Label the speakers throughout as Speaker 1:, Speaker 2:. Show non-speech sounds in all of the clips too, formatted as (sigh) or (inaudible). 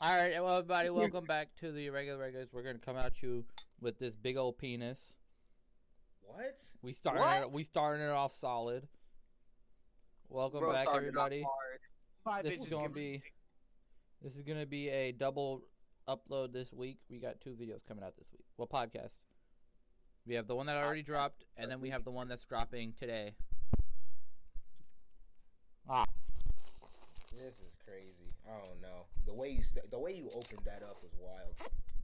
Speaker 1: All right, well, everybody, welcome back to the regular regulars. We're gonna come at you with this big old penis.
Speaker 2: What?
Speaker 1: We started.
Speaker 3: What?
Speaker 1: It, we starting it off solid. Welcome
Speaker 3: Bro
Speaker 1: back,
Speaker 3: started off
Speaker 1: everybody.
Speaker 3: hard.
Speaker 4: Five
Speaker 1: This is
Speaker 4: bitches
Speaker 1: gonna
Speaker 4: give-
Speaker 1: be. This is gonna be a double upload this week. We got two videos coming out this week. Well, podcast. We have the one that already dropped, and then we have the one that's dropping today. Ah,
Speaker 2: This is crazy. I don't know. The way you st- the way you opened that up was wild.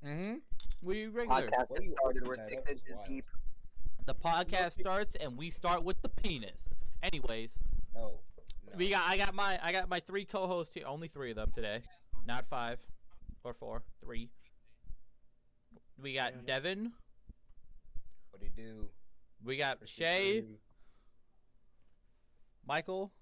Speaker 1: mm-hmm. We regular.
Speaker 3: Podcast
Speaker 2: What are you
Speaker 3: has started.
Speaker 2: opening
Speaker 3: We're
Speaker 2: that
Speaker 3: six
Speaker 2: up is
Speaker 3: inches
Speaker 2: wild.
Speaker 3: deep.
Speaker 1: The podcast starts, and we start with the penis. Anyways,
Speaker 2: No, no.
Speaker 1: We got. I got my. I got my three co-hosts here. Only three of them today, not five or four. Three. We got
Speaker 4: Yeah.
Speaker 1: Devin.
Speaker 2: what it do?
Speaker 1: We got Shay, Michael.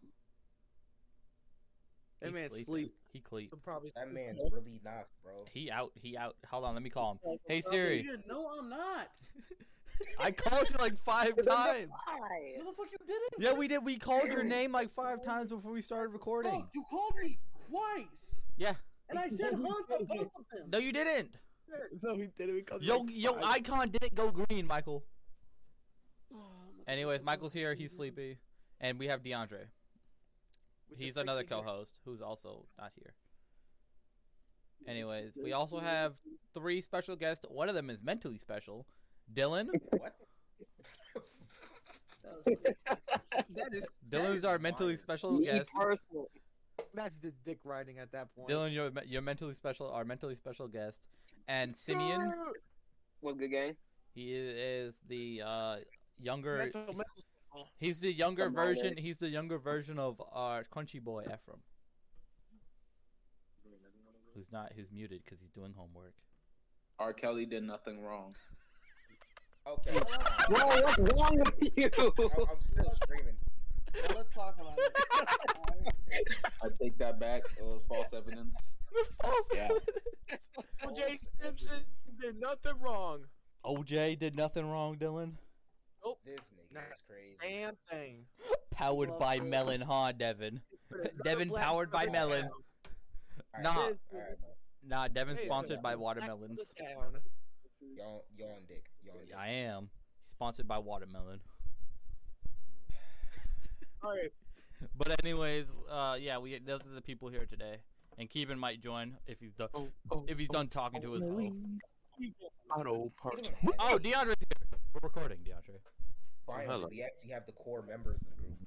Speaker 4: That
Speaker 1: He's
Speaker 4: man's
Speaker 1: sleeping.
Speaker 4: sleep.
Speaker 1: He cleat.
Speaker 4: I'm probably
Speaker 2: That man's really knocked, bro.
Speaker 1: He out. He out. Hold on. Let me call him. Hey Siri.
Speaker 4: You're- No,
Speaker 1: (laughs)
Speaker 4: I'm not.
Speaker 1: I called you like five times.
Speaker 3: Why?
Speaker 4: No, the fuck you didn't.
Speaker 1: Yeah, we did. We called your name like five times before we started recording.
Speaker 4: Bro, Oh, you called me twice,
Speaker 1: Yeah.
Speaker 4: and I said hug to both of them.
Speaker 1: No, you didn't.
Speaker 4: No, he did it. because
Speaker 1: Yo, yo, icon didn't go green, Michael.
Speaker 4: Oh, my
Speaker 1: Anyways,
Speaker 4: God.
Speaker 1: Michael's here. He's sleepy, and we have DeAndre.
Speaker 4: Which
Speaker 1: He's
Speaker 4: is
Speaker 1: another
Speaker 4: freaking-
Speaker 1: co-host who's also not here. Anyways, we also have three special guests. One of them is mentally special,
Speaker 4: (laughs)
Speaker 1: Dylan.
Speaker 2: What?
Speaker 4: That is
Speaker 1: Dylan's our mentally
Speaker 2: wild.
Speaker 1: special guest.
Speaker 3: personal.
Speaker 4: that's just dick riding at that point.
Speaker 1: Dylan, you're you're mentally special. Our mentally special guest, and Simeon.
Speaker 3: What's good, gang?
Speaker 1: He is the uh, younger.
Speaker 4: mental, mental.
Speaker 1: He's the younger
Speaker 3: Come on,
Speaker 1: version.
Speaker 3: man.
Speaker 1: He's the younger version of our crunchy boy Ephraim, who's not who's muted because he's doing homework.
Speaker 5: R. Kelly did nothing wrong.
Speaker 2: Okay, I'm,
Speaker 3: Bro, what's wrong with (laughs) you?
Speaker 2: I'm still streaming.
Speaker 4: Let's talk about it. (laughs)
Speaker 5: I take that back. It was false evidence. Yeah.
Speaker 4: OJ Simpson did nothing wrong.
Speaker 1: OJ did nothing wrong, Dylan.
Speaker 2: This nigga is crazy.
Speaker 4: Damn thing.
Speaker 1: Powered
Speaker 4: Love
Speaker 1: by
Speaker 4: that.
Speaker 1: melon, huh, Devin? Devin
Speaker 4: Black
Speaker 1: powered by
Speaker 4: girl
Speaker 1: melon.
Speaker 4: down.
Speaker 2: All
Speaker 1: Nah.
Speaker 2: all right, bro.
Speaker 1: Nah, Devin's
Speaker 4: Hey,
Speaker 1: sponsored
Speaker 2: yeah.
Speaker 1: by
Speaker 4: Black girl
Speaker 1: watermelons.
Speaker 4: down.
Speaker 2: Yawn, yawn, dick. Yawn, dick.
Speaker 1: I am sponsored by watermelon.
Speaker 4: All right.
Speaker 1: But anyways, uh, yeah, we those are the people here today, and Keevan might join if he's done
Speaker 4: Oh, oh,
Speaker 1: if he's done talking to his hoe.
Speaker 4: Auto
Speaker 2: He
Speaker 4: parts.
Speaker 2: doesn't have
Speaker 1: Oh, DeAndre's here. We're recording, DeAndre.
Speaker 2: Finally,
Speaker 4: Hello.
Speaker 2: we actually have the core members of the group.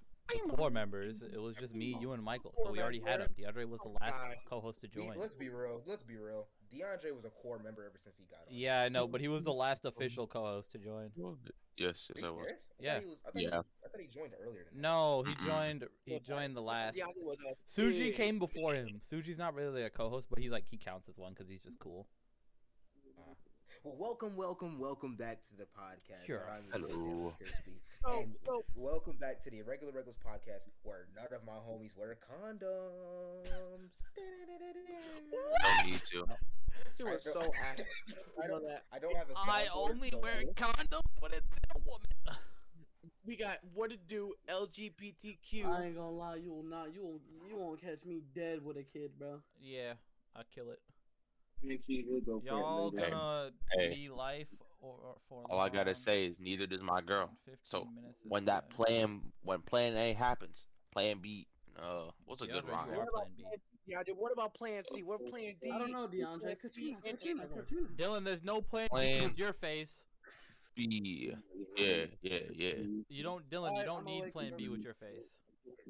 Speaker 1: The core members. It was just me, you, and Michael, so we already had him. DeAndre was the last
Speaker 4: God.
Speaker 1: co-host to
Speaker 2: We-
Speaker 1: join.
Speaker 2: let's be real. Let's be real. DeAndre was a core member ever since he got on.
Speaker 1: Yeah, I know, but he was the last
Speaker 4: Oh.
Speaker 1: official co-host to join.
Speaker 6: Yes,
Speaker 2: Are
Speaker 6: yes,
Speaker 2: you
Speaker 6: I was.
Speaker 2: serious? I
Speaker 1: Yeah.
Speaker 2: Thought he was, I, thought he
Speaker 6: Yeah.
Speaker 2: was, I thought he joined earlier than that.
Speaker 1: No, he
Speaker 6: Mm-mm.
Speaker 1: joined. He joined the last.
Speaker 4: Yeah, I was, uh,
Speaker 1: Suji
Speaker 4: big.
Speaker 1: came before him. Suji's not really a co-host, but he like he counts as one because he's just cool.
Speaker 2: Well, welcome, welcome, welcome back to the podcast.
Speaker 1: Sure.
Speaker 2: I'm
Speaker 6: Hello.
Speaker 2: Crispy.
Speaker 4: Oh,
Speaker 2: And
Speaker 4: oh,
Speaker 2: welcome back to the Irregular Regulars podcast, where none of my homies wear condoms. (laughs)
Speaker 6: I need to.
Speaker 4: she was
Speaker 2: I
Speaker 4: so
Speaker 2: don't-
Speaker 4: ass.
Speaker 2: (laughs) I
Speaker 4: I know
Speaker 2: don't.
Speaker 4: that.
Speaker 2: I don't have a. soundboard, so-
Speaker 1: condom when it's a woman.
Speaker 4: We got what to do
Speaker 7: I
Speaker 4: LGBTQ.
Speaker 7: ain't gonna lie, you will not. You will. You won't catch me dead with a kid, bro.
Speaker 1: Yeah, I kill it. Y'all
Speaker 5: Y'all
Speaker 1: gonna
Speaker 6: Hey.
Speaker 1: be life or, or for
Speaker 6: All I gotta
Speaker 1: long,
Speaker 6: say is neither does my girl.
Speaker 1: 15
Speaker 6: So,
Speaker 1: minutes is
Speaker 6: When that
Speaker 1: good.
Speaker 6: plan, when plan A happens, plan B. Uh, what's a
Speaker 1: DeAndre,
Speaker 6: good
Speaker 1: you
Speaker 6: rhyme?
Speaker 1: are plan B.
Speaker 4: Yeah, dude, what about Plan C? What Plan D?
Speaker 7: I don't know, DeAndre. Katrina, Katrina, Katrina.
Speaker 1: Dylan, there's no plan, B
Speaker 6: Plan.
Speaker 1: with your face.
Speaker 6: B. Yeah, yeah, yeah.
Speaker 1: You don't, Dylan. You
Speaker 7: Alright,
Speaker 1: don't
Speaker 7: I'm
Speaker 1: need
Speaker 7: awake,
Speaker 1: plan B
Speaker 7: remember.
Speaker 1: with your face.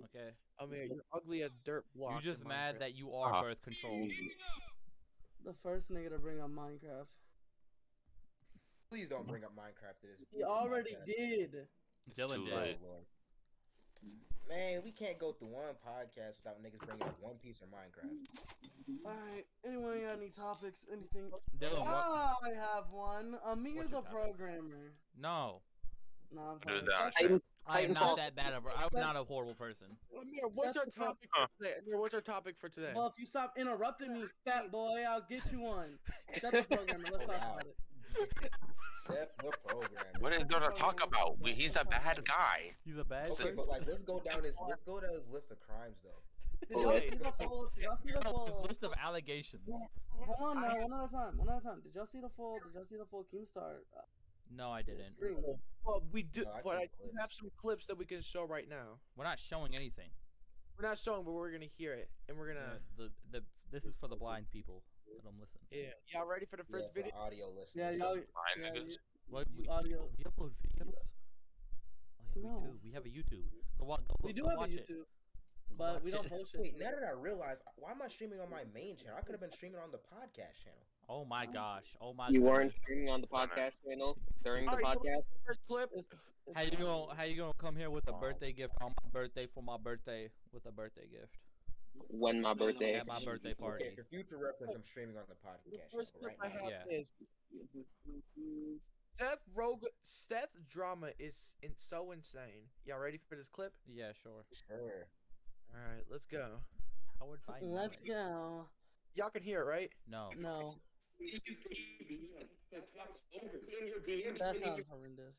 Speaker 1: Okay,
Speaker 4: I mean, you're ugly as dirt block.
Speaker 1: you just
Speaker 4: in
Speaker 1: mad
Speaker 4: Minecraft.
Speaker 1: that you are
Speaker 6: Ah.
Speaker 1: birth control.
Speaker 7: The first nigga to bring up Minecraft.
Speaker 2: Please don't bring up Minecraft to this.
Speaker 7: He already
Speaker 2: podcast.
Speaker 7: did.
Speaker 6: It's
Speaker 1: Dylan
Speaker 6: too
Speaker 1: did.
Speaker 6: late.
Speaker 2: Oh, Lord. Man, we can't go through one podcast without niggas bringing up One Piece or Minecraft.
Speaker 7: All right. Anyone got any topics? Anything?
Speaker 1: Dylan, what?
Speaker 7: Ah, I have one. Amir
Speaker 1: What's your
Speaker 7: the
Speaker 1: topic?
Speaker 7: programmer.
Speaker 1: No,
Speaker 7: No, I'm
Speaker 6: There's
Speaker 7: fine.
Speaker 6: that.
Speaker 3: Titan-
Speaker 1: I am
Speaker 3: Titanfall.
Speaker 1: not that bad of. a- I'm not a horrible person.
Speaker 4: Amir, what's our topic for today? Amir, what's our topic for today?
Speaker 7: Well, if you stop interrupting me, fat boy, I'll get you one. Shut the programmer. Let's talk about it.
Speaker 2: Seth the programmer.
Speaker 6: What is there to talk about? We- He's a bad guy.
Speaker 1: He's a bad
Speaker 2: Okay, but like, let's go down his let's go down his list of crimes though.
Speaker 7: Did y'all see the full? Did y'all see the
Speaker 8: This
Speaker 7: full?
Speaker 8: list of allegations.
Speaker 7: Hold on, now, one at a time, one at a time. Did y'all see the full? Did y'all see the full Keemstar uh,
Speaker 1: No, I didn't.
Speaker 7: stream?
Speaker 4: Well, we do,
Speaker 2: No, I
Speaker 4: but
Speaker 2: seen
Speaker 4: I
Speaker 2: the
Speaker 4: do have
Speaker 2: clips.
Speaker 4: some clips that we can show right now.
Speaker 1: We're not showing anything.
Speaker 4: We're not showing, but we're gonna hear it, and we're
Speaker 1: You
Speaker 4: gonna.
Speaker 1: know, The, the, this is for the blind people. Let them listen.
Speaker 4: Yeah, y'all ready for the
Speaker 2: Yeah,
Speaker 4: first
Speaker 2: for
Speaker 4: video?
Speaker 2: audio listeners.
Speaker 7: Yeah, y'all.
Speaker 6: Fine,
Speaker 7: Yeah,
Speaker 6: niggas.
Speaker 7: you-
Speaker 1: What,
Speaker 7: you
Speaker 1: we,
Speaker 7: audio-
Speaker 1: we upload videos? Oh, yeah, we
Speaker 7: No.
Speaker 1: do. We have a YouTube. Go, wa- go,
Speaker 7: We do
Speaker 1: go
Speaker 7: have a
Speaker 1: watch it.
Speaker 7: YouTube, but
Speaker 1: watch
Speaker 7: we don't
Speaker 1: it.
Speaker 7: post
Speaker 2: Wait,
Speaker 7: shit.
Speaker 2: now that I realize, why am I streaming on my main channel? I could have been streaming on the podcast channel.
Speaker 1: Oh my gosh. Oh my
Speaker 3: You
Speaker 1: gosh.
Speaker 3: weren't streaming on the podcast channel during the
Speaker 4: Alright, go
Speaker 3: podcast.
Speaker 4: First clip.
Speaker 1: How you gonna how you gonna come here with a birthday gift on my birthday for my birthday with a birthday gift?
Speaker 3: When my birthday.
Speaker 1: At my birthday
Speaker 2: Okay,
Speaker 1: party.
Speaker 2: for future reference, I'm streaming on the
Speaker 4: The
Speaker 2: podcast
Speaker 4: first
Speaker 2: channel
Speaker 4: clip
Speaker 2: right
Speaker 4: I
Speaker 2: now.
Speaker 4: have
Speaker 1: Yeah.
Speaker 4: is Seth Rogen. Seth drama is in, so insane. Y'all ready for this clip?
Speaker 1: Yeah, sure.
Speaker 2: Sure.
Speaker 4: All right, let's go.
Speaker 1: Howard Biden.
Speaker 7: Let's go.
Speaker 4: Y'all can hear it, right?
Speaker 1: No.
Speaker 7: No, that sounds horrendous.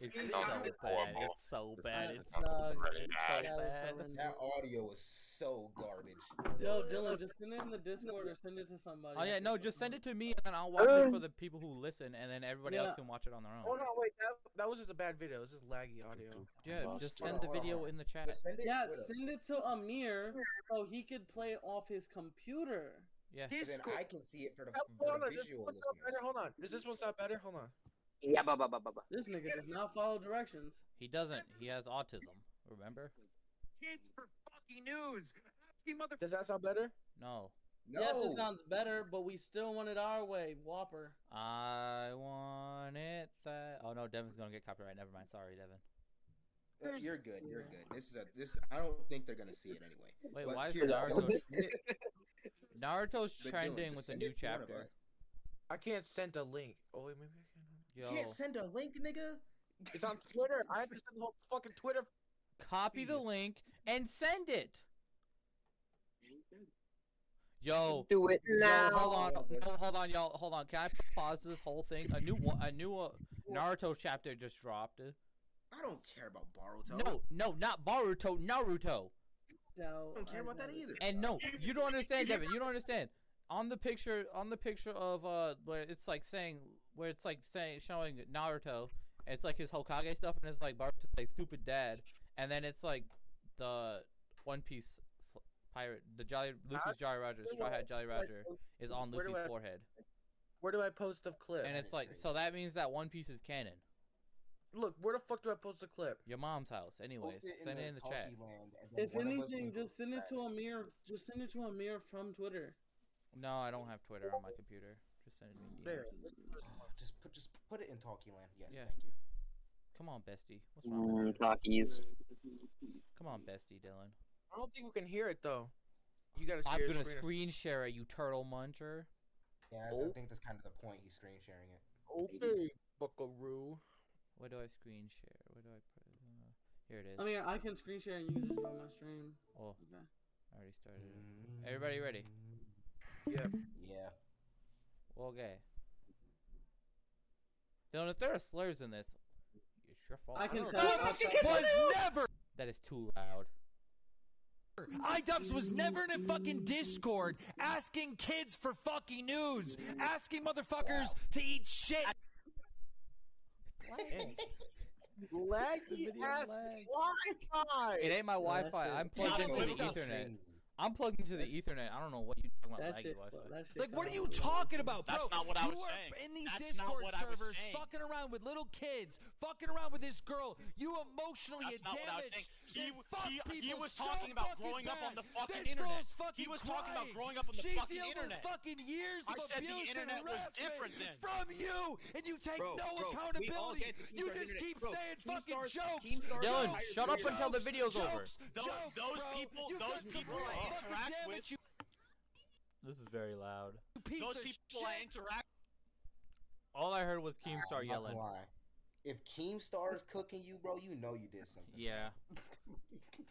Speaker 1: It's so
Speaker 6: Sounds
Speaker 1: bad.
Speaker 6: horrible.
Speaker 1: It's so
Speaker 7: That
Speaker 1: bad. It's so
Speaker 7: sucked.
Speaker 1: bad.
Speaker 7: That was horrendous.
Speaker 2: That audio was so garbage.
Speaker 7: Yo, Dylan, just send it in the Discord or send it to somebody.
Speaker 1: Oh yeah, no, just send it to me and then I'll watch it for the people who listen and then everybody else
Speaker 7: Yeah.
Speaker 1: can watch it on their
Speaker 4: Oh
Speaker 1: own.
Speaker 4: no, wait. That, that was just a bad video. It's just laggy audio.
Speaker 1: Yeah, just send
Speaker 2: Hold
Speaker 1: the
Speaker 2: on, hold on,
Speaker 1: video
Speaker 2: hold
Speaker 1: in the
Speaker 2: Just
Speaker 1: chat.
Speaker 2: Send it.
Speaker 7: Yeah,
Speaker 2: with a-
Speaker 7: send it to Amir so he could play off his computer.
Speaker 1: Yeah.
Speaker 2: then I can see it for the, for
Speaker 4: Hold
Speaker 2: the
Speaker 4: on, this
Speaker 2: visual
Speaker 4: one's not better.
Speaker 2: listeners.
Speaker 4: Hold on. Does this one sound better? Hold on.
Speaker 3: Yeah, ba ba ba ba ba.
Speaker 7: This nigga does not follow directions.
Speaker 1: He doesn't. He has autism, remember?
Speaker 4: Does that sound better?
Speaker 1: No.
Speaker 2: No. uh,
Speaker 7: Yes, it sounds better, but we still want it our way, Whopper.
Speaker 1: I want it that Oh no, Devin's gonna get copyright. Never mind. Sorry, Devin.
Speaker 2: Uh, You're good. You're good. This is a this. I don't think they're gonna see it anyway.
Speaker 1: Wait,
Speaker 2: But
Speaker 1: why is
Speaker 2: here,
Speaker 1: Naruto
Speaker 2: Dylan, send it-
Speaker 1: (laughs) Naruto's
Speaker 2: but Dylan,
Speaker 1: trending
Speaker 2: just
Speaker 1: with a
Speaker 2: send
Speaker 1: new
Speaker 2: it to one of
Speaker 1: chapter?
Speaker 2: us.
Speaker 4: I can't send a link. Oh wait, maybe I can.
Speaker 1: Yo,
Speaker 2: Can't send a link, nigga.
Speaker 4: It's on Twitter. I have to send the whole fucking Twitter.
Speaker 1: copy the link and send it. Yo,
Speaker 3: Do it
Speaker 1: Oh. yo,
Speaker 3: now.
Speaker 1: hold on,
Speaker 2: No.
Speaker 1: no, hold on, y'all, hold on. Can I pause this whole thing? A new one, a new uh, Naruto chapter just dropped.
Speaker 2: I don't care about Boruto.
Speaker 1: No, no, not Baruto, Naruto.
Speaker 7: Doubt
Speaker 2: I don't care about that
Speaker 7: love it.
Speaker 2: either.
Speaker 1: And no, you don't understand, Devin. You don't understand. On the picture, on the picture of uh, where it's like saying, where it's like saying, showing Naruto, and it's like his Hokage stuff, and it's like Baruto's like stupid dad, and then it's like the One Piece f- pirate, the Jolly Lucy's Jolly Roger, Straw Hat Jolly Roger, is on
Speaker 4: Where do
Speaker 1: Lucy's
Speaker 4: I-
Speaker 1: forehead,
Speaker 4: Where do I post the clip?
Speaker 1: (laughs) and it's like, so that means that One Piece is canon.
Speaker 4: look, where the fuck do I post the clip?
Speaker 1: Your mom's house, anyways.
Speaker 2: Post
Speaker 1: Send it
Speaker 2: a
Speaker 1: in the
Speaker 2: Talkie
Speaker 1: chat.
Speaker 2: land, and then
Speaker 7: If
Speaker 2: one of us
Speaker 7: anything,
Speaker 2: can
Speaker 7: just send it to
Speaker 2: grab
Speaker 7: Amir. Just send it to Amir from Twitter.
Speaker 1: No, I don't have Twitter on my computer. Just send it to me. in
Speaker 4: There.
Speaker 1: DMs.
Speaker 2: Ah, Just put just put it in Talkie Land. Yes,
Speaker 1: Yeah.
Speaker 2: thank you.
Speaker 1: Come on, bestie. What's wrong with you?
Speaker 3: Mm, talkies.
Speaker 1: Come on, bestie, Dylan.
Speaker 4: I don't think we can hear it though. You gotta.
Speaker 1: I'm
Speaker 4: share
Speaker 1: gonna screen
Speaker 4: screen.
Speaker 1: share it, you turtle muncher.
Speaker 2: Yeah, I, I
Speaker 4: Oh.
Speaker 2: think that's kind of the point. He's screen sharing it.
Speaker 4: Okay, Buckaroo.
Speaker 1: Where do I screen share? Where do I put it? Uh, here it is.
Speaker 7: Amir, I can screen share and you can just join my stream.
Speaker 1: oh,
Speaker 7: Okay.
Speaker 1: I already started it. Everybody ready?
Speaker 4: Yeah.
Speaker 2: Yeah.
Speaker 1: Okay. Dylan, if there are slurs in this, it's your fault.
Speaker 7: I can
Speaker 1: don't
Speaker 7: tell.
Speaker 1: know.
Speaker 7: I'll tell-
Speaker 5: never.
Speaker 1: That is too loud.
Speaker 5: iDubbbz was never in a fucking Discord asking kids for fucking news, asking motherfuckers to eat shit.
Speaker 1: It's
Speaker 2: (laughs)
Speaker 1: lagging.
Speaker 4: Laggy
Speaker 1: video
Speaker 4: ass
Speaker 1: lag.
Speaker 4: Wi-Fi.
Speaker 1: it ain't my
Speaker 7: that's
Speaker 1: Wi-Fi.
Speaker 7: it.
Speaker 1: I'm plugged
Speaker 5: Not
Speaker 1: into
Speaker 5: good
Speaker 1: the
Speaker 5: stuff.
Speaker 1: Ethernet.
Speaker 2: Crazy.
Speaker 1: I'm plugged into the Ethernet. I don't know what you talking about.
Speaker 7: That
Speaker 1: Laggy
Speaker 7: shit,
Speaker 1: Wi-Fi.
Speaker 7: that shit
Speaker 5: Like, what are you
Speaker 7: kinda weird.
Speaker 5: talking about, bro?
Speaker 9: That's not what I
Speaker 5: you are
Speaker 9: was saying.
Speaker 5: in these
Speaker 9: That's not
Speaker 5: Discord
Speaker 9: what I was
Speaker 5: servers,
Speaker 9: saying.
Speaker 5: fucking around with little kids, fucking around with this girl. You emotionally
Speaker 9: That's not what I was
Speaker 5: damaged. that
Speaker 9: saying. He-
Speaker 5: fuck
Speaker 9: he- he
Speaker 5: people
Speaker 9: was
Speaker 5: so
Speaker 9: talking about
Speaker 5: fucking
Speaker 9: growing up on
Speaker 5: bad.
Speaker 9: the fucking
Speaker 5: This
Speaker 9: internet.
Speaker 5: girl's fucking
Speaker 9: He was talking about
Speaker 5: crying.
Speaker 9: growing up on the
Speaker 5: She's
Speaker 9: fucking
Speaker 5: dealing
Speaker 9: internet.
Speaker 5: with fucking years
Speaker 9: I
Speaker 5: of
Speaker 9: said the
Speaker 5: abuse and
Speaker 9: internet was
Speaker 5: harassment
Speaker 9: different then.
Speaker 5: from you, and you take
Speaker 10: Bro,
Speaker 5: no
Speaker 10: bro, we all get
Speaker 5: accountability.
Speaker 10: the
Speaker 5: You
Speaker 10: Keemstar
Speaker 5: just
Speaker 10: internet.
Speaker 5: keep
Speaker 10: Bro,
Speaker 5: saying fucking
Speaker 10: Keemstar's-
Speaker 5: jokes.
Speaker 10: Keemstar's
Speaker 1: Dylan,
Speaker 10: entire
Speaker 1: shut up
Speaker 10: career-
Speaker 1: until the video's
Speaker 5: jokes,
Speaker 1: over.
Speaker 9: Those-
Speaker 5: jokes,
Speaker 9: those
Speaker 5: bro.
Speaker 9: people-
Speaker 5: You guys
Speaker 9: those people
Speaker 5: completely
Speaker 9: I
Speaker 5: fucking
Speaker 9: interact
Speaker 5: damage
Speaker 9: with-
Speaker 5: you
Speaker 1: This is very loud.
Speaker 5: piece
Speaker 9: Those
Speaker 5: of
Speaker 9: people I
Speaker 5: shit.
Speaker 9: interact
Speaker 1: All I heard was Keemstar
Speaker 2: I'm not gonna
Speaker 1: yelling.
Speaker 2: lie. If Keemstar is cooking you, bro, you know you did something.
Speaker 1: Yeah.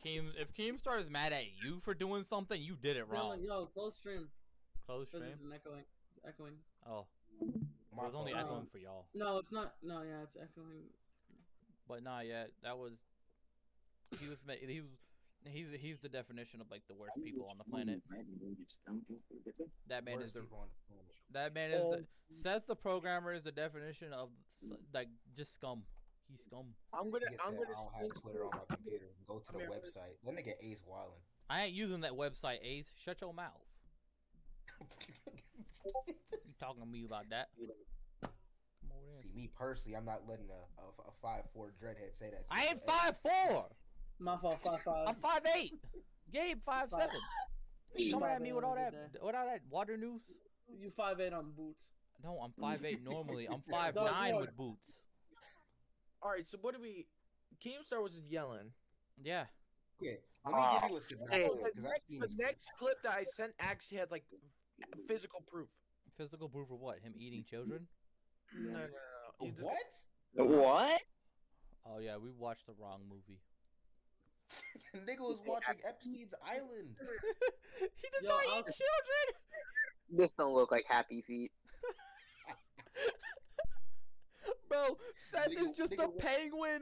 Speaker 1: Keem, if Keemstar is mad at you for doing something, you did it
Speaker 7: Dylan,
Speaker 1: wrong.
Speaker 7: Yo, close stream.
Speaker 1: Close
Speaker 7: This is
Speaker 1: stream.
Speaker 7: an echoing. Echoing.
Speaker 1: Oh,
Speaker 2: My
Speaker 1: it was only
Speaker 2: fault.
Speaker 1: echoing for y'all,
Speaker 7: No, it's not. No, yeah, it's echoing.
Speaker 1: but not yet. That was he was ma- he was he's he's the definition of like the worst people on the planet. That man is
Speaker 2: Worst
Speaker 1: the
Speaker 2: people Um, on the planet.
Speaker 1: that man is the Seth the programmer is the definition of s- like just scum. He's scum.
Speaker 9: I'm gonna,
Speaker 2: I guess
Speaker 9: I'm
Speaker 2: that
Speaker 9: gonna.
Speaker 2: I'll have
Speaker 9: sneak-
Speaker 2: Twitter on my computer. and Go to the
Speaker 9: I'm gonna-
Speaker 2: website. That nigga Ace Wildin. (laughs)
Speaker 1: I ain't using that website, Ace. Shut your mouth. You talking to me about that? Come over here.
Speaker 2: See me personally, I'm not letting a, a, a five four dreadhead say that. to
Speaker 1: I
Speaker 2: me,
Speaker 1: ain't
Speaker 2: but Ace-
Speaker 1: five four.
Speaker 7: My fault. Five
Speaker 5: (laughs)
Speaker 1: I'm
Speaker 7: five.
Speaker 1: five eight. Gabe five
Speaker 7: Five-
Speaker 1: seven. Coming at
Speaker 7: Five
Speaker 1: me
Speaker 7: eight
Speaker 1: with all
Speaker 7: on a
Speaker 1: that
Speaker 7: good day.
Speaker 1: with all that water news.
Speaker 7: You five eight on boots.
Speaker 1: No, I'm five eight normally.
Speaker 2: (laughs)
Speaker 1: I'm
Speaker 2: No,
Speaker 1: five nine
Speaker 7: no.
Speaker 1: with boots.
Speaker 11: All right, so what do we? Keemstar was yelling. Oh,
Speaker 1: Yeah.
Speaker 2: Yeah, let me give you a
Speaker 9: Hey.
Speaker 2: synopsis because I've seen
Speaker 11: Ah, the
Speaker 2: this.
Speaker 11: next clip that I sent actually had like physical proof.
Speaker 1: Physical proof of what? Him
Speaker 2: (laughs)
Speaker 1: eating children?
Speaker 11: No, no, no. no. You just-
Speaker 2: What? (laughs)
Speaker 3: What?
Speaker 1: Oh yeah, we watched the wrong movie. (laughs)
Speaker 2: nigga was watching Epstein's Island.
Speaker 1: he does
Speaker 7: Yo,
Speaker 1: not
Speaker 7: I'll-
Speaker 1: eat children. (laughs)
Speaker 3: This don't look like Happy Feet.
Speaker 1: Bro, Seth
Speaker 2: Nigga-
Speaker 1: is just
Speaker 2: nigga
Speaker 1: a
Speaker 2: wa-
Speaker 1: penguin.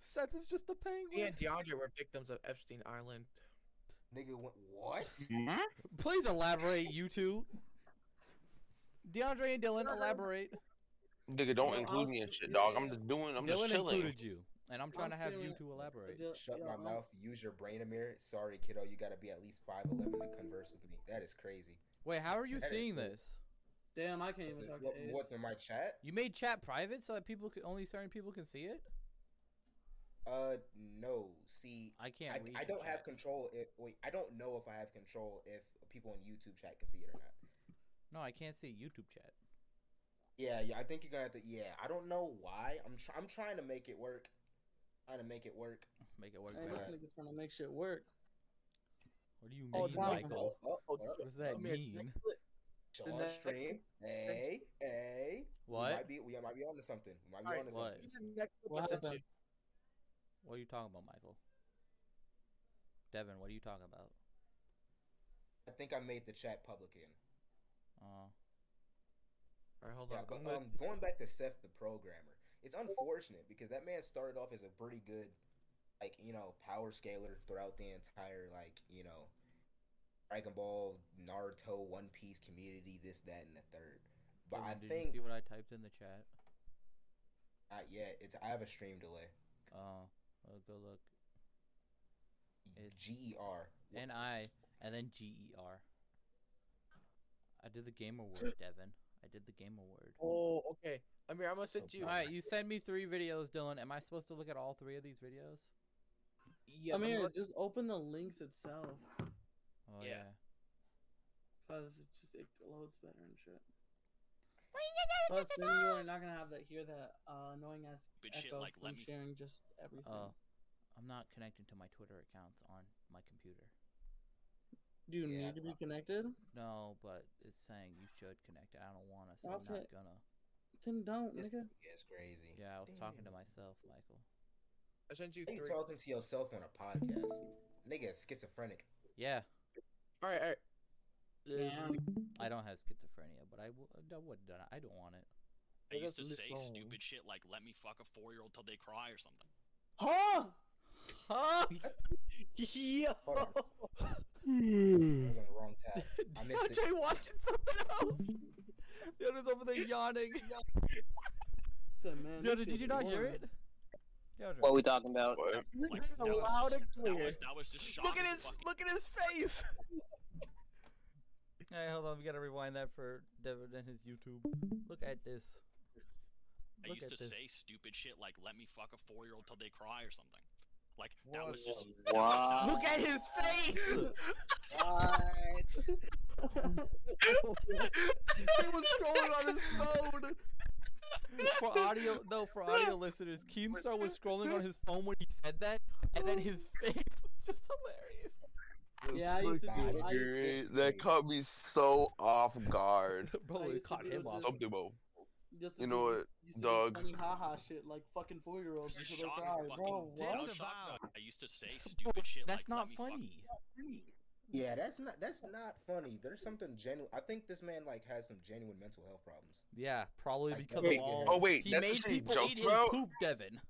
Speaker 1: Seth is just a
Speaker 11: Me
Speaker 1: penguin.
Speaker 11: and DeAndre were victims of Epstein Island.
Speaker 2: Nigga went
Speaker 11: (laughs)
Speaker 2: what?
Speaker 12: Hmm?
Speaker 1: Please elaborate, you two. DeAndre and Dylan, elaborate.
Speaker 12: Nigga, don't
Speaker 7: Yo,
Speaker 12: include
Speaker 7: I'll
Speaker 12: me in shit,
Speaker 7: sneak-
Speaker 12: dog. I'm just doing. I'm
Speaker 1: Dylan
Speaker 12: just chilling.
Speaker 1: included you, and I'm trying
Speaker 7: I'm
Speaker 1: to have
Speaker 7: feeling
Speaker 1: you
Speaker 7: it.
Speaker 1: two elaborate.
Speaker 7: Yo-
Speaker 2: Shut
Speaker 7: yo,
Speaker 2: my
Speaker 7: I'm-
Speaker 2: mouth. Use your brain, Amir. Sorry, kiddo. You gotta be at least five eleven to converse with me. That is crazy.
Speaker 1: Wait, how are you
Speaker 2: That is
Speaker 1: seeing
Speaker 2: cool.
Speaker 1: this?
Speaker 7: Damn, I can't even
Speaker 2: What,
Speaker 7: talk
Speaker 2: what,
Speaker 7: to Ace.
Speaker 2: in my chat?
Speaker 1: You made chat private so that people could only certain people can see it.
Speaker 2: Uh, no. See,
Speaker 1: I can't
Speaker 2: I,
Speaker 1: read.
Speaker 2: I
Speaker 1: your
Speaker 2: don't
Speaker 1: chat.
Speaker 2: have control. If wait, I don't know if I have control if people on YouTube chat can see it or
Speaker 1: No,
Speaker 2: not.
Speaker 1: I can't see YouTube chat.
Speaker 2: Yeah, yeah. I think you're gonna have to. Yeah, I don't know why. I'm tr- I'm trying to make it work. Trying to make it work.
Speaker 1: Make it work.
Speaker 7: Hey,
Speaker 1: man.
Speaker 7: this nigga's trying to make shit work.
Speaker 1: What do you
Speaker 11: Oh,
Speaker 1: mean,
Speaker 11: Dylan.
Speaker 1: Michael?
Speaker 2: Oh, oh,
Speaker 1: What does that
Speaker 11: Come here,
Speaker 1: mean?
Speaker 11: next clip.
Speaker 2: oh, Sean stream. Hey, hey. We
Speaker 1: What?
Speaker 2: might be we might be onto something. We might be
Speaker 11: Alright,
Speaker 2: onto
Speaker 1: what?
Speaker 2: something.
Speaker 11: Next clip
Speaker 7: What
Speaker 11: I sent
Speaker 7: happened?
Speaker 11: you.
Speaker 1: What are you talking about, Michael? Devin, what are you talking about?
Speaker 2: I think I made the chat public again.
Speaker 1: Uh,
Speaker 11: All right, hold
Speaker 2: Yeah,
Speaker 11: on.
Speaker 2: but
Speaker 11: I'm gonna-
Speaker 2: um, going back to Seth the programmer, it's unfortunate because that man started off as a pretty good, like you know, power scaler throughout the entire like you know, Dragon Ball, Naruto, One Piece community, this, that, and the third. But
Speaker 1: Devin,
Speaker 2: I
Speaker 1: did you
Speaker 2: think
Speaker 1: see what I typed in the chat?
Speaker 2: not yet. It's I have a stream delay.
Speaker 1: Uh, well, go look. It's-
Speaker 2: G E R.
Speaker 1: N I and then G E R. I did the gamer word,
Speaker 2: (gasps)
Speaker 1: Devin. I did the gamer word.
Speaker 11: Oh, okay. Amir, I'm gonna
Speaker 2: Oh,
Speaker 11: send you.
Speaker 1: All right, you send me three videos, Dylan. Am I supposed to look at all three of these videos?
Speaker 11: Yeah,
Speaker 7: I mean,
Speaker 11: I'm
Speaker 7: just open the links itself,
Speaker 1: Oh
Speaker 11: Yeah.
Speaker 7: cause it's just it loads better and shit. Plus, then you are not gonna have that hear that uh, annoying ass
Speaker 9: But shit,
Speaker 7: echo
Speaker 9: like,
Speaker 7: from
Speaker 9: let me-
Speaker 7: sharing just everything.
Speaker 1: Oh, I'm not connecting to my Twitter accounts on my computer.
Speaker 7: Do you
Speaker 2: yeah,
Speaker 7: need to be connected?
Speaker 1: No, but it's saying you should connect. I don't want to, so I'm
Speaker 7: Okay.
Speaker 1: not gonna.
Speaker 7: Then don't,
Speaker 2: This
Speaker 7: nigga.
Speaker 2: yeah, it's crazy.
Speaker 1: Yeah, I was talking to
Speaker 2: Damn.
Speaker 1: myself, Michael.
Speaker 11: I sent you
Speaker 2: How you
Speaker 11: three.
Speaker 2: talking to yourself on a podcast? Nigga is
Speaker 1: (laughs)
Speaker 2: schizophrenic.
Speaker 1: Yeah,
Speaker 11: All right, all right. There's-
Speaker 7: Yeah.
Speaker 1: I don't have schizophrenia, but I would. I would. I don't want (laughs) it.
Speaker 9: I used
Speaker 11: That's
Speaker 9: to
Speaker 11: the
Speaker 9: say
Speaker 11: song.
Speaker 9: stupid shit like "Let me fuck a four-year-old till they cry" or something.
Speaker 11: Huh?
Speaker 1: Huh?
Speaker 11: Yo.
Speaker 2: Hold on. I'm on the wrong tab. I missed it.
Speaker 1: DeAndre watching something else. (laughs) DeAndre's over there yawning.
Speaker 7: Said, man, this
Speaker 1: DeAndre, did
Speaker 7: shit's
Speaker 1: you not hear
Speaker 7: boring.
Speaker 1: it? DeAndre,
Speaker 3: What we talking about?
Speaker 12: What?
Speaker 9: Like,
Speaker 7: Nigga,
Speaker 9: that was
Speaker 7: loud
Speaker 9: just-
Speaker 7: and
Speaker 9: That
Speaker 7: clear.
Speaker 9: was, that was just
Speaker 1: look
Speaker 9: shocking
Speaker 1: at his
Speaker 9: fucking-
Speaker 1: look at his (laughs) face. Hey, hold on. We gotta rewind that for Devin and his YouTube. Look at this.
Speaker 9: I
Speaker 1: Look
Speaker 9: used
Speaker 1: at
Speaker 9: to
Speaker 1: this.
Speaker 9: say stupid shit like "Let me fuck a four-year-old till they cry" or something. Like that
Speaker 13: What
Speaker 9: was just.
Speaker 3: Wow.
Speaker 1: Look at his face. (laughs) he was scrolling on his phone. For audio, no, for audio listeners, Keemstar was scrolling on his phone when he said that, and then his (laughs) face was just hilarious.
Speaker 7: Yeah, I used to
Speaker 2: fucking
Speaker 7: do. I,
Speaker 2: weird.
Speaker 12: That caught me so off guard.
Speaker 1: Bro,
Speaker 7: I
Speaker 1: it
Speaker 7: used to
Speaker 1: caught
Speaker 7: do
Speaker 1: him
Speaker 7: it
Speaker 1: off.
Speaker 7: just-
Speaker 12: Something about.
Speaker 7: just to
Speaker 12: You
Speaker 7: do-
Speaker 12: know what,
Speaker 7: used to do
Speaker 12: dog?
Speaker 7: Funny haha shit like fucking four year olds.
Speaker 9: Just
Speaker 7: Just
Speaker 9: shock,
Speaker 7: like, "Alright,
Speaker 9: fucking
Speaker 7: bro, what?
Speaker 9: that was shock
Speaker 14: Disavow.
Speaker 9: value. I used to say stupid shit
Speaker 1: That's
Speaker 9: like
Speaker 1: not
Speaker 9: "Let me fuck
Speaker 1: funny.
Speaker 2: Yeah, that's not that's not funny. There's something genuine. I think this man like has some genuine mental health problems.
Speaker 1: Yeah, probably
Speaker 2: I
Speaker 1: because
Speaker 2: don't
Speaker 1: of
Speaker 2: get
Speaker 1: all.
Speaker 2: it.
Speaker 12: Oh wait,
Speaker 1: he
Speaker 12: that's
Speaker 1: made
Speaker 12: the same
Speaker 1: people (laughs)
Speaker 12: joke,
Speaker 1: eat his
Speaker 12: bro.
Speaker 1: poop, Devin.
Speaker 15: You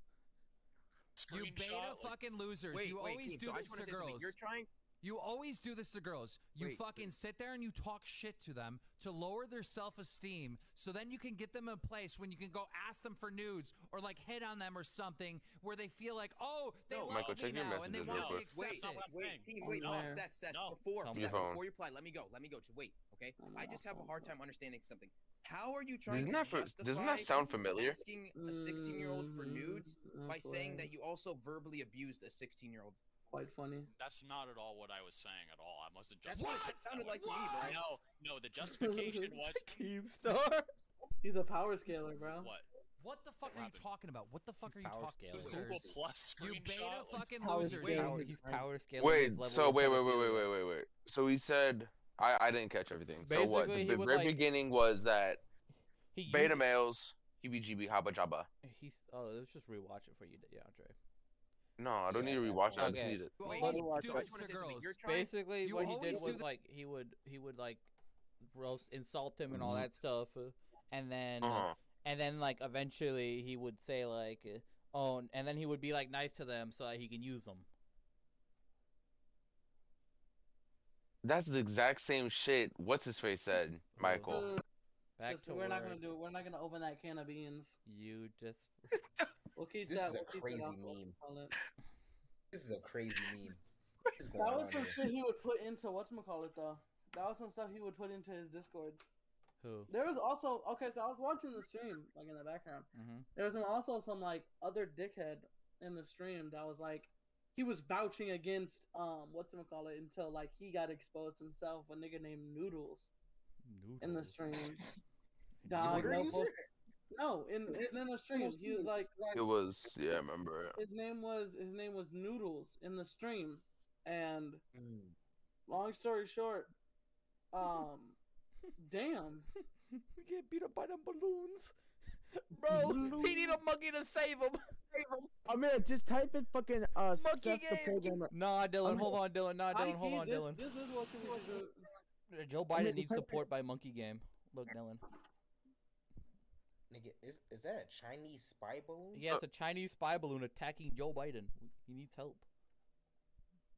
Speaker 9: Screenshot,
Speaker 15: beta
Speaker 9: like,
Speaker 15: fucking losers.
Speaker 4: Wait,
Speaker 15: you
Speaker 4: wait,
Speaker 15: always
Speaker 4: Keem,
Speaker 15: do
Speaker 4: so I
Speaker 15: this
Speaker 4: just wanna
Speaker 15: to
Speaker 4: say something.
Speaker 15: girls.
Speaker 4: You're trying.
Speaker 15: You always do this to girls. You
Speaker 4: Wait,
Speaker 15: fucking sit there and you talk shit to them to lower their self esteem so then you can get them in a place when you can go ask them for nudes or like hit on them or something where they feel like, oh, they
Speaker 6: No,
Speaker 15: love
Speaker 6: Michael,
Speaker 15: me
Speaker 6: check your
Speaker 15: now and they
Speaker 6: messages
Speaker 15: want
Speaker 6: real
Speaker 15: to be
Speaker 6: quick.
Speaker 15: accepted.
Speaker 9: not what I'm
Speaker 4: Wait,
Speaker 9: saying.
Speaker 4: Keem, wait,
Speaker 9: No.
Speaker 4: wait, Seth, Seth,
Speaker 9: No.
Speaker 4: before,
Speaker 1: Tell me.
Speaker 4: Seth,
Speaker 6: Your phone.
Speaker 4: before you reply, let me go, let me go. Wait, okay?
Speaker 7: Oh
Speaker 4: I
Speaker 7: my
Speaker 4: just have a
Speaker 7: God.
Speaker 4: hard time understanding something. How are you trying
Speaker 6: Doesn't
Speaker 4: to
Speaker 6: that fa-
Speaker 4: justify
Speaker 6: doesn't that sound familiar?
Speaker 4: asking
Speaker 7: Mm-hmm.
Speaker 4: a 16 year old for nudes
Speaker 7: Mm,
Speaker 4: by
Speaker 7: that's
Speaker 4: saying that
Speaker 7: hilarious.
Speaker 4: you also verbally abused a 16 year old?
Speaker 7: quite funny.
Speaker 9: That's not at all what I was saying at all. I wasn't
Speaker 4: That's
Speaker 9: just.
Speaker 4: what it sounded like to me, bro.
Speaker 9: No, no. The justification was
Speaker 1: (laughs) Keemstar.
Speaker 7: He's a power scaler, bro.
Speaker 9: what?
Speaker 15: What the fuck are you
Speaker 9: Robin.
Speaker 15: talking about? What the fuck
Speaker 1: He's
Speaker 15: are you
Speaker 1: power
Speaker 15: talking
Speaker 1: scaling.
Speaker 15: about?
Speaker 9: Google Plus
Speaker 15: You
Speaker 9: screenshot.
Speaker 15: beta
Speaker 9: was-
Speaker 15: fucking
Speaker 1: (laughs)
Speaker 7: Power
Speaker 15: losers.
Speaker 7: scaling.
Speaker 1: Power-
Speaker 7: Wait.
Speaker 1: he's power scaling.
Speaker 6: Wait,
Speaker 1: his level
Speaker 6: so
Speaker 1: of
Speaker 6: wait, wait, wait, wait,
Speaker 1: pedophilia.
Speaker 6: wait, wait, wait. So he said I I didn't catch everything. so what?
Speaker 1: Basically,
Speaker 6: The
Speaker 1: he
Speaker 6: b-
Speaker 1: would,
Speaker 6: very
Speaker 1: like-
Speaker 6: beginning was that
Speaker 1: He used-
Speaker 6: beta males, heebie-jeebie, haba jabba.
Speaker 1: He's oh, let's just rewatch it for you, yeah, Andre.
Speaker 6: No, I don't
Speaker 2: Yeah,
Speaker 6: need to
Speaker 2: that's
Speaker 6: rewatch it. I just
Speaker 1: okay.
Speaker 6: need it.
Speaker 15: You
Speaker 4: Wait,
Speaker 15: always
Speaker 4: Keem,
Speaker 15: do
Speaker 4: so I
Speaker 15: this
Speaker 4: just wanna
Speaker 15: to
Speaker 4: say something.
Speaker 15: girls.
Speaker 4: You're trying.
Speaker 1: Basically,
Speaker 15: you
Speaker 1: what he
Speaker 15: always
Speaker 1: did
Speaker 15: do
Speaker 1: was
Speaker 15: the-
Speaker 1: like he would he would like roast, insult him, and all that stuff, uh, and then uh,
Speaker 6: Mm-hmm. Uh-huh.
Speaker 1: and then like eventually he would say like, uh, oh, and then he would be like nice to them so that he can use them.
Speaker 6: That's the exact same shit. What's his face said, Michael.
Speaker 7: Mm,
Speaker 1: Back
Speaker 7: just-
Speaker 1: to
Speaker 7: we're
Speaker 1: work.
Speaker 7: not gonna do. We're not gonna open that can of beans.
Speaker 1: You just
Speaker 7: We'll keep
Speaker 2: This
Speaker 7: that.
Speaker 2: is a
Speaker 7: we'll keep
Speaker 2: crazy
Speaker 7: that off- we'll
Speaker 2: meme.
Speaker 7: call it.
Speaker 2: This is a crazy meme. What is going
Speaker 7: That
Speaker 2: on
Speaker 7: was some
Speaker 2: here?
Speaker 7: shit he would put into whatchamacallit though. That was some stuff he would put into his discords.
Speaker 1: who?
Speaker 7: There was also okay, so I was watching the stream like in the background.
Speaker 1: hmm
Speaker 7: There was also some like other dickhead in the stream that was like he was vouching against um whatchamacallit until like he got exposed himself, a nigga named Noodles in the stream.
Speaker 2: (laughs)
Speaker 7: Dog,
Speaker 2: Twitter
Speaker 7: no,
Speaker 2: user?
Speaker 7: bull- no, in, in in the stream. He was like like
Speaker 6: It was yeah, I remember it.
Speaker 7: his name was his name was Noodles in the stream, and
Speaker 2: Mm.
Speaker 7: long story short,
Speaker 1: (laughs)
Speaker 7: um, damn,
Speaker 1: we get beat up by them balloons, (laughs) bro. He need a monkey to save him.
Speaker 3: Amir, just type in fucking uh
Speaker 1: (laughs) Monkey
Speaker 3: Seth the
Speaker 1: game.
Speaker 3: programmer.
Speaker 1: Nah, Dylan,
Speaker 3: I'm-
Speaker 1: hold on, Dylan. Nah, Dylan,
Speaker 7: High
Speaker 1: hold
Speaker 7: key,
Speaker 1: on,
Speaker 7: this,
Speaker 1: Dylan.
Speaker 7: This is what you would do.
Speaker 1: Uh, Joe
Speaker 3: I mean,
Speaker 1: Biden
Speaker 3: it's
Speaker 1: needs
Speaker 3: like-
Speaker 1: support by Monkey Game. Look, Dylan.
Speaker 2: Nigga, is is that a Chinese spy balloon?
Speaker 1: He has
Speaker 6: Uh,
Speaker 1: a Chinese spy balloon attacking Joe Biden. He needs help.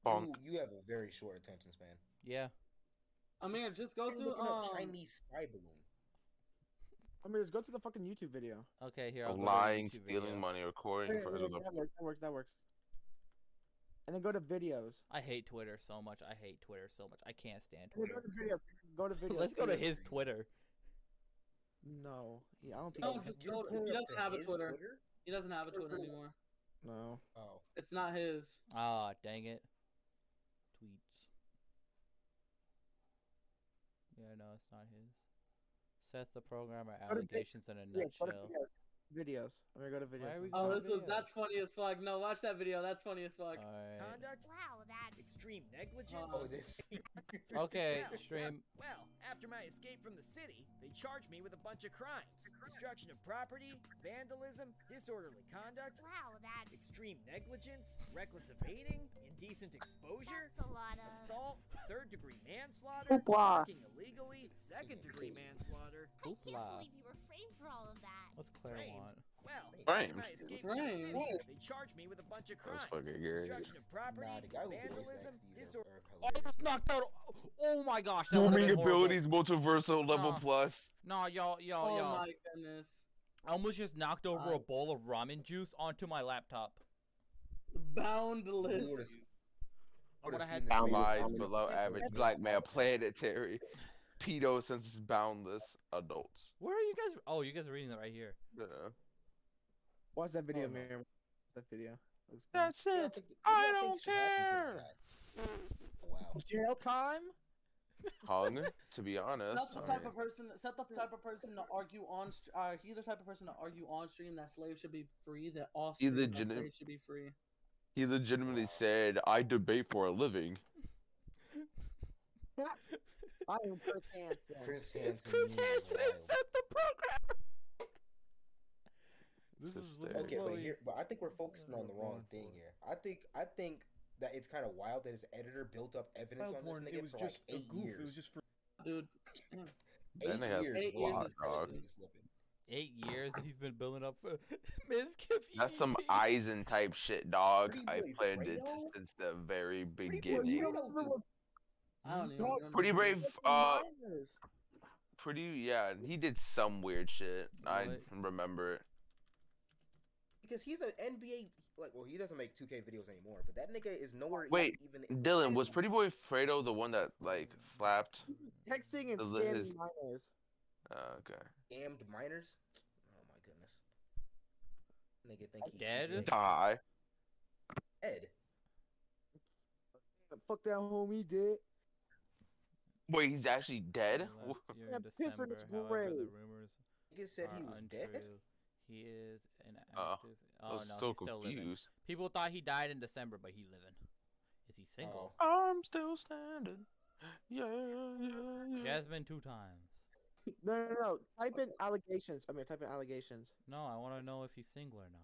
Speaker 6: Bonk.
Speaker 2: You, you have a very short attention span.
Speaker 1: Yeah.
Speaker 7: I mean, just go
Speaker 2: I'm
Speaker 7: through.
Speaker 2: looking
Speaker 7: Um,
Speaker 2: up Chinese spy balloon.
Speaker 3: Amir, just go to the fucking YouTube video.
Speaker 1: Okay, here. I'll
Speaker 6: Of
Speaker 1: go to the
Speaker 6: lying,
Speaker 1: YouTube
Speaker 6: stealing
Speaker 1: video.
Speaker 6: money, recording
Speaker 3: Okay,
Speaker 6: for
Speaker 3: that,
Speaker 6: his
Speaker 3: works, that works. That works. That works. And then go to videos.
Speaker 1: I hate Twitter so much. I hate Twitter so much. I can't stand
Speaker 3: And then Go
Speaker 1: Twitter.
Speaker 3: to videos. Go
Speaker 1: (laughs)
Speaker 3: to videos.
Speaker 1: Let's go to
Speaker 3: videos.
Speaker 1: his Twitter.
Speaker 3: No, yeah, I don't think.
Speaker 15: Oh,
Speaker 7: No,
Speaker 3: I have-
Speaker 7: just
Speaker 2: You're
Speaker 7: go to-
Speaker 2: pulling
Speaker 7: he
Speaker 2: up
Speaker 7: doesn't
Speaker 2: to
Speaker 7: have a
Speaker 2: his
Speaker 7: Twitter. He doesn't have a Twitter anymore.
Speaker 3: no.
Speaker 2: Oh,
Speaker 7: It's not his.
Speaker 1: Ah, dang it. Tweets. Yeah, no, it's not his. Seth the programmer
Speaker 3: to vi-
Speaker 1: allegations in a
Speaker 3: Yes, go to
Speaker 1: nutshell.
Speaker 3: videos. Videos. Amir, go to
Speaker 1: Why are we going
Speaker 3: videos.
Speaker 7: Oh,
Speaker 1: to
Speaker 7: this was
Speaker 1: videos?
Speaker 7: that's funny as fuck. No, watch that video. That's funny as fuck.
Speaker 1: Uh, Alright.
Speaker 4: Wow, that extreme negligence.
Speaker 7: Uh,
Speaker 2: oh, this.
Speaker 1: Okay,
Speaker 4: Well,
Speaker 1: stream.
Speaker 4: Well, after my escape from the city, they charged me with a bunch of crimes destruction of property, vandalism, disorderly conduct. Wow, that. Extreme negligence, reckless evading, indecent exposure, assault, third degree manslaughter,
Speaker 16: Hoopla.
Speaker 4: parking illegally, second degree manslaughter.
Speaker 1: Hoopla.
Speaker 4: you were framed for all of that.
Speaker 1: What's Claire
Speaker 4: Framed.
Speaker 1: want?
Speaker 4: Well,
Speaker 6: Framed?
Speaker 4: after my escape from the
Speaker 7: Framed,
Speaker 4: city,
Speaker 7: what?
Speaker 4: they charged me with a bunch of
Speaker 6: That's
Speaker 4: crimes
Speaker 6: fucking good.
Speaker 4: destruction of property,
Speaker 2: nah, the guy who voiced
Speaker 4: vandalism,
Speaker 2: these are,
Speaker 4: disorderly.
Speaker 1: Oh,
Speaker 2: are
Speaker 1: I
Speaker 2: hilarious.
Speaker 1: just knocked out. Oh my gosh, that would
Speaker 6: Moving
Speaker 1: have been horrible.
Speaker 6: abilities, multiversal level
Speaker 1: Nah.
Speaker 6: plus.
Speaker 1: No, y'all, y'all,
Speaker 7: Oh,
Speaker 1: y'all.
Speaker 7: my goodness.
Speaker 1: I almost just knocked over
Speaker 7: Uh,
Speaker 1: a bowl of ramen juice onto my laptop.
Speaker 2: You would've
Speaker 7: Boundless.
Speaker 2: seen-
Speaker 1: I would
Speaker 2: would've
Speaker 1: have
Speaker 2: seen
Speaker 1: had.
Speaker 2: this video.
Speaker 6: Lies
Speaker 2: I'm gonna-
Speaker 6: below average. Black man, planetary. Pedo senses boundless. Adults.
Speaker 1: Where are you guys? Oh, you guys are reading it right here.
Speaker 6: Yeah.
Speaker 3: Watch that video,
Speaker 2: Oh, no.
Speaker 3: Amir. Watch that video. Looks fun.
Speaker 6: That's
Speaker 2: Yeah,
Speaker 6: it.
Speaker 2: think-
Speaker 6: I
Speaker 2: think
Speaker 6: don't
Speaker 2: shit happens
Speaker 6: care.
Speaker 2: to this guy. Wow.
Speaker 3: Jail time.
Speaker 1: (laughs)
Speaker 6: Colin, to be honest,
Speaker 7: Not the
Speaker 6: I
Speaker 7: type
Speaker 6: mean,
Speaker 7: of person. Set the type of person to argue on. str- Uh, he's the type of person to argue on stream that slaves should be free. That all
Speaker 6: He's
Speaker 7: stream that
Speaker 6: legitim-
Speaker 7: slaves should be free.
Speaker 6: he legitimately said, "I debate for a living."
Speaker 3: I am Chris Hansen.
Speaker 2: Chris Hansen.
Speaker 1: It's Chris
Speaker 2: meme is
Speaker 1: Hansen and
Speaker 2: wild.
Speaker 1: Seth the program. This
Speaker 6: Just
Speaker 1: is
Speaker 6: there.
Speaker 1: this is
Speaker 2: Okay, but
Speaker 1: really-
Speaker 2: here, but I think we're focusing on the wrong thing here. I think, I think that it's kind of wild that his editor built up evidence on this nigga for like eight years.
Speaker 7: Dude,
Speaker 6: That
Speaker 2: Eight
Speaker 6: nigga
Speaker 2: years.
Speaker 7: Eight
Speaker 2: bro.
Speaker 7: years is
Speaker 6: blocked, dog.
Speaker 7: crazy.
Speaker 2: Slipping.
Speaker 1: eight years and he's been building up for (laughs) Miss E Kip.
Speaker 6: That's some Eisen type shit, dog.
Speaker 1: Pretty
Speaker 6: I
Speaker 1: Boy
Speaker 6: played it
Speaker 1: Fredo?
Speaker 6: since the very
Speaker 2: Boy
Speaker 6: beginning.
Speaker 7: I don't even
Speaker 6: Dog,
Speaker 7: remember.
Speaker 6: Oh, Pretty brave.
Speaker 7: That's
Speaker 6: Uh,
Speaker 7: minors.
Speaker 6: pretty. Yeah, he did some weird shit. I
Speaker 1: What?
Speaker 6: remember it.
Speaker 2: Because he's an NBA, like, well, he doesn't make 2K videos anymore, but that nigga is nowhere e,
Speaker 6: Wait,
Speaker 2: even.
Speaker 6: Dylan, was Pretty Boy Fredo the one that like slapped?
Speaker 4: Texting and
Speaker 6: His-
Speaker 4: scamming
Speaker 6: his-
Speaker 4: minors.
Speaker 6: Uh, okay.
Speaker 2: Damned minors? Oh my goodness. Nigga think he
Speaker 1: Dead?
Speaker 6: Die.
Speaker 2: Dead.
Speaker 4: Fuck that homie, did.
Speaker 6: Wait, he's actually dead.
Speaker 1: Last year
Speaker 4: Yeah,
Speaker 1: in
Speaker 4: piss in
Speaker 1: December,
Speaker 4: its
Speaker 1: however, the
Speaker 4: grave.
Speaker 1: rumors
Speaker 2: Nigga said
Speaker 1: are
Speaker 2: he was
Speaker 1: untrue.
Speaker 2: dead?
Speaker 1: He is an
Speaker 6: Oh,
Speaker 1: active.
Speaker 6: (laughs) I
Speaker 1: Oh,
Speaker 6: was
Speaker 1: no,
Speaker 6: so
Speaker 1: he's still living.
Speaker 6: confused.
Speaker 1: People thought he died in December, but he living. Is he
Speaker 2: Oh.
Speaker 1: single?
Speaker 6: I'm still standing. Yeah, yeah,
Speaker 2: Oh.
Speaker 6: yeah.
Speaker 1: Jasmine two times.
Speaker 4: No, (laughs) no, no. Type in allegations. I mean, type in allegations.
Speaker 1: No, I want to know if he's single or not.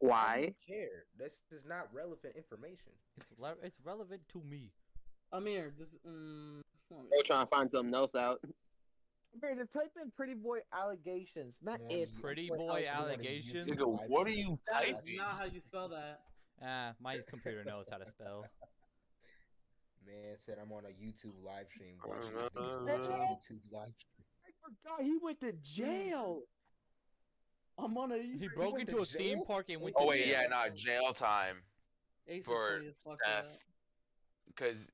Speaker 2: Why? do you care? This is not relevant information.
Speaker 1: It's, le- it's relevant to me.
Speaker 7: Amir, this. Um,
Speaker 3: We're trying to find something else out.
Speaker 4: Bear, just type in pretty boy allegations, not if.
Speaker 1: Pretty boy allegations.
Speaker 6: Nigga, what are you
Speaker 7: that is
Speaker 6: typing?
Speaker 7: not how you spell that.
Speaker 1: Ah, my computer knows how to spell.
Speaker 2: Man said I'm on a YouTube live stream. Watching
Speaker 6: Uh,
Speaker 2: this nigga's watching a YouTube live stream.
Speaker 4: I forgot he went
Speaker 7: Hmm.
Speaker 4: to jail.
Speaker 7: I'm on a.
Speaker 1: He broke
Speaker 2: went
Speaker 1: into a
Speaker 2: to
Speaker 1: theme
Speaker 2: jail?
Speaker 1: park and went.
Speaker 6: Oh
Speaker 1: to
Speaker 6: wait,
Speaker 1: jail.
Speaker 6: yeah, nah, jail time
Speaker 7: Ace is
Speaker 6: for
Speaker 7: funny as fuck for
Speaker 6: Steph
Speaker 7: that.
Speaker 6: because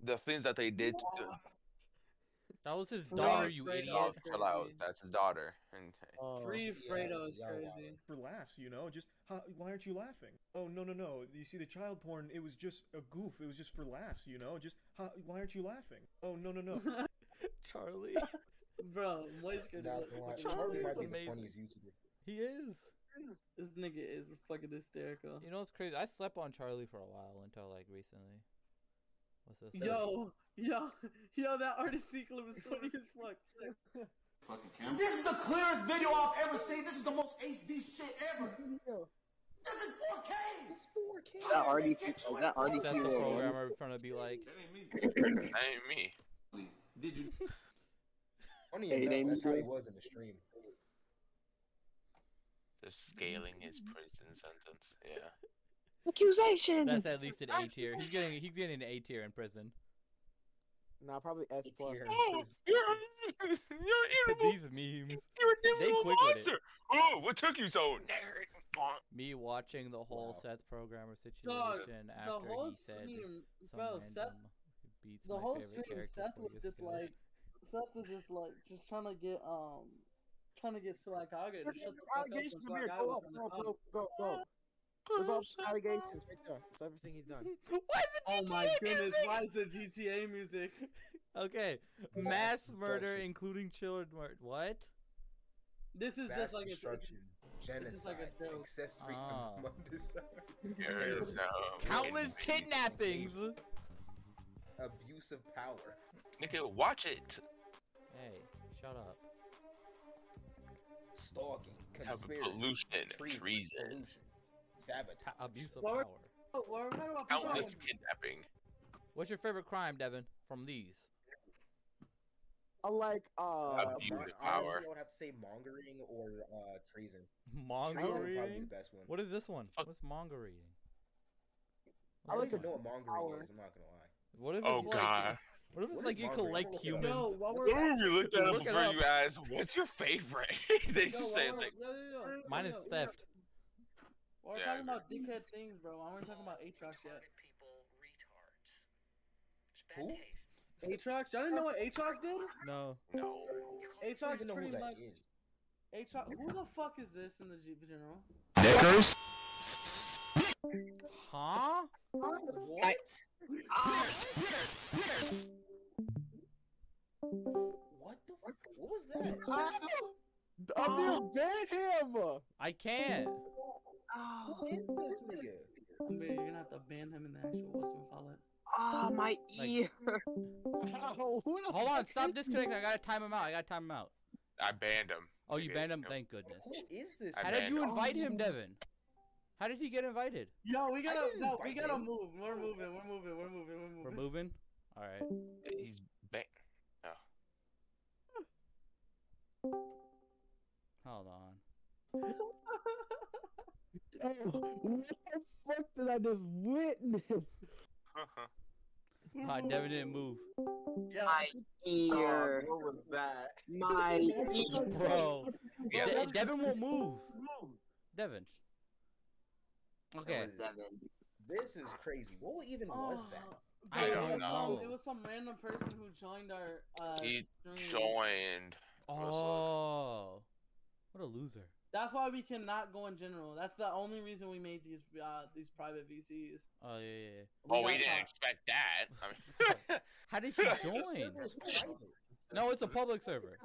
Speaker 6: the things that they did. To,
Speaker 1: That was his
Speaker 7: No,
Speaker 1: daughter, you
Speaker 7: Fredo.
Speaker 1: idiot.
Speaker 6: oh,
Speaker 7: that's
Speaker 6: chill out.
Speaker 7: crazy.
Speaker 6: That's his daughter. And
Speaker 4: Oh,
Speaker 7: Free
Speaker 2: yeah,
Speaker 7: Fredo
Speaker 2: it's
Speaker 7: is
Speaker 2: y'all
Speaker 7: crazy.
Speaker 17: for laughs, you know? Just huh, why aren't you laughing? Oh no no no! You see, the child porn it was
Speaker 6: (clears throat)
Speaker 17: just a goof. It was just for laughs, you know? Just huh, why aren't you laughing? Oh no no no!
Speaker 1: Charlie.
Speaker 7: (laughs) Bro, Moist could
Speaker 2: Not gonna lie,
Speaker 7: look-
Speaker 1: Charlie
Speaker 2: Charlie
Speaker 1: is
Speaker 2: might be
Speaker 1: amazing.
Speaker 2: the funniest YouTuber.
Speaker 1: He is.
Speaker 7: This nigga is fucking hysterical.
Speaker 1: You know what's crazy? I slept on Charlie for a while until like recently. What's this?
Speaker 7: Yo, yo, yo, that RDC clip (laughs) is funny as fuck.
Speaker 5: Fucking camera.
Speaker 18: This is the clearest video I've ever seen. This is the most HD shit ever. This is 4K. It's 4K.
Speaker 3: That RDC oh, that
Speaker 1: Set the
Speaker 3: RDC will-
Speaker 1: programmer in front of be like,
Speaker 6: that ain't me.
Speaker 5: Did you?
Speaker 2: I don't even
Speaker 3: Hey, they
Speaker 2: know that's
Speaker 3: need
Speaker 2: how he
Speaker 3: to-
Speaker 2: was in the stream.
Speaker 6: They're scaling his prison sentence.
Speaker 17: (laughs)
Speaker 6: Yeah.
Speaker 3: Accusation.
Speaker 1: "That's at least an A tier. He's getting he's getting an A tier in prison."
Speaker 4: (laughs) Nah, probably S plus.
Speaker 6: You're, you're
Speaker 1: These memes.
Speaker 6: You're
Speaker 1: They quick with it.
Speaker 6: Oh, what took you so?
Speaker 1: Me watching the whole Seth programmer
Speaker 7: Dog,
Speaker 1: situation
Speaker 7: the
Speaker 1: after
Speaker 7: whole
Speaker 1: he said
Speaker 7: stream,
Speaker 1: some
Speaker 7: bro,
Speaker 1: random
Speaker 7: Seth,
Speaker 1: beats
Speaker 7: the
Speaker 1: my
Speaker 7: whole
Speaker 1: favorite
Speaker 7: stream,
Speaker 1: character
Speaker 7: Seth
Speaker 1: four
Speaker 7: was
Speaker 1: years
Speaker 7: just
Speaker 1: ago."
Speaker 7: like, Seth was just like, just trying to get um, trying to get Swagaga to shut the fuck up.
Speaker 4: Allegations,
Speaker 7: when
Speaker 4: Amir,
Speaker 7: Swagaga
Speaker 4: go
Speaker 7: was
Speaker 4: up,
Speaker 7: on the
Speaker 4: go, up,
Speaker 7: top.
Speaker 4: go, go, go. There's all allegations right there. It's everything he's done.
Speaker 1: Why
Speaker 7: Oh
Speaker 1: is it
Speaker 7: my
Speaker 1: GTA
Speaker 7: goodness!
Speaker 1: music?
Speaker 7: Why is the GTA music?
Speaker 1: Okay, mass murder including children. Mur- what?
Speaker 7: This is
Speaker 2: Mass
Speaker 7: just like (laughs)
Speaker 2: destruction,
Speaker 7: This is like a
Speaker 2: genocide,
Speaker 7: joke.
Speaker 2: accessory
Speaker 1: Ah.
Speaker 2: to murder,
Speaker 6: um,
Speaker 1: Countless kidnappings.
Speaker 2: (laughs) abuse of power.
Speaker 6: Nigga, watch it.
Speaker 1: Hey, shut up.
Speaker 2: stalking,
Speaker 6: Type of
Speaker 2: conspiracy,
Speaker 6: pollution,
Speaker 2: treason,
Speaker 6: treason,
Speaker 2: pollution, sabotage,
Speaker 1: Abuse of
Speaker 7: Why
Speaker 1: power.
Speaker 7: were- Oh, well, we're talking about people
Speaker 6: countless
Speaker 7: that-
Speaker 6: kidnapping.
Speaker 1: What's your favorite crime, Devin? From these?
Speaker 4: I like uh, (laughs)
Speaker 6: Abuse
Speaker 2: Mon-
Speaker 6: of
Speaker 2: honestly,
Speaker 6: power.
Speaker 2: I would have to say mongering or uh, treason. Treason
Speaker 1: Monger
Speaker 2: would probably be the
Speaker 1: reading.
Speaker 2: best one.
Speaker 1: What is this one?
Speaker 6: Fuck.
Speaker 1: What's monger reading?
Speaker 2: I don't
Speaker 1: What's
Speaker 2: even
Speaker 1: this
Speaker 2: know
Speaker 1: one?
Speaker 2: what mongering
Speaker 4: Power.
Speaker 2: is. I'm not gonna lie.
Speaker 1: What if
Speaker 6: Oh,
Speaker 1: it's like
Speaker 6: God.
Speaker 1: what if it's
Speaker 2: What
Speaker 1: like
Speaker 2: is
Speaker 1: you
Speaker 2: mongering?
Speaker 1: collect
Speaker 2: Look it up.
Speaker 1: humans?
Speaker 7: Yo, while
Speaker 2: What's that?
Speaker 7: we're
Speaker 6: Ooh, you looked that up
Speaker 1: Look it
Speaker 6: before
Speaker 1: up.
Speaker 6: you asked, what's your favorite?
Speaker 12: (laughs)
Speaker 6: they
Speaker 1: (laughs)
Speaker 7: Yo,
Speaker 6: just
Speaker 7: while
Speaker 6: say,
Speaker 7: we're-
Speaker 6: like,
Speaker 7: yo, yo, yo.
Speaker 1: Mine is
Speaker 7: Yo, yo.
Speaker 1: theft.
Speaker 7: We're
Speaker 6: Yeah, I
Speaker 7: talking about dickhead things, bro. Why aren't we talking about Aatrox yet?
Speaker 2: Who?
Speaker 7: Aatrox? Y'all didn't know what Aatrox did?
Speaker 1: No.
Speaker 6: no.
Speaker 2: I don't even
Speaker 7: Aatrox
Speaker 2: know who
Speaker 7: pretty
Speaker 2: that
Speaker 7: much.
Speaker 2: is.
Speaker 7: Aatrox. Who the fuck is this in the Jeep General?
Speaker 1: Huh?
Speaker 2: What? What the? F- what was that?
Speaker 4: oh, dude, ban him.
Speaker 1: I can't.
Speaker 3: Oh,
Speaker 2: Who is this nigga?
Speaker 7: Man, you're gonna have to ban him in the actual what's call it.
Speaker 3: Ah, my
Speaker 1: Like-
Speaker 3: ear.
Speaker 4: Ow, who the
Speaker 1: Hold
Speaker 4: fuck
Speaker 1: on, stop
Speaker 4: is (laughs)
Speaker 1: disconnecting. I gotta time him out. I gotta time him out.
Speaker 6: I banned him.
Speaker 1: Oh, you
Speaker 6: Nigga,
Speaker 1: banned him.
Speaker 6: no.
Speaker 1: Thank goodness.
Speaker 2: Who is this?
Speaker 6: I
Speaker 1: How
Speaker 6: banned
Speaker 1: did you
Speaker 6: him.
Speaker 1: invite him, Devin? How did he get invited?
Speaker 7: Yo, we gotta
Speaker 2: didn't
Speaker 7: no, we
Speaker 2: invite
Speaker 7: gotta
Speaker 2: him.
Speaker 7: move. We're moving. We're moving. We're moving. We're moving.
Speaker 1: We're
Speaker 7: (laughs)
Speaker 1: moving. All right.
Speaker 6: He's banned.
Speaker 1: Hold on.
Speaker 4: Oh, what the fuck did I just witness?
Speaker 1: Alright, Ah, Devin didn't move.
Speaker 3: My ear.
Speaker 13: what was that?
Speaker 3: (laughs) My ear.
Speaker 1: Bro.
Speaker 3: Yeah.
Speaker 1: De- Devin won't move. Devin. Okay.
Speaker 2: This is crazy. What even was that?
Speaker 7: Ah.
Speaker 12: I
Speaker 7: It
Speaker 12: don't
Speaker 7: Oh, was
Speaker 12: know.
Speaker 7: Some, it was some random person who joined our uh,
Speaker 12: He
Speaker 7: stream.
Speaker 12: joined.
Speaker 1: Oh. What a loser.
Speaker 7: That's why we cannot go in general. That's the only reason we made these uh, these private VCs.
Speaker 1: Oh, yeah, yeah, yeah. (laughs)
Speaker 12: Oh, we didn't expect that. I mean, (laughs)
Speaker 1: How did she join? No, it's a public server.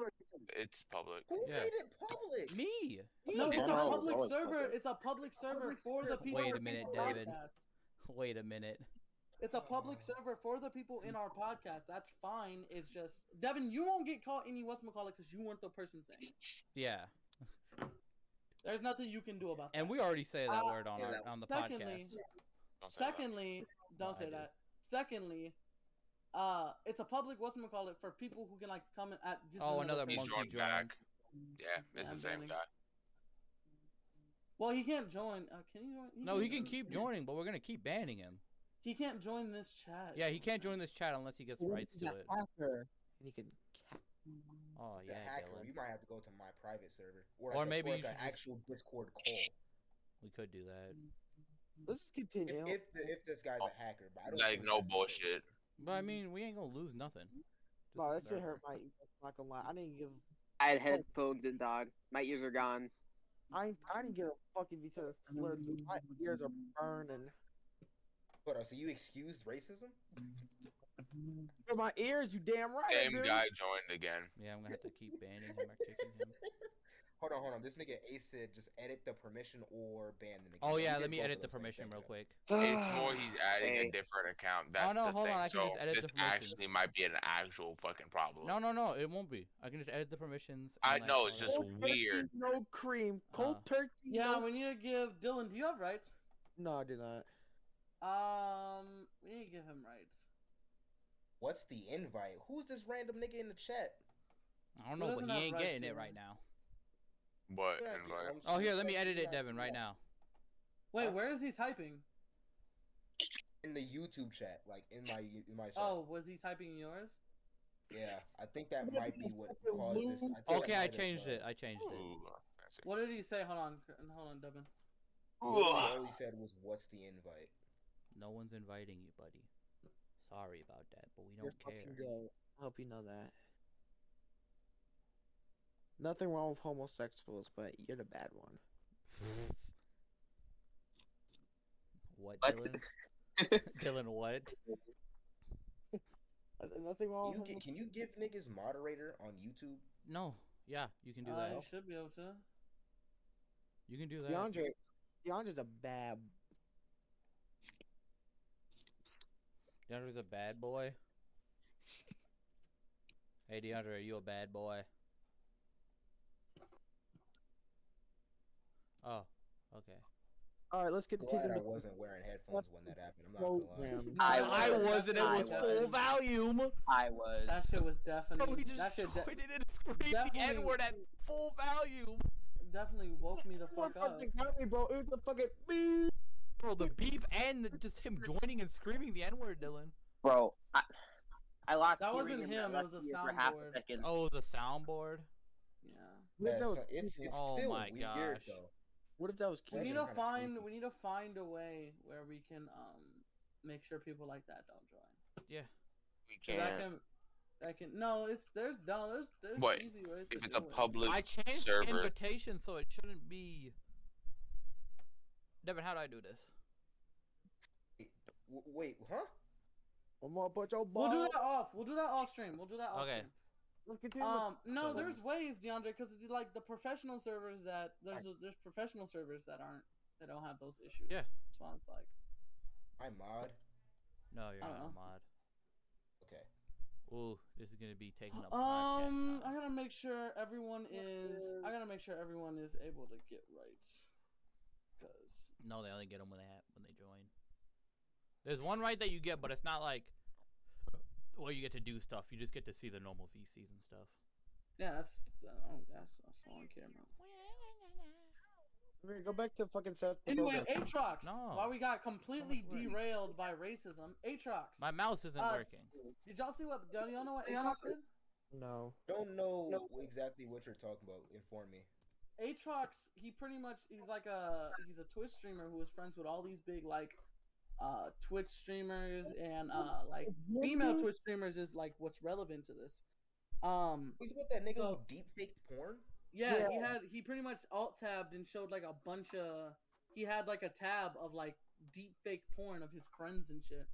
Speaker 12: it's public.
Speaker 1: Yeah.
Speaker 2: public?
Speaker 1: Me.
Speaker 7: No, it's a
Speaker 12: Oh,
Speaker 7: public
Speaker 12: oh, it's
Speaker 7: server. It's a public server for the people.
Speaker 1: Wait a
Speaker 7: in
Speaker 1: minute,
Speaker 7: our
Speaker 1: David.
Speaker 7: podcast.
Speaker 1: Wait a minute.
Speaker 7: It's a public server for the people in our podcast. That's fine. It's just Devin, you won't get caught any whatchamacallit because you weren't the person saying. it.
Speaker 1: Yeah.
Speaker 7: There's nothing you can do about that.
Speaker 1: And we already say that
Speaker 7: Uh,
Speaker 1: word on our on the
Speaker 7: secondly,
Speaker 1: podcast.
Speaker 7: Secondly, don't
Speaker 1: I
Speaker 7: say
Speaker 1: did.
Speaker 7: that. Secondly, uh, it's a public whatchamacallit for people who can like come and at. this is
Speaker 1: Oh, another
Speaker 7: person.
Speaker 1: monkey joined. Back.
Speaker 12: Yeah, it's the same guy.
Speaker 7: Well, he can't join. Uh, can he join?
Speaker 1: No, he can keep joining, but we're gonna keep banning him.
Speaker 7: He can't join this chat.
Speaker 1: Yeah, he can't join this chat unless he gets rights to it.
Speaker 4: Hacker.
Speaker 11: And he can.
Speaker 1: Oh
Speaker 2: The
Speaker 1: yeah,
Speaker 2: hacker.
Speaker 1: Dylan.
Speaker 2: You might have to go to my private server,
Speaker 1: Or
Speaker 2: said-
Speaker 1: maybe you
Speaker 2: like an
Speaker 1: should just-
Speaker 2: actual Discord call.
Speaker 1: We could do that.
Speaker 4: Let's just continue.
Speaker 2: If if, the, if this guy's a hacker, but I don't
Speaker 12: Like
Speaker 2: think
Speaker 12: no
Speaker 2: that's-
Speaker 12: bullshit.
Speaker 1: But I mean, we ain't gonna lose nothing. Just
Speaker 4: No,
Speaker 1: the
Speaker 4: Oh, that shit
Speaker 1: server.
Speaker 4: hurt my ears. Not gonna lie, I didn't give.
Speaker 3: I had headphones in, dog. My ears are gone.
Speaker 4: I I didn't give a fuck if you said a slur. dude. My ears are burning.
Speaker 2: Hold on, so you excused racism?
Speaker 4: For my ears, you damn right.
Speaker 12: Same
Speaker 4: dude.
Speaker 12: guy joined again.
Speaker 1: Yeah, I'm gonna have to
Speaker 4: (laughs)
Speaker 1: keep banning him or kicking him.
Speaker 2: (laughs) Hold on, hold on. This nigga Ace said just edit the permission or ban the nigga.
Speaker 1: Oh
Speaker 2: He
Speaker 1: yeah,
Speaker 2: did
Speaker 1: let me
Speaker 2: both of
Speaker 1: edit the
Speaker 2: those things,
Speaker 1: permission
Speaker 2: thank
Speaker 1: real
Speaker 2: God.
Speaker 1: quick.
Speaker 3: (sighs)
Speaker 12: It's more he's adding a
Speaker 1: Hey.
Speaker 12: different account. That's
Speaker 1: no,
Speaker 12: the
Speaker 1: hold
Speaker 12: thing.
Speaker 1: on, I can
Speaker 12: so
Speaker 1: just edit
Speaker 12: this
Speaker 1: the permissions.
Speaker 12: actually might be an actual fucking problem.
Speaker 1: No, no, no, it won't be. I can just edit the permissions.
Speaker 12: I
Speaker 1: and, like,
Speaker 12: know it's
Speaker 1: all
Speaker 12: just
Speaker 1: that.
Speaker 12: weird.
Speaker 4: No cream, cold
Speaker 1: Uh.
Speaker 4: turkey.
Speaker 7: Yeah,
Speaker 4: no...
Speaker 7: we need to give Dylan. Do you have rights?
Speaker 4: No, I did not.
Speaker 7: Um, we need to give him rights.
Speaker 2: What's the invite? Who's this random nigga in the chat?
Speaker 1: I don't
Speaker 7: Who
Speaker 1: know,
Speaker 7: doesn't
Speaker 1: but he
Speaker 7: have
Speaker 1: ain't
Speaker 7: rights
Speaker 1: getting
Speaker 7: to
Speaker 1: it
Speaker 7: that?
Speaker 1: right now.
Speaker 12: But
Speaker 2: Yeah,
Speaker 12: and like,
Speaker 2: I'm
Speaker 1: Oh here, let me
Speaker 2: suspecting
Speaker 1: edit it,
Speaker 2: that-
Speaker 1: Devin, right now. Uh,
Speaker 7: Wait, where is he typing?
Speaker 2: In the YouTube chat, like in my in my chat.
Speaker 7: Oh, was he typing in yours?
Speaker 2: Yeah, I think that might be what caused this. I think that
Speaker 1: Okay,
Speaker 2: might
Speaker 1: I
Speaker 2: have,
Speaker 1: changed
Speaker 2: uh,
Speaker 1: it. I changed it.
Speaker 12: ooh, that's it.
Speaker 7: What did he say? Hold on, Cr- hold on, Devin.
Speaker 2: All he said was, "What's the invite?"
Speaker 1: No one's inviting you, buddy. Sorry about that, but we
Speaker 4: You're
Speaker 1: don't
Speaker 4: fucking
Speaker 1: care.
Speaker 4: gay. I hope you know that. Nothing wrong with homosexuals, but you're the bad one.
Speaker 1: What,
Speaker 4: What?
Speaker 1: Dylan?
Speaker 12: (laughs)
Speaker 1: Dylan, what?
Speaker 4: Uh, Nothing wrong.
Speaker 2: You
Speaker 4: With
Speaker 2: get, can you give niggas moderator on YouTube?
Speaker 1: No. Yeah, you can do
Speaker 7: Uh,
Speaker 1: that.
Speaker 7: you should be able to.
Speaker 1: You can do that.
Speaker 4: DeAndre, DeAndre's a bad.
Speaker 1: DeAndre's a bad boy. Hey DeAndre, are you a bad boy? Oh, okay.
Speaker 4: All right, let's
Speaker 2: Glad
Speaker 4: continue.
Speaker 2: I
Speaker 4: with
Speaker 2: wasn't wearing headphones when that happened. I'm not gonna lie. (laughs)
Speaker 4: program. (laughs)
Speaker 7: I
Speaker 1: I
Speaker 7: was-
Speaker 1: wasn't. It
Speaker 7: I
Speaker 1: was full
Speaker 7: was.
Speaker 1: (laughs) volume.
Speaker 3: I was.
Speaker 7: That shit was deafening.
Speaker 1: Bro, Oh, he just
Speaker 7: that shit de-
Speaker 1: tweeted and screamed the
Speaker 7: definitely-
Speaker 1: N word at full volume.
Speaker 7: definitely woke me the
Speaker 4: What
Speaker 7: fuck
Speaker 4: the
Speaker 7: up.
Speaker 4: fuck that got me, bro? It was the fucking beep.
Speaker 1: Bro, the beep and the, just him joining and screaming the N word, Dylan.
Speaker 3: Bro, I, I lost.
Speaker 7: That
Speaker 3: hearing
Speaker 7: wasn't
Speaker 3: in
Speaker 7: him,
Speaker 3: that
Speaker 7: it was a
Speaker 3: last year for half
Speaker 7: soundboard.
Speaker 3: a second.
Speaker 1: Oh, the soundboard.
Speaker 7: Yeah.
Speaker 4: What if
Speaker 2: Yeah,
Speaker 4: that was
Speaker 2: so it's it's
Speaker 1: Oh
Speaker 2: still
Speaker 1: my
Speaker 2: weird
Speaker 1: gosh.
Speaker 2: though.
Speaker 4: What if that was
Speaker 7: We
Speaker 4: Keegan?
Speaker 7: need
Speaker 2: Kinda
Speaker 7: to find.
Speaker 2: creepy.
Speaker 7: We need to find a way where we can um make sure people like that don't join.
Speaker 1: Yeah.
Speaker 12: we
Speaker 7: 'Cause I
Speaker 12: can't.
Speaker 7: can. I can. No, it's there's no there's there's
Speaker 12: What?
Speaker 7: easy ways.
Speaker 12: If
Speaker 7: to
Speaker 12: it's
Speaker 7: do
Speaker 12: a
Speaker 7: it.
Speaker 12: public
Speaker 1: I changed the
Speaker 12: server,
Speaker 1: invitation so it shouldn't be. Devin, how do I do this?
Speaker 2: W- wait, huh?
Speaker 4: I'm gonna put your
Speaker 7: We'll
Speaker 4: ball.
Speaker 7: do that off. We'll do that off stream. We'll do that off
Speaker 1: Okay.
Speaker 7: stream.
Speaker 4: Let's continue. with-
Speaker 7: Um, no,
Speaker 4: So-
Speaker 7: there's ways, DeAndre, because like the professional servers that there's there's professional servers that aren't that don't have those issues.
Speaker 1: Yeah.
Speaker 7: that's why it's like
Speaker 2: I mod.
Speaker 1: No, you're
Speaker 7: I
Speaker 1: not
Speaker 7: don't
Speaker 1: a mod.
Speaker 2: Okay.
Speaker 1: Ooh, this is gonna be taking up podcast
Speaker 7: um, I
Speaker 1: time.
Speaker 7: gotta make sure everyone is I gotta make sure everyone is able to get rights because
Speaker 1: No, they only get them when they ha- when they join. There's one right that you get, but it's not like where you get to do stuff. You just get to see the normal VCs and stuff.
Speaker 7: Yeah, that's oh, that's, that's all I care about.
Speaker 4: We're gonna go back to fucking Seth.
Speaker 7: Anyway,
Speaker 4: Rogen.
Speaker 7: Aatrox.
Speaker 1: No.
Speaker 7: While we got completely derailed by racism, Aatrox.
Speaker 1: My mouse isn't
Speaker 7: Uh,
Speaker 1: working.
Speaker 7: Did y'all see what? Do y'all know what Aatrox did?
Speaker 4: No.
Speaker 2: Don't know exactly what you're talking about. Inform me.
Speaker 7: Aatrox, he pretty much he's like a he's a Twitch streamer who was friends with all these big like uh Twitch streamers and uh like female Twitch streamers is like what's relevant to this. Um
Speaker 2: He's with that nigga who deep faked porn.
Speaker 7: yeah, he had he pretty much alt tabbed and showed like a bunch of he had like a tab of like deep fake porn of his friends and shit.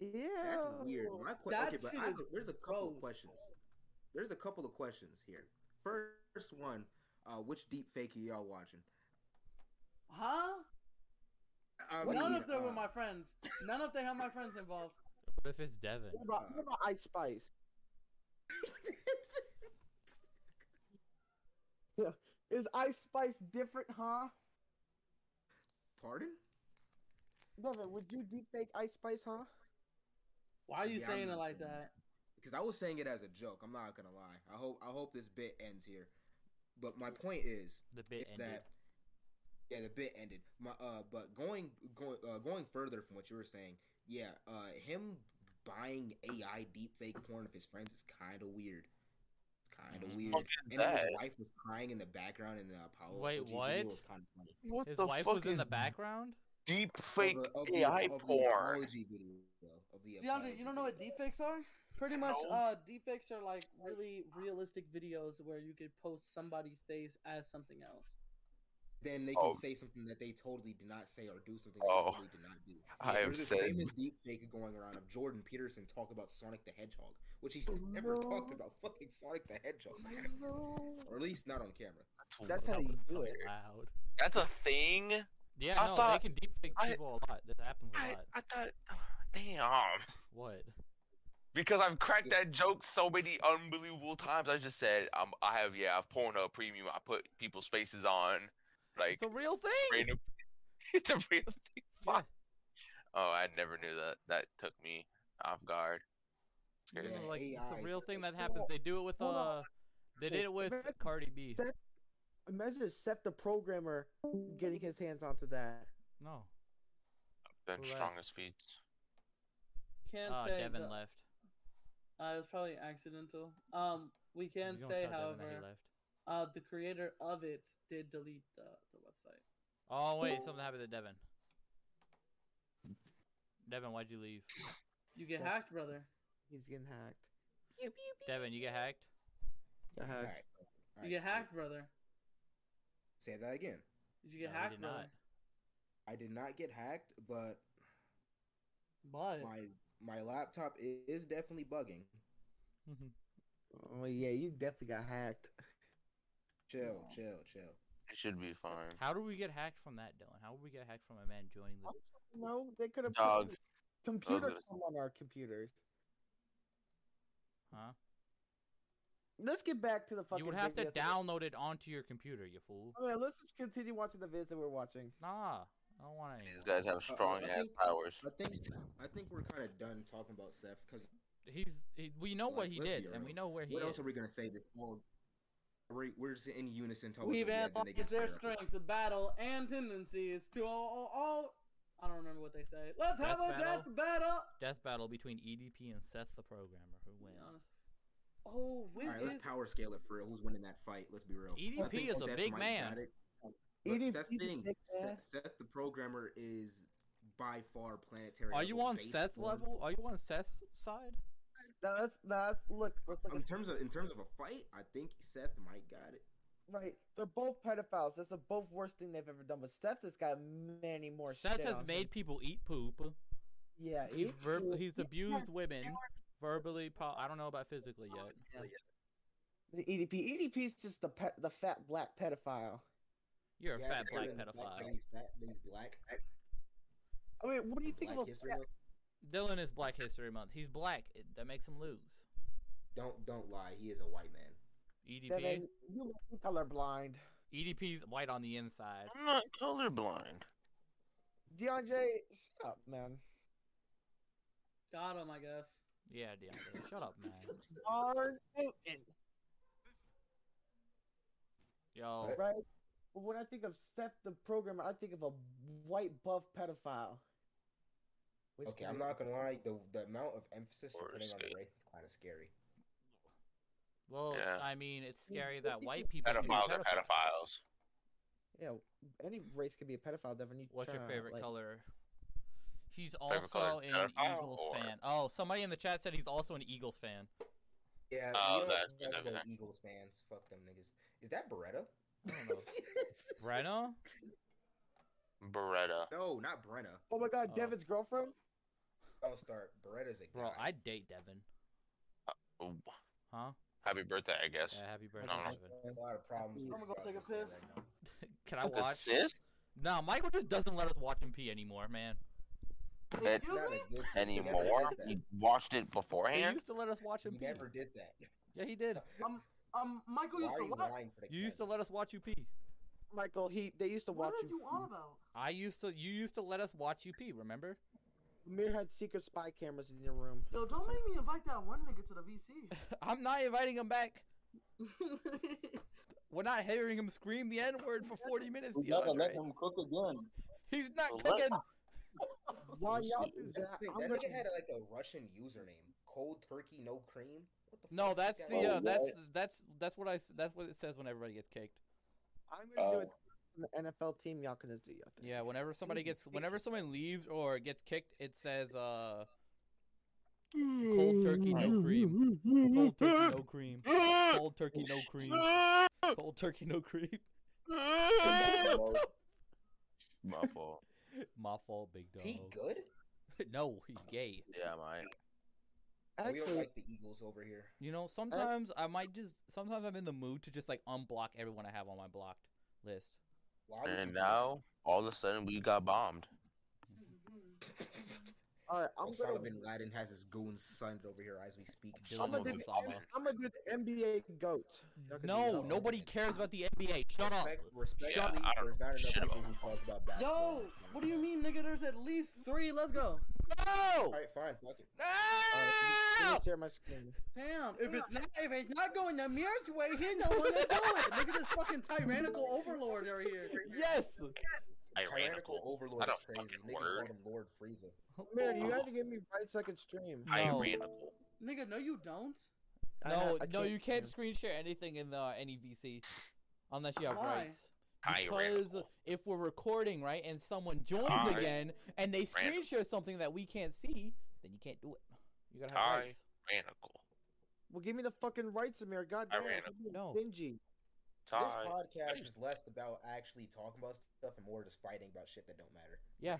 Speaker 4: Yeah.
Speaker 2: That's weird. My que-
Speaker 7: That
Speaker 2: okay, but
Speaker 7: shit
Speaker 2: I,
Speaker 7: is
Speaker 2: there's a couple of
Speaker 7: gross.
Speaker 2: questions. There's a couple of questions here. First one, uh, which deep fake are y'all watching?
Speaker 7: Huh?
Speaker 2: I
Speaker 7: None
Speaker 2: mean,
Speaker 7: of
Speaker 2: uh,
Speaker 7: them were my friends. None of them had my friends involved.
Speaker 1: What if it's Devin?
Speaker 4: What about, what about Ice Spice? yeah. (laughs) Is Ice Spice different, huh?
Speaker 2: Pardon?
Speaker 4: Devin, would you deepfake Ice Spice, huh?
Speaker 7: Why are you
Speaker 2: Yeah,
Speaker 7: saying
Speaker 2: I'm-
Speaker 7: it like that?
Speaker 2: Because I was saying it as a joke. I'm not gonna lie. I hope I hope this bit ends here. But my point is
Speaker 1: the bit ended.
Speaker 2: yeah, the bit ended. My uh, but going going uh, going further from what you were saying, yeah, uh, him buying AI deepfake porn of his friends is kind of weird. Kind of
Speaker 7: Mm-hmm.
Speaker 12: Mhm.
Speaker 2: weird.
Speaker 12: Fuck
Speaker 2: And then his
Speaker 12: that.
Speaker 2: wife was crying in the background in the Apollo.
Speaker 1: Wait, what?
Speaker 12: What
Speaker 1: His
Speaker 12: the
Speaker 1: wife
Speaker 12: fuck
Speaker 1: was in
Speaker 12: is
Speaker 1: the background.
Speaker 12: Deep fake AI porn.
Speaker 2: apology video of the
Speaker 7: DeAndre, you don't know what deepfakes are? Pretty much,
Speaker 12: No.
Speaker 7: uh, deepfakes are like really realistic videos where you could post somebody's face as something else.
Speaker 2: then they can
Speaker 12: Oh.
Speaker 2: say something that they totally did not say or do something
Speaker 12: Oh.
Speaker 2: they totally did not do.
Speaker 12: I
Speaker 2: There's
Speaker 12: am
Speaker 2: this
Speaker 12: saying- (laughs)
Speaker 2: famous deep fake going around of Jordan Peterson talk about Sonic the Hedgehog, which he's never talked about fucking Sonic the Hedgehog, or at least not on camera.
Speaker 4: That's how
Speaker 1: That
Speaker 4: you
Speaker 1: was
Speaker 4: do
Speaker 1: so
Speaker 4: it.
Speaker 1: Loud.
Speaker 12: That's a thing.
Speaker 1: Yeah,
Speaker 12: I
Speaker 1: no,
Speaker 12: thought-
Speaker 1: they can deepfake
Speaker 12: I-
Speaker 1: people a lot. That happens a
Speaker 12: I,
Speaker 1: lot.
Speaker 12: I thought, (sighs) damn.
Speaker 1: What?
Speaker 12: Because I've cracked that joke so many unbelievable times. I just said, um, I have, yeah, I've Pornhub premium. I put people's faces on. Like,
Speaker 1: It's a real thing.
Speaker 12: random- (laughs) it's a real thing. Fuck. Oh, I never knew that. That took me off guard.
Speaker 1: Yeah,
Speaker 12: Scared me.
Speaker 1: like it's a
Speaker 2: AIs.
Speaker 1: real thing that
Speaker 4: Hold
Speaker 1: happens.
Speaker 4: on,
Speaker 1: They do it with
Speaker 4: hold on.
Speaker 1: uh, they did it with
Speaker 4: Imagine
Speaker 1: Cardi B.
Speaker 4: Seth, imagine Seth the programmer getting his hands onto that.
Speaker 1: No,
Speaker 12: Then
Speaker 1: Who
Speaker 12: strong
Speaker 1: left?
Speaker 12: as feet.
Speaker 7: Can't
Speaker 1: uh,
Speaker 7: say.
Speaker 1: Devin
Speaker 7: the-
Speaker 1: left.
Speaker 7: Uh, it was probably accidental. Um, we can
Speaker 1: You don't
Speaker 7: say,
Speaker 1: tell Devin that he
Speaker 7: however,
Speaker 1: left.
Speaker 7: uh, the creator of it did delete the, the website.
Speaker 1: Oh wait, something happened to Devin. Devin, why'd you leave?
Speaker 7: You get
Speaker 4: Yeah.
Speaker 7: hacked, brother.
Speaker 4: He's getting hacked.
Speaker 1: Devin, you get hacked.
Speaker 4: Got hacked.
Speaker 2: All right, all
Speaker 7: You
Speaker 2: right.
Speaker 7: get hacked, brother.
Speaker 2: Say that again.
Speaker 7: Did you get
Speaker 1: No, he
Speaker 7: hacked,
Speaker 1: did
Speaker 7: brother?
Speaker 1: not.
Speaker 2: I did not get hacked, but
Speaker 7: But
Speaker 2: my my laptop i- is definitely bugging.
Speaker 7: (laughs)
Speaker 4: Oh yeah, you definitely got hacked.
Speaker 2: Chill,
Speaker 7: Oh.
Speaker 2: chill, chill.
Speaker 12: It should be fine.
Speaker 1: How do we get hacked from that, Dylan? How would we get hacked from a man joining the?
Speaker 4: No, they could have
Speaker 12: Dog.
Speaker 4: computer
Speaker 12: Those are-
Speaker 4: come on our computers.
Speaker 1: Huh?
Speaker 4: Let's get back to the fucking.
Speaker 1: You would have to
Speaker 4: business.
Speaker 1: download it onto your computer, you fool.
Speaker 4: Okay, let's just continue watching the vids that we're watching.
Speaker 1: Nah, I don't want any.
Speaker 12: These
Speaker 1: more.
Speaker 12: guys have
Speaker 2: Uh,
Speaker 12: strong
Speaker 2: I
Speaker 12: ass
Speaker 2: think-
Speaker 12: powers.
Speaker 2: I think I think we're kind of done talking about Seth because
Speaker 1: He's. He, we know what he did, and we know where he
Speaker 2: What else
Speaker 1: is.
Speaker 2: are we gonna say? This all we're, we're just in unison talking.
Speaker 7: We've
Speaker 2: about the
Speaker 7: analyzed their strength, the battle, and tendencies to all, all, all. I don't remember what they say. Let's have
Speaker 1: Death
Speaker 7: a death battle.
Speaker 1: Death battle between EDP and Seth the programmer. Who wins?
Speaker 7: Oh,
Speaker 2: All
Speaker 7: when
Speaker 2: right, let's
Speaker 7: is
Speaker 2: power scale it for real. Who's winning that fight? Let's be real.
Speaker 1: EDP
Speaker 2: I think
Speaker 1: E is a
Speaker 2: Seth
Speaker 1: big
Speaker 2: might
Speaker 1: man.
Speaker 2: got it. But
Speaker 4: EDP
Speaker 2: that's
Speaker 4: 's a
Speaker 2: the thing.
Speaker 4: big man.
Speaker 2: Seth, Seth the programmer is by far planetary.
Speaker 1: Are you
Speaker 2: level
Speaker 1: on
Speaker 2: based
Speaker 1: Seth
Speaker 2: on-
Speaker 1: level? Are you on Seth's side?
Speaker 4: No, that's that's look. Let's look
Speaker 2: Um, In
Speaker 4: at,
Speaker 2: terms of in terms of a fight, I think Seth might got it.
Speaker 4: right, they're both pedophiles. That's the both worst thing they've ever done. But Steph has got many more.
Speaker 1: Seth
Speaker 4: shit
Speaker 1: has
Speaker 4: on
Speaker 1: made
Speaker 4: him.
Speaker 1: people eat poop.
Speaker 4: Yeah, E
Speaker 1: He's
Speaker 4: it-
Speaker 1: ver- he's
Speaker 4: yeah,
Speaker 1: abused women verbally. Po- I don't know about physically yet.
Speaker 4: The E EDP. EDP is just the pet, the fat black pedophile.
Speaker 1: You're a
Speaker 2: Yeah,
Speaker 1: fat
Speaker 2: but
Speaker 1: black
Speaker 2: then the fact that
Speaker 1: pedophile.
Speaker 2: He's fat. that He's black.
Speaker 4: I mean, what do you think
Speaker 2: Black
Speaker 4: of a
Speaker 2: history.
Speaker 4: fat-
Speaker 2: Month?
Speaker 1: Dylan is Black History Month. He's black. It, that makes him lose.
Speaker 2: Don't don't lie. He is a white man.
Speaker 1: EDP.
Speaker 4: Devin, you must be colorblind.
Speaker 1: EDP's E white on the inside.
Speaker 12: I'm not colorblind.
Speaker 4: DeAndre, shut up, man.
Speaker 7: got him? I
Speaker 4: (laughs)
Speaker 7: guess.
Speaker 1: Yeah, DeAndre. Shut up, man.
Speaker 4: Hard
Speaker 1: Yo.
Speaker 4: right? But when I think of Steph the programmer, I think of a white buff pedophile. Which
Speaker 2: Okay,
Speaker 4: can
Speaker 2: I'm
Speaker 4: be-
Speaker 2: not gonna lie. The the amount of emphasis you're
Speaker 12: Or
Speaker 2: putting on
Speaker 12: skate.
Speaker 2: the race is kind of scary.
Speaker 1: Well,
Speaker 12: Yeah.
Speaker 1: I mean, it's
Speaker 4: Yeah,
Speaker 1: scary
Speaker 4: but
Speaker 1: that
Speaker 4: this
Speaker 1: white
Speaker 4: is-
Speaker 1: people. can be
Speaker 12: Pedophiles are pedophiles.
Speaker 4: Yeah, any race could be a pedophile. Devin, you
Speaker 1: What's your
Speaker 4: trying to,
Speaker 1: favorite
Speaker 4: like-
Speaker 1: color? He's
Speaker 12: Favorite color,
Speaker 1: also an
Speaker 12: pedophile
Speaker 1: Eagles
Speaker 12: or-
Speaker 1: fan. Oh, somebody in the chat said he's also an Eagles fan.
Speaker 2: Yeah,
Speaker 12: Oh, that's-
Speaker 2: you don't
Speaker 12: that's
Speaker 2: have those
Speaker 12: everything.
Speaker 2: Eagles fans. Fuck them niggas. Is that Beretta?
Speaker 4: (laughs)
Speaker 1: Breno?
Speaker 12: Beretta.
Speaker 2: (laughs) no, not Brenna.
Speaker 4: Oh my God,
Speaker 1: Oh.
Speaker 4: Devin's girlfriend.
Speaker 2: Don't start. Beretta's a
Speaker 1: Bro,
Speaker 2: guy.
Speaker 1: I date Devin.
Speaker 12: Ooh.
Speaker 1: Huh?
Speaker 12: Happy birthday, I guess.
Speaker 1: Yeah, happy birthday,
Speaker 12: don't know.
Speaker 1: Devin.
Speaker 2: a lot of problems.
Speaker 7: I'm
Speaker 2: with
Speaker 7: gonna go take a
Speaker 2: Rodgers right
Speaker 7: piss.
Speaker 2: now.
Speaker 1: Can I
Speaker 12: The
Speaker 1: watch?
Speaker 12: sis?
Speaker 1: No, Michael just doesn't let us watch him pee anymore, man.
Speaker 12: It-
Speaker 2: Not a good- he never
Speaker 12: (laughs) anymore?
Speaker 2: did that.
Speaker 12: You watched it
Speaker 1: He (laughs)
Speaker 12: beforehand?
Speaker 1: used to let us watch him
Speaker 2: He
Speaker 1: pee.
Speaker 2: never did that.
Speaker 1: Yeah, he did.
Speaker 7: Um, um, Michael
Speaker 2: Why
Speaker 7: used
Speaker 2: are
Speaker 7: to
Speaker 2: you
Speaker 7: what?
Speaker 2: lying for the
Speaker 1: You used to
Speaker 2: camera?
Speaker 1: let us watch you pee.
Speaker 4: Michael, he they used to
Speaker 7: What
Speaker 4: watch
Speaker 7: are
Speaker 4: you.
Speaker 7: you on about?
Speaker 1: I used to. You used to let us watch you pee. Remember? (laughs)
Speaker 4: Amir had secret spy cameras in your (laughs) room.
Speaker 7: Yo, don't make me invite that one nigga to the (laughs) VC.
Speaker 1: I'm not inviting him back. We're not hearing him scream the N word for 40 minutes,
Speaker 13: We gotta let
Speaker 1: DeAndre.
Speaker 13: him cook again.
Speaker 1: He's
Speaker 13: Well,
Speaker 1: not cooking.
Speaker 4: Why y'all do
Speaker 2: That's the
Speaker 4: that?
Speaker 2: thing,
Speaker 4: I'm
Speaker 2: That
Speaker 4: gonna
Speaker 2: nigga had like a Russian username. Cold turkey, no cream. What the
Speaker 1: No,
Speaker 2: fuck is
Speaker 1: that's
Speaker 2: that?
Speaker 1: the uh,
Speaker 13: Oh,
Speaker 1: that's that's that's what I s- that's what it says when everybody gets kicked.
Speaker 4: I'm gonna do
Speaker 13: Oh.
Speaker 4: it. on The NFL team, y'all can just do your thing.
Speaker 1: Yeah, whenever somebody
Speaker 2: Seems
Speaker 1: gets whenever
Speaker 2: ridiculous.
Speaker 1: someone leaves or gets kicked, it says uh cold turkey
Speaker 2: Mm.
Speaker 1: no cream. Cold turkey no cream. Cold turkey no cream. Cold turkey no cream. (laughs)
Speaker 13: My fault.
Speaker 1: My fault, big
Speaker 2: Is he
Speaker 1: dog.
Speaker 2: good?
Speaker 1: (laughs) No, he's gay.
Speaker 13: Yeah, Mike.
Speaker 2: we don't
Speaker 4: Actually,
Speaker 2: like the Eagles over here.
Speaker 1: You know, sometimes I might just sometimes I'm in the mood to just like unblock everyone I have on my blocked list.
Speaker 2: Why would you
Speaker 13: And
Speaker 2: do
Speaker 1: (laughs)
Speaker 13: now, all of a sudden, we got bombed.
Speaker 4: all right,
Speaker 2: that?
Speaker 4: I'm
Speaker 2: Osama
Speaker 4: gonna
Speaker 2: bin Laden Oh, has his goons signed over here as we speak.
Speaker 1: Dylan
Speaker 4: gonna do
Speaker 1: Osama.
Speaker 4: the I'm gonna do the NBA goat. Y'all can do
Speaker 1: No,
Speaker 4: y'all.
Speaker 1: nobody cares about the NBA. Shut up.
Speaker 2: Respect, respect
Speaker 12: Yeah, I don't know
Speaker 2: there's not enough
Speaker 12: shit
Speaker 2: people
Speaker 12: about
Speaker 2: who talk about basketball.
Speaker 7: Yo,
Speaker 2: on this
Speaker 7: what do you
Speaker 2: podcast.
Speaker 7: mean, nigga? There's at least three. Let's go.
Speaker 1: No!
Speaker 2: All right, fine, fuck it.
Speaker 4: Can
Speaker 1: No!
Speaker 4: you share my screen?
Speaker 7: Damn. If it's not, if it's not going the Mir's way, he's the one that do it. Nigga, this fucking tyrannical overlord
Speaker 2: (laughs)
Speaker 7: over here.
Speaker 1: Yes!
Speaker 2: Tyrannical
Speaker 12: Tyrannical.
Speaker 2: overlord
Speaker 12: Not a
Speaker 2: is crazy.
Speaker 12: fucking
Speaker 2: Nigga
Speaker 12: word.
Speaker 2: called him Lord Frieza.
Speaker 4: Amir, you have to give me right so I can stream.
Speaker 1: I- No.
Speaker 12: Tyrannical.
Speaker 7: Nigga, no, you don't.
Speaker 4: I
Speaker 1: No,
Speaker 4: ha- I
Speaker 1: no, you can't
Speaker 4: stream.
Speaker 1: screen share anything in the uh, any VC unless you have
Speaker 7: Why?
Speaker 1: rights. Because (laughs)
Speaker 12: Tyrannical.
Speaker 1: if we're recording, right, and someone joins
Speaker 12: Ty-
Speaker 1: again and they screen
Speaker 12: Random.
Speaker 1: share something that we can't see, then you can't do it. You gotta have
Speaker 12: Ty-
Speaker 1: rights.
Speaker 12: Tyrannical.
Speaker 4: Well, give me the fucking rights, Amir. God
Speaker 12: I
Speaker 4: damn,
Speaker 12: ran
Speaker 4: you're being
Speaker 1: No.
Speaker 4: stingy.
Speaker 2: So this
Speaker 12: Ty-
Speaker 2: podcast is less about actually talking about stuff and more just fighting about shit that don't matter.
Speaker 1: Yeah.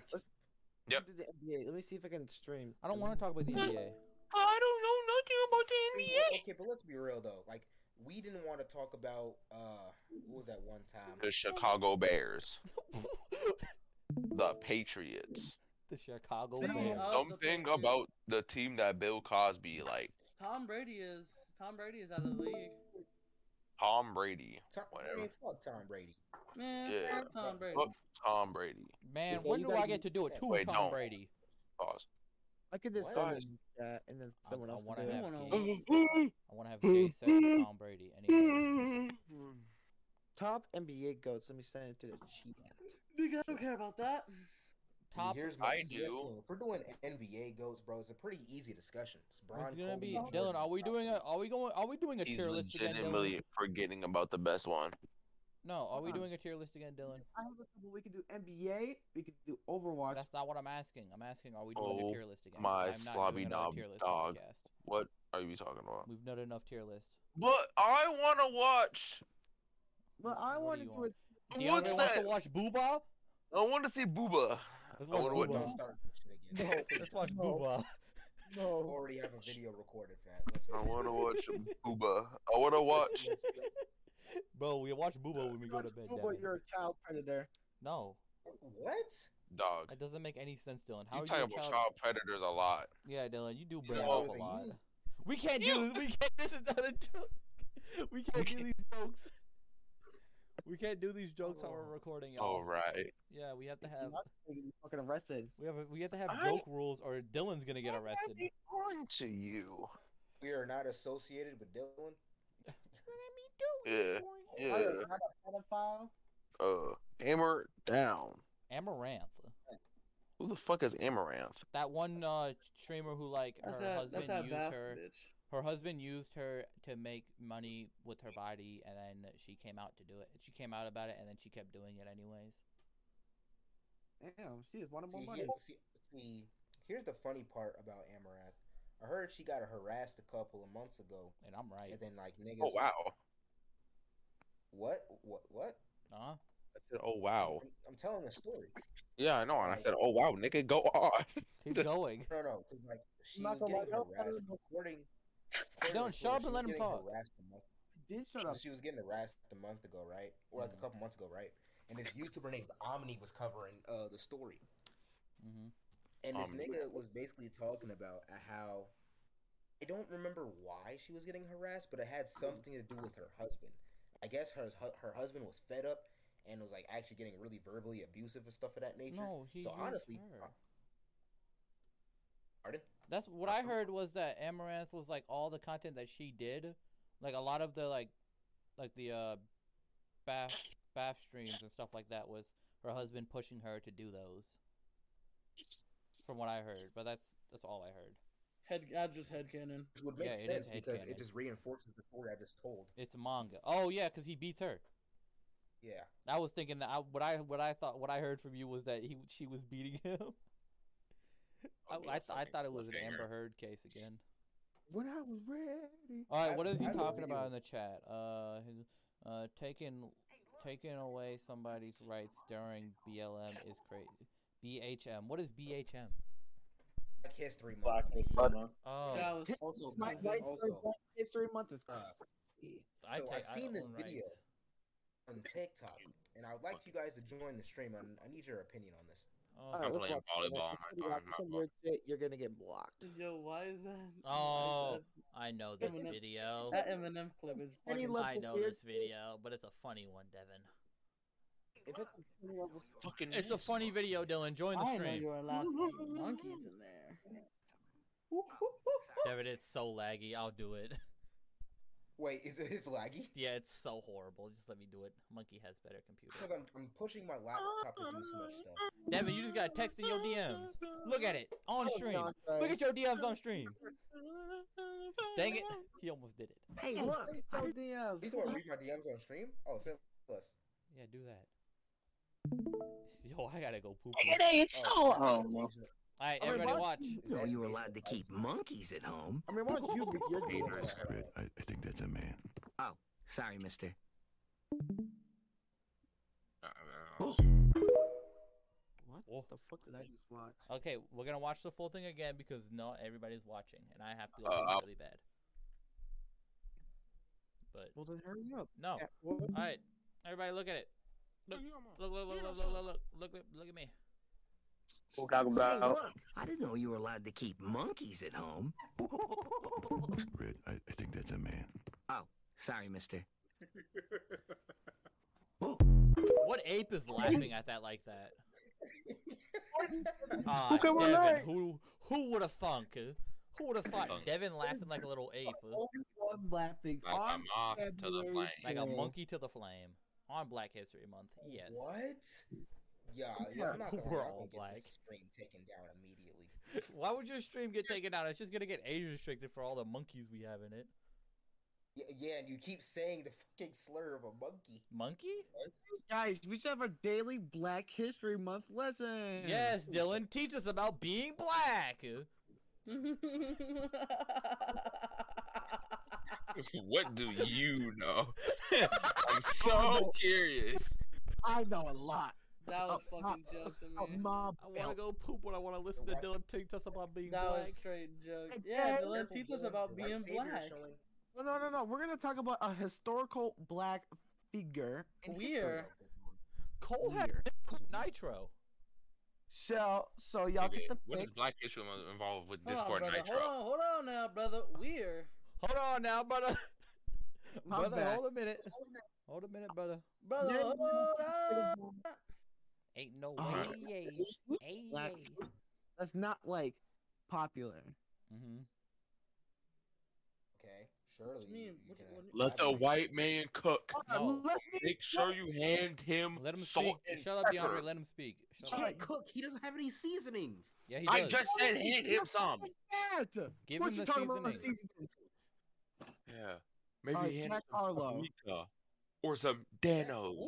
Speaker 12: Yep.
Speaker 4: Do the NBA. Let me see if I can stream.
Speaker 1: I don't want to talk about the NBA.
Speaker 12: I don't know nothing about the NBA.
Speaker 2: Okay, but let's be real though. Like we didn't want to talk about uh what was that one time?
Speaker 12: The Chicago Bears.
Speaker 4: (laughs)
Speaker 12: The Patriots.
Speaker 1: (laughs) the Chicago
Speaker 7: Speaking
Speaker 1: Bears.
Speaker 7: of- the
Speaker 12: Something
Speaker 7: Patriots.
Speaker 12: about the team that Bill Cosby like.
Speaker 7: Tom Brady is Tom Brady is out of the league.
Speaker 12: Tom Brady.
Speaker 2: Tom,
Speaker 12: Whatever.
Speaker 2: man, fuck Tom Brady.
Speaker 7: Man,
Speaker 12: Yeah.
Speaker 7: fuck Tom Brady.
Speaker 12: Fuck Tom Brady.
Speaker 1: Man,
Speaker 4: Okay,
Speaker 1: when
Speaker 4: you
Speaker 1: do
Speaker 4: gotta
Speaker 1: I
Speaker 4: give
Speaker 1: get to do it? To
Speaker 12: Wait,
Speaker 1: Tom
Speaker 12: don't.
Speaker 1: Brady.
Speaker 12: Pause.
Speaker 4: I could just
Speaker 2: Why?
Speaker 4: send it in the chat, and then
Speaker 1: I-
Speaker 4: someone
Speaker 1: I
Speaker 4: else
Speaker 1: wanna
Speaker 4: can do it.
Speaker 1: have- I want to have
Speaker 13: Mm,
Speaker 1: gay sex with Tom Brady. Anyways.
Speaker 4: Top NBA goats. Let me send it to the chat.
Speaker 7: Nigga, I don't care about that.
Speaker 1: Top.
Speaker 2: Here's
Speaker 12: I
Speaker 2: see, that's the
Speaker 12: do.
Speaker 2: thing. If we're doing NBA goats, bro, it's a pretty easy discussion. It's Bron,
Speaker 1: It's gonna
Speaker 2: Kobe,
Speaker 1: be
Speaker 2: and
Speaker 1: Dylan.
Speaker 2: Jordan.
Speaker 1: Are we doing a? Are we going? Are we doing a
Speaker 12: He's
Speaker 1: tier list again, Dylan?
Speaker 12: legitimately forgetting about the best one.
Speaker 1: No. Are we
Speaker 4: Huh.
Speaker 1: doing a tier list again, Dylan?
Speaker 4: I have a couple. We could do NBA. We could do Overwatch.
Speaker 1: That's not what I'm asking. I'm asking, are we doing
Speaker 12: Oh
Speaker 1: a tier list again?
Speaker 12: my
Speaker 1: I'm not
Speaker 12: slobby
Speaker 1: doing another
Speaker 12: knob
Speaker 1: tier list
Speaker 12: dog.
Speaker 1: podcast.
Speaker 12: What are you talking about?
Speaker 1: We've done enough tier list.
Speaker 12: But I want to watch.
Speaker 4: but
Speaker 1: What
Speaker 4: I
Speaker 1: do
Speaker 4: want to
Speaker 1: you
Speaker 4: do
Speaker 1: want?
Speaker 4: it.
Speaker 1: DeAndre wants to
Speaker 12: that?
Speaker 1: watch Booba.
Speaker 12: I want to see Booba.
Speaker 1: Let's
Speaker 12: I
Speaker 1: watch
Speaker 12: wonder what-
Speaker 1: Booba.
Speaker 2: Don't start this shit again.
Speaker 1: (laughs) Let's watch
Speaker 4: No.
Speaker 1: Booba.
Speaker 2: We
Speaker 4: No.
Speaker 2: already have a video recorded for that. Let's,
Speaker 12: I want to watch Booba. I want to watch.
Speaker 1: (laughs) Bro, we watch Booba when we go
Speaker 4: Watch
Speaker 1: to bed.
Speaker 4: Google,
Speaker 1: Devin.
Speaker 4: you're a child predator.
Speaker 1: No,
Speaker 2: What?
Speaker 12: Dog.
Speaker 1: that doesn't make any sense, Dylan. How
Speaker 12: You
Speaker 1: are
Speaker 12: talk
Speaker 1: you a
Speaker 12: about
Speaker 1: child?
Speaker 12: child predators a lot.
Speaker 1: Yeah, Dylan, you do
Speaker 2: You
Speaker 1: bring it
Speaker 2: know,
Speaker 1: up a
Speaker 2: you-
Speaker 1: lot. We can't do
Speaker 12: You- (laughs)
Speaker 1: this. We can't. This is not a joke. We can't do these jokes. (laughs) We can't do these jokes while
Speaker 4: Oh.
Speaker 1: we're recording, y'all.
Speaker 12: All Oh, right.
Speaker 1: Yeah, we have to
Speaker 4: If
Speaker 1: have
Speaker 4: you're not, you're gonna be fucking arrested.
Speaker 1: we have a, we have to have
Speaker 12: I-
Speaker 1: joke rules, or Dylan's gonna get arrested.
Speaker 12: On to you.
Speaker 2: We are not associated with Dylan.
Speaker 12: Yeah.
Speaker 4: Are
Speaker 12: Yeah.
Speaker 4: you not a pedophile?
Speaker 12: Uh, Hammer down.
Speaker 1: Amaranth.
Speaker 12: Who the fuck is Amaranth?
Speaker 1: That one uh streamer who like
Speaker 7: That's
Speaker 1: her
Speaker 7: that- that's
Speaker 1: husband
Speaker 7: that
Speaker 1: used
Speaker 7: Bath
Speaker 1: her her husband used her to make money with her body and then she came out to do it. She came out about it and then she kept doing it anyways.
Speaker 4: Damn, she just wanted more
Speaker 2: See,
Speaker 4: money.
Speaker 2: here- see, see, here's the funny part about Amaranth. I heard she got harassed a couple of months ago.
Speaker 1: And I'm right.
Speaker 2: And then like niggas.
Speaker 12: Oh wow.
Speaker 2: What? What? What?
Speaker 1: Huh?
Speaker 12: I said, oh wow.
Speaker 2: I'm, I'm telling a story.
Speaker 12: Yeah, I know. And I said, oh wow, nigga, go (laughs) on.
Speaker 1: Keep
Speaker 2: (laughs)
Speaker 1: going.
Speaker 2: No, no, because like she
Speaker 4: not
Speaker 2: was
Speaker 4: gonna
Speaker 2: getting
Speaker 4: lie, y'all
Speaker 2: harassed.
Speaker 4: funny.
Speaker 2: According,
Speaker 1: Don't shut up and let him talk.
Speaker 4: Did
Speaker 2: shut up. She was getting harassed a month ago, right? Or like a couple months ago, right? And this YouTuber named Omni was covering uh, the story.
Speaker 1: Mm-hmm.
Speaker 2: And this
Speaker 13: Um,
Speaker 12: Omni.
Speaker 2: nigga was basically talking about uh, how I don't remember why she was getting harassed, but it had something to do with her husband. I guess her hu- her husband was fed up and was like actually getting really verbally abusive and stuff of that nature.
Speaker 1: No, he
Speaker 2: so
Speaker 1: used
Speaker 2: honestly, uh,
Speaker 1: her.
Speaker 2: pardon?
Speaker 1: That's what I heard was that Amaranth was like all the content that she did, like a lot of the like, like the uh, bath bath streams and stuff like that was her husband pushing her to do those. From what I heard, but that's that's all I heard.
Speaker 7: Head, I just head cannon.
Speaker 2: Which would make
Speaker 1: Yeah, it is
Speaker 2: sense because
Speaker 1: headcanon.
Speaker 2: it just reinforces the story I just told.
Speaker 1: It's a manga. Oh yeah, because he beats her.
Speaker 2: Yeah.
Speaker 1: I was thinking that I, what I what I thought what I heard from you was that he she was beating him. I I, th- I thought it was an Amber Heard case again.
Speaker 4: When I was ready.
Speaker 1: All right, what
Speaker 4: I-
Speaker 1: is he
Speaker 4: I
Speaker 1: talking
Speaker 4: believe-
Speaker 1: about in the chat? Uh, who- uh, taking taking away somebody's rights during BLM is crazy. BHM. What is BHM?
Speaker 2: Black History Month.
Speaker 13: Black History Month.
Speaker 1: Oh,
Speaker 2: also,
Speaker 4: My
Speaker 2: Black-
Speaker 4: right
Speaker 2: also,
Speaker 4: Black History Month is
Speaker 2: uh,
Speaker 1: I
Speaker 2: so
Speaker 1: take-
Speaker 2: I
Speaker 1: I
Speaker 2: seen this
Speaker 1: own
Speaker 2: video
Speaker 1: rights.
Speaker 2: on TikTok, and I would like you guys to join the stream. I, I need your opinion on this.
Speaker 4: All right,
Speaker 1: I'm
Speaker 4: let's
Speaker 1: playing
Speaker 4: walk through that.
Speaker 12: volleyball on
Speaker 4: If
Speaker 12: my
Speaker 4: you got
Speaker 12: phone, not
Speaker 4: some weird shit, You're gonna get blocked.
Speaker 7: Yo, why is that? why
Speaker 1: oh
Speaker 7: is
Speaker 1: I know this
Speaker 7: Eminem-
Speaker 1: video.
Speaker 7: That, that Eminem clip is
Speaker 4: Any
Speaker 7: fucking.
Speaker 4: level
Speaker 1: I know
Speaker 4: weird
Speaker 1: this video, but it's a funny one, Devin.
Speaker 4: If it's a funny level,
Speaker 12: Fucking
Speaker 1: It's a funny video, Dylan. Join the
Speaker 7: I know
Speaker 1: stream.
Speaker 7: you were allowed to keep monkeys in there.
Speaker 1: Devin, it's so laggy. I'll do it. (laughs)
Speaker 2: Wait, (laughs) it's, it's laggy
Speaker 1: Yeah, it's so horrible. Just let me do it. Monkey has better
Speaker 2: because
Speaker 1: computer.
Speaker 2: I'm, I'm pushing my laptop to do so much stuff.
Speaker 1: Devin, you just got text in your DMs. Look at it on
Speaker 4: Oh,
Speaker 1: stream. Look at your DMs on stream. Dang it, he almost did it.
Speaker 4: Hey, look. Yo, Diaz.
Speaker 2: You want to read my DMs on stream? Oh, send plus.
Speaker 1: Yeah, do that. Yo, I gotta go poop.
Speaker 19: It ain't so.
Speaker 2: Oh,
Speaker 1: All right,
Speaker 19: I mean,
Speaker 1: everybody,
Speaker 19: why-
Speaker 1: watch.
Speaker 19: So you were allowed to keep monkeys at home?
Speaker 4: I mean, why don't you read
Speaker 6: (laughs)
Speaker 4: your DMs?
Speaker 20: I, I think that's a man.
Speaker 19: Oh, sorry, mister.
Speaker 4: What the fuck did I just watch?
Speaker 1: Okay, we're gonna watch the full thing again because not everybody's watching, and I have to go
Speaker 12: Uh,
Speaker 1: poop
Speaker 12: I'll-
Speaker 1: really bad. But
Speaker 4: Well, then hurry up.
Speaker 1: no. Oh. All right, everybody, look at it. Look, look, look, look, look, look, look, look, look, at- look at me.
Speaker 19: We're talking about.
Speaker 3: uh,
Speaker 19: Hey, look, I didn't know you were allowed to keep monkeys at home. (laughs)
Speaker 20: Red, I, I think that's a man.
Speaker 19: Oh, sorry, mister.
Speaker 1: What ape is laughing at that like that? Ah,
Speaker 21: Come on,
Speaker 1: Devin,
Speaker 21: alright.
Speaker 1: who who would have thunk? uh, Who would have thought Devin laughing like a little ape? uh,
Speaker 4: Only one laughing.
Speaker 12: Like,
Speaker 4: on
Speaker 12: I'm off to the
Speaker 4: February
Speaker 12: plane.
Speaker 1: Like a
Speaker 4: 10th.
Speaker 1: monkey to the flame on Black History Month. Yes.
Speaker 2: What? Yeah,
Speaker 1: Yeah,
Speaker 2: yeah I'm not gonna,
Speaker 1: we're
Speaker 2: lie, I'm
Speaker 1: all
Speaker 2: gonna get
Speaker 1: black.
Speaker 2: this stream taken down immediately.
Speaker 1: Why would your stream get taken down? It's just gonna get age restricted for all the monkeys we have in it.
Speaker 2: Yeah, yeah, and you keep saying the fucking slur of a monkey.
Speaker 1: Monkey?
Speaker 4: Guys, we should have a daily Black History Month lesson.
Speaker 1: Yes, Dylan, teach us about being black.
Speaker 12: (laughs) what do you know? I'm so curious.
Speaker 4: I know a lot.
Speaker 7: (laughs) That was
Speaker 4: Oh,
Speaker 7: fucking
Speaker 4: oh,
Speaker 7: jokes,
Speaker 4: oh,
Speaker 7: man.
Speaker 4: my
Speaker 1: I want to go poop, but I want to listen to Dylan teach us about being
Speaker 7: That
Speaker 1: black.
Speaker 7: was straight joke.
Speaker 4: Hey,
Speaker 7: Yeah,
Speaker 4: Jack.
Speaker 7: Dylan, teach us about being black.
Speaker 4: Well, no, no, no. We're gonna talk about a historical black figure. in history.
Speaker 7: Weird.
Speaker 1: Cole had
Speaker 4: Weird.
Speaker 1: Nitro.
Speaker 4: So, so y'all
Speaker 12: Okay,
Speaker 4: get the
Speaker 12: What
Speaker 4: pick.
Speaker 12: is Black History Month involved with
Speaker 7: Hold on,
Speaker 12: Discord
Speaker 7: Oh, brother.
Speaker 12: Nitro?
Speaker 7: Hold on, hold on now, brother. We're
Speaker 1: Hold on now, brother.
Speaker 4: My
Speaker 1: brother,
Speaker 4: bad.
Speaker 1: hold a minute. Hold a minute, brother.
Speaker 7: brother.
Speaker 4: Yeah.
Speaker 7: Hold on.
Speaker 1: Ain't no way.
Speaker 4: Uh,
Speaker 1: Ay,
Speaker 4: black-
Speaker 1: ay.
Speaker 4: That's not like popular.
Speaker 1: Mm-hmm.
Speaker 2: Okay, Surely. you can
Speaker 6: Let the
Speaker 2: elaborate. (laughs)
Speaker 6: white man cook.
Speaker 1: No.
Speaker 6: Make sure you hand him
Speaker 1: Let him
Speaker 6: salt
Speaker 1: speak.
Speaker 6: and
Speaker 1: Shut up,
Speaker 6: pepper.
Speaker 1: DeAndre. Let him speak. Shut up.
Speaker 22: Can't cook. He doesn't have any seasonings.
Speaker 1: Yeah, he
Speaker 6: I
Speaker 1: does.
Speaker 6: just said hand him some.
Speaker 22: Character.
Speaker 1: Give
Speaker 22: what
Speaker 1: him
Speaker 22: you
Speaker 1: the
Speaker 22: talking about
Speaker 1: seasonings.
Speaker 22: seasonings?
Speaker 6: Yeah. Maybe
Speaker 22: Alright,
Speaker 6: hand
Speaker 22: Jack
Speaker 6: him some
Speaker 22: Harlow.
Speaker 6: paprika or some Danos.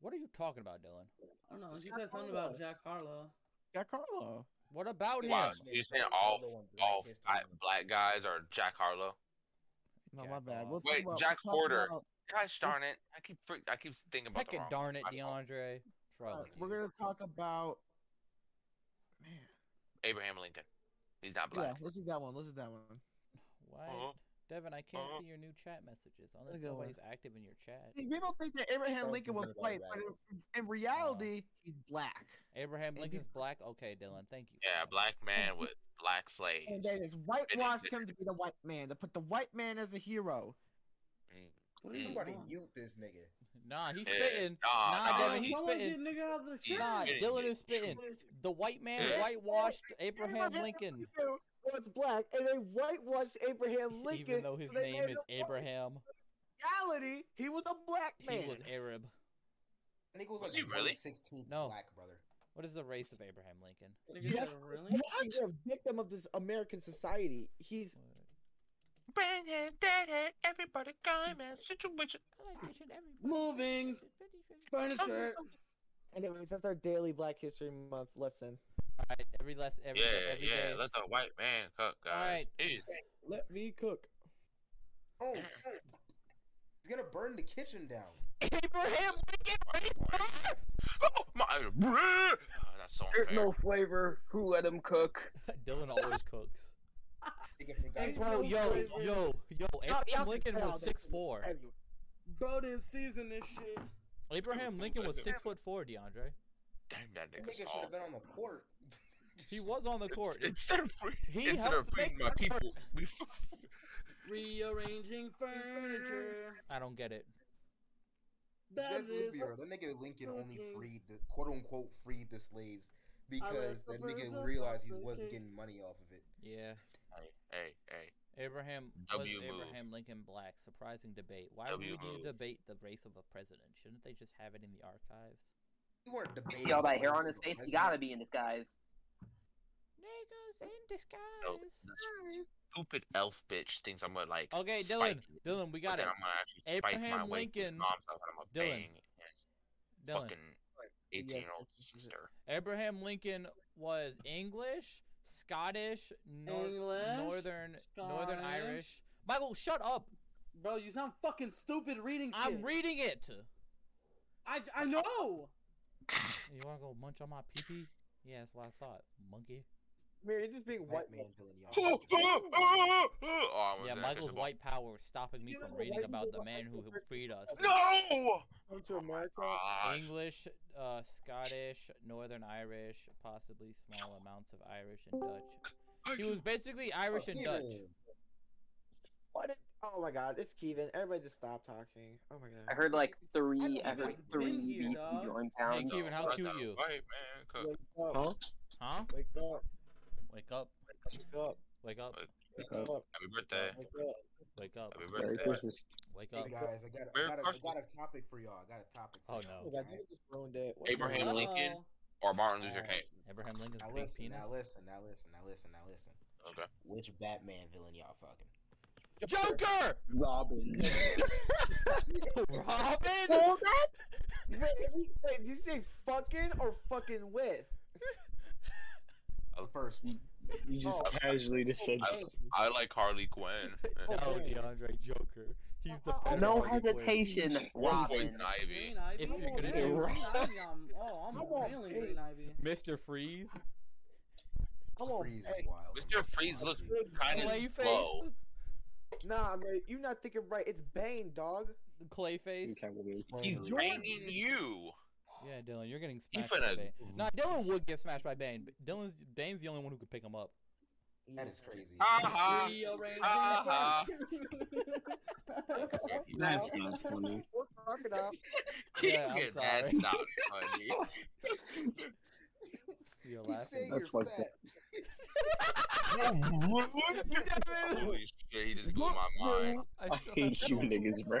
Speaker 1: What are you talking about, Dylan?
Speaker 7: I don't know. She said something about Jack Harlow.
Speaker 1: Jack Harlow. What about
Speaker 6: Wow,
Speaker 1: him?
Speaker 6: you're saying all all black, black guys are Jack Harlow?
Speaker 4: No, my bad. We'll talk
Speaker 6: Wait,
Speaker 4: about-
Speaker 6: Jack
Speaker 4: we'll talk
Speaker 6: Porter.
Speaker 4: about-
Speaker 6: Gosh darn it! I keep freak- I keep thinking about the
Speaker 1: Heck
Speaker 6: wrong.
Speaker 1: darn it,
Speaker 6: my fault.
Speaker 1: DeAndre. Trouble.
Speaker 4: We're gonna talk about
Speaker 6: Abraham Lincoln. He's not
Speaker 4: yeah.
Speaker 6: black.
Speaker 4: Let's do that one. Let's do that one.
Speaker 1: Why,
Speaker 6: Uh-huh.
Speaker 1: Devin? I can't
Speaker 4: Uh-huh.
Speaker 1: see your new chat messages unless
Speaker 4: Look at one.
Speaker 1: nobody's active in your chat.
Speaker 4: See, People think that Abraham
Speaker 1: Don't
Speaker 4: Lincoln
Speaker 1: do
Speaker 4: was
Speaker 1: that
Speaker 4: white, but in, in reality, he's black.
Speaker 1: Abraham Lincoln's black. Okay, Dylan. Thank you.
Speaker 6: Yeah, black man with black slaves.
Speaker 4: And they just whitewashed him to be the white man. They put the white man as a hero.
Speaker 2: What do you Somebody
Speaker 1: (laughs)
Speaker 2: mute this nigga.
Speaker 1: Nah, he's
Speaker 6: Yeah,
Speaker 1: spitting.
Speaker 6: nah,
Speaker 1: Nah,
Speaker 6: nah,
Speaker 1: Dylan,
Speaker 6: he's-
Speaker 1: he's
Speaker 6: Someone
Speaker 1: spitting.
Speaker 7: get nigga out of the
Speaker 6: He's
Speaker 1: Nah,
Speaker 6: spitting.
Speaker 1: Dylan is spitting. The white man
Speaker 6: Yeah.
Speaker 1: whitewashed Abraham Lincoln,
Speaker 4: Hero was black, and they whitewashed Abraham Lincoln.
Speaker 1: even though his
Speaker 4: so they
Speaker 1: name
Speaker 4: made
Speaker 1: is
Speaker 4: him-
Speaker 1: Abraham.
Speaker 4: in reality, he was a black man.
Speaker 1: He was Arab.
Speaker 2: Nigga was,
Speaker 1: Was
Speaker 2: like
Speaker 1: he really?
Speaker 2: Sixteenth
Speaker 1: No.
Speaker 2: black brother.
Speaker 1: What is the race of Abraham Lincoln?
Speaker 4: See, that's- He's a victim of this American society. He's
Speaker 22: Bang it, dead it, everybody come and situation.
Speaker 7: Moving furniture.
Speaker 4: and anyway, since our daily Black History Month lesson,
Speaker 1: Every last every
Speaker 6: yeah,
Speaker 1: every
Speaker 6: yeah.
Speaker 1: day.
Speaker 6: Let the white man cook, guys.
Speaker 1: Alright.
Speaker 6: Jeez.
Speaker 4: let me cook.
Speaker 3: Mm-hmm.
Speaker 2: Oh, he's gonna burn the kitchen down.
Speaker 1: Abraham
Speaker 6: Oh my! (laughs) Oh, that's so
Speaker 3: There's
Speaker 6: unfair.
Speaker 3: no flavor. Who let him cook?
Speaker 1: (laughs) Dylan always cooks.
Speaker 2: Nigga forgot
Speaker 7: Hey,
Speaker 2: he
Speaker 1: Bro,
Speaker 2: was
Speaker 1: yo,
Speaker 2: black.
Speaker 1: yo, yo. Abraham Lincoln was six four.
Speaker 7: Bro didn't season this shit.
Speaker 1: Abraham Lincoln was six foot four. DeAndre.
Speaker 6: Damn that
Speaker 2: That
Speaker 6: nigga.
Speaker 2: nigga should have been on the court. (laughs)
Speaker 1: He was on the court.
Speaker 6: Instead of free,
Speaker 1: He
Speaker 6: instead of
Speaker 1: helped
Speaker 6: freeing
Speaker 1: make
Speaker 6: my
Speaker 1: the
Speaker 6: people, (laughs) we
Speaker 7: Rearranging furniture.
Speaker 1: I don't get it.
Speaker 7: That's
Speaker 2: That's
Speaker 7: it.
Speaker 2: let's be real. That nigga Lincoln only freed the quote unquote freed the slaves because
Speaker 7: the
Speaker 2: that nigga
Speaker 7: birds
Speaker 2: realized he
Speaker 7: above the
Speaker 2: wasn't
Speaker 7: cage.
Speaker 2: getting money off of it.
Speaker 1: Yeah.
Speaker 6: Hey, hey, hey.
Speaker 1: Abraham
Speaker 6: W
Speaker 1: was
Speaker 6: move.
Speaker 1: Abraham Lincoln black? Surprising debate. Why would we
Speaker 6: W
Speaker 1: need to
Speaker 6: move.
Speaker 1: debate the race of a president? Shouldn't they just have it in the archives?
Speaker 2: You weren't
Speaker 3: You
Speaker 2: debating.
Speaker 3: see all
Speaker 2: the
Speaker 3: that hair on his
Speaker 2: race of
Speaker 3: face? He
Speaker 2: president. (laughs)
Speaker 3: gotta be in disguise.
Speaker 1: Niggas in disguise.
Speaker 6: No, this stupid elf bitch thinks I'm gonna like.
Speaker 1: Okay,
Speaker 6: spike
Speaker 1: Dylan.
Speaker 6: it,
Speaker 1: Dylan, we
Speaker 6: but
Speaker 1: got
Speaker 6: then
Speaker 1: it.
Speaker 6: I'm gonna actually spike my
Speaker 1: Abraham
Speaker 6: way to his
Speaker 1: Lincoln.
Speaker 6: mom's house and I'm gonna
Speaker 1: Dylan.
Speaker 6: bang his
Speaker 1: Dylan.
Speaker 6: fucking 18 year old sister.
Speaker 1: Abraham Lincoln was English, Scottish, nor-
Speaker 7: English,
Speaker 1: Northern, Northern Irish.
Speaker 7: Scottish.
Speaker 1: Michael, shut up.
Speaker 7: Bro, you sound fucking stupid reading shit.
Speaker 1: I'm reading it.
Speaker 7: I, I know.
Speaker 6: (laughs)
Speaker 1: You want to go munch on my pee pee? Yeah, that's what I thought, monkey.
Speaker 4: Mary, just being white
Speaker 2: man villain,
Speaker 6: Oh,
Speaker 2: y'all.
Speaker 6: I was
Speaker 1: Yeah,
Speaker 6: there,
Speaker 1: Michael's
Speaker 6: Isabel.
Speaker 1: white power is stopping me
Speaker 4: You
Speaker 1: from
Speaker 4: know,
Speaker 1: reading
Speaker 4: white
Speaker 1: about the
Speaker 4: people
Speaker 1: man who freed us.
Speaker 6: (laughs) No! Ah,
Speaker 4: come to America.
Speaker 6: Gosh.
Speaker 1: English, uh, Scottish, Northern Irish, possibly small amounts of Irish and Dutch. He was basically Irish and Dutch.
Speaker 4: What? Is, oh my God, it's Kevin. Everybody just stop talking. Oh my God.
Speaker 3: I heard like three. I heard
Speaker 4: Wait,
Speaker 3: three
Speaker 4: thank you,
Speaker 3: beef
Speaker 4: dog.
Speaker 3: in
Speaker 1: Hey,
Speaker 3: town.
Speaker 1: Kevin, how
Speaker 6: Let
Speaker 1: cute
Speaker 6: the
Speaker 1: you?
Speaker 6: White man cook.
Speaker 4: Wake up.
Speaker 1: Huh?
Speaker 4: Wake up.
Speaker 1: Wake up.
Speaker 4: Wake up.
Speaker 1: Wake up.
Speaker 4: Wake up.
Speaker 6: Happy birthday.
Speaker 4: Wake up.
Speaker 1: Wake up.
Speaker 6: Happy birthday.
Speaker 1: Wake
Speaker 2: Hey
Speaker 1: up.
Speaker 2: guys, I got,
Speaker 6: Merry
Speaker 2: I, got a, I
Speaker 6: Christmas.
Speaker 2: got a topic for y'all. I got a topic. For
Speaker 1: Oh,
Speaker 2: y'all,
Speaker 1: no.
Speaker 4: Oh God,
Speaker 2: alright?
Speaker 4: you just ruined it. What the
Speaker 6: Abraham
Speaker 4: hell?
Speaker 6: Lincoln
Speaker 7: Uh-oh.
Speaker 6: or Martin
Speaker 2: Oh.
Speaker 6: Luther King?
Speaker 1: Abraham Lincoln's
Speaker 2: Now
Speaker 1: big
Speaker 2: listen,
Speaker 1: penis.
Speaker 2: now listen, now listen, now listen, now listen.
Speaker 6: Okay.
Speaker 2: Which Batman villain y'all fucking?
Speaker 1: Joker! (laughs)
Speaker 5: Robin.
Speaker 1: Robin?
Speaker 4: Wait, wait, wait, did you say fucking or
Speaker 2: (laughs)
Speaker 4: fucking with?
Speaker 2: The Oh, first one.
Speaker 5: You just
Speaker 4: Oh.
Speaker 5: casually just said.
Speaker 6: I, I like Harley Quinn. (laughs)
Speaker 1: No,
Speaker 4: Okay.
Speaker 1: Oh, DeAndre Joker. He's
Speaker 6: Uh,
Speaker 1: the better
Speaker 3: No
Speaker 1: Harley Quinn.
Speaker 3: hesitation,
Speaker 6: One
Speaker 3: Robin.
Speaker 6: poison ivy.
Speaker 7: Green Ivy.
Speaker 1: If you're
Speaker 7: oh,
Speaker 1: gonna
Speaker 7: yeah,
Speaker 1: do
Speaker 7: Green
Speaker 5: Robin.
Speaker 7: Ivy, I'm, oh,
Speaker 4: I want
Speaker 7: I'm feeling
Speaker 4: pink.
Speaker 7: Green Ivy.
Speaker 1: Mr. Freeze.
Speaker 4: I'm on
Speaker 2: Freeze is
Speaker 4: hey,
Speaker 2: wild.
Speaker 6: Mr. Freeze looks kind of
Speaker 1: Clayface.
Speaker 6: slow.
Speaker 4: Nah, man, you're not thinking right. It's Bane, dog.
Speaker 1: (laughs) Clayface.
Speaker 6: He's
Speaker 2: George-
Speaker 6: banging you.
Speaker 1: Yeah, Dylan, you're getting
Speaker 6: He
Speaker 1: smashed by
Speaker 6: finna-
Speaker 1: Bane. Nah, Dylan would get smashed by Bane. but Dylan's Bane's the only one who could pick him up.
Speaker 2: That is crazy.
Speaker 6: Ha
Speaker 5: Uh,
Speaker 6: ha.
Speaker 7: Rearranging
Speaker 6: ha
Speaker 7: furniture.
Speaker 5: That's not funny.
Speaker 4: We're talking up.
Speaker 1: Yeah, I'm
Speaker 6: Keegan,
Speaker 1: sorry.
Speaker 6: that's not
Speaker 1: (laughs)
Speaker 6: funny.
Speaker 1: You're
Speaker 2: He's
Speaker 1: laughing.
Speaker 2: saying
Speaker 1: (laughs)
Speaker 5: That's
Speaker 2: you're
Speaker 5: fucked up.
Speaker 2: fat.
Speaker 6: Holy shit, he just blew my mind.
Speaker 5: I hate you niggas, bro.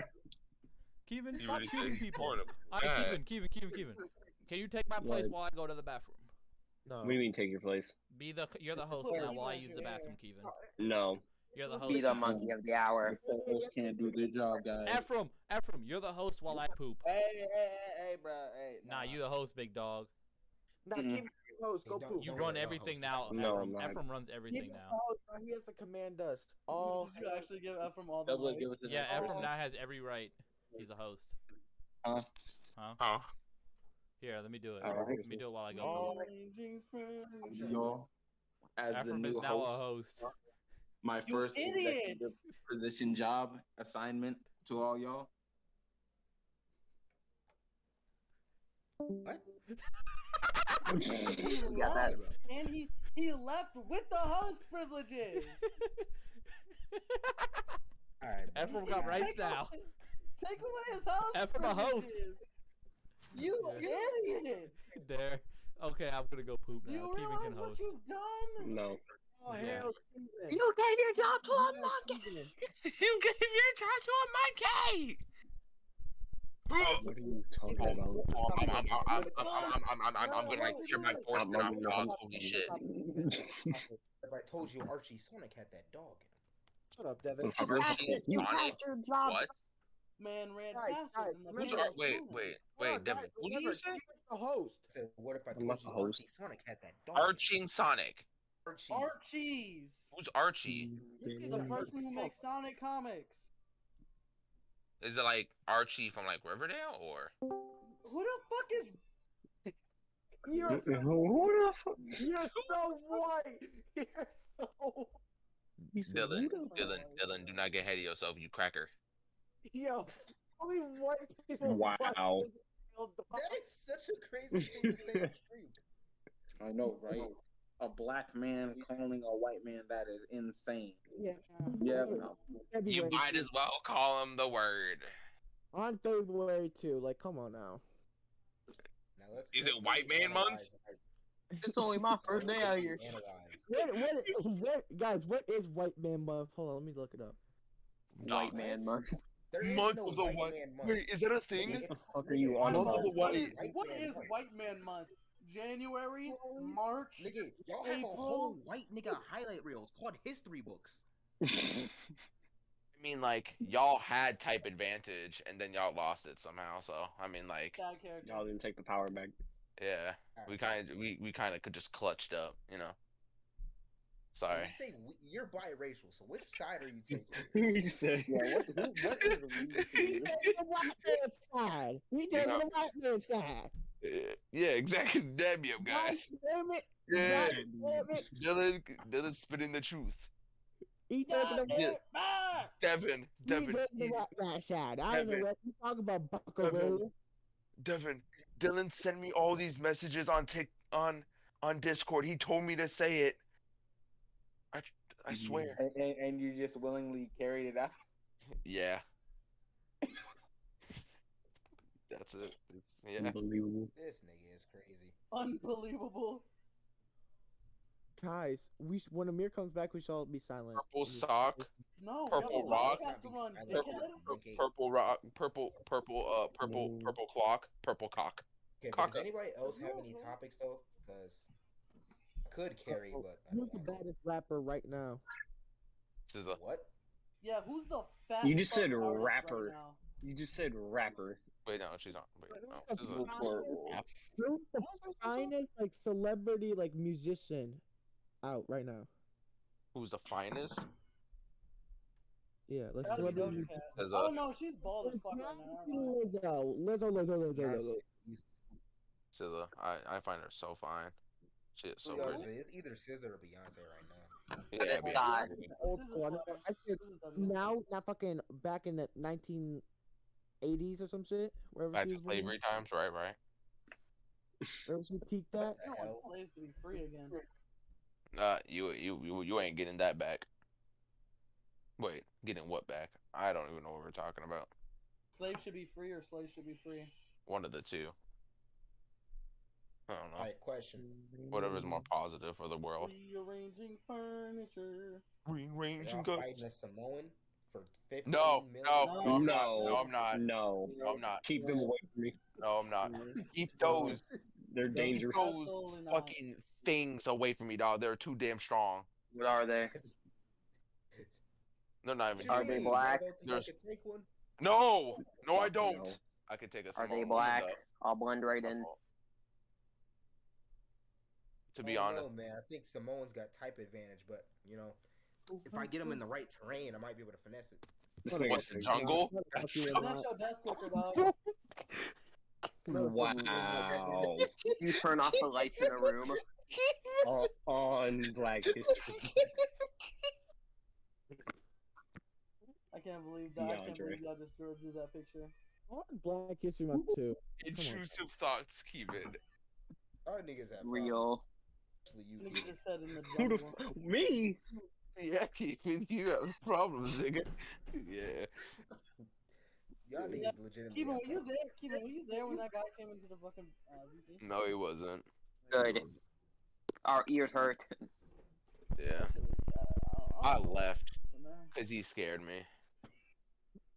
Speaker 1: Keevan,
Speaker 6: You
Speaker 1: stop
Speaker 6: really
Speaker 1: shooting
Speaker 6: said
Speaker 1: people.
Speaker 6: portable.
Speaker 1: All right,
Speaker 6: Alright.
Speaker 1: Keevan, Keevan, Keevan, Keevan. Can you take my place
Speaker 5: What?
Speaker 1: while I go to the bathroom? Oh.
Speaker 5: What do you mean take your place?
Speaker 1: Be the you're the host now while I use the bathroom, Keevan.
Speaker 5: No.
Speaker 1: You're the host.
Speaker 23: Be the monkey of the hour.
Speaker 5: The host can't do their job, guys.
Speaker 1: Ephraim, Ephraim, you're the host while I poop.
Speaker 2: Hey, hey, hey, hey, bro. Hey,
Speaker 1: Nah, you the host, big dog.
Speaker 4: Now
Speaker 1: Mm-mm.
Speaker 4: keep host. Go poop.
Speaker 1: You run everything now.
Speaker 5: No, I'm
Speaker 1: Ephraim,
Speaker 5: not.
Speaker 1: Ephraim runs
Speaker 4: Keep
Speaker 1: everything
Speaker 4: us
Speaker 1: now.
Speaker 4: host, bro. He has to command us all.
Speaker 7: You actually give up from all the.
Speaker 5: That would
Speaker 7: mic.
Speaker 5: give us an
Speaker 1: Yeah,
Speaker 5: extra-
Speaker 1: Ephraim now has every right. He's a host.
Speaker 5: Huh?
Speaker 1: Huh?
Speaker 6: Huh?
Speaker 1: Here, let me do it.
Speaker 5: Alright.
Speaker 1: Let me do it while I go. poop.
Speaker 7: Changing friends.
Speaker 5: Y'all, as the
Speaker 1: Ephraim
Speaker 5: new
Speaker 1: is now
Speaker 5: host,
Speaker 1: a host.
Speaker 5: my
Speaker 7: You
Speaker 5: first
Speaker 7: idiot!
Speaker 5: executive position job assignment to all y'all.
Speaker 24: What?
Speaker 7: He
Speaker 5: He's got that.
Speaker 7: left, and he he left with the host privileges.
Speaker 2: All right.
Speaker 1: Ephraim got rights
Speaker 7: Take
Speaker 1: now.
Speaker 7: away- Take away his host.
Speaker 1: Ephraim a host.
Speaker 7: privileges. You idiot!
Speaker 1: (laughs) There. Okay, I'm gonna go poop
Speaker 7: Do
Speaker 1: now.
Speaker 7: you
Speaker 1: Keevan can
Speaker 7: realize what
Speaker 1: host.
Speaker 7: you've done?
Speaker 5: No.
Speaker 7: Oh,
Speaker 1: Yeah.
Speaker 7: hell, Steven.
Speaker 3: You gave your job to a
Speaker 7: Yeah,
Speaker 3: monkey.
Speaker 7: Steven.
Speaker 6: You gave your job to a monkey.
Speaker 5: What are you talking about?
Speaker 6: Oh, I'm, I'm, I'm, I'm, I'm, I'm, I'm, I'm, I'm gonna like tear my force and I'm dog. Holy shit.
Speaker 2: If I told you Archie Sonic had that dog.
Speaker 4: Shut up, Devin.
Speaker 6: Fucker.
Speaker 4: You
Speaker 6: Sonic?
Speaker 4: passed your job.
Speaker 6: What?
Speaker 7: Man ran
Speaker 4: Guys, guys,
Speaker 7: faster than the
Speaker 4: remember-
Speaker 6: Who's
Speaker 7: man.
Speaker 6: Ar- wait, wait, wait, Devin.
Speaker 4: guys,
Speaker 6: What did you
Speaker 4: remember,
Speaker 6: say?
Speaker 4: Keep us the host.
Speaker 2: I said, what if I
Speaker 5: I'm
Speaker 2: told
Speaker 5: not
Speaker 2: you
Speaker 5: the host.
Speaker 2: Archie Sonic had that dog?
Speaker 6: Arching Sonic.
Speaker 2: Archie.
Speaker 7: Archie's.
Speaker 6: Who's Archie?
Speaker 7: This is the
Speaker 5: Mm.
Speaker 7: person who makes Sonic comics.
Speaker 5: Mm.
Speaker 6: Is it like Archie from like Riverdale or?
Speaker 7: Who the fuck is?
Speaker 4: You're,
Speaker 5: Who the fuck?
Speaker 4: you're so white. (laughs) You're so.
Speaker 5: he said,
Speaker 6: Dylan,
Speaker 5: who the fuck?
Speaker 6: Dylan, Dylan, do not get ahead of yourself, you cracker.
Speaker 4: Yo, only white people.
Speaker 5: Wow.
Speaker 2: That is such a crazy thing to say
Speaker 5: (laughs)
Speaker 2: on the street.
Speaker 5: I know, right? A black man calling a white man that is insane.
Speaker 4: Yeah.
Speaker 5: Yeah.
Speaker 6: You might as well call him the word.
Speaker 4: On February too. Like, come on now.
Speaker 2: Now let's,
Speaker 6: Is
Speaker 2: let's
Speaker 6: it White
Speaker 2: really
Speaker 6: Man Month?
Speaker 2: analyze-
Speaker 5: (laughs) It's only my
Speaker 2: let's
Speaker 5: first day out
Speaker 2: really
Speaker 5: here.
Speaker 2: analyze.
Speaker 4: What, what, what, guys? What is White Man Month? Hold on, let me look it up.
Speaker 5: White man month.
Speaker 2: There is
Speaker 6: Month
Speaker 2: no
Speaker 6: of the
Speaker 2: white
Speaker 6: White-
Speaker 2: man month.
Speaker 6: Wait, is that a
Speaker 2: Nigga,
Speaker 6: thing?
Speaker 2: it's-
Speaker 5: fuck are you
Speaker 2: nigga,
Speaker 5: on
Speaker 2: it's White
Speaker 5: about?
Speaker 7: What
Speaker 2: Man
Speaker 7: is
Speaker 2: Month.
Speaker 7: what is
Speaker 2: Month.
Speaker 7: White Man Month? January, March.
Speaker 2: Nigga, y'all have a
Speaker 7: April?
Speaker 2: whole white nigga highlight reel. It's called history books.
Speaker 6: I mean, like y'all had type advantage and then y'all lost it somehow. So I mean, like,
Speaker 7: Side character.
Speaker 5: Y'all didn't take the power (laughs) back.
Speaker 6: yeah, we kind of we, we kind of could just clutched up, you know.
Speaker 2: When
Speaker 6: Sorry.
Speaker 2: You say we- you're biracial, so which side are
Speaker 5: (laughs)
Speaker 2: you taking?
Speaker 5: he said,
Speaker 6: Yeah, what- what is
Speaker 5: (laughs)
Speaker 4: the white man side. We
Speaker 6: You know-
Speaker 4: white man side.
Speaker 6: (laughs) yeah, exactly. Damn you guys.
Speaker 4: damn it!
Speaker 6: Yeah,
Speaker 4: damn it!
Speaker 6: Dylan, Dylan spitting the truth.
Speaker 4: He
Speaker 6: God damn it. Devin, Devin, you-
Speaker 4: man side.
Speaker 6: I don't know Devin.
Speaker 4: what you talk about,
Speaker 6: Buckaroo. Devin, Dylan sent me all these messages on tick on on Discord. He told me to say it. I I swear.
Speaker 5: And, and, and you just willingly carried it out.
Speaker 6: Yeah. (laughs) That's it. It's, yeah.
Speaker 5: Mm-hmm. Unbelievable.
Speaker 2: This nigga is crazy.
Speaker 7: Unbelievable.
Speaker 4: Guys, we sh- when Amir comes back, we shall all be silent.
Speaker 6: Purple sock,
Speaker 7: No.
Speaker 6: Purple
Speaker 7: no,
Speaker 6: Rock.
Speaker 7: podcast to run,
Speaker 2: Purple-
Speaker 7: dickhead.
Speaker 6: pur- purple rock, purple, purple, uh, purple,
Speaker 5: Mm.
Speaker 6: purple clock, purple cock.
Speaker 2: Okay, but
Speaker 6: Cock
Speaker 2: does
Speaker 6: up.
Speaker 2: anybody else have any
Speaker 7: Mhm.
Speaker 2: topics though? Because I could carry,
Speaker 5: Oh,
Speaker 2: but uh, I don't
Speaker 4: Who's the
Speaker 2: want to.
Speaker 4: baddest rapper right now?
Speaker 6: This is a
Speaker 2: What?
Speaker 7: Yeah, who's the fat?
Speaker 5: You just
Speaker 7: fuck
Speaker 5: said
Speaker 7: artist right
Speaker 5: rapper.
Speaker 7: now?
Speaker 5: You just said rapper.
Speaker 6: wait. No, she's not. Wait, no, Oh, this is a-
Speaker 5: Look for rap.
Speaker 4: Who's the finest like celebrity like musician out right now?
Speaker 6: who's the finest?
Speaker 4: Yeah, let's
Speaker 7: Gotta be
Speaker 4: celebrity.
Speaker 7: Doja
Speaker 4: musician.
Speaker 7: Cat.
Speaker 6: There's
Speaker 7: Oh
Speaker 6: a-
Speaker 7: no, she's bald as fuck right now. never mind.
Speaker 4: Lizzo, Lizzo, Lizzo, Lizzo, Lizzo.
Speaker 6: SZA. I, I find her so fine. She is so
Speaker 2: Who y'all
Speaker 6: pretty.
Speaker 2: say? It's either SZA or Beyonce right now.
Speaker 6: Yeah,
Speaker 5: It's
Speaker 6: man.
Speaker 5: not.
Speaker 4: Old
Speaker 7: This is
Speaker 4: school. I
Speaker 7: what-
Speaker 4: mean, I said
Speaker 7: this is the-
Speaker 4: now, not fucking back in the 1980s or some shit. Wherever
Speaker 6: Back
Speaker 4: she
Speaker 6: to
Speaker 4: was born,
Speaker 6: slavery times, right? Right.
Speaker 4: Wherever she peaked at.
Speaker 2: The
Speaker 7: I want
Speaker 2: hell?
Speaker 7: slaves to be free again.
Speaker 6: Uh, you you you you ain't getting that back. Wait, getting what back? I don't even know what we're talking about.
Speaker 7: Slaves should be free or slaves should be free.
Speaker 6: One of the two. I don't know.
Speaker 2: Alright, question.
Speaker 5: Mm-hmm.
Speaker 6: Whatever is more positive for the world.
Speaker 7: Rearranging furniture.
Speaker 6: Rearranging
Speaker 2: Y'all
Speaker 6: good.
Speaker 2: fighting a Samoan? for 15
Speaker 6: No,
Speaker 2: million?
Speaker 6: no, no, I'm not.
Speaker 5: No,
Speaker 6: No, I'm not.
Speaker 5: No,
Speaker 6: No, I'm not.
Speaker 5: Keep them away from me.
Speaker 6: No, I'm not.
Speaker 2: (laughs)
Speaker 6: Keep those.
Speaker 5: They're dangerous.
Speaker 6: Keep those fucking things away from me, dog. They're too damn strong. What are they? They're not even.
Speaker 2: What do you mean? I don't think I
Speaker 6: They're-
Speaker 2: could take one.
Speaker 6: No, no, I
Speaker 2: Fuck
Speaker 6: don't.
Speaker 2: no.
Speaker 6: I could take a.
Speaker 3: Are
Speaker 6: Samoan
Speaker 3: they
Speaker 6: woman,
Speaker 3: black?
Speaker 6: though,
Speaker 3: I'll blend right in.
Speaker 6: to be
Speaker 2: I don't
Speaker 6: honest,
Speaker 2: know, man. I think Samoan's got type advantage, but you know, if I get him in the right terrain, I might be able to finesse it.
Speaker 6: This nigga What's the crazy. jungle? That's-
Speaker 7: Finish your death quicker, dog.
Speaker 5: Wow.
Speaker 3: Oh. You turn off the lights in
Speaker 1: (laughs)
Speaker 3: the
Speaker 2: (laughs)
Speaker 3: room.
Speaker 5: O- on Black History.
Speaker 7: I can't believe that. I can't
Speaker 5: DeAndre.
Speaker 7: believe y'all just drew, drew that picture.
Speaker 4: Black History Month too.
Speaker 6: intrusive thoughts. Keep it.
Speaker 2: Our niggas have
Speaker 3: Real.
Speaker 2: problems.
Speaker 7: Nigga just said in the
Speaker 6: Who the
Speaker 7: jungle.
Speaker 6: f-
Speaker 5: me?
Speaker 6: Yeah, keeping you have problems, nigga. Yeah.
Speaker 2: Y'all niggas
Speaker 7: Yeah.
Speaker 2: legitimately.
Speaker 7: Keevan,
Speaker 2: got
Speaker 7: were you there? Keevan, were you there when that guy came into the fucking uh, VC?
Speaker 6: No, he wasn't.
Speaker 3: Good. Our ears hurt. (laughs)
Speaker 6: Yeah.
Speaker 7: uh,
Speaker 6: I left because he scared me.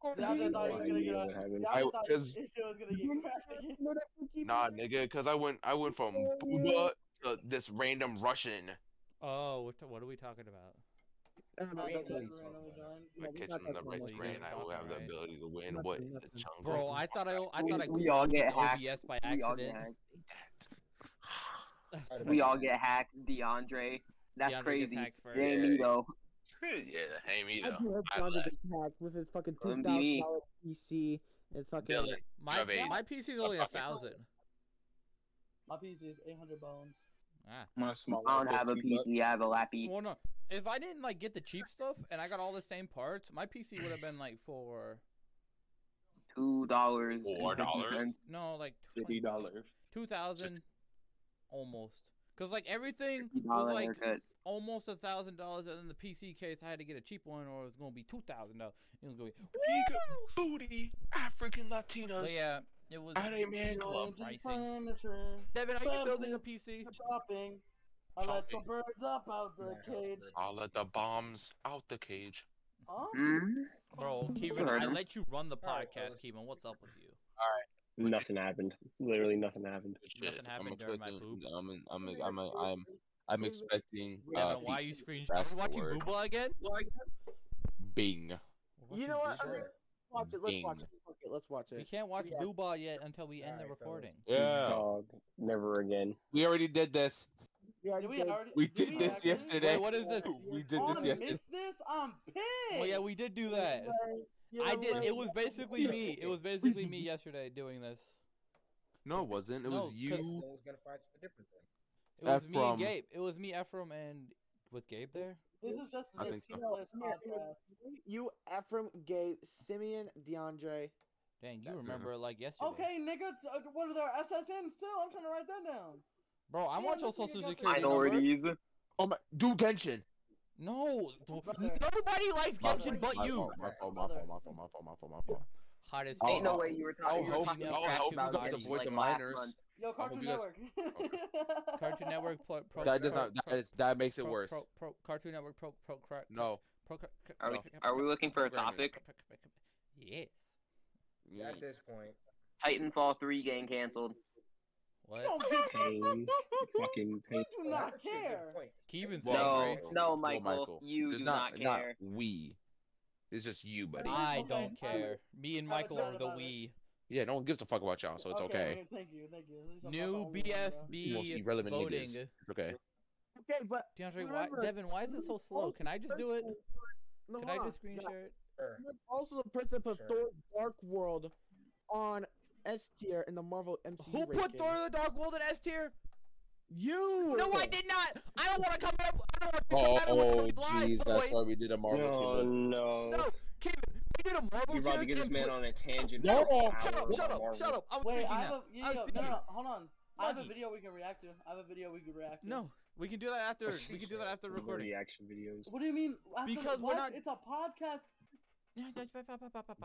Speaker 7: Deandre thought he was gonna get
Speaker 6: No idea
Speaker 7: on.
Speaker 6: what happened.
Speaker 7: Deandre
Speaker 6: I-
Speaker 7: thought his
Speaker 6: 'cause-
Speaker 7: shit was gonna get cracked
Speaker 6: (laughs)
Speaker 7: again.
Speaker 6: Nah, nigga, because I went, I went from Buddha to this random Russian.
Speaker 1: Oh, what, what are we talking about?
Speaker 2: We ain't really
Speaker 7: Randomly
Speaker 2: talking about
Speaker 7: done.
Speaker 6: If I catch him in the right brain, I will have the ability to win. What is the jungle?
Speaker 1: Bro, I thought I, I thought I
Speaker 3: We all
Speaker 1: closed
Speaker 3: get
Speaker 1: the
Speaker 3: hacked.
Speaker 1: OBS by
Speaker 3: We all
Speaker 1: accident.
Speaker 3: get
Speaker 1: (laughs)
Speaker 3: hacked. we all get hacked. DeAndre. That's
Speaker 1: DeAndre gets
Speaker 3: crazy.
Speaker 1: hacked
Speaker 3: It ain't me
Speaker 6: first.
Speaker 3: though.
Speaker 6: (sighs) yeah, that ain't me
Speaker 4: I do
Speaker 6: though.
Speaker 4: have
Speaker 6: I
Speaker 4: John
Speaker 6: left.
Speaker 4: hacked with his fucking two
Speaker 3: Um,
Speaker 4: thousand
Speaker 3: DB.
Speaker 4: dollar PC. It's fucking.
Speaker 6: Dylan,
Speaker 1: My
Speaker 6: Gervais.
Speaker 1: my PC's only a thousand.
Speaker 7: My PC is 800 bones.
Speaker 1: Ah.
Speaker 9: My small.
Speaker 3: I don't have a PC. I have a lappy.
Speaker 1: Well, no. If I didn't like get the cheap stuff and I got all the same parts, my PC would have been like for
Speaker 3: Two dollars.
Speaker 9: Four dollars?
Speaker 1: no, like
Speaker 9: Fifty dollars.
Speaker 1: two thousand, almost. Cause like everything was
Speaker 3: $50
Speaker 1: like (laughs)
Speaker 3: haircut.
Speaker 1: almost a thousand dollars, and then the PC case I had to get a cheap one, or it was gonna be two thousand dollars. It was gonna be
Speaker 6: Nigga, booty, African Latinos.
Speaker 1: But yeah, it was
Speaker 6: Out of man club.
Speaker 1: Love pricing.
Speaker 7: Furniture.
Speaker 1: Devin, are you building a
Speaker 7: Fences,
Speaker 1: PC?
Speaker 7: Shopping. I let the birds up out the cage.
Speaker 6: I'll let the bombs out the cage.
Speaker 7: Huh?
Speaker 3: Hmm?
Speaker 1: Bro, Kevin, I let you run the podcast, Kevin. What's up with you?
Speaker 5: Nothing happened. Literally nothing happened.
Speaker 1: Nothing happened during my poop.
Speaker 6: I'm, I'm, I'm, I'm, I'm, I'm expecting.
Speaker 1: Devin,
Speaker 6: Uh,
Speaker 1: why are you
Speaker 6: people to
Speaker 1: screenshotting?
Speaker 6: pass
Speaker 1: Are you
Speaker 6: the
Speaker 1: watching
Speaker 6: word.
Speaker 1: Booba again?
Speaker 6: Bing.
Speaker 4: You know what? I mean, watch it. Let's
Speaker 6: Bing.
Speaker 4: watch it. Fuck it. Let's watch it.
Speaker 1: We can't watch
Speaker 4: Yeah.
Speaker 1: Booba yet until we end the recording.
Speaker 6: Yeah.
Speaker 5: Dog. Never again.
Speaker 6: We already did this.
Speaker 7: Did we already?
Speaker 6: We
Speaker 7: did
Speaker 6: did this
Speaker 7: actually-
Speaker 6: yesterday.
Speaker 1: Wait, what is this?
Speaker 6: We did
Speaker 7: Oh,
Speaker 6: this
Speaker 7: I
Speaker 6: yesterday.
Speaker 7: missed this. I'm pissed.
Speaker 1: Oh yeah, we did do that. I did. It was basically me. It was basically me yesterday doing this.
Speaker 6: No, it wasn't. It
Speaker 1: No,
Speaker 6: was
Speaker 1: 'cause-
Speaker 6: you.
Speaker 2: Someone's gonna find something different. Then.
Speaker 1: It was me
Speaker 6: Ephraim.
Speaker 1: and Gabe. It was me, Ephraim, and was Gabe there?
Speaker 7: This is just
Speaker 6: I
Speaker 7: the
Speaker 6: think so.
Speaker 7: tier list
Speaker 4: Yeah, it
Speaker 7: podcast.
Speaker 4: was You, Ephraim, Gabe, Simeon, DeAndre.
Speaker 1: Dang, you remember it like yesterday.
Speaker 7: Okay, nigga, t- uh, what are their SSN still? I'm trying to write that down.
Speaker 1: Bro, I
Speaker 7: Yeah,
Speaker 1: want your
Speaker 7: this nigga
Speaker 1: social
Speaker 7: got the-
Speaker 1: security number.
Speaker 6: Oh my, do tension.
Speaker 1: No, d- nobody likes Genshin but
Speaker 6: my
Speaker 1: you.
Speaker 6: Fault, my fault, my fault, my fault, my fault, my fault, my fault.
Speaker 1: Hottest.
Speaker 6: I'll-
Speaker 3: Ain't no
Speaker 6: I'll-
Speaker 3: way you were
Speaker 6: I'll
Speaker 3: talking. you were
Speaker 6: help
Speaker 3: talking
Speaker 6: you-
Speaker 3: about
Speaker 6: I'll help you
Speaker 3: Crash
Speaker 6: got
Speaker 3: Bandicoot,
Speaker 6: the voice
Speaker 3: like,
Speaker 6: of
Speaker 3: last
Speaker 6: minors.
Speaker 3: month.
Speaker 7: Yo,
Speaker 6: hope
Speaker 7: Cartoon
Speaker 6: you guys-
Speaker 7: Network. (laughs)
Speaker 1: Cartoon Network. Pro, pro,
Speaker 6: That does
Speaker 1: pro-
Speaker 6: not. That is. That makes it
Speaker 1: pro-
Speaker 6: worse.
Speaker 1: Pro, pro, Cartoon Network. Pro. Pro. Pro.
Speaker 6: No.
Speaker 1: pro, pro,
Speaker 3: Are we,
Speaker 6: No.
Speaker 3: are we looking for a
Speaker 6: Programming.
Speaker 3: topic?
Speaker 1: Yes.
Speaker 2: At this point,
Speaker 3: Titanfall 3 game canceled.
Speaker 1: What?
Speaker 7: Don't give-
Speaker 5: Pain.
Speaker 7: (laughs)
Speaker 5: Fucking pain.
Speaker 7: we do not care.
Speaker 1: Keevan's
Speaker 3: No,
Speaker 1: angry.
Speaker 3: no,
Speaker 6: Well,
Speaker 3: Michael, you
Speaker 6: There's
Speaker 3: do not, care.
Speaker 6: we. It's just you, buddy.
Speaker 1: I
Speaker 7: Okay.
Speaker 1: don't care. Me and
Speaker 7: I was
Speaker 1: Michael
Speaker 7: mad
Speaker 1: are the
Speaker 7: about it.
Speaker 1: we.
Speaker 6: Yeah, no one gives a fuck about y'all, so it's okay.
Speaker 7: man, Thank you, thank you. At least I'm not the
Speaker 1: New
Speaker 7: only one, bro.
Speaker 6: Most
Speaker 1: BFB
Speaker 6: irrelevant
Speaker 1: voting.
Speaker 6: niggas. It's okay.
Speaker 4: Okay, but
Speaker 1: DeAndre, why,
Speaker 4: Remember-
Speaker 1: Devin, why is it so slow? Can I just do it?
Speaker 4: No,
Speaker 1: Can I
Speaker 4: hold
Speaker 1: just
Speaker 4: on.
Speaker 1: screen
Speaker 4: No.
Speaker 1: share it?
Speaker 2: sure.
Speaker 4: You're Also, the person that put
Speaker 2: Sure.
Speaker 4: Thor's Dark World on S tier in the Marvel MCU.
Speaker 1: Who put
Speaker 4: ranking.
Speaker 1: Thor the Dark World in S tier?
Speaker 4: You.
Speaker 1: No, I did not. I don't want to come out. I don't
Speaker 6: Oh,
Speaker 1: want to come out
Speaker 6: oh,
Speaker 1: and
Speaker 6: jeez,
Speaker 1: blind,
Speaker 6: that's
Speaker 1: boy.
Speaker 6: why we did a Marvel
Speaker 5: No,
Speaker 6: tier list.
Speaker 5: no.
Speaker 1: No, Kevin, we did a Marvel
Speaker 5: Oh. You're about to
Speaker 1: tier
Speaker 5: get this
Speaker 1: and
Speaker 5: man
Speaker 1: put-
Speaker 5: on a tangent.
Speaker 6: No,
Speaker 5: for an
Speaker 1: Shut
Speaker 5: hour
Speaker 1: up! Shut up!
Speaker 5: about
Speaker 1: Yo,
Speaker 5: Marvel.
Speaker 1: I'm
Speaker 7: Wait,
Speaker 1: tweaking
Speaker 7: I
Speaker 1: now.
Speaker 7: have a yo,
Speaker 1: I'm
Speaker 7: yo, no,
Speaker 1: speaking.
Speaker 7: no, no, hold on. I have a
Speaker 1: Muggy.
Speaker 7: video we can react to. I have a video we can react to.
Speaker 1: No, we can do that
Speaker 5: Oh,
Speaker 1: after. We can do that after
Speaker 5: Those are
Speaker 1: recording.
Speaker 5: Reaction videos.
Speaker 7: What do you mean? After the-
Speaker 1: Because we're
Speaker 7: what?
Speaker 1: not-
Speaker 7: It's a podcast.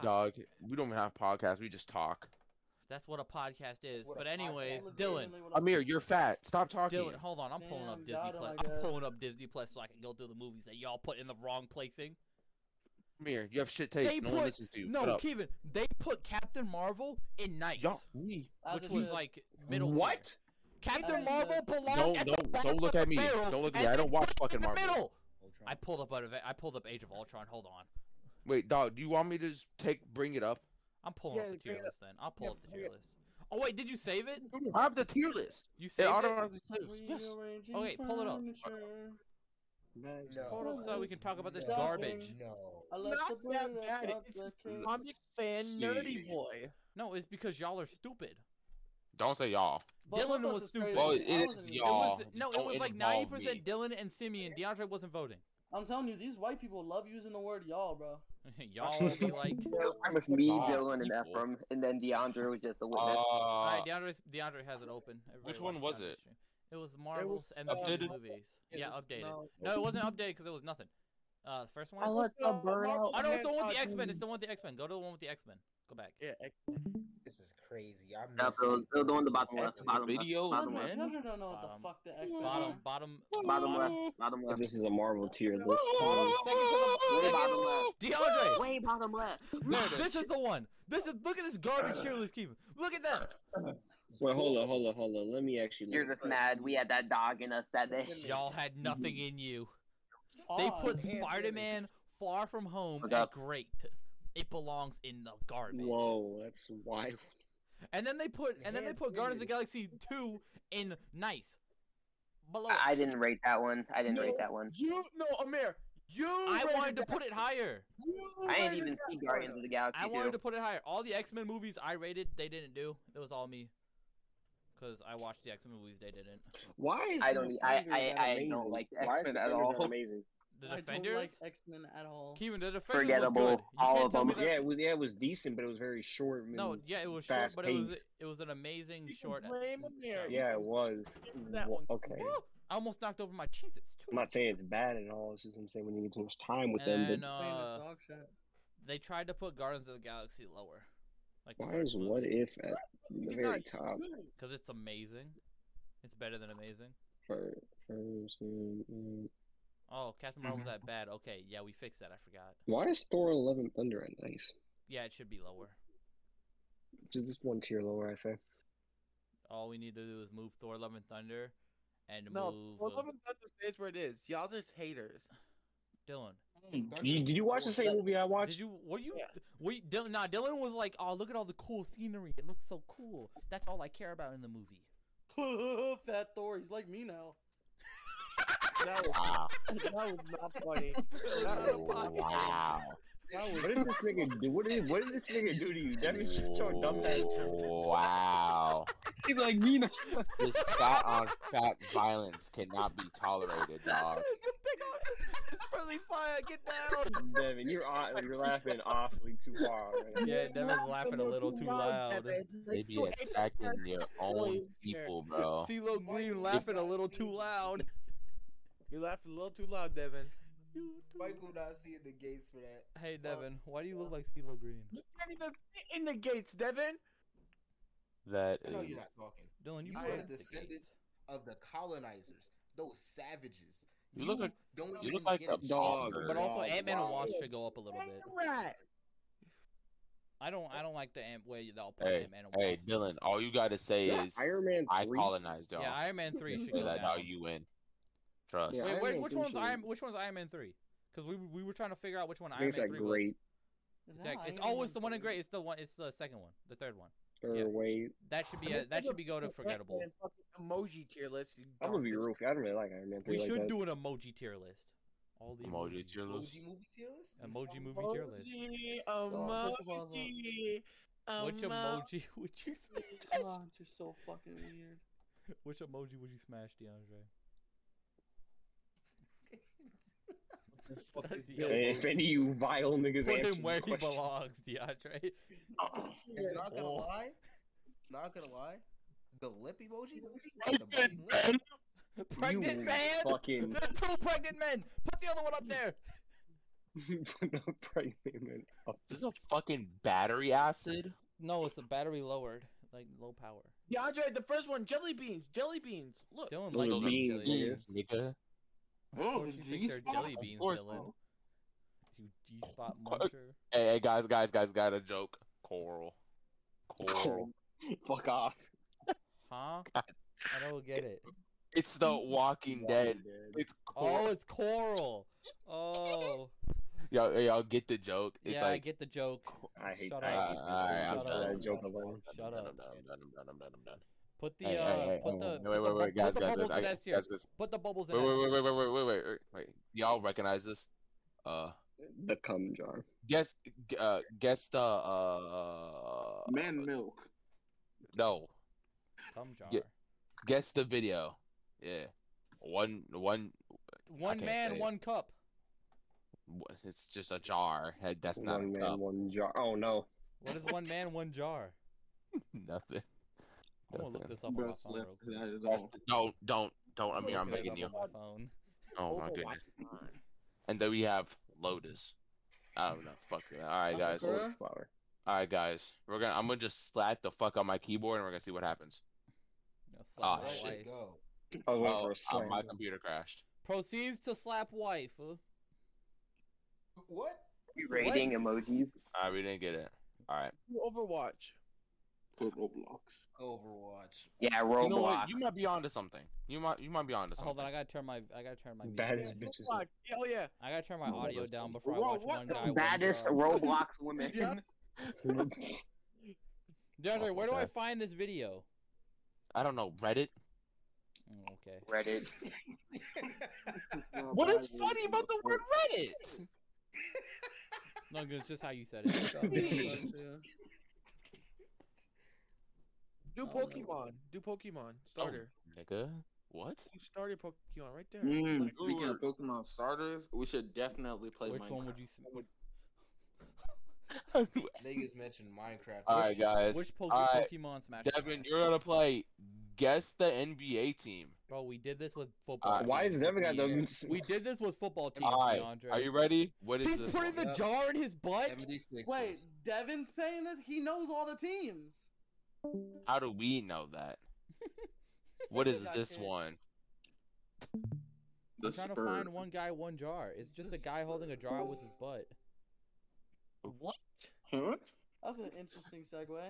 Speaker 6: Dog, we don't even have podcasts. We just talk.
Speaker 1: That's what a podcast is.
Speaker 2: What a
Speaker 1: But
Speaker 2: podcast
Speaker 1: anyways,
Speaker 2: is.
Speaker 1: Dylan,
Speaker 7: Legitimately what I'm-
Speaker 6: Amir, you're fat. Stop talking.
Speaker 1: Dylan, hold on. I'm pulling up
Speaker 7: Damn,
Speaker 13: oh
Speaker 1: Disney
Speaker 7: got him,
Speaker 1: Plus.
Speaker 7: I
Speaker 1: I'm
Speaker 7: guess.
Speaker 1: pulling up Disney Plus so I can go through the movies that y'all put in the wrong placing.
Speaker 13: Come here. You have shit taste.
Speaker 1: They
Speaker 13: no
Speaker 1: put
Speaker 13: one listens to you. Shut
Speaker 1: no,
Speaker 13: up.
Speaker 1: Kevin. They put Captain Marvel in Nice, which
Speaker 13: That's
Speaker 1: was
Speaker 7: (laughs)
Speaker 13: good.
Speaker 1: like middle.
Speaker 13: What?
Speaker 1: tier. Captain Marvel belonged
Speaker 13: Don't
Speaker 1: at the
Speaker 13: don't
Speaker 1: bottom
Speaker 13: don't look
Speaker 1: of
Speaker 13: at
Speaker 1: the
Speaker 13: me.
Speaker 1: barrel
Speaker 13: Don't look at
Speaker 1: and
Speaker 13: me. I
Speaker 1: they
Speaker 13: don't watch
Speaker 1: put it
Speaker 13: fucking
Speaker 1: in the
Speaker 13: Marvel.
Speaker 1: middle. I pulled up out of I pulled up Age of Ultron. Hold on,
Speaker 13: Wait, dog. Do you want me to just take bring it up?
Speaker 1: I'm pulling up the tier list. Then I'll pull up the tier list. Oh wait, did you save it?
Speaker 13: I have the tier list.
Speaker 1: You saved it.
Speaker 13: automatically
Speaker 1: Okay, pull it up.
Speaker 13: No.
Speaker 1: Hold up so we can talk about this
Speaker 13: No.
Speaker 1: garbage.
Speaker 2: No.
Speaker 7: Not that bad. It's just
Speaker 25: comic fan nerdy
Speaker 1: boy. No, it's because y'all are stupid.
Speaker 6: Don't say y'all.
Speaker 1: Dylan was stupid.
Speaker 6: Well, it is
Speaker 1: It
Speaker 6: y'all.
Speaker 1: was, no, it
Speaker 6: Don't
Speaker 1: was like ninety
Speaker 6: involve me.
Speaker 1: percent Dylan and Simeon. DeAndre wasn't voting. (laughs)
Speaker 7: I'm telling you, these white people love using the word y'all, bro.
Speaker 1: y'all will be like,
Speaker 3: It was me, Dylan, and Ephraim, and then DeAndre was just a witness. (laughs)
Speaker 6: Uh, Oh,
Speaker 1: All right, DeAndre, DeAndre has it open. Everybody
Speaker 6: Which one
Speaker 1: watch
Speaker 6: was
Speaker 1: DeAndre's
Speaker 6: it?
Speaker 1: stream. It was Marvel's and
Speaker 6: updated?
Speaker 1: movies. Yeah,
Speaker 6: was-
Speaker 1: updated. No,
Speaker 6: no.
Speaker 1: it wasn't updated because it was nothing. Uh, the first one.
Speaker 25: I let the burnout
Speaker 1: Oh no, it's the one with the
Speaker 25: Hancock
Speaker 1: X Men.
Speaker 25: movie-
Speaker 1: It's the one with the X Men. Go to the one with the X Men. Go back.
Speaker 11: Yeah,
Speaker 2: This is crazy. I'm
Speaker 3: Yeah, bro, they're doing the bottom left, bottom left,
Speaker 2: Videos,
Speaker 3: bottom
Speaker 2: man.
Speaker 3: left.
Speaker 7: DeAndre don't know what the fuck the X-Men
Speaker 1: Bottom,
Speaker 7: are.
Speaker 1: bottom,
Speaker 3: Bottom left, bottom
Speaker 5: If
Speaker 3: left.
Speaker 5: this is a Marvel tier list.
Speaker 3: Way bottom left.
Speaker 1: DeAndre!
Speaker 3: Way bottom left.
Speaker 1: This is the one. This is look at this garbage tier list, Kevin. Look at that.
Speaker 5: Wait, hold on, hold on, hold on. Let me actually. look.
Speaker 3: You're just mad. We had that dog in us that day.
Speaker 1: Y'all had nothing in you. They put Spider Man Far From Home
Speaker 3: Look
Speaker 1: at
Speaker 3: up.
Speaker 1: great. It belongs in the garbage.
Speaker 5: Whoa, that's why.
Speaker 1: And then they put and then they put Guardians of the Galaxy two in nice. Below.
Speaker 3: I I didn't rate that one. I didn't rate that one.
Speaker 25: You no, Amir. You.
Speaker 1: I
Speaker 25: rated
Speaker 1: wanted to
Speaker 25: that-
Speaker 1: put it
Speaker 5: (laughs)
Speaker 1: higher.
Speaker 3: I didn't even see Guardians of the Galaxy
Speaker 1: I wanted
Speaker 3: two.
Speaker 1: to put it higher. All the X Men movies I rated, they didn't do. It was all me. Cause I watched the X Men movies, they didn't.
Speaker 5: Why is
Speaker 3: I
Speaker 5: the
Speaker 3: don't. e- I
Speaker 5: Defenders
Speaker 3: I
Speaker 5: that
Speaker 3: I
Speaker 5: amazing?
Speaker 3: don't like the
Speaker 5: Why is
Speaker 3: X Men at
Speaker 5: Defenders
Speaker 3: all.
Speaker 5: that Amazing.
Speaker 1: The
Speaker 7: I
Speaker 1: Defenders.
Speaker 7: don't like X-Men at all.
Speaker 1: Kevin, the Defenders was good.
Speaker 5: Forgettable.
Speaker 1: You
Speaker 5: All
Speaker 1: can't
Speaker 5: of
Speaker 1: tell
Speaker 5: them.
Speaker 1: me that-
Speaker 5: Um, Yeah, it was yeah, it was decent, but it was very short. And
Speaker 1: No, yeah, it was short, but it was
Speaker 5: fast-paced.
Speaker 1: it was an amazing short.
Speaker 25: blame
Speaker 1: show.
Speaker 5: Yeah, it was.
Speaker 25: That
Speaker 5: Wha-
Speaker 25: one.
Speaker 5: Okay.
Speaker 1: I almost knocked over my cheese. It's too.
Speaker 5: I'm not saying it's bad at all. It's just I'm saying when you get too much time with them.
Speaker 1: And
Speaker 5: But
Speaker 1: uh, they tried to put Guardians of the Galaxy lower, like
Speaker 5: why is What If at the very top?
Speaker 1: because it's amazing. It's better than amazing.
Speaker 5: For, first, mm, and- and-
Speaker 1: Oh, Captain Marvel was
Speaker 11: Mm-hmm.
Speaker 1: that bad? Okay, yeah, we fixed that. I forgot.
Speaker 5: why is Thor 11 Thunder at nice?
Speaker 1: Yeah, it should be lower.
Speaker 5: Just just one tier lower, I say.
Speaker 1: All we need to do is move Thor: Love and Thunder, and
Speaker 11: No,
Speaker 1: move
Speaker 11: well,
Speaker 1: uh,
Speaker 11: Love and Thunder stays where it is. Y'all just (laughs) haters.
Speaker 1: Dylan.
Speaker 5: You, did you watch the same movie I watched?
Speaker 1: Did you? Were you? Were you Dylan, nah, Dylan was like, "Oh, look at all the cool scenery. It looks so cool. That's all I care about in the movie."
Speaker 7: (laughs) Fat Thor, he's like me now.
Speaker 11: That was, that was not (laughs) funny. That was
Speaker 6: Wow.
Speaker 11: (laughs)
Speaker 5: What did this nigga do? What did what did this nigga do to you? That is your dumb ass.
Speaker 6: Wow.
Speaker 5: He's like Nina.
Speaker 6: This fat on fat violence cannot be
Speaker 1: (laughs)
Speaker 6: tolerated, dog.
Speaker 1: It's friendly fire. Get down.
Speaker 5: Devin, you're aw- you're laughing awfully too far. Right?
Speaker 1: Yeah, Devin's laughing a little too loud.
Speaker 6: They be attacking your own people, bro.
Speaker 1: CeeLo Green laughing a little too loud.
Speaker 11: You laughed a little too loud, Devin.
Speaker 2: Michael not seeing the gates for that.
Speaker 1: Hey Devin, why do you
Speaker 11: Oh.
Speaker 1: look like CeeLo Green?
Speaker 11: can't even fit in the gates, Devin.
Speaker 6: That
Speaker 2: I know you're
Speaker 6: is.
Speaker 2: not talking.
Speaker 1: Dylan,
Speaker 2: you,
Speaker 1: you
Speaker 2: are
Speaker 1: broke the
Speaker 2: the descendants of the colonizers, those savages.
Speaker 6: You look like-
Speaker 2: don't
Speaker 6: you
Speaker 2: even
Speaker 6: look like
Speaker 2: get
Speaker 6: a
Speaker 2: chance.
Speaker 6: dog.
Speaker 1: But also,
Speaker 6: Wow,
Speaker 1: Ant Man and
Speaker 6: wow.
Speaker 1: Wasp should go up a little bit. I don't, I don't like the Ant way y'all put
Speaker 6: Hey,
Speaker 1: Ant Man and
Speaker 6: hey,
Speaker 1: Wasp.
Speaker 6: Dylan, all you gotta say
Speaker 5: Yeah,
Speaker 6: is
Speaker 5: Iron Man
Speaker 6: I
Speaker 5: 3?
Speaker 6: colonized y'all.
Speaker 1: Yeah, Iron Man three should
Speaker 6: So
Speaker 1: go
Speaker 6: that's how
Speaker 1: down.
Speaker 6: you win. Trust.
Speaker 5: Yeah,
Speaker 1: Wait,
Speaker 5: Iron
Speaker 1: wait,
Speaker 5: Man
Speaker 1: which
Speaker 5: 3
Speaker 1: one's
Speaker 5: should-
Speaker 1: Iron? Which one's Iron Man three? Because we we were trying to figure out which one
Speaker 5: I
Speaker 1: Iron Man
Speaker 5: think
Speaker 1: three
Speaker 5: it's like
Speaker 1: was.
Speaker 5: great
Speaker 1: Exactly. It's
Speaker 7: Iron
Speaker 1: always
Speaker 7: Man
Speaker 1: the one in great. It's the one. It's the second one. The third one.
Speaker 5: or wait.
Speaker 1: That should be. A, that should be go to forgettable.
Speaker 11: Ant-Man fucking emoji tier list. you
Speaker 5: I'm gonna
Speaker 11: dumb
Speaker 5: be
Speaker 11: bitch.
Speaker 5: real. with you, I don't really like Iron Man 3
Speaker 1: We
Speaker 5: like
Speaker 1: should
Speaker 5: that.
Speaker 1: do an emoji tier list. All the
Speaker 6: Emoji
Speaker 1: emojis.
Speaker 6: tier list.
Speaker 2: Emoji movie tier list?
Speaker 1: Emoji
Speaker 2: (laughs)
Speaker 1: movie tier list.
Speaker 25: Emoji, emoji,
Speaker 1: Which emoji (laughs) would you smash?
Speaker 7: God, you're so fucking weird.
Speaker 1: Which emoji would you smash, DeAndre?
Speaker 11: Fuck is
Speaker 1: the
Speaker 5: Yeah,
Speaker 1: emoji?
Speaker 5: if any of you vile niggas
Speaker 1: Put
Speaker 5: answer
Speaker 1: him
Speaker 5: the
Speaker 1: where he
Speaker 5: question.
Speaker 1: belongs, DeAndre.
Speaker 2: And not gonna
Speaker 1: Oh.
Speaker 2: lie, not gonna lie, the lip emoji. The biting lip.
Speaker 1: Pregnant
Speaker 5: You
Speaker 1: man.
Speaker 5: fucking-
Speaker 1: There are two pregnant men. Put the other one up there.
Speaker 5: (laughs) Pregnant man.
Speaker 6: Is this a fucking battery acid?
Speaker 1: No, it's a battery lowered, like low power.
Speaker 11: DeAndre, the first one, jelly beans, jelly beans. Look,
Speaker 1: Dylan
Speaker 6: Those
Speaker 1: likes
Speaker 6: are
Speaker 1: jelly beans.
Speaker 6: beans, nigga.
Speaker 1: Of course you think they're jelly beans, Dylan. you G spot muncher.
Speaker 6: Hey, hey, guys, guys, guys, got a joke. Coral.
Speaker 1: (laughs)
Speaker 6: Coral.
Speaker 5: (laughs) Fuck off.
Speaker 1: Huh? I don't get it.
Speaker 6: It's the Walking Dead. It's
Speaker 1: Oh,
Speaker 6: coral.
Speaker 1: it's coral. Oh.
Speaker 6: Y'all, y'all get the joke. It's
Speaker 1: yeah, I
Speaker 6: like
Speaker 1: get the joke.
Speaker 5: I hate
Speaker 1: Shut
Speaker 5: that. Uh,
Speaker 1: up.
Speaker 6: Alright,
Speaker 1: Shut
Speaker 6: I'm done.
Speaker 1: up.
Speaker 6: That joke alone.
Speaker 1: Shut
Speaker 6: I'm
Speaker 1: up.
Speaker 6: done. I'm done. I'm done. I'm done. I'm done.
Speaker 1: Put the
Speaker 6: Hey,
Speaker 1: uh,
Speaker 6: hey, hey,
Speaker 1: put
Speaker 6: hey,
Speaker 1: the put
Speaker 6: wait,
Speaker 1: the
Speaker 6: wait, wait,
Speaker 1: bu-
Speaker 6: guys,
Speaker 1: put the
Speaker 6: guys, guys,
Speaker 1: bubbles
Speaker 6: I-
Speaker 1: in S tier.
Speaker 6: guys, guys.
Speaker 1: Put the bubbles in
Speaker 6: Wait,
Speaker 1: S
Speaker 6: wait,
Speaker 1: tier.
Speaker 6: wait, wait, wait, wait, wait, wait, wait. wait. Y'all recognize this? Uh,
Speaker 5: The cum jar.
Speaker 6: guess, g- uh, guess the uh.
Speaker 13: Man milk.
Speaker 6: No,
Speaker 1: Thumb jar.
Speaker 6: Ge- guess the video. Yeah, one, one. I
Speaker 1: One
Speaker 6: can't
Speaker 1: man,
Speaker 6: say it.
Speaker 1: one cup.
Speaker 6: One- It's just a jar. Hey, That's not
Speaker 5: One
Speaker 6: a
Speaker 5: man,
Speaker 6: cup.
Speaker 5: one jar. Oh no.
Speaker 1: What is one man, one jar?
Speaker 6: (laughs) Nothing.
Speaker 1: I'm gonna look
Speaker 6: Nothing.
Speaker 1: this up on my
Speaker 5: That's
Speaker 1: phone
Speaker 5: left-
Speaker 1: real quick.
Speaker 5: that is
Speaker 6: That's-
Speaker 5: all.
Speaker 6: Don't, don't, don't. I
Speaker 1: I'm
Speaker 6: mean, I'm
Speaker 1: looking it
Speaker 6: begging
Speaker 1: up
Speaker 6: you.
Speaker 1: on my phone.
Speaker 6: Oh my goodness. And then we have Lotus. I don't know. Fuck that. All right, guys.
Speaker 1: Sakura? Lotus
Speaker 6: All
Speaker 5: Oh,
Speaker 6: right, guys. We're gonna. I'm gonna just slap the fuck on my keyboard, and we're gonna see what happens.
Speaker 1: No, slap
Speaker 6: Ah,
Speaker 1: wife.
Speaker 6: shit.
Speaker 2: Go.
Speaker 5: I was waiting
Speaker 6: Oh,
Speaker 5: for a
Speaker 6: uh,
Speaker 5: slam.
Speaker 6: my computer crashed.
Speaker 1: Proceeds to slap wife. huh?
Speaker 2: What?
Speaker 3: Rating emojis.
Speaker 6: All right, we didn't get it. All right.
Speaker 11: Overwatch.
Speaker 13: Put Roblox.
Speaker 2: Overwatch. (laughs)
Speaker 3: Yeah,
Speaker 6: You know
Speaker 3: Roblox.
Speaker 6: what? You might be onto something. You might. You might be onto something.
Speaker 1: Hold on, I gotta turn my I gotta turn my
Speaker 5: Bad
Speaker 1: music.
Speaker 5: as
Speaker 1: down.
Speaker 5: bitches.
Speaker 11: Fuck, Hell yeah.
Speaker 1: I gotta turn my
Speaker 5: Come on,
Speaker 1: audio
Speaker 5: let's
Speaker 1: down
Speaker 5: go.
Speaker 1: before I
Speaker 11: Whoa,
Speaker 1: watch
Speaker 11: what
Speaker 1: one
Speaker 11: the-
Speaker 1: guy. um, one
Speaker 3: Baddest
Speaker 1: jar. (laughs)
Speaker 3: Roblox woman.
Speaker 11: Yeah.
Speaker 1: DeAndre, where do I
Speaker 6: Okay.
Speaker 1: find this video?
Speaker 6: I don't know Reddit.
Speaker 1: Oh, okay.
Speaker 3: Reddit.
Speaker 6: What is funny about the word Reddit?
Speaker 1: No, 'cause it's just how you said it.
Speaker 13: (laughs)
Speaker 5: Bitches.
Speaker 11: Do
Speaker 1: Oh, no.
Speaker 11: Pokemon. Do Pokemon.
Speaker 6: Oh,
Speaker 11: Starter.
Speaker 6: nigga, what?
Speaker 11: You started Pokemon right there.
Speaker 13: Mm,
Speaker 11: Like,
Speaker 13: speaking
Speaker 6: (laughs)
Speaker 13: of Pokemon starters, we should definitely play
Speaker 1: Which
Speaker 13: Minecraft.
Speaker 1: one would you? s-
Speaker 2: Niggas mentioned Minecraft.
Speaker 6: All right, guys.
Speaker 1: Which Poke-
Speaker 6: All right,
Speaker 1: Pokemon Smash?
Speaker 6: Devin,
Speaker 1: Bros?
Speaker 6: you're gonna play. Guess the NBA team.
Speaker 1: Bro, we did this with football.
Speaker 6: Alright.
Speaker 5: Why
Speaker 1: teams
Speaker 5: is Devin got
Speaker 1: fucking-
Speaker 5: them?
Speaker 1: We did this with football teams,
Speaker 6: All right,
Speaker 1: DeAndre.
Speaker 6: are you ready? What is
Speaker 1: He's
Speaker 6: this?
Speaker 1: putting
Speaker 6: one?
Speaker 1: the
Speaker 2: Yep.
Speaker 1: jar in his butt.
Speaker 2: 76.
Speaker 7: Wait, Devin's paying this. He knows all the teams.
Speaker 6: How do we know
Speaker 11: (laughs)
Speaker 6: that? What is
Speaker 7: Yeah, I
Speaker 6: this
Speaker 7: can't.
Speaker 6: one?
Speaker 1: I'm trying to find one guy, one jar. It's just a guy holding a jar with his butt.
Speaker 5: What? Huh?
Speaker 7: That's an interesting segue.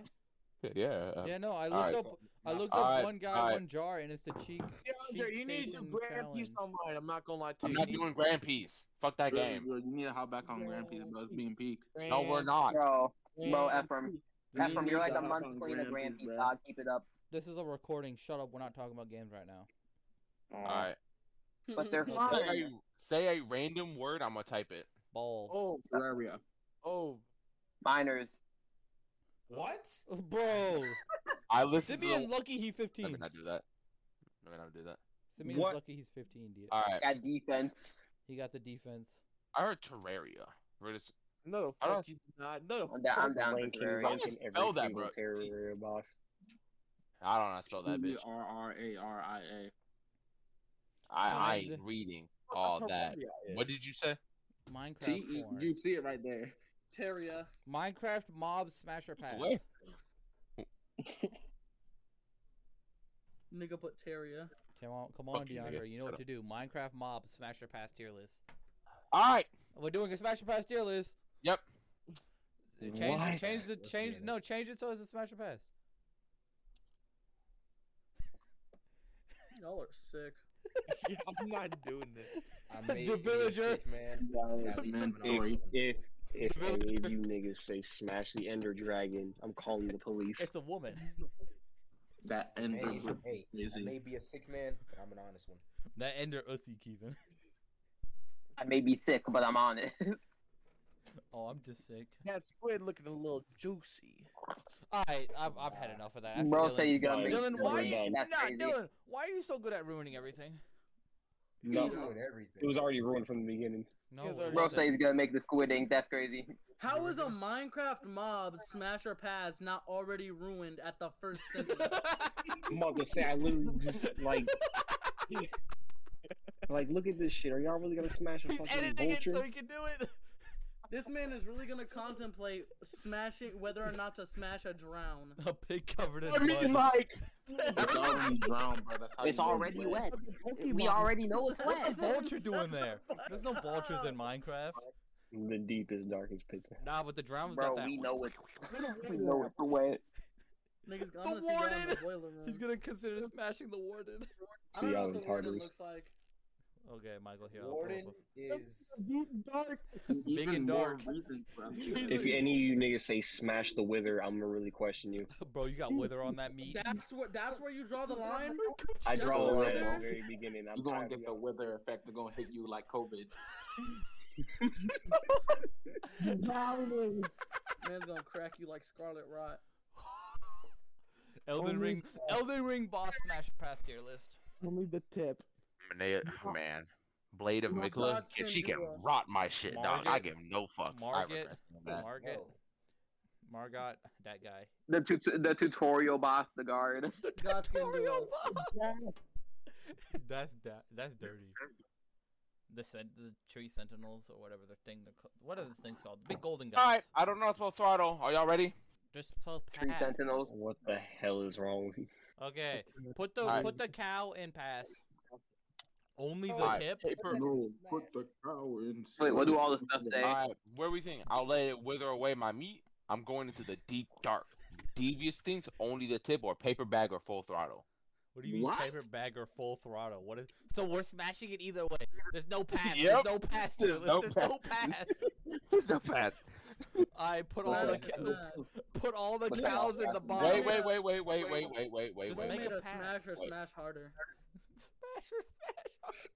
Speaker 6: Yeah.
Speaker 1: Yeah, no, I
Speaker 6: Alright.
Speaker 1: looked up. I looked up
Speaker 6: Alright,
Speaker 1: one guy,
Speaker 6: alright.
Speaker 1: one jar, and it's the cheek.
Speaker 11: DeAndre, you need to
Speaker 1: Station
Speaker 11: grab
Speaker 1: challenge.
Speaker 11: piece on mine. I'm not gonna lie to
Speaker 6: I'm
Speaker 11: you.
Speaker 6: not
Speaker 11: You
Speaker 6: doing Grand Peace. Fuck that
Speaker 13: Really,
Speaker 6: game.
Speaker 13: really, You need to hop back on Grand Peak about being peak.
Speaker 11: need
Speaker 6: No, we're
Speaker 11: grand-
Speaker 6: not.
Speaker 3: Bro, bro,
Speaker 11: grand-
Speaker 3: Ephraim.
Speaker 13: You
Speaker 3: Ephraim,
Speaker 13: need
Speaker 3: you're like
Speaker 13: to
Speaker 3: a
Speaker 13: hop
Speaker 3: month
Speaker 13: on
Speaker 3: clean
Speaker 13: Grand
Speaker 3: of Grand
Speaker 13: Prix,
Speaker 3: Peace,
Speaker 13: bruh.
Speaker 3: dog. Keep it up.
Speaker 1: This is a recording. Shut up. We're not talking about games right now.
Speaker 6: All right.
Speaker 3: But
Speaker 7: (laughs)
Speaker 3: they're
Speaker 6: Say
Speaker 3: fine.
Speaker 6: a, say a random word. I'm gonna type it.
Speaker 1: Balls.
Speaker 11: Oh,
Speaker 13: Terraria.
Speaker 11: oh.
Speaker 3: Minors.
Speaker 2: What?
Speaker 1: (laughs) Bro,
Speaker 6: I listened.
Speaker 1: Simeon
Speaker 6: To
Speaker 1: lucky he
Speaker 6: the... Let me
Speaker 1: 15.
Speaker 6: not do that. Let me not do that.
Speaker 1: Simeon's
Speaker 5: What?
Speaker 1: lucky he's 15, dude.
Speaker 6: All right.
Speaker 3: That defense.
Speaker 1: He got the defense.
Speaker 6: I heard Terraria. We're just.
Speaker 11: No, the
Speaker 6: I
Speaker 11: fuck
Speaker 6: don't-
Speaker 11: you do not. No, the
Speaker 3: I'm down, I'm
Speaker 11: fuck
Speaker 3: down for
Speaker 5: Ranking,
Speaker 3: Terraria.
Speaker 6: Why
Speaker 5: ranking
Speaker 6: you
Speaker 5: every
Speaker 6: spell that,
Speaker 5: single
Speaker 6: bro?
Speaker 5: Terraria boss.
Speaker 6: I don't know. how to
Speaker 5: Oh,
Speaker 6: Spell that bitch.
Speaker 13: E R R A R I A.
Speaker 6: I I
Speaker 1: Find-
Speaker 6: ain't reading
Speaker 11: the
Speaker 6: all
Speaker 11: Terraria
Speaker 6: that.
Speaker 11: is.
Speaker 6: What did you say?
Speaker 1: Minecraft
Speaker 13: See, E,
Speaker 6: E
Speaker 13: you-
Speaker 1: porn.
Speaker 13: you see it right there.
Speaker 7: Terria.
Speaker 1: Minecraft mob smasher pass.
Speaker 6: Where?
Speaker 7: Nigga put Terria.
Speaker 1: Come on, come on,
Speaker 6: Fuck you, nigga.
Speaker 1: DeAndre. You know
Speaker 6: Shut
Speaker 1: what to
Speaker 6: up.
Speaker 1: do. Minecraft mob smasher pass tier list.
Speaker 6: All right.
Speaker 1: We're doing a smasher pass tier list.
Speaker 6: Yep.
Speaker 1: Change,
Speaker 5: What?
Speaker 1: change the
Speaker 2: Let's
Speaker 1: change.
Speaker 2: get it.
Speaker 1: No, change it so it's a smasher pass.
Speaker 7: Y'all are sick.
Speaker 11: Yeah, I'm not doing this.
Speaker 1: (laughs)
Speaker 2: I
Speaker 1: The
Speaker 2: made it
Speaker 1: villager.
Speaker 2: sick, man.
Speaker 5: Guys,
Speaker 2: At least
Speaker 13: man,
Speaker 2: I'm not
Speaker 5: if,
Speaker 2: alone.
Speaker 5: if, if any
Speaker 6: (laughs)
Speaker 5: of you niggas say smash the Ender Dragon, I'm calling the police.
Speaker 1: It's a woman.
Speaker 13: That
Speaker 2: Hey,
Speaker 13: ender was
Speaker 2: hey, I
Speaker 13: amazing.
Speaker 2: may be a sick man, but I'm an honest one.
Speaker 1: that Ender Ussy Kevin.
Speaker 3: I may be sick, but I'm honest.
Speaker 1: Oh, I'm just sick.
Speaker 11: That squid looking a little juicy.
Speaker 1: All right, I've, I've had enough of that. After
Speaker 3: Bro
Speaker 1: Dylan-
Speaker 3: said he's gonna
Speaker 5: Dylan,
Speaker 3: make
Speaker 1: Dylan,
Speaker 5: We're
Speaker 1: why
Speaker 5: done.
Speaker 1: you,
Speaker 3: That's
Speaker 1: nah,
Speaker 3: crazy.
Speaker 1: Dylan, why are you so good at ruining everything?
Speaker 5: No,
Speaker 2: You ruin everything.
Speaker 5: it was already ruined from the beginning.
Speaker 1: No,
Speaker 11: Yeah,
Speaker 1: it
Speaker 11: they're
Speaker 3: Bro
Speaker 1: wasn't. (laughs)
Speaker 3: said he's gonna make the squid ink. That's crazy.
Speaker 7: How is a Minecraft mob smash or pass not already ruined at the first sentence?
Speaker 1: (laughs)
Speaker 5: I'm about to say, I literally just like, (laughs) like, look at this shit. Are y'all really gonna smash a
Speaker 1: He's
Speaker 5: fucking
Speaker 1: editing it so
Speaker 5: vulture?
Speaker 1: he can do it. (laughs)
Speaker 7: this man is really gonna contemplate smashing whether or not to smash a drown.
Speaker 1: A pig covered in
Speaker 5: I mean,
Speaker 1: mud. (laughs)
Speaker 5: like,
Speaker 13: It's already drowned, bro. That's how
Speaker 3: It's
Speaker 13: you know
Speaker 3: already wet.
Speaker 5: Pokemon.
Speaker 3: We already know it's (laughs)
Speaker 1: (laughs) What the
Speaker 3: wet.
Speaker 1: vulture doing there? There's no vultures in Minecraft.
Speaker 5: The deepest, darkest pits.
Speaker 1: Nah, but the drown's got
Speaker 5: Bro,
Speaker 1: that.
Speaker 5: we know it.
Speaker 1: it.
Speaker 5: We know it's wet.
Speaker 7: Niggas gonna
Speaker 1: The
Speaker 7: see y'all in
Speaker 1: warden.
Speaker 7: the boiler room.
Speaker 1: He's gonna consider smashing the warden.
Speaker 7: I don't
Speaker 5: See
Speaker 7: know
Speaker 5: y'all
Speaker 7: what
Speaker 5: in
Speaker 7: the warden
Speaker 5: Tartarus.
Speaker 7: looks like.
Speaker 1: (laughs) Okay, Michael. Here. I'll pull
Speaker 2: Warden (laughs)
Speaker 1: up
Speaker 2: is
Speaker 7: dark.
Speaker 1: Big and dark.
Speaker 2: (laughs)
Speaker 5: If any of you niggas say smash the wither, I'm gonna really question you.
Speaker 1: a- (laughs) Bro, you got wither on that meat.
Speaker 7: That's what. That's where you draw
Speaker 1: (laughs)
Speaker 7: the line.
Speaker 5: I
Speaker 7: That's
Speaker 5: draw a
Speaker 7: where
Speaker 5: line at
Speaker 7: it
Speaker 5: the
Speaker 7: is?
Speaker 5: very beginning. I'm
Speaker 13: You're gonna
Speaker 5: tired of
Speaker 13: get the weather effect. They're gonna hit you like COVID.
Speaker 7: Drowning. Man's gonna crack you like Scarlet Rot.
Speaker 1: Elden
Speaker 4: Only
Speaker 1: Ring.
Speaker 4: the-
Speaker 1: Elden Ring boss smash past tier list.
Speaker 4: Only the tip.
Speaker 6: Manea, oh, man. Blade of
Speaker 1: My
Speaker 6: Mikla,
Speaker 1: gods
Speaker 6: yeah,
Speaker 1: can
Speaker 6: she
Speaker 1: do
Speaker 6: can
Speaker 1: a-
Speaker 6: rot my shit, dog. I
Speaker 1: Margit-
Speaker 6: give no fucks. I
Speaker 1: Margit.
Speaker 6: regress on that.
Speaker 1: Margit. Margot. That guy.
Speaker 3: The tut- the tutorial boss, the guard.
Speaker 1: (laughs)
Speaker 7: God's gonna do it.
Speaker 1: that's da- that's dirty. The sen- the tree sentinels or whatever the thing they're called. What are the things called? The big golden guys.
Speaker 6: All right, I don't know about throttle. Are y'all ready?
Speaker 1: Just pull pass.
Speaker 5: What the hell is wrong with you?
Speaker 1: Okay, put the
Speaker 5: Alright.
Speaker 1: put the cow in pass. Only the
Speaker 6: Alright,
Speaker 1: tip.
Speaker 13: No, put the cow (laughs) in.
Speaker 6: Alright, where we think? I'll let it wither away my meat. I'm going into the deep dark. Devious things, only the tip or paper bag or full throttle.
Speaker 1: What do you mean
Speaker 6: What?
Speaker 1: paper bag or full throttle? What is? So we're smashing it either way. There's no pass.
Speaker 6: Yep.
Speaker 1: There's no pass.
Speaker 6: There's
Speaker 1: There's,
Speaker 6: no
Speaker 1: There's no pass.
Speaker 6: (laughs) Who's the pass?
Speaker 1: I put all the ca- put all the
Speaker 6: Wait,
Speaker 1: cows in the bottom.
Speaker 6: Wait, wait, wait, wait, wait, wait, wait, wait, wait,
Speaker 1: Just
Speaker 6: wait.
Speaker 1: make
Speaker 6: wait.
Speaker 1: a
Speaker 7: Either
Speaker 1: pass.
Speaker 7: smash or
Speaker 6: Wait.
Speaker 7: smash harder.
Speaker 1: Smash or smash harder.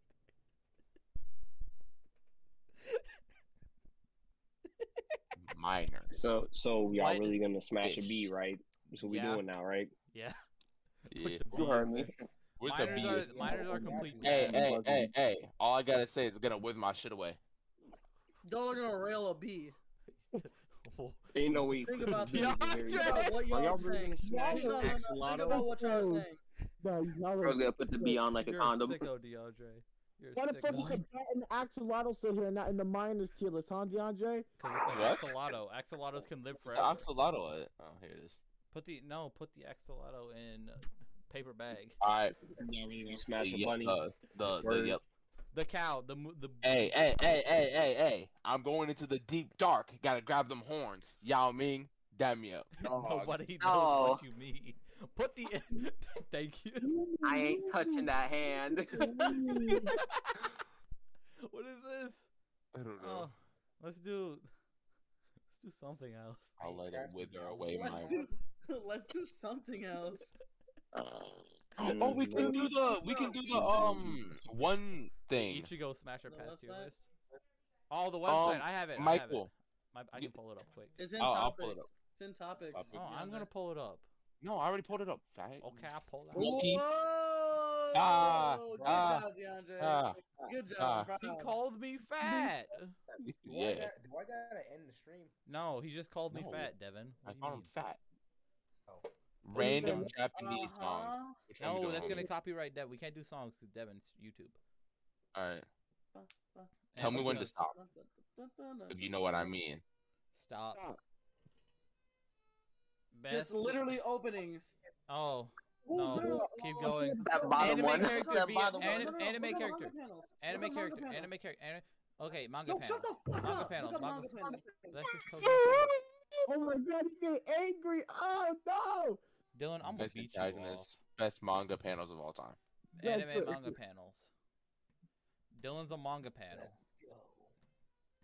Speaker 1: (laughs)
Speaker 6: Minor.
Speaker 5: So, so y'all
Speaker 1: What?
Speaker 5: really gonna smash a bee, right? That's what we
Speaker 1: Yeah.
Speaker 5: doing now, right?
Speaker 1: Yeah. (laughs)
Speaker 6: Yeah.
Speaker 5: You heard me.
Speaker 6: Where's
Speaker 1: Miners
Speaker 6: the
Speaker 1: are-
Speaker 6: bees?
Speaker 1: miners are complete
Speaker 6: Hey,
Speaker 1: (laughs) bananas.
Speaker 6: hey, hey, hey! All I gotta say is gonna wither my shit away.
Speaker 7: Y'all are gonna rail a bee.
Speaker 5: Ain't no way.
Speaker 7: Think about this.
Speaker 5: DeAndre!
Speaker 7: Think about what
Speaker 5: Are
Speaker 7: y'all
Speaker 5: y'all
Speaker 7: are
Speaker 6: (laughs)
Speaker 5: really
Speaker 7: saying.
Speaker 5: gonna smash
Speaker 7: Think about-
Speaker 5: Axe
Speaker 7: Think
Speaker 5: Lotto?
Speaker 7: about what y'all are saying.
Speaker 4: No, y'all
Speaker 3: Bro's gonna put the bee on like a
Speaker 1: You're
Speaker 3: condom. (laughs)
Speaker 1: a (laughs) sicko, DeAndre. You're a
Speaker 4: Why the fuck
Speaker 1: sicko.
Speaker 4: is the bat and axolotl still here and not in the miners tier list, huh, DeAndre?
Speaker 1: 'Cause it's an
Speaker 6: What?
Speaker 1: axolotl. Axolotls can live forever.
Speaker 6: Oxalotl. Oh, here it is.
Speaker 1: Put the no, put the axolotl in uh, paper bag.
Speaker 6: All right.
Speaker 5: Y'all really gonna smash
Speaker 6: the,
Speaker 5: a bunny?
Speaker 6: Uh, the, the,
Speaker 5: Word.
Speaker 6: yep.
Speaker 1: The cow, the mo- the
Speaker 6: Hey, hey, hey, hey, hey, hey! I'm going into the deep dark. Gotta grab them horns. Yao Ming, dab me up.
Speaker 1: Nobody knows
Speaker 3: No.
Speaker 1: what you mean. (laughs) Put the thank you.
Speaker 3: I ain't touching
Speaker 1: (laughs)
Speaker 3: that hand. (laughs)
Speaker 1: What is this?
Speaker 6: I don't
Speaker 1: Oh, let's do let's do something else.
Speaker 6: I'll let it wither away
Speaker 7: Let's
Speaker 6: my.
Speaker 1: (laughs)
Speaker 7: do, (laughs) let's do something else.
Speaker 6: Oh, we
Speaker 5: Mm-hmm.
Speaker 6: can do the we can do the um one thing.
Speaker 1: Ichigo Smasher
Speaker 7: The
Speaker 1: Pass tier
Speaker 7: website?
Speaker 1: list. Oh, the website.
Speaker 6: Um,
Speaker 1: I have it.
Speaker 6: Michael.
Speaker 1: I, have it. My, I
Speaker 6: You-
Speaker 1: can pull it up quick.
Speaker 7: It's in
Speaker 6: I'll- I'll
Speaker 7: topics.
Speaker 6: pull it up.
Speaker 7: It's in topics.
Speaker 6: Topic.
Speaker 1: Oh, I'm gonna pull it up.
Speaker 6: No, I already pulled it up. fag.
Speaker 1: Okay, I'll pull that.
Speaker 6: Whoa. Wookie.
Speaker 7: Whoa!
Speaker 6: Ah,
Speaker 7: Good
Speaker 6: ah,
Speaker 7: job, DeAndre.
Speaker 6: ah,
Speaker 7: Good
Speaker 6: ah.
Speaker 7: job.
Speaker 1: He
Speaker 7: bro.
Speaker 1: called me fat.
Speaker 2: Do I,
Speaker 6: Yeah,
Speaker 2: got, do I gotta end the stream?
Speaker 1: No, he just called me
Speaker 6: No.
Speaker 1: fat, Devin.
Speaker 6: I
Speaker 1: What do you
Speaker 6: found him
Speaker 1: mean?
Speaker 6: fat.
Speaker 2: Oh.
Speaker 6: Random Japanese song.
Speaker 7: Uh-huh.
Speaker 6: Which one we
Speaker 1: No,
Speaker 6: doing,
Speaker 1: Oh, that's
Speaker 6: homie?
Speaker 1: gonna copyright Dev. We can't do songs because Devin's YouTube.
Speaker 6: All right.
Speaker 7: Ba,
Speaker 6: Tell
Speaker 1: And
Speaker 6: me
Speaker 1: who
Speaker 6: when to
Speaker 1: knows?
Speaker 6: stop,
Speaker 7: ba, Uh-huh. dun, dun, dun, dun,
Speaker 6: if you know what I mean.
Speaker 1: Stop.
Speaker 7: Stop.
Speaker 1: Best-
Speaker 7: Just literally openings.
Speaker 1: Oh
Speaker 7: Ooh,
Speaker 1: no!
Speaker 7: no,
Speaker 1: keep
Speaker 7: oh,
Speaker 1: going.
Speaker 3: that bottom
Speaker 1: Anime
Speaker 3: one.
Speaker 1: character.
Speaker 3: that
Speaker 1: via-
Speaker 3: bottom
Speaker 1: an-
Speaker 3: one.
Speaker 7: No, no,
Speaker 1: anime
Speaker 7: look at the
Speaker 1: character.
Speaker 7: manga panels. Look
Speaker 1: Anime
Speaker 7: at the manga
Speaker 1: character.
Speaker 7: panels.
Speaker 1: Anime character. Anime. Okay, manga
Speaker 7: No,
Speaker 1: panels.
Speaker 7: shut the fuck
Speaker 1: Manga
Speaker 7: up.
Speaker 1: panels,
Speaker 7: Look at
Speaker 1: manga
Speaker 7: manga panels.
Speaker 1: Let's just post.
Speaker 4: Oh my god, he's getting angry. Oh no!
Speaker 1: Dylan, I'm gonna
Speaker 6: Best
Speaker 1: beat you off.
Speaker 7: (laughs)
Speaker 6: antagonist, best manga panels of all time.
Speaker 4: Yes,
Speaker 1: Anime
Speaker 4: but-
Speaker 1: manga panels. Dylan's a manga panel.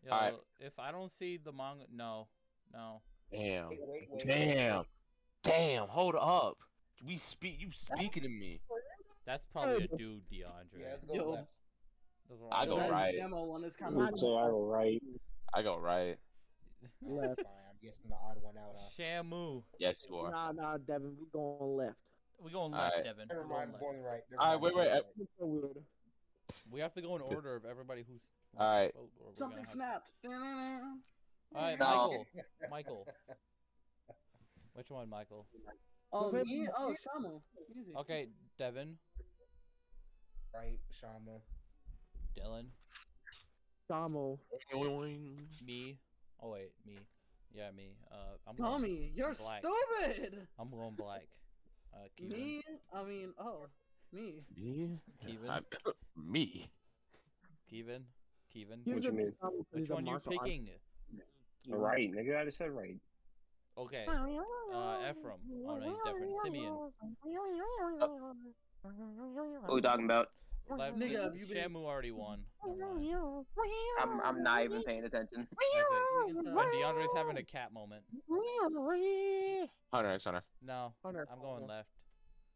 Speaker 1: Yo,
Speaker 6: Alright.
Speaker 1: if I don't see the manga, no, no.
Speaker 6: Damn.
Speaker 2: Wait, wait, wait.
Speaker 6: Damn. Damn. Hold up. We speak. You speaking to me?
Speaker 1: That's probably a dude, DeAndre.
Speaker 2: Yeah, let's go
Speaker 4: Yo.
Speaker 2: left.
Speaker 1: Those are
Speaker 6: I
Speaker 1: all-
Speaker 6: go
Speaker 7: (laughs) That
Speaker 6: right.
Speaker 7: demo one is coming.
Speaker 5: Ooh, So I will write.
Speaker 6: I go right.
Speaker 4: Left.
Speaker 2: Fine, I'm guessing the odd one out. Huh?
Speaker 1: Shamu.
Speaker 6: Yes, you are.
Speaker 4: Nah, nah, Devin, we going left.
Speaker 1: We going left,
Speaker 6: Alright.
Speaker 1: Devin.
Speaker 2: Never
Speaker 1: We
Speaker 2: mind,
Speaker 1: going
Speaker 2: I'm
Speaker 1: left.
Speaker 2: going right. Never
Speaker 6: All right,
Speaker 2: mind,
Speaker 6: wait,
Speaker 2: I'm
Speaker 6: wait,
Speaker 2: going
Speaker 6: uh,
Speaker 2: right.
Speaker 4: It's so weird.
Speaker 1: We have to go in order of everybody who's.
Speaker 6: Alright.
Speaker 1: Vote, or we're
Speaker 7: Something
Speaker 1: gonna have-
Speaker 7: snapped. Um,
Speaker 1: Alright,
Speaker 6: No.
Speaker 1: Michael. Michael. Which one, Michael?
Speaker 4: Was it-
Speaker 7: me? Oh, Shamu. Easy.
Speaker 1: Okay, Devin,
Speaker 13: uh,
Speaker 2: Right, Shama.
Speaker 1: Dylan,
Speaker 4: Damo.
Speaker 1: me. Oh wait, me. Yeah, me. Uh, I'm going,
Speaker 7: Tommy, you're
Speaker 1: Black.
Speaker 7: stupid.
Speaker 1: I'm going black. Uh, Kevin.
Speaker 7: Me? I mean, oh, me.
Speaker 6: Me?
Speaker 1: Keevan.
Speaker 6: I'm- (laughs) me?
Speaker 1: Kevin. Kevin.
Speaker 5: What you mean?
Speaker 1: Which one you picking?
Speaker 5: Right, nigga. I just said right.
Speaker 1: Okay. Uh, Ephraim. Oh no, he's different. Simeon.
Speaker 3: What we talking about?
Speaker 1: Like,
Speaker 3: Nigga,
Speaker 1: uh,
Speaker 3: have you been-
Speaker 1: Shamu already won.
Speaker 3: I'm I'm not even paying attention.
Speaker 1: When DeAndre's having a cat moment.
Speaker 6: Hunter X Hunter.
Speaker 1: No,
Speaker 4: Hunter,
Speaker 1: I'm going left.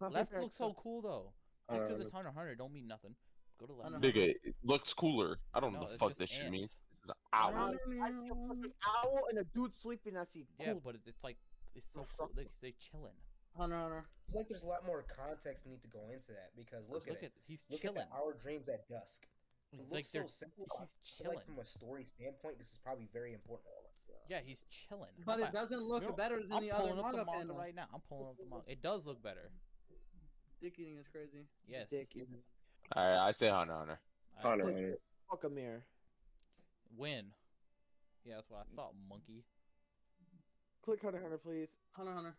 Speaker 4: Hunter
Speaker 1: Left
Speaker 4: X
Speaker 1: looks so cool though. Just because it's Hunter Hunter don't mean nothing. Go to left.
Speaker 6: Nigga, it looks cooler. I don't know
Speaker 1: No,
Speaker 6: what the
Speaker 1: it's
Speaker 6: fuck
Speaker 1: just
Speaker 6: this shit
Speaker 1: ants.
Speaker 6: means. It's an
Speaker 4: I
Speaker 6: owl.
Speaker 4: see a fucking owl and a dude sleeping. I see.
Speaker 1: Yeah,
Speaker 4: cool.
Speaker 1: but it- it's like it's so cool. Like, they're chilling.
Speaker 4: Hunter, Hunter.
Speaker 2: It's like there's a lot more context need to go into that because look,
Speaker 1: Look
Speaker 2: at, it.
Speaker 1: at- he's
Speaker 2: look At
Speaker 1: chilling.
Speaker 2: the, our dreams at dusk. It
Speaker 1: It's
Speaker 2: looks
Speaker 1: like
Speaker 2: so
Speaker 1: they're-
Speaker 2: simple.
Speaker 1: he's
Speaker 2: but, Like
Speaker 1: chilling.
Speaker 2: from a story standpoint, this is probably very important.
Speaker 1: Yeah, he's chilling.
Speaker 7: But
Speaker 1: I'm
Speaker 7: it doesn't look
Speaker 1: you know,
Speaker 7: better than
Speaker 1: I'm
Speaker 7: the other
Speaker 1: pulling up
Speaker 7: manga
Speaker 1: the manga
Speaker 7: panel.
Speaker 1: right now. I'm pulling up the manga. It does look better.
Speaker 7: Dick eating is crazy.
Speaker 1: Yes.
Speaker 6: All right, I say Hunter Hunter.
Speaker 5: Hunter, Hunter.
Speaker 4: Fuck a mirror.
Speaker 1: Win. Yeah, that's what I thought. Monkey.
Speaker 4: Click Hunter Hunter, please.
Speaker 7: Hunter Hunter.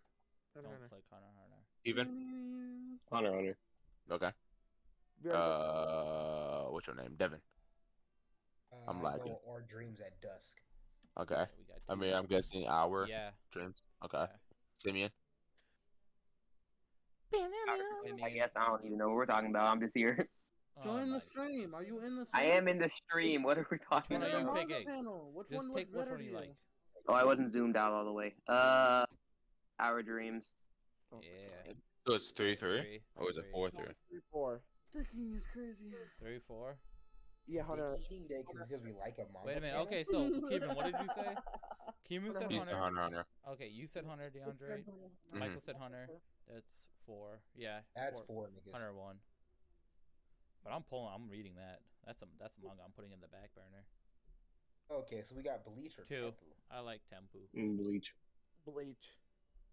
Speaker 4: Hunter
Speaker 1: Don't
Speaker 4: Hunter.
Speaker 1: click Hunter Hunter.
Speaker 6: Even. Hunter Hunter. Okay.
Speaker 4: We
Speaker 6: Uh, what's your name? Devin.
Speaker 2: Uh,
Speaker 6: I'm
Speaker 2: I
Speaker 6: lagging.
Speaker 2: go Our dreams at dusk.
Speaker 6: Okay. I mean, I'm guessing our
Speaker 1: Yeah.
Speaker 6: dreams. Okay. Simeon.
Speaker 3: I guess I don't even know what we're talking about. I'm just here.
Speaker 1: Oh,
Speaker 7: Join the stream. Are you in the stream?
Speaker 3: I am in the stream. What are we talking
Speaker 7: Join the
Speaker 3: about?
Speaker 7: manga panel. Which
Speaker 1: Just
Speaker 7: one
Speaker 1: pick which
Speaker 7: looks better
Speaker 1: one
Speaker 7: to
Speaker 1: you
Speaker 7: you?
Speaker 1: like.
Speaker 3: Oh, I wasn't zoomed out all the way. Uh, our dreams.
Speaker 1: Yeah.
Speaker 6: So it's three three,
Speaker 1: three,
Speaker 6: or is it
Speaker 1: three.
Speaker 6: four three?
Speaker 4: Three, four.
Speaker 7: Dick eating is crazy.
Speaker 1: Three four.
Speaker 4: Yeah, Hunter.
Speaker 2: Eating day because we like a manga.
Speaker 1: Wait a minute.
Speaker 2: panel?
Speaker 1: Okay, so
Speaker 7: (laughs)
Speaker 1: Kevin, what did you say? Kevin said
Speaker 6: He said
Speaker 1: Hunter.
Speaker 6: Hunter Hunter.
Speaker 1: Okay, you said Hunter, DeAndre.
Speaker 6: Mm-hmm.
Speaker 1: Michael said Hunter. That's four. Yeah.
Speaker 2: That's four, niggas.
Speaker 1: Hunter one. But I'm pulling. I'm reading that. That's a that's a manga I'm putting in the back burner.
Speaker 2: Okay, so we got Bleach or
Speaker 1: Two.
Speaker 2: Tempu.
Speaker 1: I like Tempu.
Speaker 5: Mm, Bleach.
Speaker 4: Bleach.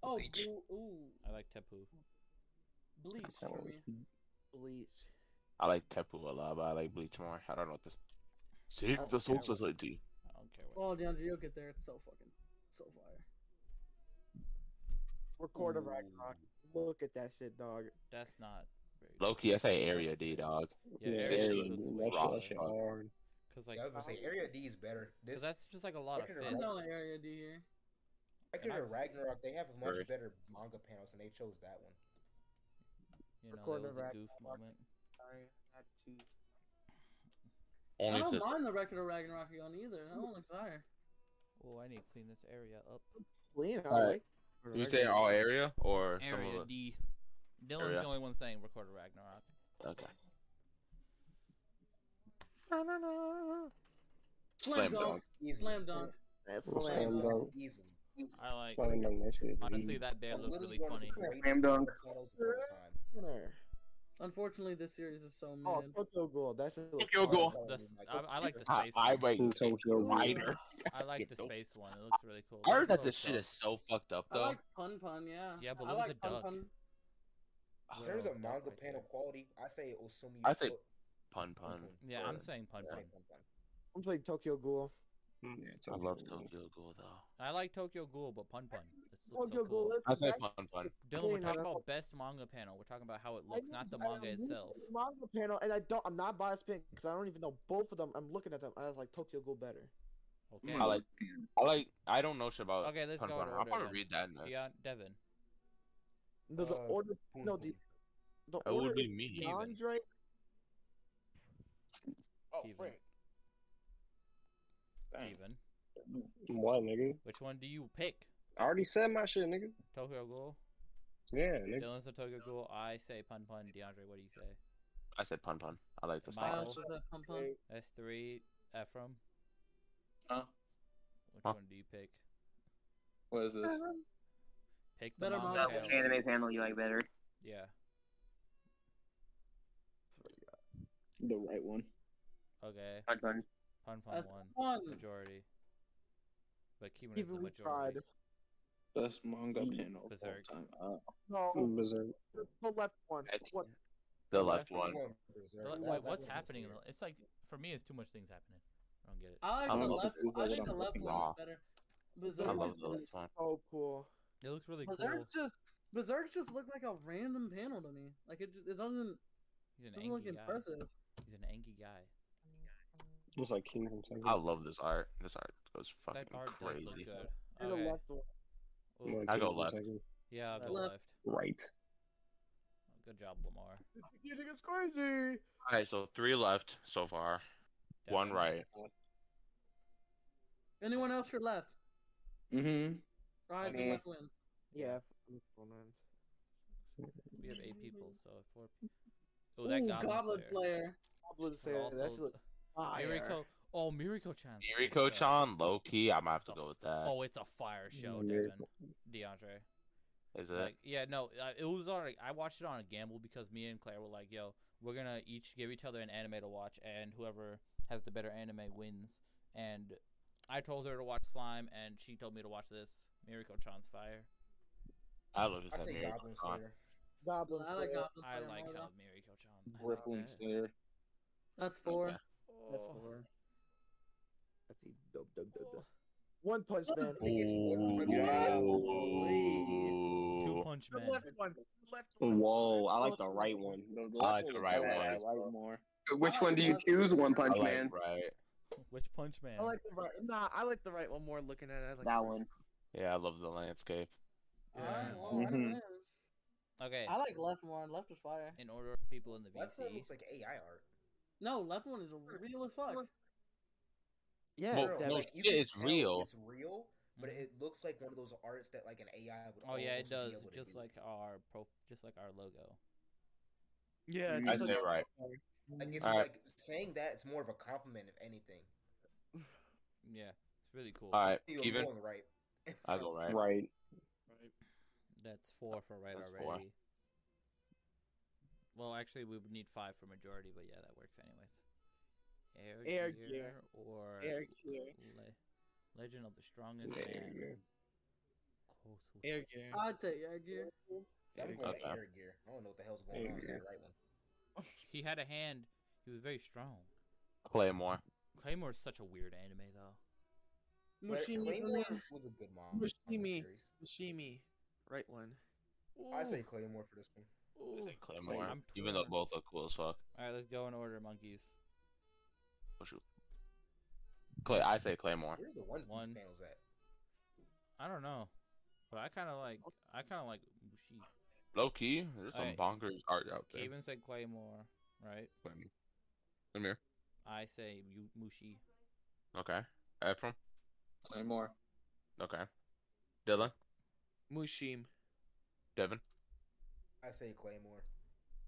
Speaker 7: Oh, ooh, ooh.
Speaker 1: I like Tempu.
Speaker 7: Bleach
Speaker 5: That
Speaker 7: for
Speaker 5: one
Speaker 7: me.
Speaker 5: was-
Speaker 4: Bleach.
Speaker 6: I like Tepu a lot, but I like Bleach more. I don't know what this. Seek
Speaker 7: don't
Speaker 6: the Soul
Speaker 7: care what-
Speaker 6: Society.
Speaker 1: I don't care what.
Speaker 7: Oh, DeAndre, you'll get there. It's so fucking, so fire.
Speaker 4: Record of Ragnarok. Look at that shit, dog.
Speaker 1: That's not very.
Speaker 6: Loki, I say Area D, dog.
Speaker 1: Yeah, Area D looks way
Speaker 6: raw.
Speaker 1: better.
Speaker 5: hard.
Speaker 1: Cause like,
Speaker 2: I was gonna say Area D is better. This,
Speaker 1: cause that's just like a lot of
Speaker 2: Ragnarok-
Speaker 7: I'm
Speaker 1: fists.
Speaker 7: not area D here.
Speaker 1: and I-
Speaker 2: Ragnarok, Ragnarok, they have much
Speaker 6: Very.
Speaker 2: better manga panels, and they chose that one.
Speaker 1: You know,
Speaker 4: Record
Speaker 1: that
Speaker 4: of
Speaker 1: was a goof
Speaker 4: Ragnarok.
Speaker 1: moment.
Speaker 4: Sorry, I had to.
Speaker 7: I
Speaker 6: Only
Speaker 7: don't
Speaker 6: because
Speaker 7: mind the record of Ragnarok on either. That one looks fire.
Speaker 1: Oh, I need to clean this area up.
Speaker 4: Clean. I
Speaker 6: Alright.
Speaker 4: like.
Speaker 6: you say all area or some
Speaker 1: Area
Speaker 6: of it?
Speaker 1: D. Dylan's
Speaker 6: Area.
Speaker 1: the only one saying record of Ragnarok.
Speaker 6: Okay.
Speaker 7: Slam
Speaker 6: Slam dunk.
Speaker 7: dunk. Slam dunk.
Speaker 4: That's
Speaker 5: Slam
Speaker 4: slam
Speaker 5: dunk.
Speaker 4: dunk.
Speaker 2: Easily.
Speaker 1: I like.
Speaker 5: Slam dunk, that shit is
Speaker 1: Honestly,
Speaker 5: easy.
Speaker 1: that bear
Speaker 2: That's
Speaker 1: looked
Speaker 2: literally
Speaker 1: really
Speaker 2: one of the
Speaker 1: funny.
Speaker 2: greatest
Speaker 3: Slam dunk.
Speaker 2: manga panels of all time.
Speaker 4: Hunter.
Speaker 7: Unfortunately, this series is so
Speaker 4: Oh,
Speaker 7: mid.
Speaker 4: Tokyo Ghoul. That's a
Speaker 6: Tokyo Ghoul.
Speaker 1: The, s- I, I like the
Speaker 6: I,
Speaker 1: space.
Speaker 6: I
Speaker 1: one.
Speaker 6: wait.
Speaker 5: In Tokyo.
Speaker 6: Wider.
Speaker 1: I like the space one. It looks really cool.
Speaker 6: I heard
Speaker 1: Look
Speaker 6: that
Speaker 1: at
Speaker 6: this
Speaker 1: those
Speaker 6: shit is
Speaker 1: ducks.
Speaker 6: so fucked up
Speaker 7: I
Speaker 6: though. (sighs)
Speaker 7: like Pun Pun, yeah.
Speaker 1: Yeah, but
Speaker 7: I
Speaker 1: look
Speaker 7: like
Speaker 1: at the
Speaker 7: Pun
Speaker 1: duck.
Speaker 7: Pun.
Speaker 2: In terms
Speaker 1: Little
Speaker 2: of
Speaker 1: duck
Speaker 2: manga
Speaker 1: right
Speaker 2: panel
Speaker 1: there.
Speaker 2: quality, I say Osumi.
Speaker 6: I say
Speaker 2: Pun
Speaker 6: Pun pun.
Speaker 2: Pun.
Speaker 1: Yeah, I'm saying pun
Speaker 2: I
Speaker 1: pun.
Speaker 2: say Pun Pun.
Speaker 4: I'm playing Tokyo Ghoul.
Speaker 5: Mm, yeah,
Speaker 6: I love
Speaker 5: Tokyo.
Speaker 6: Tokyo Ghoul though.
Speaker 1: I like Tokyo Ghoul, but pun pun. This looks
Speaker 4: Tokyo
Speaker 1: so
Speaker 4: Ghoul.
Speaker 1: cool.
Speaker 4: that's
Speaker 6: I say
Speaker 4: exactly-
Speaker 6: Pun pun.
Speaker 1: Dylan, we're
Speaker 4: Clean, I
Speaker 1: talking
Speaker 4: don't-
Speaker 1: about best manga panel. We're talking about how it
Speaker 4: I
Speaker 1: looks,
Speaker 4: know-
Speaker 1: not the
Speaker 4: I
Speaker 1: manga
Speaker 4: know
Speaker 1: itself.
Speaker 4: the manga panel, and I don't. I'm not biased because I don't even know both of them. I'm looking at them. I was like Tokyo Ghoul better.
Speaker 1: Okay.
Speaker 6: I like. I like. I don't know shit about.
Speaker 1: Okay, let's
Speaker 6: pun
Speaker 1: go
Speaker 6: pun.
Speaker 1: in
Speaker 6: I'll
Speaker 1: order
Speaker 6: probably
Speaker 1: then.
Speaker 6: read that next.
Speaker 1: Deon, Devin.
Speaker 4: The, the
Speaker 2: Uh,
Speaker 4: order.
Speaker 2: Pun
Speaker 4: No,
Speaker 2: Pun.
Speaker 4: the the
Speaker 6: That would
Speaker 4: order.
Speaker 6: be
Speaker 4: is
Speaker 6: me.
Speaker 4: DeAndre. Oh,
Speaker 1: Steven.
Speaker 4: wait.
Speaker 5: Dang.
Speaker 1: Steven.
Speaker 5: What, nigga?
Speaker 1: Which one do you pick?
Speaker 5: I already said my shit, nigga.
Speaker 1: Tokyo Ghoul?
Speaker 5: Yeah, nigga.
Speaker 1: Dylan said Tokyo Ghoul. I say pun pun. DeAndre, what do you say?
Speaker 6: I said Pun pun. I like
Speaker 1: Miles.
Speaker 6: the style.
Speaker 7: Miles was at Pun Pun.
Speaker 4: Okay.
Speaker 1: That's three. Ephraim.
Speaker 5: Huh?
Speaker 1: Which
Speaker 6: Huh?
Speaker 1: one do you pick?
Speaker 5: What is this?
Speaker 1: Pick the
Speaker 7: Better
Speaker 1: manga
Speaker 3: Uh,
Speaker 7: manga.
Speaker 1: panel.
Speaker 3: which anime panel you like better?
Speaker 1: Yeah.
Speaker 13: The right one.
Speaker 1: Okay.
Speaker 3: Pun pun.
Speaker 1: Pun pun
Speaker 7: That's
Speaker 1: one.
Speaker 7: one.
Speaker 1: Majority. But Kevin is the
Speaker 4: Even we
Speaker 1: majority.
Speaker 4: tried.
Speaker 13: Best manga
Speaker 5: Mm.
Speaker 13: panel of all
Speaker 1: Berserk.
Speaker 13: time. Uh,
Speaker 4: No,
Speaker 5: Berserk.
Speaker 4: the left one.
Speaker 6: That's-
Speaker 4: What?
Speaker 6: The
Speaker 2: I'm
Speaker 6: left
Speaker 2: actually
Speaker 6: one.
Speaker 2: going Berserk.
Speaker 1: They're like,
Speaker 2: That-
Speaker 1: wait,
Speaker 2: that
Speaker 1: what's
Speaker 2: one was
Speaker 1: happening?
Speaker 2: weird.
Speaker 1: It's like for me, it's too much things happening. I don't get it.
Speaker 7: I like
Speaker 6: I
Speaker 7: the
Speaker 6: love
Speaker 7: left.
Speaker 6: the
Speaker 7: I
Speaker 6: Google
Speaker 7: think the
Speaker 6: something
Speaker 7: left one
Speaker 6: raw.
Speaker 7: is better.
Speaker 6: I
Speaker 7: Berserk
Speaker 6: love
Speaker 7: is
Speaker 6: the left
Speaker 7: just,
Speaker 6: one.
Speaker 11: Oh,
Speaker 4: So cool.
Speaker 1: It looks really cool.
Speaker 7: Berserk just Berserk just looked like a random panel to me. Like it, it doesn't
Speaker 1: He's an
Speaker 7: doesn't look
Speaker 1: angry guy.
Speaker 7: impressive.
Speaker 1: He's an angry guy.
Speaker 5: Looks like Kingdom Come.
Speaker 6: I love this art. This art goes fucking
Speaker 1: art does
Speaker 6: crazy.
Speaker 1: look good.
Speaker 4: You go
Speaker 1: Okay.
Speaker 4: left or-
Speaker 1: Ooh,
Speaker 6: I go left.
Speaker 1: Yeah, I'll go
Speaker 4: Left.
Speaker 1: left.
Speaker 5: Right.
Speaker 1: Good job, Lamar.
Speaker 4: You think it's crazy?
Speaker 6: All right, so three left so far. One right.
Speaker 7: Anyone else for left?
Speaker 5: Mm-hmm.
Speaker 7: All right,
Speaker 5: Okay.
Speaker 7: the left wins.
Speaker 4: Yeah.
Speaker 1: We have eight people, so four.
Speaker 7: Ooh,
Speaker 1: Oh, that
Speaker 7: Goblin, Slayer.
Speaker 4: Goblin
Speaker 1: Slayer,
Speaker 4: Slayer.
Speaker 1: also-
Speaker 4: That shit look fire.
Speaker 1: Miracle. Oh, Miracle Chan.
Speaker 6: Jericho Chan, low key. I'm gonna have to go with that.
Speaker 1: Oh, it's a fire show,
Speaker 6: Miracle.
Speaker 1: Devin. DeAndre.
Speaker 6: Is it?
Speaker 1: Like, yeah, no, uh, it was already. I watched it on a gamble because me and Claire were like, "Yo, we're gonna each give each other an anime to watch, and whoever has the better anime wins." And I told her to watch Slime, and she told me to watch this Miracle Chan's Fire.
Speaker 6: I love this
Speaker 2: I
Speaker 6: that
Speaker 2: say
Speaker 6: Miracle
Speaker 2: Goblin
Speaker 6: Chan.
Speaker 2: Slayer.
Speaker 4: Goblin
Speaker 7: I like
Speaker 4: Slayer.
Speaker 7: Goblin
Speaker 1: I
Speaker 7: Slayer
Speaker 1: like
Speaker 7: more,
Speaker 1: how
Speaker 7: though.
Speaker 1: Miracle Chan.
Speaker 5: Brooklyn Slayer.
Speaker 7: That's four.
Speaker 5: Okay.
Speaker 4: That's
Speaker 1: Oh.
Speaker 4: four. That's a dub, dub, dub, dub. One Punch Man.
Speaker 1: Two Punch
Speaker 25: The
Speaker 1: Man.
Speaker 25: left one. The left one.
Speaker 5: Whoa, I like the right one.
Speaker 6: I like the right one.
Speaker 5: I like more.
Speaker 3: Which one do you choose, One Punch
Speaker 6: I like
Speaker 3: Man?
Speaker 6: right.
Speaker 1: Which Punch Man?
Speaker 11: I like the right. Nah, I like the right one more. Looking at it, I like the
Speaker 3: That
Speaker 11: right
Speaker 3: one.
Speaker 6: Yeah, I love the landscape.
Speaker 1: Yeah.
Speaker 7: Well, that
Speaker 5: Mhm.
Speaker 7: wins.
Speaker 1: Okay.
Speaker 7: I like left more. Left is fire.
Speaker 1: in order of people in the
Speaker 2: Left one
Speaker 1: VC.
Speaker 2: uh, looks like AI art.
Speaker 7: No, left one is real as fuck.
Speaker 4: Yeah.
Speaker 6: Well,
Speaker 4: that
Speaker 6: no,
Speaker 4: was-
Speaker 2: you
Speaker 6: shit,
Speaker 2: can
Speaker 6: it's
Speaker 2: tell
Speaker 6: real.
Speaker 2: It's real, but it looks like one of those arts that like an AI would.
Speaker 1: Mm-hmm. Oh yeah, it
Speaker 2: almost be
Speaker 1: does.
Speaker 2: able to
Speaker 1: Just
Speaker 2: do.
Speaker 1: like uh, our pro, just like our logo.
Speaker 11: Yeah,
Speaker 6: I
Speaker 11: just
Speaker 6: say
Speaker 11: like-
Speaker 6: right.
Speaker 2: Like it's
Speaker 6: All right.
Speaker 2: like saying that it's more of a compliment if anything.
Speaker 1: Yeah, it's really cool.
Speaker 6: All right,
Speaker 2: You're
Speaker 6: even.
Speaker 2: going right. (laughs)
Speaker 6: I go right.
Speaker 5: Right.
Speaker 1: That's four for right
Speaker 6: That's four.
Speaker 1: already. Well, actually, we would need five for majority, but yeah, that works anyways. Air,
Speaker 25: Air
Speaker 1: gear,
Speaker 25: Gear.
Speaker 1: or
Speaker 25: Air Gear.
Speaker 1: Le- Legend of the Strongest
Speaker 5: Yeah,
Speaker 1: Man.
Speaker 5: yeah.
Speaker 1: Kotal-
Speaker 11: Air gear.
Speaker 7: I'd say air gear.
Speaker 2: I'm going
Speaker 6: Okay.
Speaker 2: air gear. I don't know what the hell's going
Speaker 5: Air
Speaker 2: on with
Speaker 5: gear.
Speaker 2: that right one.
Speaker 1: He had a hand. He was very strong.
Speaker 6: Claymore.
Speaker 1: Claymore is such a weird anime, though.
Speaker 2: Claire-
Speaker 11: Mushimi. for me.
Speaker 2: Claymore was a good mom. on the
Speaker 11: Mushimi.
Speaker 2: series.
Speaker 11: Mushimi. Right one.
Speaker 2: I say Claymore for this one.
Speaker 6: I say Claymore.
Speaker 1: I'm
Speaker 6: even though
Speaker 1: torn.
Speaker 6: both look cool as fuck.
Speaker 1: All right, let's go in order, monkeys.
Speaker 6: Oh, shoot. Clay, I say Claymore.
Speaker 2: Where's the One Piece
Speaker 1: One.
Speaker 2: panels at?
Speaker 1: I don't know, but I kind of like. I kind of like Mushi.
Speaker 6: Low key, there's some
Speaker 1: Alright.
Speaker 6: bonkers art out there.
Speaker 1: Kaven said Claymore, right?
Speaker 6: Come here.
Speaker 1: I say Yu- Mushi.
Speaker 6: Okay. Ephraim.
Speaker 5: Claymore.
Speaker 6: Okay. Dylan.
Speaker 11: Mushim.
Speaker 6: Devin.
Speaker 2: I say Claymore.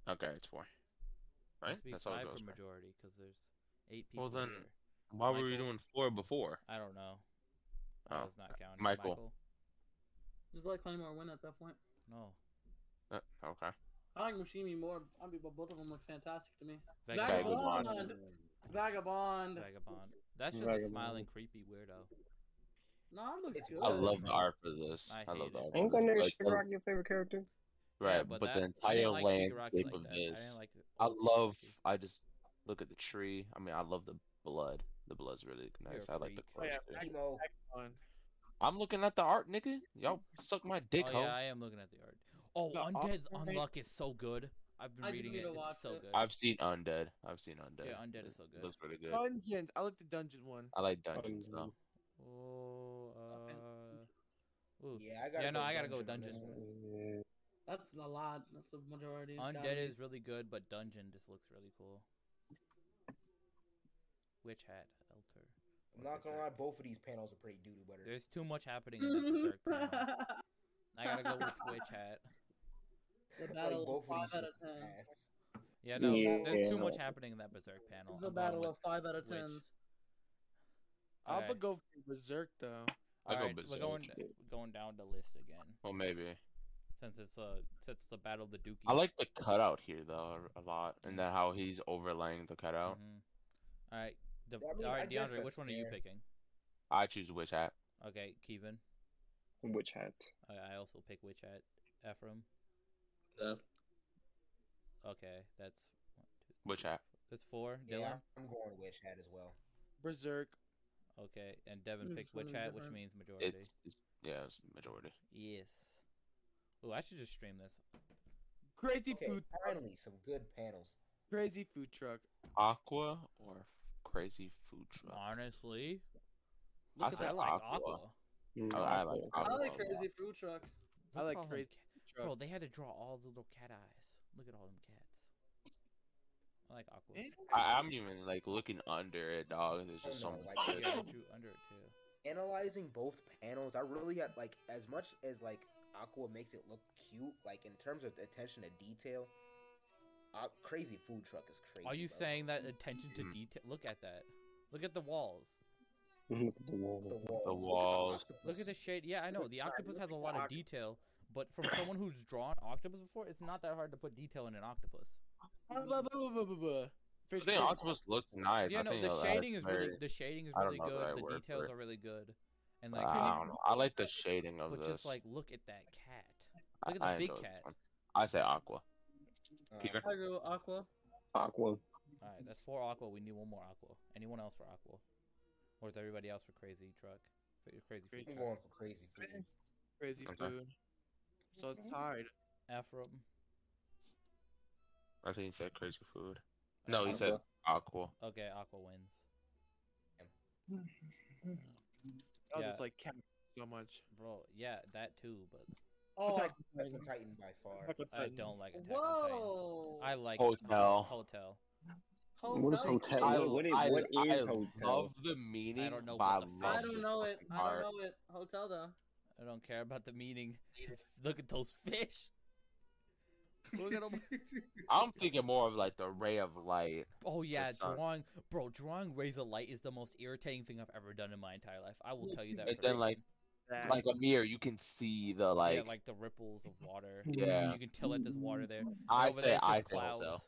Speaker 6: Okay, it's four. Right?
Speaker 1: Must be
Speaker 6: That's all it
Speaker 1: five
Speaker 6: goes.
Speaker 1: for
Speaker 6: right?
Speaker 1: majority because there's eight people.
Speaker 6: Well, then,
Speaker 1: here.
Speaker 6: Why were we
Speaker 1: Michael.
Speaker 6: doing four before?
Speaker 1: I don't know.
Speaker 6: Oh,
Speaker 1: I was not counting.
Speaker 6: Michael.
Speaker 7: Just let Claymore win at that point.
Speaker 1: No.
Speaker 6: Uh, okay.
Speaker 7: I like Mushimi more. I mean, but both of them look fantastic to me.
Speaker 1: Vagabond.
Speaker 6: Vagabond.
Speaker 7: Vagabond. Vagabond.
Speaker 1: Vagabond. That's just a
Speaker 5: Vagabond.
Speaker 1: smiling, creepy weirdo.
Speaker 7: No, it looks
Speaker 2: It's-
Speaker 7: good.
Speaker 6: I love the art for this.
Speaker 1: I
Speaker 6: I,
Speaker 1: hate
Speaker 6: love the
Speaker 1: it.
Speaker 6: art.
Speaker 5: Ain't
Speaker 6: for
Speaker 5: that
Speaker 6: this.
Speaker 5: nigga
Speaker 6: Like, the-
Speaker 5: Shigaraki your favorite character?
Speaker 6: right,
Speaker 1: Yeah,
Speaker 6: but,
Speaker 1: that-
Speaker 6: the
Speaker 1: I
Speaker 6: entire
Speaker 1: didn't like
Speaker 6: landscape
Speaker 1: Shigaraki like
Speaker 6: of
Speaker 1: that. I
Speaker 6: this.
Speaker 1: didn't like it.
Speaker 6: I
Speaker 1: Oh,
Speaker 6: love.
Speaker 1: Shigaraki.
Speaker 6: I just look at the tree. I mean, I love the blood. The blood's really nice.
Speaker 1: a
Speaker 6: I like the
Speaker 11: Oh,
Speaker 1: freak.
Speaker 11: yeah,
Speaker 6: colors. too.
Speaker 11: Max-
Speaker 2: Emo.
Speaker 11: Max one.
Speaker 6: I'm looking at the art, nigga. Y'all suck my dick,
Speaker 1: Oh
Speaker 6: hoe.
Speaker 1: yeah, I am looking at the art. Oh,
Speaker 11: No,
Speaker 1: Undead's
Speaker 11: Undead-
Speaker 1: Unluck is so good. I've been
Speaker 7: I do
Speaker 1: reading
Speaker 7: need
Speaker 1: it.
Speaker 7: to watch
Speaker 1: It's so
Speaker 7: it.
Speaker 1: good.
Speaker 6: I've seen Undead. I've seen Undead.
Speaker 1: Yeah, Undead is so
Speaker 6: It
Speaker 1: good.
Speaker 6: looks really good.
Speaker 11: Dungeons. I like the dungeon one.
Speaker 6: I like dungeons though.
Speaker 1: Oh, uh, ooh.
Speaker 2: Yeah, I gotta.
Speaker 1: Yeah, no,
Speaker 2: go
Speaker 1: I gotta go
Speaker 2: dungeon.
Speaker 1: dungeon.
Speaker 2: for this one.
Speaker 7: That's a lot. That's a majority. It's gotta
Speaker 1: Undead
Speaker 7: be. (laughs)
Speaker 1: is really good, but Dungeon just looks really cool. Witch Hat, Elter.
Speaker 2: I'm not gonna lie, both of these panels are pretty doo doo butter.
Speaker 1: There's too much happening in the Berserk
Speaker 7: (laughs)
Speaker 1: panel. I gotta go with Witch Hat.
Speaker 7: The
Speaker 2: like
Speaker 7: battle
Speaker 2: both
Speaker 7: of
Speaker 2: of
Speaker 7: five
Speaker 2: these
Speaker 7: out
Speaker 2: shits
Speaker 7: of
Speaker 2: is
Speaker 7: tens.
Speaker 2: ass.
Speaker 1: Yeah, no, there's too
Speaker 5: Yeah.
Speaker 1: much happening in that Berserk panel.
Speaker 7: The
Speaker 1: I'm going
Speaker 7: battle
Speaker 1: with-
Speaker 7: of five out of
Speaker 1: Which-
Speaker 7: tens.
Speaker 11: I'll
Speaker 1: Okay.
Speaker 11: but go for Berserk though.
Speaker 6: I go
Speaker 1: Alright, we're
Speaker 6: Berserk.
Speaker 1: going going down the list again
Speaker 6: Well, maybe.
Speaker 1: since it's uh since it's the battle of the Dookie.
Speaker 6: I like the cutout here though a lot, and then how he's overlaying the cutout.
Speaker 1: Mm-hmm. All right, De-
Speaker 2: I mean,
Speaker 1: all right,
Speaker 2: I guess
Speaker 1: DeAndre, which
Speaker 2: that's
Speaker 1: one are you
Speaker 2: fair.
Speaker 1: picking? Mm-hmm.
Speaker 6: I choose which hat.
Speaker 1: Okay, Kevin.
Speaker 5: Witch hat.
Speaker 1: I, I also pick Witch Hat. Ephraim. Okay, that's one, two,
Speaker 6: Which hat?
Speaker 1: that's four. Dylan.
Speaker 2: Yeah, I'm going witch hat as well.
Speaker 11: Berserk.
Speaker 1: Okay, and Devin
Speaker 7: Mm,
Speaker 1: picked
Speaker 7: so
Speaker 1: Witch Hat, which
Speaker 7: different.
Speaker 1: means majority.
Speaker 6: It's, it's yeah, it's majority.
Speaker 1: Yes. Oh, I should just stream this.
Speaker 11: Crazy
Speaker 2: Okay,
Speaker 11: food.
Speaker 2: finally some good panels.
Speaker 11: Crazy food truck.
Speaker 6: Aqua or crazy food truck.
Speaker 1: Honestly,
Speaker 6: I,
Speaker 1: Look at
Speaker 6: said
Speaker 1: that, like
Speaker 6: Aqua.
Speaker 1: Aqua.
Speaker 5: Mm,
Speaker 6: I, I like Aqua.
Speaker 7: I like crazy food truck.
Speaker 1: Look at
Speaker 11: like
Speaker 1: all them
Speaker 11: crazy
Speaker 1: ca-
Speaker 11: food truck.
Speaker 1: Bro, they had to draw all the little cat eyes. Look at all them cats. I like Aqua.
Speaker 6: I, I'm even like looking under it, dog. There's just so
Speaker 2: no,
Speaker 6: much.
Speaker 2: like-
Speaker 6: shit.
Speaker 1: Yeah, they drew under it too.
Speaker 2: analyzing both panels, I really got like as much as like Aqua makes it look cute, like in terms of attention to detail. Uh, crazy food truck is crazy.
Speaker 1: Are you
Speaker 2: bro.
Speaker 1: saying that attention
Speaker 6: Mm-hmm.
Speaker 1: to detail? Look at that. Look at the walls.
Speaker 5: Look at the
Speaker 2: The
Speaker 5: wall.
Speaker 2: walls.
Speaker 6: The
Speaker 2: look at
Speaker 6: walls.
Speaker 2: octopus.
Speaker 1: Look at the shade. Yeah, I know the octopus has a lot of detail, but from someone who's drawn octopus before, it's not that hard to put detail in an octopus.
Speaker 6: I think Octopus looks nice.
Speaker 1: yeah,
Speaker 6: I
Speaker 1: no,
Speaker 6: think
Speaker 1: the
Speaker 6: that-
Speaker 1: shading is
Speaker 6: that's
Speaker 1: really
Speaker 6: very-
Speaker 1: the shading is
Speaker 6: I don't
Speaker 1: really
Speaker 6: know the
Speaker 1: good.
Speaker 6: right
Speaker 1: the
Speaker 6: word
Speaker 1: details
Speaker 6: for it.
Speaker 1: are really good, and
Speaker 6: I
Speaker 1: like,
Speaker 6: don't know. I like the shading of
Speaker 1: but
Speaker 6: this.
Speaker 1: just like look at that cat.
Speaker 6: I-
Speaker 1: Look at the
Speaker 6: I
Speaker 1: big
Speaker 6: enjoy this
Speaker 1: cat. Uh,
Speaker 6: one. I say Aqua. Peter?
Speaker 7: I go with Aqua.
Speaker 5: Aqua.
Speaker 1: All right, that's four aqua. We need one more aqua. Anyone else for aqua? Or is everybody else for crazy truck? For your Crazy food
Speaker 2: I'm
Speaker 1: truck.
Speaker 2: going for crazy food.
Speaker 11: Crazy
Speaker 6: Okay.
Speaker 11: food. So it's tied.
Speaker 1: Afro.
Speaker 6: I think he said crazy food. No, he
Speaker 1: Aqua.
Speaker 6: said Aqua.
Speaker 1: Okay, aqua wins.
Speaker 11: Oh,
Speaker 1: Yeah.
Speaker 11: there's like cat so much.
Speaker 1: Bro, yeah, that too, but
Speaker 7: Oh,
Speaker 2: Attack on Titan by far.
Speaker 1: I don't like Attack on Titans.
Speaker 7: whoa!
Speaker 1: I like
Speaker 6: Hotel.
Speaker 1: Hotel.
Speaker 5: What is hotel? What, what is,
Speaker 6: I-
Speaker 5: what is
Speaker 6: I
Speaker 5: hotel?
Speaker 6: love the meaning.
Speaker 1: I don't know
Speaker 6: but
Speaker 1: what the fuck.
Speaker 6: I love
Speaker 7: I don't know it.
Speaker 6: fucking
Speaker 7: I don't
Speaker 6: art.
Speaker 7: know it. Hotel though.
Speaker 1: I don't care about the meaning. (laughs) It's- Look at those
Speaker 6: (laughs)
Speaker 1: fish. Look at 'em.
Speaker 6: I'm thinking more of like the ray of light.
Speaker 1: Oh yeah,
Speaker 6: sun.
Speaker 1: drawing, bro, drawing rays of light is the most irritating thing I've ever done in my entire life. I will tell you that.
Speaker 6: And
Speaker 1: for
Speaker 6: then
Speaker 1: free.
Speaker 6: like
Speaker 11: That.
Speaker 6: like a mirror, you can see the
Speaker 1: yeah, like
Speaker 6: like.
Speaker 1: mm-hmm. the ripples of water.
Speaker 6: Yeah.
Speaker 1: you can tell that there's water there.
Speaker 6: I
Speaker 1: Over there,
Speaker 6: say
Speaker 1: it's
Speaker 6: I
Speaker 1: just
Speaker 6: say hotel.
Speaker 1: clouds.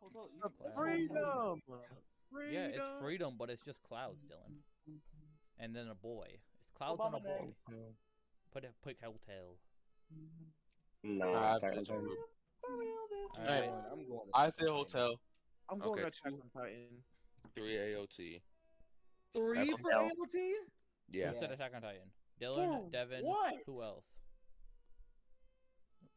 Speaker 7: Hotel.
Speaker 1: Just clouds.
Speaker 11: Freedom. Freedom.
Speaker 1: Yeah, it's freedom, but it's just clouds, Dylan. And then a boy. It's clouds on a
Speaker 7: Obama
Speaker 1: boy. Put a put hotel.
Speaker 5: No,
Speaker 6: I,
Speaker 1: Uh,
Speaker 5: I thought it was on-
Speaker 7: For real this.
Speaker 2: I'm,
Speaker 6: Alright.
Speaker 2: going, I'm going with
Speaker 6: I say
Speaker 2: Titan.
Speaker 6: hotel.
Speaker 11: I'm going
Speaker 6: Okay.
Speaker 11: Attack on Titan.
Speaker 6: Three AOT.
Speaker 7: Three for
Speaker 6: Hotel.
Speaker 7: AOT?
Speaker 6: Yeah.
Speaker 1: Who said
Speaker 2: Yes.
Speaker 1: Attack on Titan? Dylan,
Speaker 7: For
Speaker 1: Devin.
Speaker 7: what?
Speaker 1: Who else?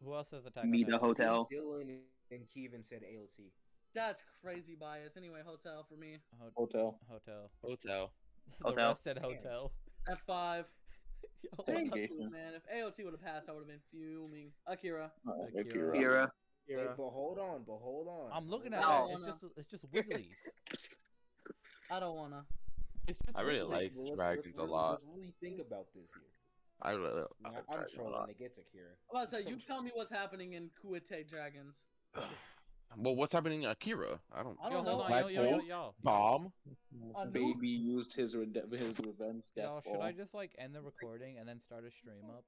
Speaker 1: Who else says Attack on
Speaker 3: Me the
Speaker 1: Titan?
Speaker 3: hotel.
Speaker 2: Dylan and Keevan said AOT.
Speaker 7: That's crazy bias. Anyway, hotel for me.
Speaker 1: Ho-
Speaker 5: Hotel.
Speaker 1: hotel. (laughs)
Speaker 6: Hotel.
Speaker 1: The
Speaker 3: Hotel.
Speaker 1: rest said hotel. (laughs)
Speaker 7: That's five.
Speaker 1: Yo,
Speaker 5: Thank
Speaker 1: (laughs)
Speaker 7: AOT,
Speaker 5: you.
Speaker 7: man. If AOT would have passed, I would have been fuming. Akira.
Speaker 5: Oh,
Speaker 1: Akira.
Speaker 5: Akira.
Speaker 3: Kira.
Speaker 2: Wait, but hold on, but hold on.
Speaker 1: I'm looking at
Speaker 7: No.
Speaker 1: that. It's just it's just Wigglies.
Speaker 7: I don't wanna.
Speaker 1: It's just.
Speaker 6: I really
Speaker 1: Wigglies.
Speaker 6: like
Speaker 2: Well, let's-
Speaker 6: dragons
Speaker 2: let's
Speaker 6: a
Speaker 2: really-
Speaker 6: lot.
Speaker 2: Let's really think about this here.
Speaker 6: I really. I
Speaker 2: Now,
Speaker 6: like
Speaker 2: I'm
Speaker 6: dragons a lot.
Speaker 2: trolling. It gets Akira.
Speaker 7: I'm about to say, you tell me what's happening in Kuite Dragons.
Speaker 6: (sighs) Well, what's happening in Akira? I don't.
Speaker 7: I
Speaker 1: Yo,
Speaker 7: don't
Speaker 1: hold
Speaker 7: know.
Speaker 1: on, yo,
Speaker 6: Black
Speaker 1: yo, yo,
Speaker 6: Bolt?
Speaker 1: yo.
Speaker 6: Bomb.
Speaker 7: A noob?
Speaker 5: Baby used his rede- his revenge.
Speaker 1: Yo,
Speaker 5: death
Speaker 1: should I
Speaker 5: ball.
Speaker 1: just like end the recording and then start a stream up?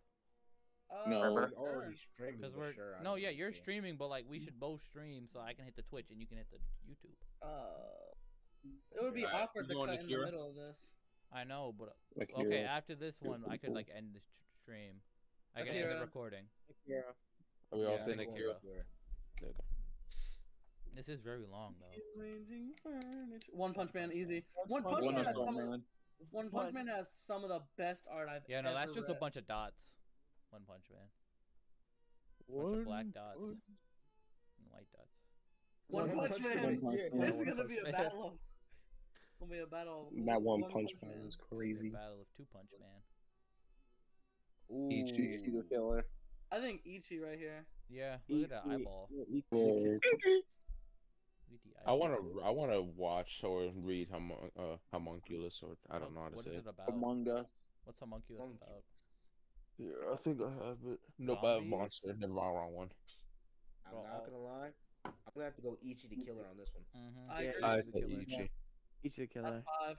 Speaker 7: Uh,
Speaker 5: No.
Speaker 2: We're
Speaker 5: Remember?
Speaker 7: sure.
Speaker 2: already streaming,
Speaker 1: Because
Speaker 2: but
Speaker 1: we're
Speaker 2: sure, I
Speaker 1: no,
Speaker 2: don't
Speaker 1: yeah,
Speaker 2: really
Speaker 1: you're
Speaker 2: care.
Speaker 1: streaming, but like we should both stream so I can hit the Twitch and you can hit the YouTube.
Speaker 7: Uh, it would be
Speaker 6: Alright,
Speaker 7: awkward
Speaker 6: you
Speaker 7: to
Speaker 6: going
Speaker 7: cut
Speaker 6: to
Speaker 7: in
Speaker 6: Kira?
Speaker 7: the middle of this.
Speaker 1: I know, but
Speaker 5: Akira.
Speaker 1: okay, after this
Speaker 5: Here's
Speaker 1: one, I
Speaker 5: the
Speaker 1: could
Speaker 5: pool.
Speaker 1: like end the st- stream. I can end the
Speaker 7: Akira.
Speaker 1: recording.
Speaker 7: Akira.
Speaker 6: Are we all
Speaker 2: Yeah,
Speaker 6: saying
Speaker 2: I'm going
Speaker 6: Akira?
Speaker 2: with Akira.
Speaker 1: This is very long though.
Speaker 7: Arranging furniture. One Punch Man, easy. Oh. One Punch,
Speaker 5: One
Speaker 7: Man,
Speaker 5: of
Speaker 7: has
Speaker 5: them,
Speaker 7: some,
Speaker 5: man.
Speaker 7: One Punch Man has some of the best art I've
Speaker 1: Yeah, no,
Speaker 7: ever
Speaker 1: that's just a
Speaker 7: read.
Speaker 1: bunch of dots. One Punch Man. bunch of black dots and white dots.
Speaker 7: One Punch Man.
Speaker 5: One Punch
Speaker 7: This
Speaker 5: Man.
Speaker 7: is gonna be a
Speaker 1: Man.
Speaker 7: battle. of- Gonna be a battle. of
Speaker 5: That one punch man is
Speaker 1: The
Speaker 5: crazy.
Speaker 1: Battle of Two Punch Man.
Speaker 5: Ichi- Ichigo
Speaker 2: Ooh.
Speaker 5: killer.
Speaker 7: I think Ichi right here.
Speaker 1: Yeah, look at that eyeball.
Speaker 5: Yeah.
Speaker 1: Look at the
Speaker 6: I
Speaker 1: eyeball.
Speaker 6: want to. I want to watch or read homo- uh, homunculus or I don't know how to
Speaker 1: What
Speaker 6: say
Speaker 1: is
Speaker 6: it.
Speaker 1: it about?
Speaker 5: Among Us.
Speaker 1: What's homunculus
Speaker 2: Homunculus.
Speaker 1: about?
Speaker 6: Yeah, I think I have it. Nope, I have
Speaker 1: Zombies?
Speaker 6: monster. Never mind, wrong one.
Speaker 2: I'm
Speaker 1: Bro,
Speaker 2: not
Speaker 1: all-
Speaker 2: gonna lie. I'm gonna have to go Ichi the Killer on this one.
Speaker 1: Mm-hmm.
Speaker 7: I agree.
Speaker 6: I
Speaker 1: Ichi the
Speaker 6: say
Speaker 1: Killer.
Speaker 6: Ichi.
Speaker 11: Each the killer.
Speaker 4: Uh,
Speaker 7: That's five.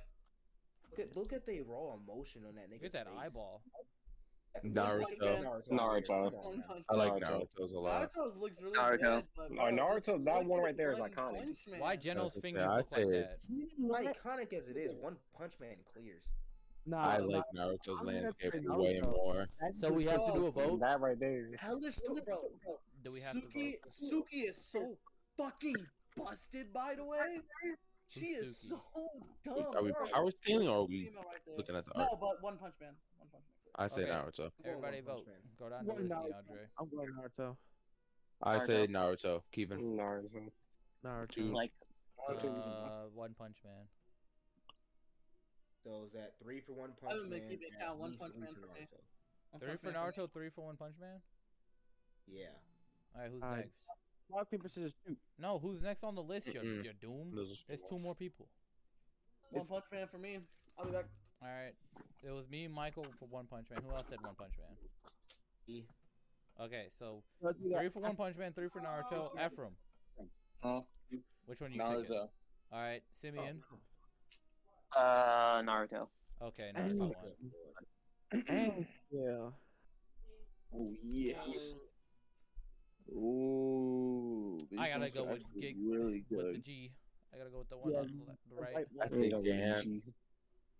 Speaker 2: Look at, look at the raw emotion on that nigga.
Speaker 1: Look at that eyeball.
Speaker 7: Oh,
Speaker 6: Naruto.
Speaker 5: Naruto.
Speaker 7: One Punch
Speaker 6: I like
Speaker 5: Naruto.
Speaker 6: Naruto's a lot.
Speaker 7: Naruto's looks really
Speaker 3: Naruto.
Speaker 7: good. But
Speaker 5: No,
Speaker 7: bro, just
Speaker 5: Naruto, that
Speaker 7: look
Speaker 5: one
Speaker 7: at
Speaker 5: right there is
Speaker 7: One
Speaker 5: iconic.
Speaker 7: Punch Man.
Speaker 1: Why Geno's
Speaker 6: That's-
Speaker 1: fingers
Speaker 6: yeah, I
Speaker 1: look like
Speaker 6: say-
Speaker 1: that?
Speaker 2: Iconic as it is, One Punch Man clears.
Speaker 26: Nah,
Speaker 6: I
Speaker 26: nah,
Speaker 6: like Naruto's
Speaker 26: I'm gonna
Speaker 6: landscape
Speaker 26: say
Speaker 6: way
Speaker 26: Naruto.
Speaker 6: more.
Speaker 26: that's
Speaker 1: So we
Speaker 26: just-
Speaker 1: have to do a vote?
Speaker 5: That right there.
Speaker 7: Hell, this bro, bro.
Speaker 1: Do we have
Speaker 7: Suki,
Speaker 1: to
Speaker 7: Suki is so fucking busted, by the way. She is
Speaker 1: Suki?
Speaker 7: so dumb.
Speaker 6: Are we
Speaker 7: bro.
Speaker 6: power scaling or are we
Speaker 7: Female right there.
Speaker 6: looking at the art?
Speaker 7: No, but One Punch Man. One Punch Man.
Speaker 6: I say
Speaker 1: Okay.
Speaker 6: Naruto.
Speaker 1: vote? Everybody
Speaker 2: One Punch
Speaker 1: vote.
Speaker 2: Man.
Speaker 1: Go down to
Speaker 26: One
Speaker 1: list,
Speaker 26: Naruto.
Speaker 1: DeAndre.
Speaker 11: I'm going Naruto.
Speaker 6: I
Speaker 11: Naruto.
Speaker 6: say Naruto. Keevan.
Speaker 5: Naruto.
Speaker 11: Naruto.
Speaker 6: Two.
Speaker 5: Like
Speaker 1: Uh, One Punch Man.
Speaker 2: So is that three for one punch
Speaker 7: I would
Speaker 2: man?
Speaker 7: make it
Speaker 2: at
Speaker 7: count one
Speaker 2: least
Speaker 7: punch
Speaker 2: three
Speaker 7: man
Speaker 2: for
Speaker 7: for me.
Speaker 2: Naruto.
Speaker 7: One
Speaker 1: Three
Speaker 7: Punch
Speaker 1: for
Speaker 7: Man me.
Speaker 1: Naruto, three for One Punch Man.
Speaker 2: Yeah.
Speaker 1: All right, who's
Speaker 4: All right.
Speaker 1: next?
Speaker 4: Rock paper scissors shoot.
Speaker 1: No, who's next on the list? You're,
Speaker 4: Mm-mm.
Speaker 1: you're doomed.
Speaker 4: Those are
Speaker 1: There's two more people.
Speaker 7: One Punch Man for me. I'll be back.
Speaker 1: All right, it was me, Michael for One Punch Man. Who else said One Punch Man?
Speaker 2: E.
Speaker 1: Okay, so
Speaker 2: Let's do that.
Speaker 1: three for One Punch Man, three for Naruto.
Speaker 2: Oh.
Speaker 1: Ephraim,
Speaker 5: Huh?
Speaker 1: which one you picking?
Speaker 5: Naruto.
Speaker 1: All right,
Speaker 2: Oh,
Speaker 1: Simeon.
Speaker 3: Uh, Naruto.
Speaker 1: Okay, Naruto won.
Speaker 4: Yeah.
Speaker 5: Oh yes. Ooh.
Speaker 1: I
Speaker 5: these
Speaker 1: gotta
Speaker 5: ones
Speaker 1: go
Speaker 5: are
Speaker 1: with
Speaker 5: actually
Speaker 1: Gig
Speaker 5: Really
Speaker 1: with the
Speaker 5: good.
Speaker 1: G. I gotta go with the one
Speaker 4: Yeah,
Speaker 1: on the, le- the
Speaker 4: the
Speaker 1: right.
Speaker 4: right
Speaker 5: I think Gans.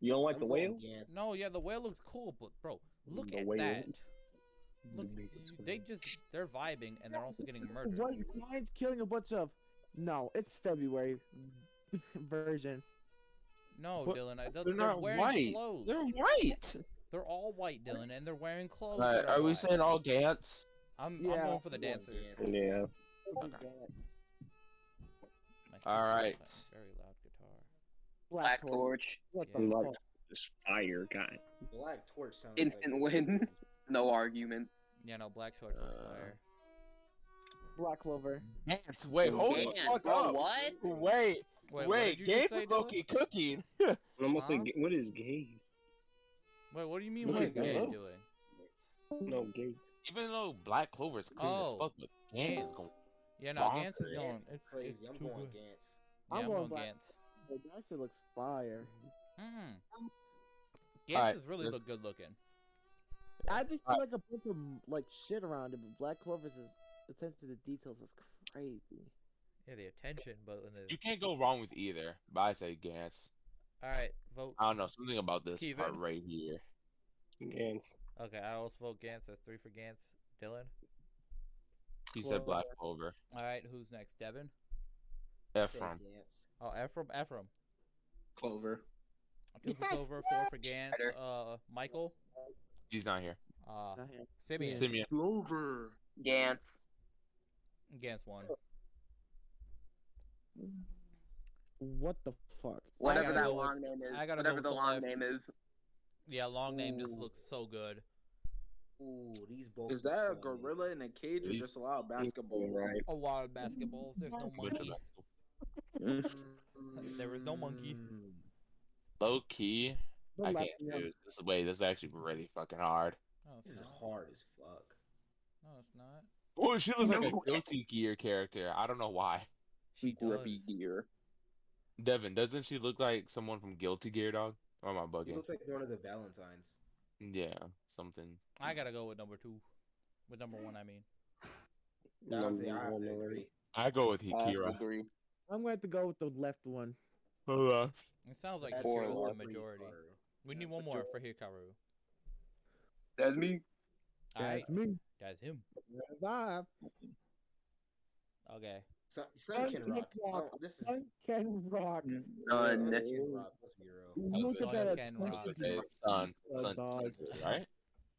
Speaker 5: You don't like the whale?
Speaker 1: No, yeah, the whale looks cool, but bro, look
Speaker 5: The
Speaker 1: at
Speaker 5: whale.
Speaker 1: that. Look, they just they're vibing and they're also getting murdered.
Speaker 4: What? Ryan's killing a bunch of. No, it's February (laughs) version.
Speaker 1: No,
Speaker 4: What?
Speaker 1: Dylan, I, they're,
Speaker 4: They're
Speaker 1: they're
Speaker 4: not
Speaker 1: wearing
Speaker 4: white.
Speaker 1: clothes.
Speaker 4: They're
Speaker 1: white. They're all white, Dylan, and they're wearing clothes.
Speaker 6: Alright,
Speaker 1: that are
Speaker 6: are we
Speaker 1: white.
Speaker 6: saying all Gantz?
Speaker 1: I'm, I'm
Speaker 6: Yeah.
Speaker 1: going for the dancers.
Speaker 5: Yeah.
Speaker 1: Okay. My sister
Speaker 6: All
Speaker 1: plays
Speaker 6: right.
Speaker 1: a Very loud guitar.
Speaker 4: Black
Speaker 3: Torch.
Speaker 4: What
Speaker 1: the
Speaker 5: Like just fire guy.
Speaker 2: Black torch sounds.
Speaker 3: Instant
Speaker 2: like
Speaker 3: win. (laughs) no argument.
Speaker 1: Yeah, no, Black Torch looks
Speaker 6: Uh,
Speaker 1: fire.
Speaker 4: Black Clover.
Speaker 6: Gantz, wait, hold the
Speaker 3: Gantz,
Speaker 6: fuck
Speaker 3: bro,
Speaker 6: up.
Speaker 3: what?
Speaker 6: Wait,
Speaker 1: Wait,
Speaker 6: wait,
Speaker 1: what did you just
Speaker 6: Gantz
Speaker 1: say,
Speaker 6: is Loki cooking.
Speaker 5: When I'm also
Speaker 1: Huh?
Speaker 5: ga- what is gay?
Speaker 1: Wait, what do you mean?
Speaker 5: Look
Speaker 1: What
Speaker 5: at
Speaker 1: is
Speaker 5: that.
Speaker 1: Gant doing?
Speaker 5: No gay.
Speaker 6: Even though Black Clover is clean
Speaker 1: Oh.
Speaker 6: as fuck, but Gantz is going.
Speaker 1: Yeah, no, Gantz is
Speaker 6: Bonkers.
Speaker 1: going.
Speaker 2: Gantz
Speaker 1: It's
Speaker 2: crazy.
Speaker 1: It's
Speaker 2: I'm
Speaker 1: too
Speaker 2: going
Speaker 1: good.
Speaker 2: Gantz.
Speaker 1: Yeah,
Speaker 4: I'm
Speaker 1: I'm
Speaker 4: going
Speaker 1: going
Speaker 4: Black-
Speaker 1: Gantz.
Speaker 4: But That actually looks fire.
Speaker 1: Mm.
Speaker 6: All
Speaker 1: Gantz
Speaker 6: right,
Speaker 1: is really
Speaker 6: let's-
Speaker 1: look good looking.
Speaker 4: I just feel like a bunch of like shit around it, but Black Clover's is, attention to details is crazy.
Speaker 1: Yeah, the attention, but when the
Speaker 6: You can't go wrong with either, but I say Gantz.
Speaker 1: all right vote.
Speaker 6: I don't know something about this
Speaker 1: Keevan?
Speaker 6: part right here.
Speaker 5: Gans.
Speaker 1: Okay, I also vote Gantz. That's three for Gantz. Dylan.
Speaker 6: He said Black Clover.
Speaker 1: All right, who's next? Devin.
Speaker 2: I said
Speaker 6: Ephraim.
Speaker 2: Gantz.
Speaker 1: Oh, Ephraim. Ephraim.
Speaker 5: Clover.
Speaker 1: Two for Clover, four for Gantz. Uh, Michael.
Speaker 6: He's not here.
Speaker 1: Uh,
Speaker 4: Not here.
Speaker 1: Simeon.
Speaker 6: Simeon.
Speaker 5: Clover.
Speaker 3: Gantz.
Speaker 1: Gantz one.
Speaker 4: What the fuck?
Speaker 3: Whatever
Speaker 1: gotta
Speaker 3: that
Speaker 1: go with-
Speaker 3: long name is.
Speaker 1: I gotta go
Speaker 3: Whatever
Speaker 1: with
Speaker 3: the
Speaker 1: the
Speaker 3: long
Speaker 1: left.
Speaker 3: name is.
Speaker 1: Yeah, long name just
Speaker 2: Ooh.
Speaker 1: looks so good.
Speaker 2: Ooh, these both.
Speaker 13: Is that a gorilla in a cage or
Speaker 5: He's-
Speaker 13: just a lot of basketballs?
Speaker 5: Right.
Speaker 1: A lot of basketballs. There's no monkey.
Speaker 4: (laughs)
Speaker 11: Mm.
Speaker 1: there was no monkey.
Speaker 2: Mm.
Speaker 6: Low key.
Speaker 4: The
Speaker 6: I
Speaker 4: left
Speaker 6: can't
Speaker 4: one.
Speaker 6: do this. This is- Wait, this is actually really fucking hard.
Speaker 1: No,
Speaker 2: This
Speaker 1: Oh, it's
Speaker 2: is
Speaker 1: not.
Speaker 2: hard as fuck.
Speaker 1: No, it's not.
Speaker 6: Oh, she looks like
Speaker 5: No.
Speaker 6: a Guilty Gear character. I don't know why.
Speaker 1: She
Speaker 5: Grippy
Speaker 1: does.
Speaker 5: gear.
Speaker 6: Devin, doesn't she look like someone from Guilty Gear, dog? Or am I
Speaker 2: He
Speaker 6: bugging?
Speaker 2: looks like one of the Valentines.
Speaker 6: Yeah, something.
Speaker 1: I gotta go with number two. With number one, I mean.
Speaker 2: Honestly, I have
Speaker 5: Number
Speaker 2: to
Speaker 5: one
Speaker 2: agree.
Speaker 6: I go with
Speaker 5: I have to
Speaker 6: Hikira.
Speaker 5: agree.
Speaker 4: I'm going to have to go with the left one.
Speaker 6: (laughs) Hold on.
Speaker 1: It sounds like
Speaker 2: That's
Speaker 1: Hikaru's
Speaker 5: four.
Speaker 1: the majority. We need one more for Hikaru.
Speaker 5: That's me.
Speaker 4: That's
Speaker 1: Alright,
Speaker 4: me.
Speaker 1: that's him.
Speaker 4: Five.
Speaker 1: Okay.
Speaker 2: Sun, Sun can rock. No, this is
Speaker 4: Sun Ken Rock.
Speaker 3: Sun.
Speaker 2: Sun can rock. Let's be real.
Speaker 4: Look
Speaker 1: Sun
Speaker 4: at that.
Speaker 1: Ken
Speaker 4: attention
Speaker 1: Rock.
Speaker 4: to
Speaker 6: Okay,
Speaker 4: detail,
Speaker 6: son,
Speaker 4: uh,
Speaker 6: son,
Speaker 4: dog.
Speaker 6: right?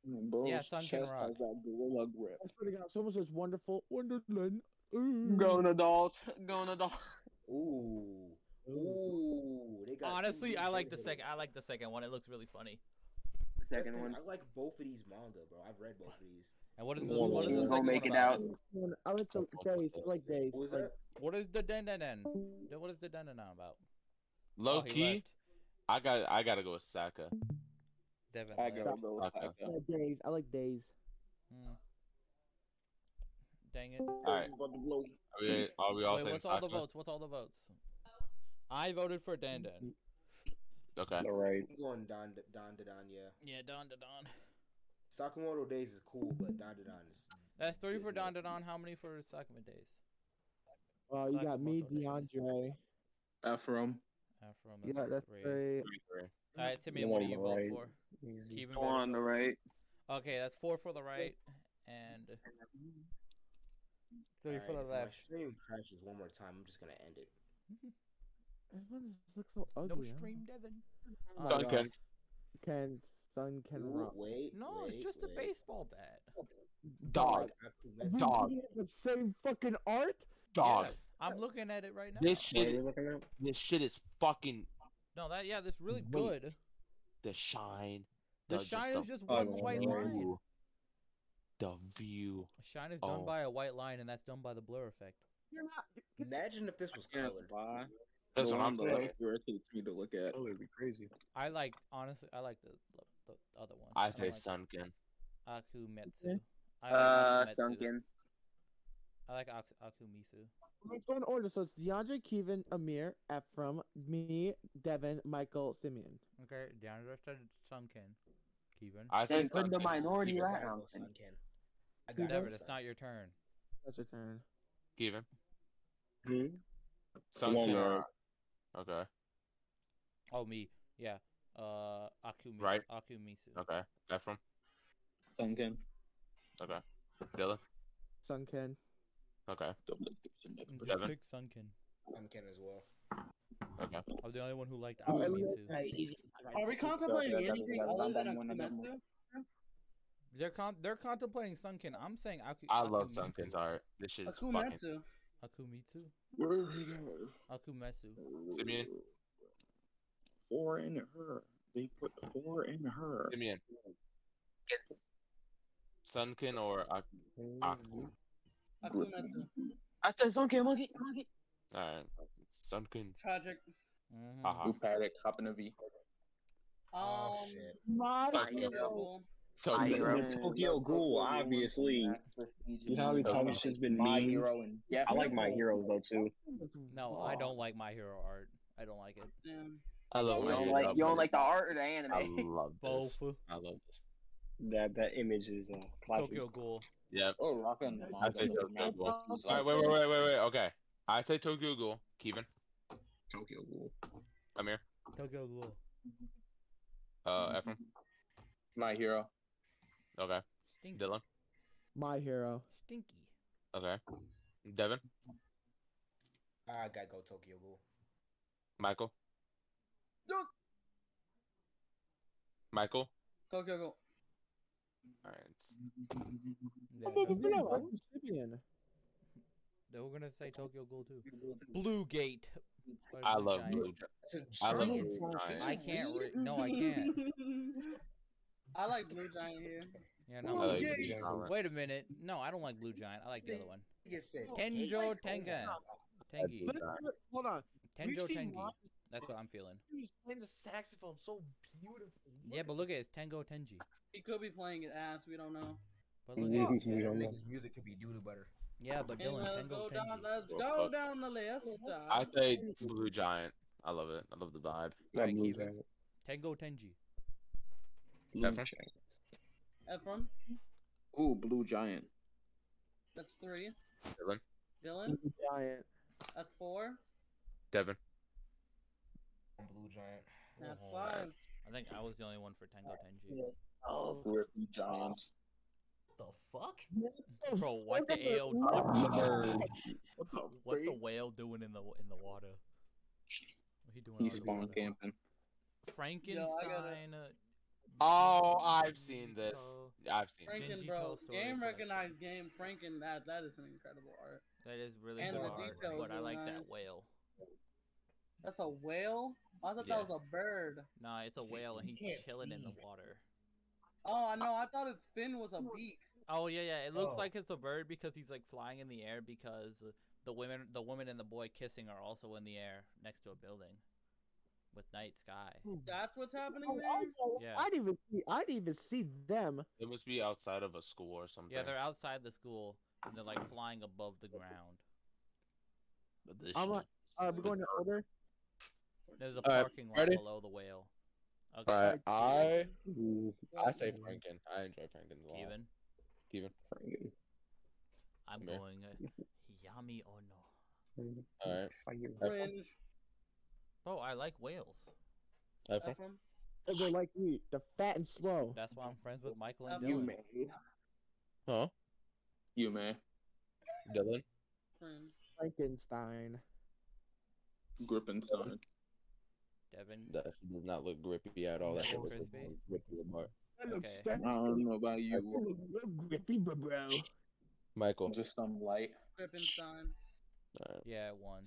Speaker 5: Bro,
Speaker 1: Yeah, Sun Can Rock.
Speaker 5: that gorilla grip.
Speaker 4: I swear to God, someone says wonderful Wonderland. Ooh.
Speaker 3: Going adult. Going Hmm.
Speaker 1: (laughs)
Speaker 3: adult.
Speaker 2: Ooh, ooh. They got two
Speaker 1: Honestly,
Speaker 2: good
Speaker 1: I like the
Speaker 2: things
Speaker 1: second.
Speaker 2: here.
Speaker 1: I like the second one. It looks really funny.
Speaker 3: The
Speaker 2: That's
Speaker 3: second
Speaker 2: the-
Speaker 3: one.
Speaker 2: I like both of these manga, bro. I've read both of these.
Speaker 1: And what is the,
Speaker 3: We'll-
Speaker 1: what is the
Speaker 3: we'll
Speaker 1: second
Speaker 3: make
Speaker 1: one
Speaker 3: it
Speaker 1: about?
Speaker 3: out.
Speaker 4: I like the days. I like days.
Speaker 2: What was
Speaker 4: like,
Speaker 2: that?
Speaker 1: What is the den den den? Then What is the den den den about? (laughs)
Speaker 6: Low
Speaker 1: oh, he
Speaker 6: key,
Speaker 1: left.
Speaker 6: I got I gotta go with Saka.
Speaker 1: Devin
Speaker 5: I
Speaker 1: left.
Speaker 5: gotta go with
Speaker 6: Okay.
Speaker 4: I
Speaker 5: Taka.
Speaker 4: like days. I like days.
Speaker 1: Hmm. Dang it.
Speaker 6: All right,
Speaker 5: About to blow.
Speaker 6: are we, are we all
Speaker 1: Wait,
Speaker 6: saying
Speaker 1: what's all the
Speaker 6: Sokka?
Speaker 1: votes? What's all the votes? I voted for Dan Dan.
Speaker 6: Okay.
Speaker 5: All right.
Speaker 2: I'm going Don Don Don. Yeah,
Speaker 1: Yeah, Don Da Don.
Speaker 2: Sakamoto Days is cool, but Don Don is
Speaker 1: That's three for
Speaker 2: Isn't it?
Speaker 1: Don Da Don. How many for Sakuma Days?
Speaker 4: Oh, you got me,
Speaker 1: Sakamoto days.
Speaker 4: DeAndre.
Speaker 13: Ephraim.
Speaker 1: Afro
Speaker 4: Yeah, that's
Speaker 1: three.
Speaker 4: the
Speaker 1: All right, Timmy, what do you vote
Speaker 5: Alright.
Speaker 1: for? Keep
Speaker 3: Go on the right.
Speaker 1: Okay, that's four for the right and three for the
Speaker 2: Alright, if
Speaker 1: left.
Speaker 2: My stream crashes one more time. I'm just gonna end it.
Speaker 4: This one just looks so ugly.
Speaker 1: No
Speaker 4: I don't
Speaker 1: stream, Devin. Uh,
Speaker 4: know.
Speaker 6: Sun Ken.
Speaker 4: Can Sun Ken
Speaker 2: Ooh,
Speaker 4: Rock.
Speaker 2: wait.
Speaker 1: No, it's
Speaker 2: wait,
Speaker 1: just a
Speaker 2: wait.
Speaker 1: baseball bat.
Speaker 6: Dog.
Speaker 2: Like, I could
Speaker 4: We
Speaker 2: let-
Speaker 6: Dog.
Speaker 4: did The same fucking art.
Speaker 6: Dog.
Speaker 1: Yeah. I'm looking at it right now.
Speaker 6: This shit, this shit is fucking
Speaker 1: No, that yeah, that's really
Speaker 6: great.
Speaker 1: good.
Speaker 6: The shine.
Speaker 1: The
Speaker 6: just
Speaker 1: shine
Speaker 6: the
Speaker 1: is just one
Speaker 6: fucking
Speaker 1: white line.
Speaker 6: view. The view.
Speaker 1: Shine is done
Speaker 6: Oh.
Speaker 1: by a white line, and that's done by the blur effect.
Speaker 2: You're not. Imagine if this was
Speaker 13: can't
Speaker 2: colored.
Speaker 6: That's
Speaker 13: The
Speaker 6: what I'm
Speaker 13: one that
Speaker 6: saying.
Speaker 13: I irritates me to look at. Oh, it'd be crazy.
Speaker 1: I like honestly, I like the the, the other one.
Speaker 6: I
Speaker 1: don't
Speaker 6: say
Speaker 1: like
Speaker 6: sunken.
Speaker 1: Akumetsu. I like
Speaker 3: Uh,
Speaker 1: Akumetsu.
Speaker 3: sunken.
Speaker 1: I like Ak- Akumisu.
Speaker 4: Let's go in order. So it's DeAndre, Kevin, Amir, Ephraim, me, Devin, Michael, Simeon.
Speaker 1: Okay, DeAndre said sunken. Kevin.
Speaker 6: I say
Speaker 4: Then put the
Speaker 6: sunken.
Speaker 4: minority
Speaker 6: Keep it.
Speaker 4: right
Speaker 2: Gotta go Sunken. I got
Speaker 1: Never,
Speaker 2: it.
Speaker 1: that's not your turn.
Speaker 4: That's your turn.
Speaker 6: Keep it.
Speaker 13: Hmm?
Speaker 6: Sunken.
Speaker 13: Longer.
Speaker 6: Okay.
Speaker 1: Oh me, yeah. Uh, Akumisu.
Speaker 6: Right.
Speaker 1: Akumisu.
Speaker 6: Okay. Ephraim.
Speaker 13: Duncan.
Speaker 6: Okay. Dylan.
Speaker 4: Sunken.
Speaker 6: Okay.
Speaker 1: Just
Speaker 6: Devin.
Speaker 1: pick sunken.
Speaker 2: Sunken as well.
Speaker 6: Okay.
Speaker 1: I'm the only one who liked
Speaker 4: Oh,
Speaker 1: Akumisu.
Speaker 7: Are we contemplating anything other than Akumetsu?
Speaker 1: They're con- they're contemplating sunken. I'm saying Aku-
Speaker 6: I love
Speaker 1: Akumisu.
Speaker 6: sunken's art. This shit is fucking.
Speaker 7: Akumetsu.
Speaker 1: Akumitsu.
Speaker 13: Where
Speaker 1: Akumetsu.
Speaker 6: Simeon.
Speaker 13: Four in her. They put four in her.
Speaker 6: Simeon. Sunken or Ak- Aku.
Speaker 7: Akumetsu.
Speaker 3: I said sunken monkey monkey.
Speaker 6: Alright. Sunken.
Speaker 7: Tragic.
Speaker 1: Mm. Mm-hmm.
Speaker 6: Haha.
Speaker 13: Who had it? Cop in a V.
Speaker 1: Oh,
Speaker 7: Um,
Speaker 2: Oh, shit.
Speaker 7: my
Speaker 13: Tokyo.
Speaker 7: terrible.
Speaker 13: I
Speaker 6: Tokyo.
Speaker 13: love Tokyo Ghoul, obviously. You know how many times it's just been
Speaker 5: My
Speaker 13: mean?
Speaker 5: Hero and-
Speaker 13: I like my heroes though too.
Speaker 1: No, I don't like My Hero art. I don't like it.
Speaker 7: Damn.
Speaker 6: I love
Speaker 3: You
Speaker 6: my
Speaker 3: don't
Speaker 6: hero,
Speaker 3: like
Speaker 6: but
Speaker 3: you don't like the art or the
Speaker 6: I
Speaker 3: anime.
Speaker 6: (laughs) love this.
Speaker 1: Both.
Speaker 6: I love this.
Speaker 5: That that image is uh, classic.
Speaker 1: Tokyo Ghoul.
Speaker 6: Yeah.
Speaker 13: Oh, rockin' the
Speaker 6: I say Tokyo Ghoul. Alright, wait, wait, wait, wait, wait. Okay. I say Tokyo Ghoul. Kevin.
Speaker 13: Tokyo Ghoul.
Speaker 6: I'm here.
Speaker 1: Tokyo Ghoul.
Speaker 3: Mm-hmm.
Speaker 6: Uh, Ephraim.
Speaker 13: My hero.
Speaker 6: Okay.
Speaker 1: Stinky.
Speaker 6: Dylan.
Speaker 4: My hero.
Speaker 1: Stinky.
Speaker 6: Okay. Devin.
Speaker 2: I gotta go Tokyo Ghoul.
Speaker 6: Michael.
Speaker 7: Look.
Speaker 6: Michael.
Speaker 7: Tokyo Ghoul.
Speaker 6: Alright. it's-
Speaker 1: Yeah,
Speaker 4: Even
Speaker 1: Tokyo
Speaker 4: though
Speaker 1: Ghoul.
Speaker 4: I'm Simeon.
Speaker 1: They were gonna say Tokyo Ghoul too. Blue Gate. Spider-Man
Speaker 6: I love
Speaker 1: Giant.
Speaker 6: Blue Gi-
Speaker 2: It's a
Speaker 6: I love
Speaker 2: giant.
Speaker 6: Blue
Speaker 2: Can
Speaker 6: Giant.
Speaker 1: I
Speaker 2: you
Speaker 1: can't.
Speaker 2: read?
Speaker 1: Re- no, I can't.
Speaker 7: (laughs) I like Blue Giant here.
Speaker 1: Yeah, no.
Speaker 6: I
Speaker 1: I
Speaker 6: like
Speaker 1: like-
Speaker 6: Blue Giant.
Speaker 1: Wait a minute. No, I don't like Blue Giant. I like the other one.
Speaker 2: You said
Speaker 1: Tenjo Tengen. Tengi.
Speaker 4: Look, look, Hold on. We've
Speaker 1: Tenjo
Speaker 4: seen
Speaker 1: Tengi.
Speaker 4: lots
Speaker 1: That's what I'm feeling.
Speaker 11: He's playing the saxophone so beautifully.
Speaker 1: Yeah, but look at it. It's Tengo Tenji.
Speaker 7: He could be playing it ass. We don't know.
Speaker 1: But look at it.
Speaker 2: Yeah,
Speaker 5: don't know.
Speaker 2: niggas' music could be doodoo butter.
Speaker 1: Yeah, but
Speaker 7: Hey,
Speaker 1: Dylan,
Speaker 7: let's
Speaker 1: Tengo
Speaker 7: go down.
Speaker 1: Tenji.
Speaker 7: Let's
Speaker 6: Well,
Speaker 7: go
Speaker 6: fuck.
Speaker 7: down the list. uh,
Speaker 6: I say Blue Giant. I love it. I love the vibe.
Speaker 5: That
Speaker 1: Alright,
Speaker 5: blue
Speaker 1: Kevin.
Speaker 5: giant.
Speaker 1: Tengo Tenji.
Speaker 5: Blue
Speaker 6: Ephraim?
Speaker 5: giant.
Speaker 7: Ephraim.
Speaker 13: Ooh, Blue Giant.
Speaker 7: That's three.
Speaker 6: Dylan.
Speaker 7: Dylan.
Speaker 4: Giant.
Speaker 7: That's four.
Speaker 6: Devin.
Speaker 2: I'm Blue Giant.
Speaker 7: That's
Speaker 1: Oh,
Speaker 7: five.
Speaker 1: I think I was the only one for Tengo (laughs) Tenji.
Speaker 13: Oh, Blue Giant.
Speaker 2: The fuck?
Speaker 1: Bro, what the ale?
Speaker 13: Nerd.
Speaker 1: What the whale doing in the in the water? What he doing?
Speaker 13: He's
Speaker 1: out in the
Speaker 13: spawn
Speaker 1: water?
Speaker 13: camping.
Speaker 1: Frankenstein. uh,
Speaker 6: Oh, I've seen this.
Speaker 1: Jinko-
Speaker 6: I've seen this.
Speaker 7: Franken,
Speaker 1: Genji
Speaker 7: bro.
Speaker 1: Coast Story
Speaker 7: Game
Speaker 1: Collection.
Speaker 7: recognized game. Franken, that that is an incredible art.
Speaker 1: That is really
Speaker 7: And
Speaker 1: good
Speaker 7: the
Speaker 1: art,
Speaker 7: details
Speaker 1: but I
Speaker 7: are
Speaker 1: like
Speaker 7: nice.
Speaker 1: that whale.
Speaker 7: That's a whale. I thought
Speaker 1: Yeah.
Speaker 7: that was a bird.
Speaker 1: Nah, it's a whale and
Speaker 2: You
Speaker 1: he's
Speaker 2: can't
Speaker 1: chilling in the
Speaker 2: see.
Speaker 1: water.
Speaker 7: Oh, I know. I thought its fin was a beak.
Speaker 1: Oh yeah, yeah. It looks
Speaker 2: Oh.
Speaker 1: like it's a bird because he's like flying in the air because the women, the woman and the boy kissing are also in the air next to a building with night sky.
Speaker 7: That's what's happening
Speaker 4: Oh, I,
Speaker 7: there.
Speaker 4: know.
Speaker 1: Yeah.
Speaker 4: I didn't even see. I didn't even see them.
Speaker 6: It must be outside of a school or something.
Speaker 1: Yeah, they're outside the school and they're like flying above the ground.
Speaker 6: But this
Speaker 4: I'm
Speaker 6: shit-
Speaker 4: like, Are we going in order?
Speaker 1: There's a
Speaker 6: Alright,
Speaker 1: parking lot
Speaker 6: ready?
Speaker 1: below the whale. Okay,
Speaker 6: Alright, I
Speaker 5: Ooh,
Speaker 6: I say Franken. I enjoy Franken a lot.
Speaker 1: Kevin,
Speaker 6: Kevin.
Speaker 5: friggin'
Speaker 1: I'm
Speaker 6: Yeah.
Speaker 1: going uh, Yami Ono.
Speaker 6: Alright.
Speaker 5: fire.
Speaker 7: Cringe.
Speaker 1: Bro, I like whales. Uh,
Speaker 6: Ephraim.
Speaker 7: Ephraim.
Speaker 4: They go like me. They're fat and slow.
Speaker 1: That's why I'm friends with Michael and
Speaker 7: Uh, you
Speaker 1: Dylan.
Speaker 13: man.
Speaker 6: Huh?
Speaker 13: You man.
Speaker 6: Dylan.
Speaker 7: Cringe.
Speaker 4: Frankenstein.
Speaker 13: Grippenstein.
Speaker 1: Devin.
Speaker 6: That shit does not look grippy at all. That shit looks
Speaker 1: Crispy.
Speaker 6: grippy as fuck.
Speaker 1: Okay.
Speaker 13: I don't know about you.
Speaker 4: Grippy, bro.
Speaker 6: Michael.
Speaker 5: um,
Speaker 6: uh,
Speaker 13: Just some light.
Speaker 7: Grippenstein.
Speaker 1: Yeah, it won.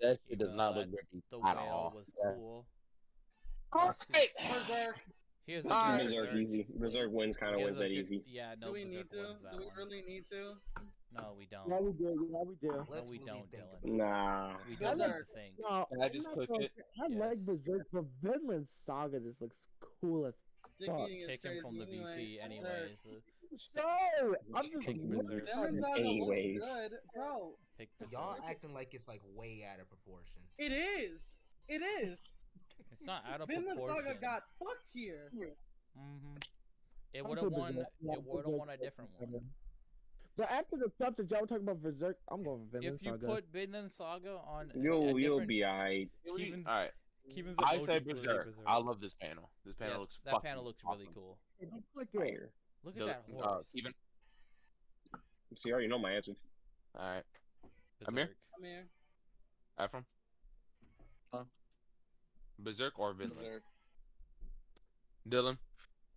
Speaker 26: That shit does not look
Speaker 1: But
Speaker 26: good
Speaker 1: The
Speaker 26: at
Speaker 1: whale
Speaker 26: all.
Speaker 1: was
Speaker 26: Yeah.
Speaker 1: cool.
Speaker 26: Alright.
Speaker 7: Berserk.
Speaker 1: Here's
Speaker 7: Alright.
Speaker 5: Berserk easy. Berserk wins kind of
Speaker 1: Here's
Speaker 5: wins
Speaker 1: a
Speaker 5: that
Speaker 1: good-
Speaker 5: easy.
Speaker 1: Yeah, no,
Speaker 7: do we need
Speaker 1: Berserk
Speaker 7: to?
Speaker 1: wins that
Speaker 7: Do we
Speaker 1: one.
Speaker 7: really need to?
Speaker 1: No, we don't.
Speaker 4: Yeah, we do. Yeah, we do.
Speaker 1: No, we don't, Dylan.
Speaker 5: Nah.
Speaker 1: We
Speaker 4: I
Speaker 1: don't
Speaker 4: like-
Speaker 1: need to think.
Speaker 4: No,
Speaker 1: Can I
Speaker 4: I'm
Speaker 1: just
Speaker 4: not
Speaker 1: click
Speaker 4: gonna
Speaker 1: it?
Speaker 4: say- I like Berserk, but Vinland Saga just looks cool as fuck.
Speaker 7: Digging is
Speaker 1: Kick him from the
Speaker 7: crazy
Speaker 1: VC
Speaker 7: anyway.
Speaker 1: anyways. Uh,
Speaker 4: No, I'm just
Speaker 26: Think
Speaker 4: looking
Speaker 26: Berserk.
Speaker 4: at it.
Speaker 7: Dylan's out of looks
Speaker 26: Anyways.
Speaker 7: good, bro.
Speaker 1: Pick
Speaker 2: Y'all
Speaker 1: Berserk.
Speaker 2: acting like it's like way out of proportion.
Speaker 7: It is. It is.
Speaker 1: It's not out of
Speaker 7: Vinland Saga
Speaker 1: proportion.
Speaker 7: got fucked here.
Speaker 1: hmm It
Speaker 4: I'm
Speaker 1: would
Speaker 4: so
Speaker 1: have won.
Speaker 4: berserk, yeah,
Speaker 1: It would have
Speaker 4: Berserk
Speaker 1: won a
Speaker 4: Saga.
Speaker 1: different one.
Speaker 4: But after the stuff that y'all were talking about Berserk, I'm going for Vinland
Speaker 1: If you
Speaker 4: Saga.
Speaker 1: put Vinland Saga on, a-
Speaker 5: You'll-
Speaker 1: a
Speaker 5: you'll
Speaker 1: different-
Speaker 5: be aight.
Speaker 1: Kevin's,
Speaker 6: All right.
Speaker 1: Kevin's
Speaker 6: I
Speaker 1: emoji
Speaker 6: say
Speaker 1: for the
Speaker 6: Berserk.
Speaker 1: Berserk.
Speaker 6: I love this panel. This panel
Speaker 1: Yeah,
Speaker 6: looks
Speaker 1: that
Speaker 6: fucking
Speaker 1: panel looks really
Speaker 6: awesome.
Speaker 1: cool.
Speaker 5: Fire.
Speaker 1: Look
Speaker 6: The-
Speaker 1: at that
Speaker 6: uh,
Speaker 1: horse.
Speaker 6: even
Speaker 5: See, I already know my answer.
Speaker 6: all right. Amir,
Speaker 1: Berserk.
Speaker 7: Come here.
Speaker 6: Ephraim,
Speaker 26: Huh?
Speaker 6: Berserk or Vinland? Dylan,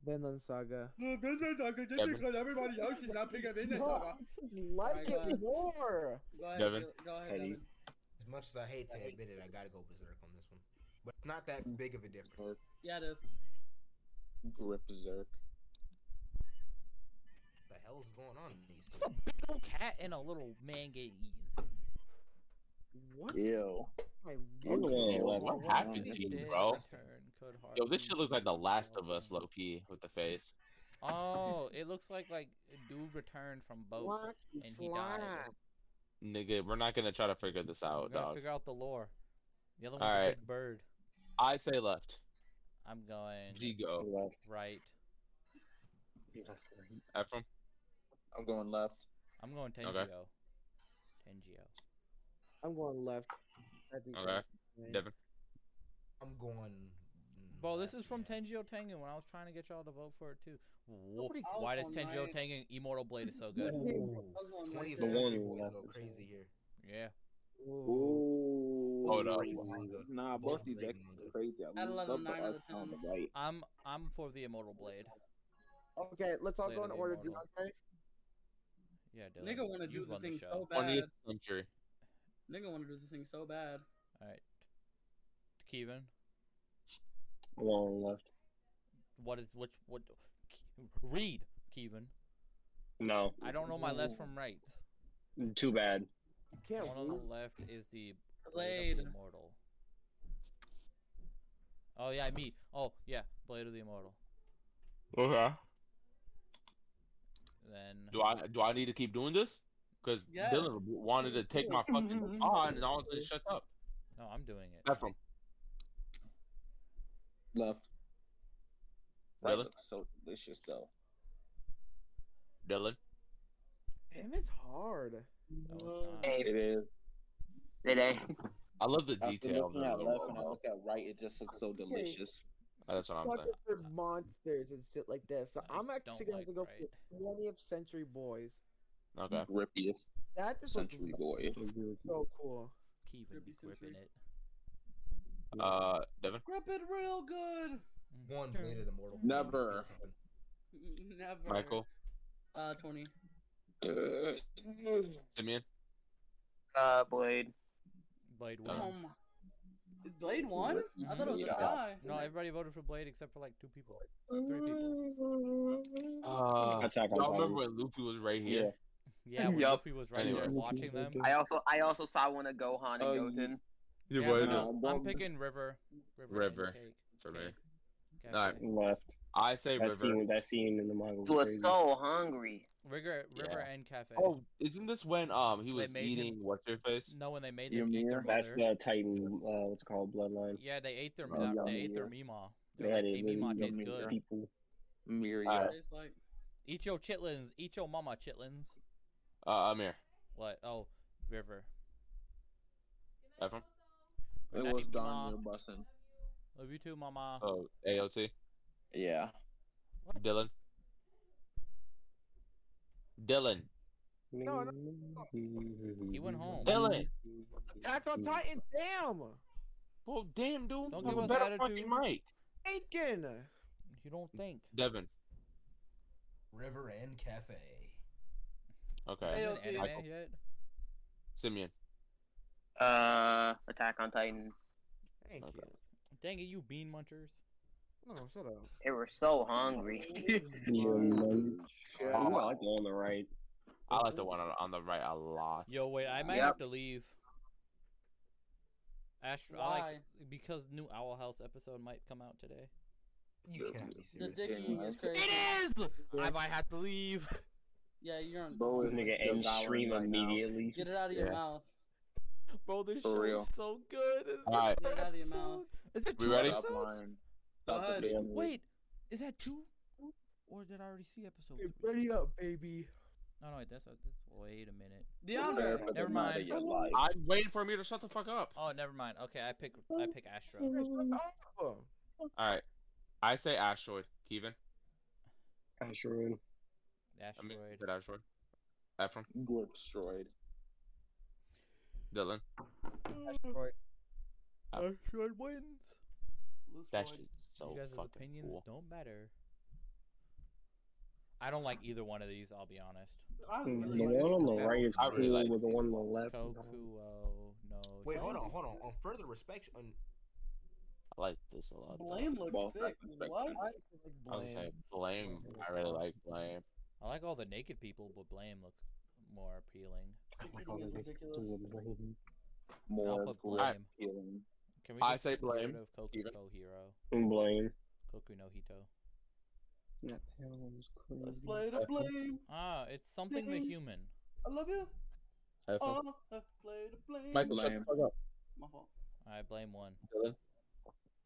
Speaker 4: Vinland Saga.
Speaker 27: Look, Vinland Saga, just
Speaker 6: Kevin?
Speaker 27: because everybody else is not picking Vinland
Speaker 4: No,
Speaker 27: Saga. Oh
Speaker 4: I just like
Speaker 7: Alright,
Speaker 4: it
Speaker 7: guys.
Speaker 4: more.
Speaker 7: Go ahead.
Speaker 6: Devin.
Speaker 7: Dylan. Go ahead,
Speaker 6: Eddie.
Speaker 7: Devin.
Speaker 2: As much as I hate to admit it, I gotta go berserk on this one. But it's not that big of a difference.
Speaker 7: Yeah, it is.
Speaker 5: Grip Zerk.
Speaker 2: The hell's going on in these?
Speaker 1: It's a big old cat and a little man getting eaten.
Speaker 4: What?
Speaker 5: Ew.
Speaker 4: My
Speaker 5: I'm the one
Speaker 4: lord.
Speaker 5: that left.
Speaker 6: what happened to you,
Speaker 1: This
Speaker 6: bro?
Speaker 1: return could
Speaker 6: Yo, this shit
Speaker 1: hardly
Speaker 6: looks like The
Speaker 1: be
Speaker 6: Last of Us, low key, with the face.
Speaker 1: (laughs) Oh, it looks like like a dude returned from boat
Speaker 4: Lucky
Speaker 1: and he died.
Speaker 4: slime.
Speaker 6: Nigga, we're not gonna try to figure this
Speaker 1: We're
Speaker 6: out,
Speaker 1: gonna
Speaker 6: Oh, dog.
Speaker 1: figure out the lore. The other
Speaker 6: All
Speaker 1: one's a
Speaker 6: right.
Speaker 1: dead bird.
Speaker 6: I say left.
Speaker 1: I'm going
Speaker 6: G go.
Speaker 5: Left.
Speaker 1: right.
Speaker 6: Ephraim,
Speaker 5: I'm going left.
Speaker 1: I'm going Tengio.
Speaker 6: Okay.
Speaker 1: Tengio.
Speaker 4: I'm going left. I think
Speaker 6: Okay.
Speaker 4: that's right.
Speaker 6: Devin.
Speaker 2: I'm going.
Speaker 1: Bro, this is from Tengio Tengen when I was trying to get y'all to vote for it too. Whoop.
Speaker 4: Nobody
Speaker 1: Why
Speaker 7: cares.
Speaker 1: does Tengio
Speaker 7: Nice.
Speaker 1: Tengen Immortal Blade is so
Speaker 5: (laughs)
Speaker 1: good?
Speaker 2: Ooh,
Speaker 7: I was going
Speaker 2: 20th
Speaker 7: right
Speaker 5: The
Speaker 7: there.
Speaker 5: one-
Speaker 2: century boys
Speaker 5: left.
Speaker 2: go crazy here.
Speaker 1: Yeah.
Speaker 4: Ooh.
Speaker 5: Ooh.
Speaker 6: Hold up.
Speaker 5: Nah, both these
Speaker 2: Blade
Speaker 5: X are crazy. I
Speaker 7: Gotta love
Speaker 5: love
Speaker 7: them
Speaker 5: the
Speaker 7: nine out
Speaker 5: X
Speaker 7: of
Speaker 5: on the
Speaker 7: tens.
Speaker 5: right.
Speaker 1: I'm I'm for the Immortal Blade.
Speaker 4: Okay, let's all
Speaker 1: Blade
Speaker 4: go
Speaker 1: of the
Speaker 4: in order.
Speaker 1: Immortal.
Speaker 4: DeAndre.
Speaker 1: Yeah, Dylan.
Speaker 7: Nigga wanna do
Speaker 1: you
Speaker 7: the
Speaker 1: run
Speaker 7: thing
Speaker 1: show.
Speaker 7: so bad.
Speaker 6: 20th century.
Speaker 7: Nigga wanna do this thing so bad.
Speaker 1: All right. Kevin,
Speaker 5: I'm going left.
Speaker 1: what is which what Ke- read, Kevin.
Speaker 5: No.
Speaker 1: I don't know my left from rights.
Speaker 5: Too bad.
Speaker 4: You
Speaker 1: The
Speaker 4: can't
Speaker 1: one on
Speaker 4: read.
Speaker 1: the left is the Blade
Speaker 7: Blade.
Speaker 1: of the Immortal. Oh yeah, me. Oh yeah, Blade of the Immortal.
Speaker 6: Okay.
Speaker 1: Then
Speaker 6: Do I do I need to keep doing this? Because
Speaker 7: Yes.
Speaker 6: Dylan wanted to
Speaker 1: (laughs)
Speaker 6: take my fucking on, and I was like, shut up.
Speaker 1: no, I'm doing it.
Speaker 6: Ephraim,
Speaker 5: Left. That
Speaker 6: Really?
Speaker 5: looks so delicious though.
Speaker 6: Dylan.
Speaker 4: Damn, it's hard.
Speaker 1: No, it's not.
Speaker 3: Hey,
Speaker 5: It is.
Speaker 3: today.
Speaker 6: I love the
Speaker 5: After
Speaker 6: detail.
Speaker 5: looking at left and I look at right, it just looks so delicious.
Speaker 6: Oh, That's what I'm
Speaker 4: Sucker
Speaker 6: saying.
Speaker 4: for monsters and shit like this. So
Speaker 1: I
Speaker 4: I'm
Speaker 1: don't
Speaker 4: actually gonna
Speaker 1: like
Speaker 4: have to go
Speaker 1: right.
Speaker 4: for the 20th Century Boys.
Speaker 6: Okay.
Speaker 5: Grippiest
Speaker 4: That just looks
Speaker 5: century boy.
Speaker 4: so cool.
Speaker 1: Kevin be gripping it.
Speaker 6: Uh, Devin.
Speaker 7: Grip it real good. (laughs)
Speaker 2: One blade of the mortal.
Speaker 5: Never.
Speaker 7: Never.
Speaker 6: Michael.
Speaker 7: Uh, twenty.
Speaker 4: Uh,
Speaker 6: Simeon.
Speaker 3: (laughs) Uh, Blade.
Speaker 1: Blade
Speaker 6: Done.
Speaker 5: Oh
Speaker 1: wins.
Speaker 7: Um, Blade one? I thought it was
Speaker 5: Yeah.
Speaker 7: a tie.
Speaker 1: Mm-hmm. No, everybody voted for Blade except for like two people, three people.
Speaker 5: Mm.
Speaker 6: Uh,
Speaker 5: Attack on
Speaker 6: y'all
Speaker 5: Titan.
Speaker 6: remember when Luffy was right here?
Speaker 5: Yeah.
Speaker 1: Yeah, when
Speaker 3: Yup.
Speaker 1: Luffy was right there
Speaker 6: Anyway.
Speaker 1: watching them.
Speaker 3: I also I also saw one of Gohan and
Speaker 5: Oh,
Speaker 3: Goten.
Speaker 6: You
Speaker 1: Yeah,
Speaker 6: voted
Speaker 1: no,
Speaker 5: no,
Speaker 1: I'm
Speaker 5: Bob-
Speaker 1: picking River. River. and
Speaker 6: River.
Speaker 1: Cake.
Speaker 6: for me.
Speaker 1: Okay. Gotcha.
Speaker 6: Alright.
Speaker 5: Left.
Speaker 6: I say
Speaker 5: That
Speaker 6: River.
Speaker 5: scene, that scene in the manga.
Speaker 3: He was
Speaker 5: crazy.
Speaker 3: so hungry.
Speaker 1: River, River
Speaker 6: Yeah.
Speaker 1: and Cafe.
Speaker 6: Oh, isn't this when um he
Speaker 1: They
Speaker 6: was
Speaker 1: made him-
Speaker 6: eating what's your face?
Speaker 1: No, when they made them eat their
Speaker 5: Ymir, that's
Speaker 1: mother.
Speaker 5: the Titan. Uh, what's it called bloodline.
Speaker 1: Yeah, they ate their
Speaker 5: Oh,
Speaker 1: uh,
Speaker 5: yummy,
Speaker 1: they ate their
Speaker 5: yeah.
Speaker 1: Mima.
Speaker 5: They
Speaker 1: They're like,
Speaker 5: had
Speaker 1: hey,
Speaker 5: it. really
Speaker 1: Mima tastes
Speaker 5: yummy
Speaker 1: good.
Speaker 5: People. Uh, Myriad.
Speaker 6: Alright.
Speaker 7: It's like
Speaker 1: Eat your chitlins. Eat your mama chitlins. Mm.
Speaker 6: Uh, Amir.
Speaker 1: What? Oh, River.
Speaker 6: Ephraim.
Speaker 1: Good night, Mima.
Speaker 5: Bussin.
Speaker 1: Love you too, mama.
Speaker 6: So AOT.
Speaker 5: Yeah.
Speaker 6: Dylan. Dylan.
Speaker 4: No, no,
Speaker 1: He went home.
Speaker 6: Dylan.
Speaker 4: Attack
Speaker 5: Mm.
Speaker 4: on Titan, damn!
Speaker 6: Well, damn, dude.
Speaker 1: Don't
Speaker 6: Have
Speaker 1: give
Speaker 6: a
Speaker 1: us
Speaker 6: better
Speaker 1: attitude.
Speaker 6: fucking mic.
Speaker 4: Aiken!
Speaker 1: You don't think?
Speaker 6: Devin.
Speaker 2: River and Cafe.
Speaker 6: Okay.
Speaker 1: Is it
Speaker 7: AOT.
Speaker 1: anime
Speaker 6: Michael.
Speaker 1: yet?
Speaker 6: Simeon.
Speaker 3: Uh, Attack on Titan.
Speaker 11: Thank
Speaker 1: you. Dang it, you bean munchers.
Speaker 11: No, shut up.
Speaker 3: They were so (laughs) hungry.
Speaker 5: Oh, I like the one on the right.
Speaker 6: I like the one on, on the right a lot.
Speaker 1: Yo, wait, I might
Speaker 6: Yep.
Speaker 1: have to leave. Astro, I like
Speaker 7: Why?
Speaker 1: because new Owl House episode might come out today.
Speaker 2: You cannot be
Speaker 7: The dick
Speaker 2: serious.
Speaker 7: union is crazy.
Speaker 1: It is. I might have to leave. (laughs)
Speaker 7: Yeah, you're on.
Speaker 5: Bro, this nigga end stream immediately.
Speaker 7: Get it out of your
Speaker 5: Yeah.
Speaker 7: mouth.
Speaker 1: Bro, this
Speaker 5: For
Speaker 1: show
Speaker 5: real.
Speaker 1: is so good. Is
Speaker 5: All right.
Speaker 7: Get it out of your mouth.
Speaker 1: Is it
Speaker 5: We
Speaker 1: two
Speaker 5: ready?
Speaker 1: episodes?
Speaker 5: Stop the damn
Speaker 1: Wait, is that two? Or did I already see episode two?
Speaker 4: Ready up, baby.
Speaker 1: No, no, wait, that's, a, that's wait a minute.
Speaker 7: DeAndre.
Speaker 1: Never mind.
Speaker 6: I'm waiting for me to shut the fuck up.
Speaker 1: Oh, never mind. Okay, I pick I pick Astro.
Speaker 6: All right, I say asteroid. Kevin.
Speaker 5: Asteroid.
Speaker 6: I
Speaker 1: Asteroid.
Speaker 6: mean, is it asteroid. Ephraim.
Speaker 5: Glorpstroid.
Speaker 6: Dylan.
Speaker 1: Asteroid. wins.
Speaker 6: That shit's so
Speaker 1: you guys'
Speaker 6: fucking
Speaker 1: opinions
Speaker 6: cool.
Speaker 1: don't matter. I don't like either one of these. I'll be honest.
Speaker 5: Mm, The one on the right is
Speaker 6: I
Speaker 5: cool,
Speaker 6: really like
Speaker 5: but the one on the left.
Speaker 1: Kokuo no.
Speaker 2: Wait, hold on, hold on. On further respect, on
Speaker 6: I like this a lot.
Speaker 7: Blame looks
Speaker 5: Well,
Speaker 7: sick.
Speaker 5: that's respect-
Speaker 7: What?
Speaker 6: I was saying blame. I really like blame.
Speaker 1: I like all the naked people, but Blame looks more appealing.
Speaker 7: It's ridiculous.
Speaker 1: I'll
Speaker 5: More
Speaker 1: put
Speaker 5: glorp
Speaker 1: blame.
Speaker 5: feeling.
Speaker 1: Can we
Speaker 6: I
Speaker 1: just
Speaker 6: say
Speaker 1: get rid
Speaker 6: Blame,
Speaker 1: of Koku
Speaker 6: even.
Speaker 1: no Hero?
Speaker 5: And blame.
Speaker 1: Koku no Hito.
Speaker 5: That panel was crazy.
Speaker 7: Let's play the blame.
Speaker 1: Ah, it's something the
Speaker 7: Blame.
Speaker 1: human.
Speaker 7: I love you.
Speaker 6: Have fun.
Speaker 7: Oh, I play the blame.
Speaker 6: Michael, shut the fuck up.
Speaker 7: My fault.
Speaker 1: I blame one.
Speaker 6: Dylan.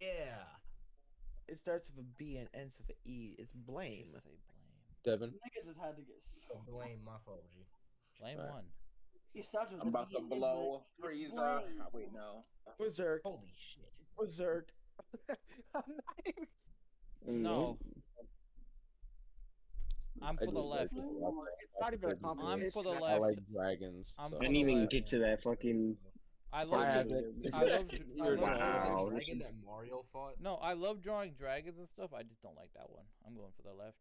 Speaker 2: yeah,
Speaker 11: It starts with a B and ends with an E. It's blame.
Speaker 1: Just say
Speaker 6: Devin.
Speaker 7: Nigga just had to get
Speaker 5: Oh.
Speaker 7: so.
Speaker 2: blame my fault, G.
Speaker 1: Blame
Speaker 6: Alright.
Speaker 1: one.
Speaker 7: He starts with
Speaker 13: I'm
Speaker 7: the
Speaker 13: about
Speaker 7: B
Speaker 13: to
Speaker 7: and ends
Speaker 13: blow
Speaker 7: with an E.
Speaker 13: Frieza.
Speaker 7: Blame.
Speaker 13: Ah, Wait, no.
Speaker 11: Berserk.
Speaker 2: Holy shit.
Speaker 11: Berserk.
Speaker 5: Mm-hmm.
Speaker 1: No. I'm
Speaker 5: I
Speaker 1: for the
Speaker 5: do like
Speaker 1: left.
Speaker 5: it a lot.
Speaker 11: It's not even a compliment.
Speaker 1: I'm
Speaker 11: It's
Speaker 1: for the
Speaker 11: not-
Speaker 5: I
Speaker 1: left.
Speaker 5: like dragons.
Speaker 1: I'm for
Speaker 5: so- I
Speaker 1: the
Speaker 5: didn't even
Speaker 1: left.
Speaker 5: get to that fucking.
Speaker 1: I love.
Speaker 5: Yeah,
Speaker 1: I love. I love. I love
Speaker 5: You're not- Wow,
Speaker 2: Dragon
Speaker 5: this is-
Speaker 2: that Mario fought.
Speaker 1: No, I love drawing dragons and stuff. I just don't like that one. I'm going for the left.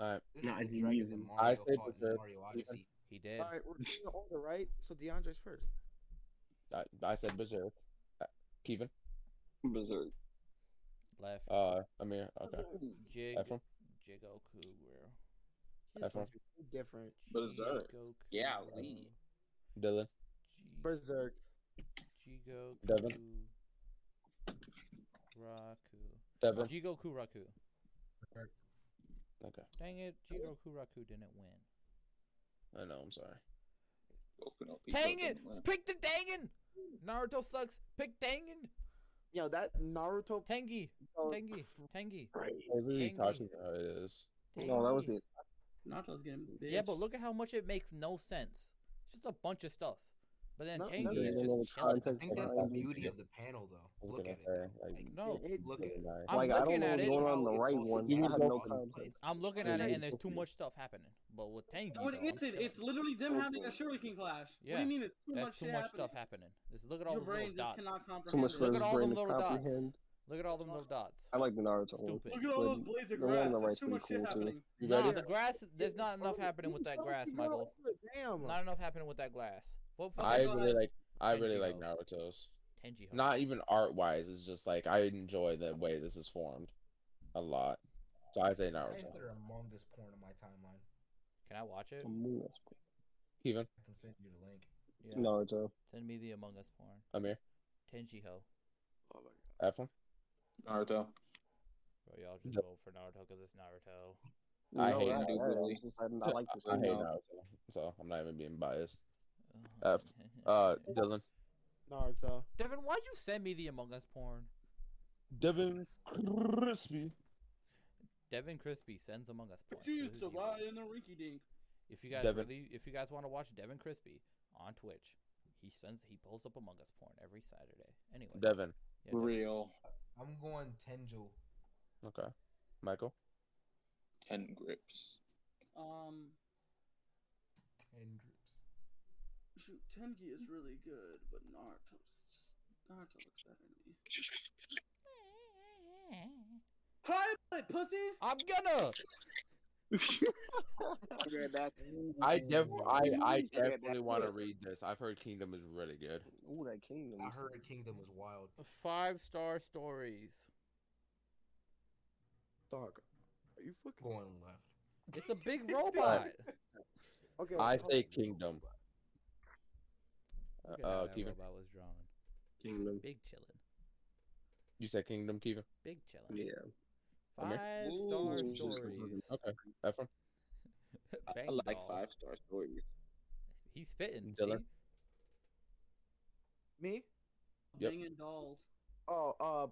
Speaker 6: All right.
Speaker 2: This
Speaker 5: No,
Speaker 2: is
Speaker 5: I
Speaker 2: the
Speaker 5: didn't
Speaker 2: dragon that
Speaker 5: even-
Speaker 2: Mario
Speaker 6: I say
Speaker 2: fought in
Speaker 6: Berserk.
Speaker 2: Mario Odyssey.
Speaker 1: He did.
Speaker 11: All right, we're doing the order, right? So DeAndre's first.
Speaker 6: I, I said berserk. Uh, Kevin.
Speaker 5: Berserk.
Speaker 1: Left.
Speaker 6: Uh, I mean, okay.
Speaker 1: Jig.
Speaker 6: Ephraim.
Speaker 1: Jigoku.
Speaker 11: He's
Speaker 6: Ephraim.
Speaker 11: different.
Speaker 5: Berserk.
Speaker 1: Jigoku.
Speaker 5: Yeah, Lee.
Speaker 6: Dylan.
Speaker 11: Berserk.
Speaker 1: Jigoku.
Speaker 6: Devin.
Speaker 1: Raku.
Speaker 6: Devin.
Speaker 1: Jigoku Raku.
Speaker 6: Okay.
Speaker 1: Dang it, Jigoku Raku didn't win.
Speaker 6: I know. I'm sorry.
Speaker 5: Open up
Speaker 1: Dang it! Pick the Dangan! Naruto sucks. Pick Dangan!
Speaker 11: Yo, that Naruto.
Speaker 1: Tengi.
Speaker 11: Oh,
Speaker 1: Tengi. Tengi.
Speaker 5: I really
Speaker 1: Dang
Speaker 6: talking
Speaker 1: it.
Speaker 6: about it is.
Speaker 5: Oh, No, that was
Speaker 1: Tengi.
Speaker 5: the.
Speaker 7: Nacho's getting bitch.
Speaker 1: Yeah, but look at how much it makes no sense. It's just a bunch of stuff. But then
Speaker 11: No,
Speaker 1: Tengi
Speaker 11: no,
Speaker 6: There's
Speaker 1: is
Speaker 11: no,
Speaker 1: just
Speaker 5: no,
Speaker 1: chilling.
Speaker 2: I
Speaker 5: context
Speaker 2: think that's the
Speaker 5: behind it.
Speaker 2: beauty of the panel, though. Look at it.
Speaker 6: Okay,
Speaker 2: though.
Speaker 6: like,
Speaker 2: Like,
Speaker 1: No,
Speaker 11: It-
Speaker 2: look at it.
Speaker 5: Really nice.
Speaker 1: I'm
Speaker 5: like I don't
Speaker 1: looking
Speaker 5: know
Speaker 1: at
Speaker 5: what's
Speaker 1: it.
Speaker 5: going on in the
Speaker 2: It's
Speaker 5: right
Speaker 2: supposed to
Speaker 5: one.
Speaker 2: be
Speaker 5: I have no
Speaker 2: all
Speaker 5: context.
Speaker 2: the
Speaker 1: I'm looking
Speaker 5: Yeah,
Speaker 1: at it
Speaker 5: you
Speaker 1: and there's
Speaker 5: took
Speaker 1: too
Speaker 5: me.
Speaker 1: much stuff happening. But with Tengi,
Speaker 7: No, it
Speaker 1: though, I'm
Speaker 7: isn't.
Speaker 1: chilling.
Speaker 7: It's literally them having a shuriken clash. What
Speaker 1: Yeah,
Speaker 7: do you mean it's too
Speaker 1: That's
Speaker 7: much
Speaker 1: too
Speaker 7: shit
Speaker 1: much
Speaker 7: happening?
Speaker 1: stuff happening. Just look at all
Speaker 7: Your
Speaker 1: the little
Speaker 7: brain just
Speaker 1: dots.
Speaker 7: cannot comprehend.
Speaker 5: Too much
Speaker 7: it.
Speaker 5: for
Speaker 1: Look
Speaker 5: his
Speaker 1: at all
Speaker 5: brain
Speaker 1: them
Speaker 5: to
Speaker 1: little dots.
Speaker 5: comprehend.
Speaker 1: Look at all them little dots.
Speaker 5: I like the Naruto one.
Speaker 1: Stupid.
Speaker 7: Look at all those
Speaker 5: But
Speaker 7: blades of
Speaker 5: the one on
Speaker 7: grass.
Speaker 5: the
Speaker 7: There's
Speaker 5: right's
Speaker 7: too
Speaker 5: pretty
Speaker 7: much shit
Speaker 5: cool, too.
Speaker 7: happening.
Speaker 5: You
Speaker 1: Nah,
Speaker 5: ready?
Speaker 1: the grass. There's not enough happening with that grass, Michael.
Speaker 11: Damn.
Speaker 1: Not enough happening with that glass. Vote for
Speaker 6: I
Speaker 1: Tenji.
Speaker 6: really like. I really
Speaker 1: Tenjiho.
Speaker 6: like Naruto's.
Speaker 1: Tenji. Ho.
Speaker 6: Not even art wise. It's just like I enjoy the way this is formed, a lot. So I say
Speaker 2: Why is
Speaker 6: Naruto.
Speaker 2: there Among Us porn on my timeline?
Speaker 1: Can I watch it?
Speaker 5: Among Us.
Speaker 6: Kevin.
Speaker 2: I can send you the link.
Speaker 1: Yeah.
Speaker 5: Naruto.
Speaker 1: Send me the Among Us porn.
Speaker 6: Amir.
Speaker 1: Tenji Ho.
Speaker 6: Ephraim.
Speaker 13: Naruto.
Speaker 1: Bro, y'all just vote for Naruto because it's Naruto.
Speaker 5: I
Speaker 13: No,
Speaker 6: hate
Speaker 13: that-
Speaker 6: Naruto.
Speaker 13: that-
Speaker 5: It's just, I, I like this.
Speaker 6: I hate
Speaker 5: one.
Speaker 6: Naruto. So I'm not even being biased. Uh,
Speaker 1: (laughs)
Speaker 6: Uh, Dylan.
Speaker 11: Naruto.
Speaker 1: Devin, why'd you send me the Among Us porn?
Speaker 6: Devin Crispy.
Speaker 1: Devin Crispy sends Among Us porn.
Speaker 7: But you
Speaker 1: This
Speaker 7: used
Speaker 1: is
Speaker 7: to
Speaker 1: you
Speaker 7: ride
Speaker 1: guys.
Speaker 7: in the rinky dink.
Speaker 1: If you guys
Speaker 6: Devin.
Speaker 1: really, if you guys want to watch Devin Crispy on Twitch, he sends he pulls up Among Us porn every Saturday. Anyway,
Speaker 6: Devin.
Speaker 1: Yeah, Devin.
Speaker 13: Real.
Speaker 2: I'm going Tenjo.
Speaker 6: Okay. Michael.
Speaker 13: Ten
Speaker 5: (laughs)
Speaker 13: grips.
Speaker 7: Um,
Speaker 2: Ten grips.
Speaker 7: shoot, Tengi is really good, but Naruto just Naruto looks better to me. Climb it, pussy.
Speaker 1: I'm gonna.
Speaker 25: Straight back.
Speaker 6: I def- I, I
Speaker 25: Straight back.
Speaker 6: definitely want to read this. I've heard Kingdom is really good.
Speaker 1: Ooh, that Kingdom.
Speaker 2: I heard Kingdom was wild.
Speaker 1: Five star stories.
Speaker 4: Dog, are you fucking
Speaker 2: going left?
Speaker 1: It's a
Speaker 7: (laughs)
Speaker 1: big robot.
Speaker 4: Okay.
Speaker 6: I
Speaker 4: hold
Speaker 6: say
Speaker 4: on.
Speaker 6: Kingdom.
Speaker 1: Look at how
Speaker 6: Uh,
Speaker 1: that
Speaker 6: Kevin,
Speaker 1: robot was drawn.
Speaker 6: Kingdom.
Speaker 1: Big chillin'.
Speaker 6: you said Kingdom, Kevin.
Speaker 1: Big chillin'.
Speaker 6: Yeah.
Speaker 1: Five star stories.
Speaker 6: Okay, that one.
Speaker 1: (laughs) Bang
Speaker 6: (laughs) I like
Speaker 1: doll.
Speaker 6: five star stories.
Speaker 1: He's spitting.
Speaker 6: Dylan.
Speaker 1: see?
Speaker 4: Me?
Speaker 6: Yep.
Speaker 7: Banging dolls.
Speaker 4: Oh, uh,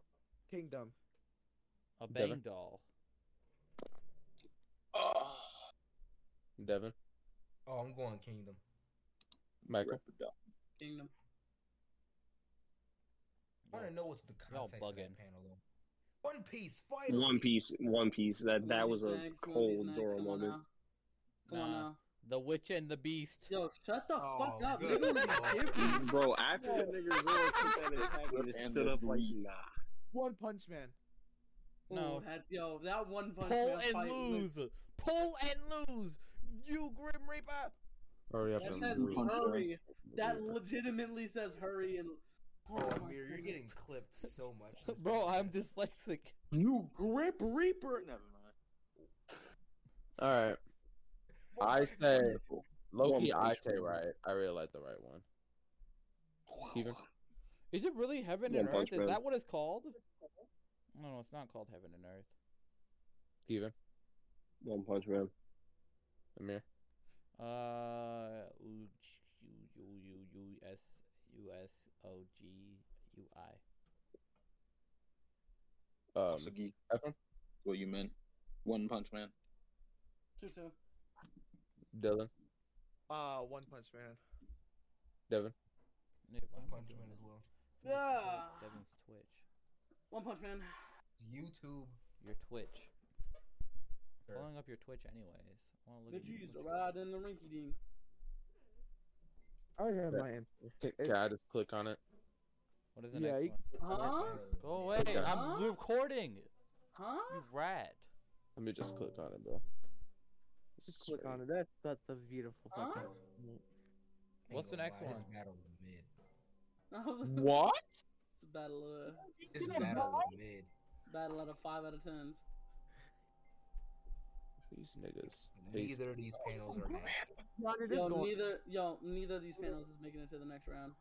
Speaker 4: Kingdom.
Speaker 1: A
Speaker 6: Devin.
Speaker 1: bang doll.
Speaker 6: Devin,
Speaker 2: Oh, I'm going Kingdom.
Speaker 6: Michael.
Speaker 7: Kingdom.
Speaker 2: I want to know what's the
Speaker 1: Y'all
Speaker 2: context of
Speaker 1: bugging.
Speaker 2: that panel though. One Piece, finally.
Speaker 5: One Piece, One Piece. That that was a
Speaker 7: Next, One Piece
Speaker 5: cold
Speaker 7: next,
Speaker 5: Zoro
Speaker 7: come on
Speaker 5: moment.
Speaker 7: now. Come on
Speaker 1: Nah.
Speaker 7: now.
Speaker 1: The Witch and the Beast.
Speaker 7: Yo, shut the
Speaker 2: Oh,
Speaker 7: fuck up.
Speaker 2: good
Speaker 7: Niggas is
Speaker 2: lord.
Speaker 7: different.
Speaker 5: Bro, after (laughs) the nigga Zoro took that attack and just
Speaker 26: And
Speaker 5: stood
Speaker 26: the
Speaker 5: up like,
Speaker 26: breeze.
Speaker 5: nah.
Speaker 4: One Punch Man.
Speaker 1: (laughs) No.
Speaker 7: Ooh, that, Oh, yo, that one punch
Speaker 1: Pull
Speaker 7: man
Speaker 1: and
Speaker 7: fight
Speaker 1: lose. Pull and lose. You Grim Reaper.
Speaker 6: Hurry up
Speaker 7: That
Speaker 6: and
Speaker 7: says
Speaker 6: read.
Speaker 7: hurry. That legitimately says hurry and.
Speaker 2: Oh,
Speaker 7: Oh my
Speaker 2: Amir, you're
Speaker 7: goodness.
Speaker 2: getting clipped so much. this
Speaker 1: Bro,
Speaker 2: podcast.
Speaker 1: I'm dyslexic.
Speaker 5: You grip Reaper. Never mind.
Speaker 6: All right. I say
Speaker 5: Wonderful.
Speaker 6: Loki.
Speaker 5: One
Speaker 6: I
Speaker 5: Punch
Speaker 6: say
Speaker 5: Man.
Speaker 6: right. I really like the right one. Kevin,
Speaker 1: Is it really Heaven
Speaker 5: One
Speaker 1: and Earth?
Speaker 5: Punch
Speaker 1: Is
Speaker 5: Man.
Speaker 1: that what it's called? No, it's not called Heaven and Earth.
Speaker 6: Kevin,
Speaker 5: One Punch Man.
Speaker 6: Amir.
Speaker 1: Uh, U U U U S U S O G U I.
Speaker 6: Um,
Speaker 26: Sugi.
Speaker 6: Efren,
Speaker 26: What you mean? One Punch Man.
Speaker 7: Two, two.
Speaker 6: Dylan,
Speaker 1: Ah,
Speaker 11: Uh, One Punch Man.
Speaker 6: Devin.
Speaker 1: Yeah, why
Speaker 2: One
Speaker 1: am I
Speaker 2: Punch
Speaker 1: doing
Speaker 2: Man as
Speaker 1: this?
Speaker 2: well.
Speaker 1: Look at
Speaker 7: Ah.
Speaker 1: Devin's Twitch.
Speaker 7: One punch man.
Speaker 2: YouTube.
Speaker 1: Your Twitch.
Speaker 2: Sure.
Speaker 1: Pulling up your Twitch, anyways. I want to look
Speaker 7: Did
Speaker 1: at
Speaker 7: you
Speaker 1: your
Speaker 7: use
Speaker 1: Twitch.
Speaker 7: a ride in the rinky dink?
Speaker 4: I already have
Speaker 6: Yeah.
Speaker 4: my answer.
Speaker 6: Can,
Speaker 4: It-
Speaker 6: can I just click on it?
Speaker 1: What is the
Speaker 4: Yeah,
Speaker 1: next
Speaker 4: you-
Speaker 1: one?
Speaker 7: Huh?
Speaker 1: Go away. I'm
Speaker 7: Huh?
Speaker 1: recording.
Speaker 7: Huh?
Speaker 1: You rat.
Speaker 6: Let me just click on it, bro.
Speaker 4: Just click on it. That's that's a beautiful
Speaker 7: Huh?
Speaker 4: fucking.
Speaker 1: What's the next
Speaker 2: This
Speaker 1: one?
Speaker 2: battle of mid.
Speaker 7: (laughs)
Speaker 6: What?
Speaker 7: battle, uh,
Speaker 2: This battle of mid.
Speaker 7: battle out of five out of tens.
Speaker 6: These niggas. These,
Speaker 2: Neither of these panels are mad.
Speaker 4: No, it is
Speaker 7: Yo,
Speaker 4: going.
Speaker 7: neither, yo, neither of these panels is making it to the next round.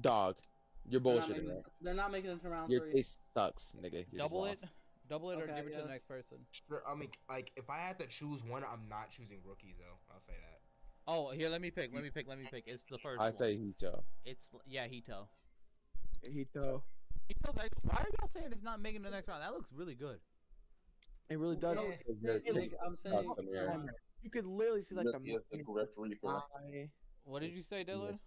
Speaker 6: dog, you're
Speaker 7: They're not
Speaker 6: bullshitting.
Speaker 7: making it-
Speaker 6: Right?
Speaker 7: They're not making it to round
Speaker 6: Your
Speaker 7: three.
Speaker 6: taste sucks, nigga. You just
Speaker 1: Double
Speaker 6: lost.
Speaker 1: it. Double it or
Speaker 7: Okay,
Speaker 1: give it to the
Speaker 7: yes.
Speaker 1: next person.
Speaker 2: Sure, I mean, like, if I had to choose one, I'm not choosing rookies though. I'll say that.
Speaker 1: Oh, here, let me pick. Let me pick. Let me pick. It's the first
Speaker 6: I
Speaker 1: one.
Speaker 6: say Hito.
Speaker 1: It's yeah, Hito.
Speaker 4: Hito.
Speaker 1: Hito's actually, why are y'all saying it's not making the next round? That looks really good.
Speaker 4: It really does.
Speaker 2: Yeah.
Speaker 6: Your
Speaker 7: Hey,
Speaker 6: taste
Speaker 7: nigga, I'm saying,
Speaker 6: sucks, Amir.
Speaker 4: You could literally see like
Speaker 26: Look,
Speaker 4: the.
Speaker 26: he has the grip Reaper.
Speaker 4: eye.
Speaker 1: What did you say, Dylan?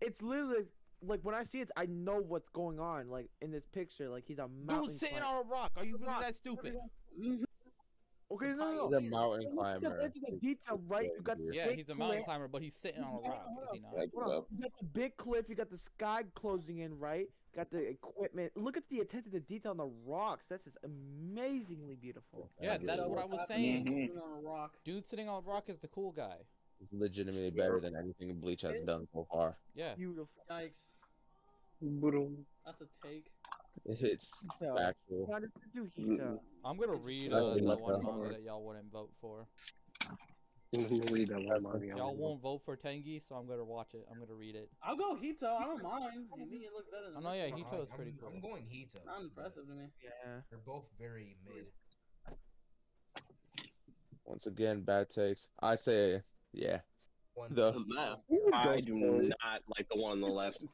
Speaker 4: It's literally like when I see it, I know what's going on. Like in this picture, like he's a mountain.
Speaker 1: Dude, sitting
Speaker 4: climber.
Speaker 1: on a rock. Are you really that stupid?
Speaker 7: um,
Speaker 4: Okay, no, no,
Speaker 6: He's
Speaker 4: no.
Speaker 6: a mountain
Speaker 4: You got
Speaker 6: climber.
Speaker 4: into the detail, right? You got the
Speaker 1: Yeah,
Speaker 4: big
Speaker 1: he's a mountain
Speaker 4: cliff.
Speaker 1: climber, but he's sitting on a rock. Is he not?
Speaker 26: Back it
Speaker 4: Hold on.
Speaker 5: (laughs)
Speaker 26: up.
Speaker 4: You got the big cliff. You got the sky closing in, right? Got the equipment. Look at the attention to detail on the rocks. That's just amazingly beautiful.
Speaker 1: Yeah, that's what I was saying.
Speaker 7: Sitting on a rock.
Speaker 1: Dude sitting on a rock is the cool guy.
Speaker 6: It's legitimately better than anything Bleach has done so far. (laughs)
Speaker 1: Yeah.
Speaker 4: Beautiful.
Speaker 7: Yikes.
Speaker 5: Boodle.
Speaker 7: That's a take.
Speaker 6: It's
Speaker 4: Yeah.
Speaker 6: factual.
Speaker 4: Not to
Speaker 6: Mm-hmm.
Speaker 4: do Hito.
Speaker 1: I'm gonna read
Speaker 6: I
Speaker 1: uh, the
Speaker 6: think that's
Speaker 1: one
Speaker 6: not
Speaker 1: manga
Speaker 6: hard.
Speaker 1: that y'all wouldn't vote for.
Speaker 5: Leave that one, Mario.
Speaker 1: Y'all won't vote for Tengi, so I'm gonna watch it. I'm gonna read it.
Speaker 7: I'll go Hito. I don't mind. To me, it looks better than.
Speaker 1: Oh no, yeah,
Speaker 2: Uh,
Speaker 1: Hito is
Speaker 2: I'm,
Speaker 1: pretty
Speaker 2: I'm
Speaker 1: cool.
Speaker 2: going Hito.
Speaker 7: Not impressive to me.
Speaker 4: Yeah.
Speaker 2: They're both very mid.
Speaker 6: Once again, bad takes. I say, yeah.
Speaker 2: One
Speaker 6: The
Speaker 2: Piece.
Speaker 5: left.
Speaker 6: Ooh,
Speaker 5: I
Speaker 6: those
Speaker 5: do
Speaker 6: boys.
Speaker 5: not like the one on the left.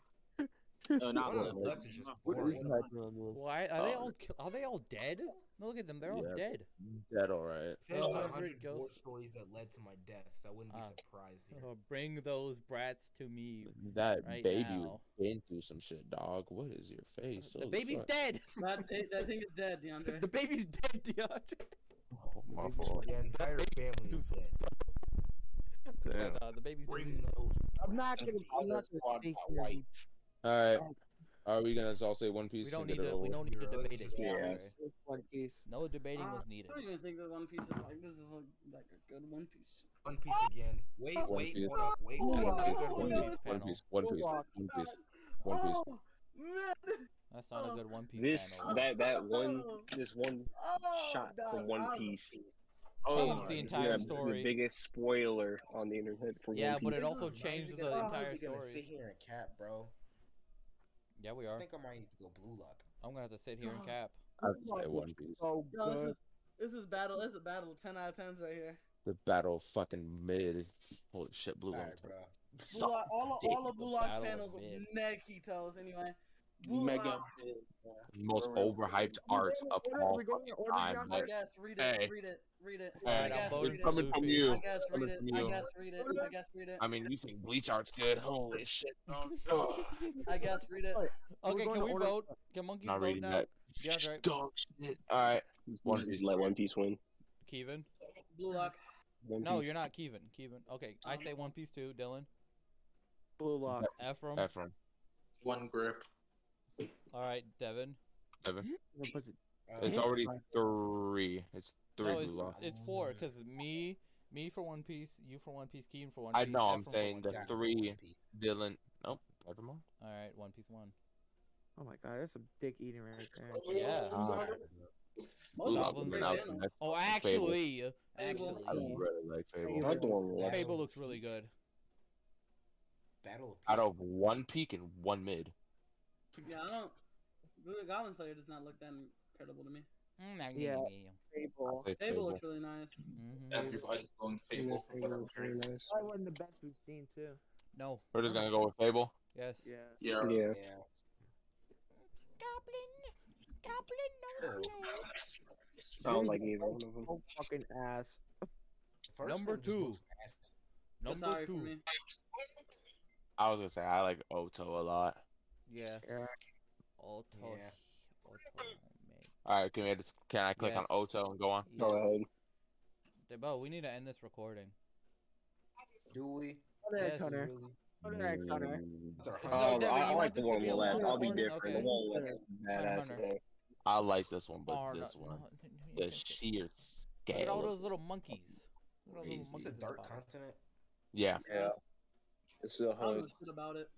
Speaker 5: Oh,
Speaker 2: One
Speaker 5: not the
Speaker 2: on the
Speaker 5: left.
Speaker 2: left is just
Speaker 5: What
Speaker 6: What is
Speaker 2: boring.
Speaker 6: happening on this?
Speaker 1: Why are they
Speaker 5: Oh.
Speaker 1: all ki- are they all dead? No, Look at them, they're all
Speaker 6: Um, Yeah.
Speaker 1: dead.
Speaker 6: Dead, all right.
Speaker 2: Says the
Speaker 1: Oh,
Speaker 2: 100 war
Speaker 1: ghost.
Speaker 2: stories that led to my death, so I wouldn't be
Speaker 1: Ah.
Speaker 2: surprised. Here.
Speaker 1: Oh, bring those brats to me.
Speaker 6: That
Speaker 1: Right
Speaker 6: baby
Speaker 1: now.
Speaker 6: been through some shit, dog. What is your face?
Speaker 1: The
Speaker 6: Oh,
Speaker 1: baby's
Speaker 6: fuck.
Speaker 7: (laughs)
Speaker 1: dead.
Speaker 7: That, that thing is
Speaker 1: (laughs)
Speaker 7: dead, DeAndre.
Speaker 1: The baby's dead, DeAndre.
Speaker 6: Oh, my boy.
Speaker 2: The entire
Speaker 1: (laughs)
Speaker 2: family is dead.
Speaker 6: Damn.
Speaker 1: Uh, the baby's (laughs)
Speaker 2: Bring those.
Speaker 4: I'm not
Speaker 2: brats.
Speaker 4: gonna. I'm not
Speaker 26: Squad
Speaker 4: gonna. sit
Speaker 26: got
Speaker 4: here
Speaker 26: white.
Speaker 4: and
Speaker 6: All right. Are we gonna all say One Piece?
Speaker 1: We don't
Speaker 6: and
Speaker 1: need
Speaker 6: get it
Speaker 1: to.
Speaker 6: over
Speaker 1: We
Speaker 6: with?
Speaker 1: don't need to debate it.
Speaker 6: Yes.
Speaker 4: One Piece.
Speaker 1: No debating was
Speaker 7: Ah, I
Speaker 1: needed.
Speaker 7: don't even think that One Piece is like this is like, like a good One Piece.
Speaker 28: One Piece again. Wait,
Speaker 7: One
Speaker 28: wait,
Speaker 6: Piece.
Speaker 28: hold up, wait.
Speaker 7: Oh,
Speaker 28: wait,
Speaker 7: wow.
Speaker 28: wait, wait,
Speaker 7: Oh,
Speaker 28: wait.
Speaker 7: no.
Speaker 6: One Piece. One Piece. One Piece. One Piece.
Speaker 7: Oh man!
Speaker 1: That's not a good One Piece.
Speaker 5: This
Speaker 1: panel.
Speaker 5: that (laughs) that one this one
Speaker 7: Oh,
Speaker 5: shot from
Speaker 7: dog,
Speaker 5: One
Speaker 7: I'm-
Speaker 5: Piece.
Speaker 1: Oh
Speaker 5: my
Speaker 1: Changed the
Speaker 5: God.
Speaker 1: entire
Speaker 5: Yeah,
Speaker 1: story.
Speaker 5: The biggest spoiler on the internet for
Speaker 1: Yeah,
Speaker 5: One Piece.
Speaker 1: but it also changes the
Speaker 2: Why are
Speaker 1: entire
Speaker 2: we gonna
Speaker 1: story.
Speaker 2: sit here and cap, bro.
Speaker 1: Yeah, we
Speaker 2: I
Speaker 1: are.
Speaker 2: think I might need to go blue lock.
Speaker 1: I'm gonna have to sit here and
Speaker 7: Dog.
Speaker 1: cap.
Speaker 6: I'd say One Piece.
Speaker 4: Oh,
Speaker 7: Yo, this is (laughs) this is battle. This is a battle. Ten out of tens right here.
Speaker 6: The battle of fucking mid. Holy shit, blue one.
Speaker 2: Alright, bro.
Speaker 7: Blue Lock, all
Speaker 6: dick.
Speaker 7: all of Blue Lock's panels were mega ketos anyway. Blue
Speaker 6: Mega
Speaker 7: Lock-
Speaker 6: Most overhyped art of all fucking time.
Speaker 7: I
Speaker 6: like,
Speaker 7: guess read it,
Speaker 6: hey,
Speaker 7: read it, read it.
Speaker 6: Hey,
Speaker 7: I
Speaker 6: I'm
Speaker 7: guess
Speaker 6: voting
Speaker 7: read it.
Speaker 6: for Coming from Luffy. you.
Speaker 7: I guess read
Speaker 6: Coming
Speaker 7: it.
Speaker 6: from
Speaker 7: I
Speaker 6: you.
Speaker 7: guess read it. I guess read it.
Speaker 6: I mean, you think Bleach art's good? Holy shit.
Speaker 1: (laughs)
Speaker 6: Oh, no.
Speaker 7: I guess read it.
Speaker 1: Okay,
Speaker 7: going
Speaker 1: can
Speaker 7: to
Speaker 1: we
Speaker 7: order-
Speaker 1: vote? Can monkeys
Speaker 6: Not
Speaker 1: vote
Speaker 6: reading
Speaker 1: now?
Speaker 6: that.
Speaker 1: Yeah, right.
Speaker 6: Dog shit. Alright. One
Speaker 5: Just
Speaker 6: Piece.
Speaker 5: let One Piece win.
Speaker 1: Kevin.
Speaker 7: Blue Lock.
Speaker 5: One
Speaker 1: No,
Speaker 5: Piece.
Speaker 1: you're not Kevin. Kevin. Okay, I say One Piece too. Dylan.
Speaker 4: (laughs) Blue Lock.
Speaker 1: Ephraim.
Speaker 6: Ephraim.
Speaker 28: One grip.
Speaker 1: All right, Devin.
Speaker 6: Evan.
Speaker 4: There's a bunch of
Speaker 6: It's
Speaker 2: Um,
Speaker 4: dick
Speaker 6: already
Speaker 4: fights.
Speaker 6: three. It's three
Speaker 1: no,
Speaker 6: blue
Speaker 1: it's,
Speaker 6: lock.
Speaker 1: it's four because me, me for One Piece, you for One Piece, Keen for One
Speaker 6: I
Speaker 1: Piece.
Speaker 6: know, I'm
Speaker 1: Ephraim for
Speaker 6: saying
Speaker 1: One
Speaker 6: the
Speaker 1: Piece.
Speaker 6: three. Dylan. Nope. Nevermore.
Speaker 1: All right, One Piece one.
Speaker 4: Oh my god, that's some dick eating right there.
Speaker 1: Yeah.
Speaker 6: Ah, Blue Lock
Speaker 1: Goblin
Speaker 6: went out
Speaker 1: Slayer.
Speaker 6: next.
Speaker 1: Oh,
Speaker 6: Fable.
Speaker 1: actually,
Speaker 6: I
Speaker 1: actually,
Speaker 6: really like Fable.
Speaker 5: Not the one we like.
Speaker 1: Fable looks really good.
Speaker 2: Battle
Speaker 6: Out of one peak and one mid.
Speaker 7: Yeah, I don't. Blue Goblin Slayer does not look that incredible to me.
Speaker 1: Mm,
Speaker 4: Yeah.
Speaker 6: I'll say
Speaker 7: Fable
Speaker 6: Fable.
Speaker 7: looks really nice.
Speaker 1: Mm-hmm.
Speaker 28: Fable for whatever reason.
Speaker 4: Probably one of the best we've seen too.
Speaker 1: No.
Speaker 6: We're just gonna go with Fable.
Speaker 1: Yes.
Speaker 4: Yeah.
Speaker 28: Yeah.
Speaker 5: Yeah.
Speaker 1: Oh.
Speaker 2: Of...
Speaker 5: I don't like either one of them.
Speaker 4: Oh fucking ass.
Speaker 2: First
Speaker 1: Number
Speaker 2: one just
Speaker 1: two.
Speaker 2: looks nasty.
Speaker 1: Number
Speaker 7: Sorry for
Speaker 1: two.
Speaker 7: me.
Speaker 6: I was gonna say I like Oto a lot.
Speaker 1: Yeah.
Speaker 4: Yeah.
Speaker 1: Alto.
Speaker 2: Yeah.
Speaker 1: Alto.
Speaker 6: All right, can we just can I click
Speaker 1: Yes.
Speaker 6: on Oto and go on?
Speaker 1: Yes.
Speaker 5: Go ahead.
Speaker 1: Hey, Bo, we need to end this recording.
Speaker 2: Do we?
Speaker 4: Hunter
Speaker 1: Yes.
Speaker 4: X Hunter.
Speaker 2: Really?
Speaker 4: Hunter X Hunter.
Speaker 2: That's
Speaker 6: Mm.
Speaker 1: So,
Speaker 2: our
Speaker 5: Oh,
Speaker 2: hard-
Speaker 1: Devin,
Speaker 5: I, I
Speaker 1: you
Speaker 5: like
Speaker 1: want
Speaker 5: the
Speaker 1: this to
Speaker 5: one
Speaker 1: be
Speaker 5: with
Speaker 1: a
Speaker 5: last.
Speaker 1: long
Speaker 5: I'll be
Speaker 1: recording?
Speaker 5: different.
Speaker 1: Okay.
Speaker 5: The one with
Speaker 1: Hunter,
Speaker 5: badass
Speaker 1: Hunter.
Speaker 5: today.
Speaker 6: I like this one, but
Speaker 1: Oh, no,
Speaker 6: this
Speaker 1: no,
Speaker 6: one,
Speaker 1: no, you
Speaker 6: the
Speaker 1: can't say-
Speaker 6: sheer
Speaker 1: Look at
Speaker 6: scale.
Speaker 1: all
Speaker 6: of
Speaker 1: those
Speaker 6: this-
Speaker 1: little monkeys. Look at all the little
Speaker 6: Crazy.
Speaker 2: It's
Speaker 1: monkeys
Speaker 2: a
Speaker 1: in the
Speaker 2: dark
Speaker 1: bottom.
Speaker 2: continent.
Speaker 6: Yeah,
Speaker 5: Yeah. It's the
Speaker 7: I don't
Speaker 5: hood.
Speaker 7: know shit about it.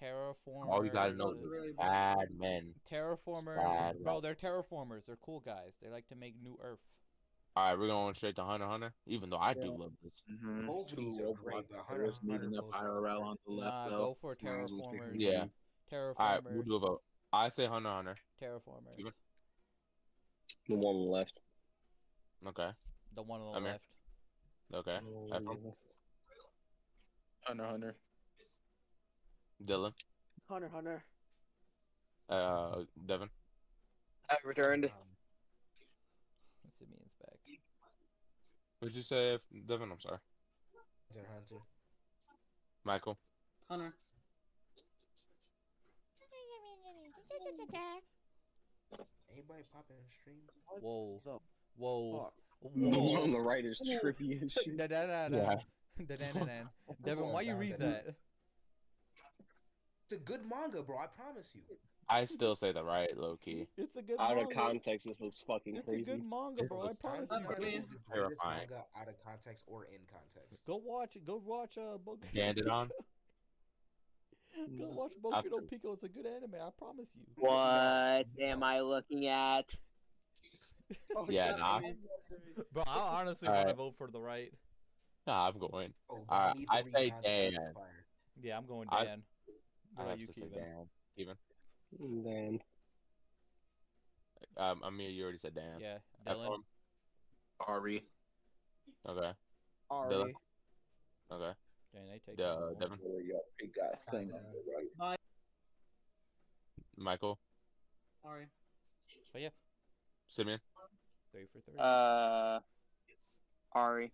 Speaker 1: Terraformers.
Speaker 6: all you gotta know
Speaker 7: It's
Speaker 6: is
Speaker 7: really bad.
Speaker 6: bad men.
Speaker 1: Terraformers.
Speaker 6: Bad
Speaker 1: Bro,
Speaker 6: luck.
Speaker 1: they're terraformers. They're cool guys. They like to make new Earth.
Speaker 6: All right, we're going straight to Hunter x Hunter. Even though I do love this.
Speaker 28: Mm-hmm.
Speaker 2: Both of these are great, but Hunter
Speaker 28: was
Speaker 2: x Hunter
Speaker 28: leading up
Speaker 2: goes
Speaker 28: IRL on the left.
Speaker 1: Nah,
Speaker 28: though.
Speaker 1: go for
Speaker 28: Might as well take
Speaker 1: Terraformers.
Speaker 28: it.
Speaker 6: Yeah.
Speaker 1: Terraformers.
Speaker 6: All right, we'll do a vote. I say Hunter x Hunter.
Speaker 1: Terraformers.
Speaker 5: The one on the left.
Speaker 6: Okay.
Speaker 1: The one on the
Speaker 6: I'm here.
Speaker 1: left.
Speaker 6: Okay. Ephraim.
Speaker 28: Hunter x Hunter.
Speaker 6: Dylan.
Speaker 4: Hunter Hunter.
Speaker 6: Uh, Devin.
Speaker 3: I've returned.
Speaker 2: Um,
Speaker 1: Let's see means back.
Speaker 6: Would you say if, Devin? I'm sorry.
Speaker 2: Hunter x Hunter.
Speaker 6: Michael.
Speaker 7: Hunter.
Speaker 2: Anybody popping in stream?
Speaker 1: Whoa.
Speaker 4: So,
Speaker 1: Whoa.
Speaker 4: fuck.
Speaker 5: The one on
Speaker 1: Whoa.
Speaker 5: the right is trippy as shit.
Speaker 1: Da da da da.
Speaker 6: Yeah.
Speaker 1: (laughs) Da da da da. Devin, why you read that?
Speaker 2: It's a good manga, bro. I promise you.
Speaker 6: I still say the right, low key.
Speaker 1: (laughs) It's a good
Speaker 5: Out of
Speaker 1: manga.
Speaker 5: context, this looks fucking
Speaker 1: It's a good
Speaker 5: crazy.
Speaker 1: manga,
Speaker 6: This
Speaker 1: bro. I
Speaker 6: looks
Speaker 1: promise
Speaker 2: Hunter
Speaker 1: you.
Speaker 2: x Hunter
Speaker 1: dude.
Speaker 2: is the greatest
Speaker 6: Terrifying.
Speaker 2: manga out of context or in context.
Speaker 1: Go watch. Go watch. Uh, Boku.
Speaker 6: Dandadan?
Speaker 1: (laughs) Go watch Boku no
Speaker 6: After-
Speaker 1: Pico. It's a good anime. I promise you. (laughs)
Speaker 3: What am I looking at?
Speaker 7: Oh,
Speaker 6: Yeah,
Speaker 7: God,
Speaker 6: nah.
Speaker 7: I mean,
Speaker 1: Bro, I honestly
Speaker 6: Alright.
Speaker 1: want to vote for the right.
Speaker 6: Nah, I'm going.
Speaker 2: Oh, you
Speaker 6: Alright,
Speaker 2: need
Speaker 6: I
Speaker 2: to read
Speaker 6: say
Speaker 2: manga, it's
Speaker 6: Dan.
Speaker 2: fire.
Speaker 1: Yeah, I'm going
Speaker 6: I-
Speaker 1: Dan.
Speaker 6: I
Speaker 1: What about
Speaker 6: have
Speaker 1: you,
Speaker 6: to say
Speaker 1: Kevin?
Speaker 6: Dan. Even.
Speaker 5: And then
Speaker 6: Um, Amir, you already said Dan.
Speaker 1: Yeah, Dylan.
Speaker 6: Ephraim?
Speaker 28: Ari.
Speaker 6: Okay.
Speaker 4: Ari.
Speaker 6: Okay.
Speaker 1: Dang, they take
Speaker 6: Uh,
Speaker 1: that.
Speaker 6: Devin.
Speaker 28: There you go. Big guy. Thing on the right.
Speaker 6: Michael.
Speaker 7: Sorry.
Speaker 1: But yeah,
Speaker 6: Simeon.
Speaker 1: three for three.
Speaker 3: Uh, Ari.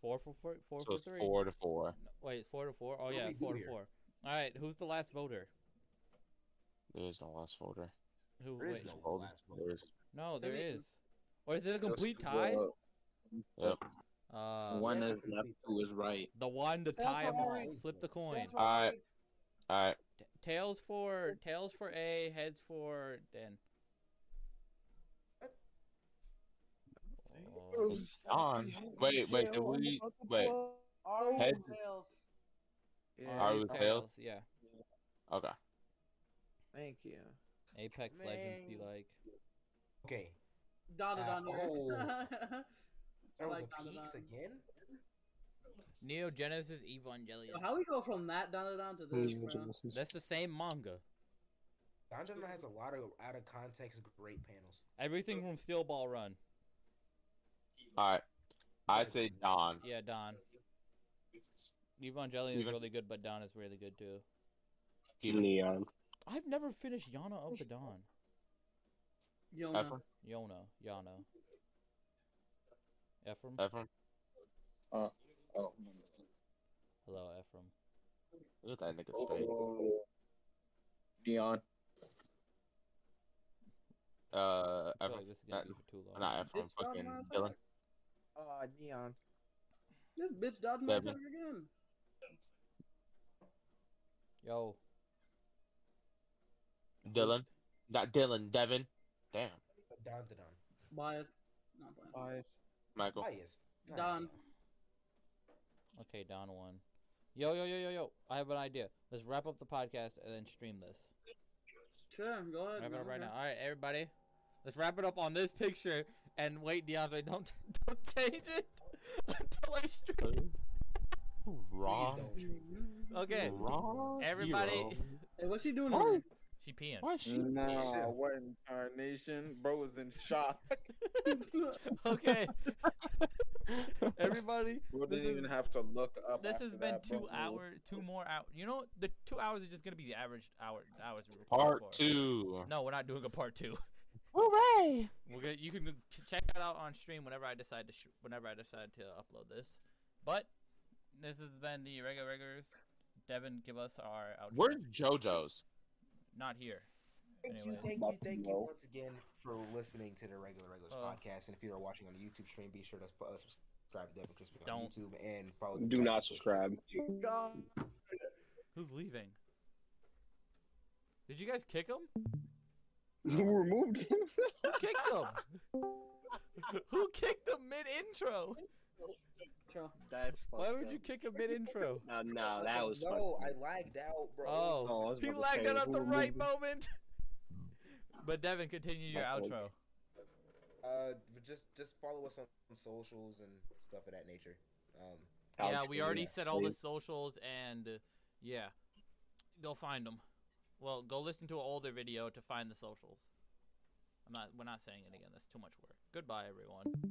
Speaker 1: four for four. Four
Speaker 6: So
Speaker 1: for
Speaker 6: it's
Speaker 1: three.
Speaker 6: four to four.
Speaker 1: No, Wait, four to four. Oh
Speaker 2: do
Speaker 1: yeah,
Speaker 2: we do
Speaker 1: four to
Speaker 2: here?
Speaker 1: four. All right, who's the last voter?
Speaker 6: There is no last folder.
Speaker 1: Who?
Speaker 2: There is
Speaker 1: wait.
Speaker 2: no
Speaker 6: Golden.
Speaker 2: last vote.
Speaker 6: There is.
Speaker 1: No, there
Speaker 7: Simeon.
Speaker 1: is. Or is it a
Speaker 28: Just
Speaker 1: complete
Speaker 28: the
Speaker 1: tie?
Speaker 28: row.
Speaker 6: Yep.
Speaker 1: Uh,
Speaker 28: One is left, two is right.
Speaker 1: the one, the
Speaker 7: That's
Speaker 1: tie.
Speaker 7: alright.
Speaker 1: Flip the coin.
Speaker 7: That's why I
Speaker 6: Alright. All right.
Speaker 1: Tails for tails for A, heads for Den.
Speaker 6: Oh, Don. Wait, wait, did we wait?
Speaker 7: Ari
Speaker 6: Heads-
Speaker 7: and tails.
Speaker 6: Are we tails?
Speaker 1: Oh, Yeah.
Speaker 6: Okay.
Speaker 11: Thank you.
Speaker 1: Apex Legends be
Speaker 7: Man.
Speaker 1: like.
Speaker 2: Okay.
Speaker 7: Donna
Speaker 2: Uh,
Speaker 7: Donna.
Speaker 2: oh.
Speaker 7: (laughs) I
Speaker 2: Start
Speaker 7: like
Speaker 2: with the
Speaker 7: Donna
Speaker 2: peaks
Speaker 7: Donna.
Speaker 2: again.
Speaker 1: Neo Genesis Evangelion.
Speaker 7: Yo, How we go from that Donna Donna to this, bro?
Speaker 1: That's the same manga.
Speaker 2: Danjuma has a lot of out of context great panels.
Speaker 1: Everything from Steel Ball Run.
Speaker 6: All right. I say Don.
Speaker 1: Yeah, Don. Evangelion is really good, but Don is really good too.
Speaker 5: Neon.
Speaker 1: I've never finished Yana of the Dawn.
Speaker 7: Yona.
Speaker 6: Ephraim?
Speaker 1: Yona. Yano. Ephraim?
Speaker 6: Ephraim.
Speaker 28: Uh, oh.
Speaker 1: Hello, Ephraim.
Speaker 6: Look at that nigga's face.
Speaker 28: Oh. Neon.
Speaker 6: Uh,
Speaker 1: I feel
Speaker 6: Ephraim.
Speaker 1: like this is gonna
Speaker 6: not-
Speaker 1: be for too long.
Speaker 6: Not Ephraim.
Speaker 7: It's Don
Speaker 6: Fucking
Speaker 7: Mancini.
Speaker 6: Dylan.
Speaker 11: Uh, Neon.
Speaker 7: This bitch dodged my
Speaker 6: Seven.
Speaker 7: tongue again.
Speaker 1: Yo.
Speaker 6: Dylan. Not Dylan. Devin. Damn.
Speaker 2: Don to Don.
Speaker 7: Bias. Not biased.
Speaker 11: Bias.
Speaker 1: Oh.
Speaker 6: Michael.
Speaker 2: Biased. Nah,
Speaker 7: Don.
Speaker 1: Okay, Don one. Yo, yo, yo, yo, yo. I have an idea. Let's wrap up the podcast and then stream this.
Speaker 7: Sure, go ahead.
Speaker 1: Wrap it
Speaker 7: man,
Speaker 1: up right
Speaker 7: okay.
Speaker 1: now. All right, everybody. Let's wrap it up on this picture and wait, DeAndre. Don't (laughs) don't change it (laughs) until I stream.
Speaker 6: Wrong.
Speaker 7: (laughs)
Speaker 1: Okay.
Speaker 6: Wrong
Speaker 1: Everybody.
Speaker 28: hero.
Speaker 7: Hey, what's she doing?
Speaker 28: Oh.
Speaker 7: in
Speaker 1: She peeing.
Speaker 28: No, what incarnation? Bro was in shock.
Speaker 7: there? (laughs)
Speaker 1: Okay. (laughs) Everybody.
Speaker 28: Bro
Speaker 1: This
Speaker 28: didn't
Speaker 1: is-
Speaker 28: even have to look up.
Speaker 1: This
Speaker 28: after
Speaker 1: has been
Speaker 28: that, bro.
Speaker 1: two hours, two more hours. You know, the two hours is just gonna be the average hour hours we record
Speaker 6: Part
Speaker 1: for.
Speaker 6: two.
Speaker 1: (laughs) No, we're not doing a part two.
Speaker 6: Hooray!
Speaker 1: We're gonna, you can ch- check that out on stream whenever I decide to sh- whenever I decide to upload this. But this has been the regular regulars. Devin, give us our outro.
Speaker 6: Where's JoJo's?
Speaker 1: not here.
Speaker 2: Thank you,
Speaker 1: Anyway.
Speaker 2: thank you, thank you
Speaker 28: Buffalo.
Speaker 2: once again for listening to the regular regulars
Speaker 1: Oh.
Speaker 2: podcast. And if you are watching on the YouTube stream, be sure to fo- uh, subscribe to Devin Crispy on
Speaker 1: Don't.
Speaker 2: YouTube and follow.
Speaker 28: Do not subscribe.
Speaker 1: Who's leaving? Did you guys kick him?
Speaker 28: Who removed him?
Speaker 1: Who kicked him? Who kicked him mid intro?
Speaker 7: Sure.
Speaker 5: That's
Speaker 1: Why would you kick him mid intro?
Speaker 5: No, no, that was fucked
Speaker 2: No,
Speaker 5: up.
Speaker 2: I lagged out, bro.
Speaker 5: (laughs) Oh, I
Speaker 1: Oh,
Speaker 5: was
Speaker 1: he
Speaker 5: about to
Speaker 1: lagged
Speaker 5: say,
Speaker 1: out at
Speaker 5: who
Speaker 1: the right
Speaker 5: removed him?
Speaker 1: moment. (laughs) But Devin, continue your
Speaker 28: My fault.
Speaker 1: outro.
Speaker 2: Uh, but just just follow us on, on socials and stuff of that nature. Um,
Speaker 1: Yeah,
Speaker 28: Ouch,
Speaker 1: we already
Speaker 28: yeah,
Speaker 1: said all the
Speaker 28: please.
Speaker 1: socials, and uh, yeah, go find them. Well, go listen to an older video to find the socials. I'm not. We're not saying it again. That's too much work. Goodbye, everyone.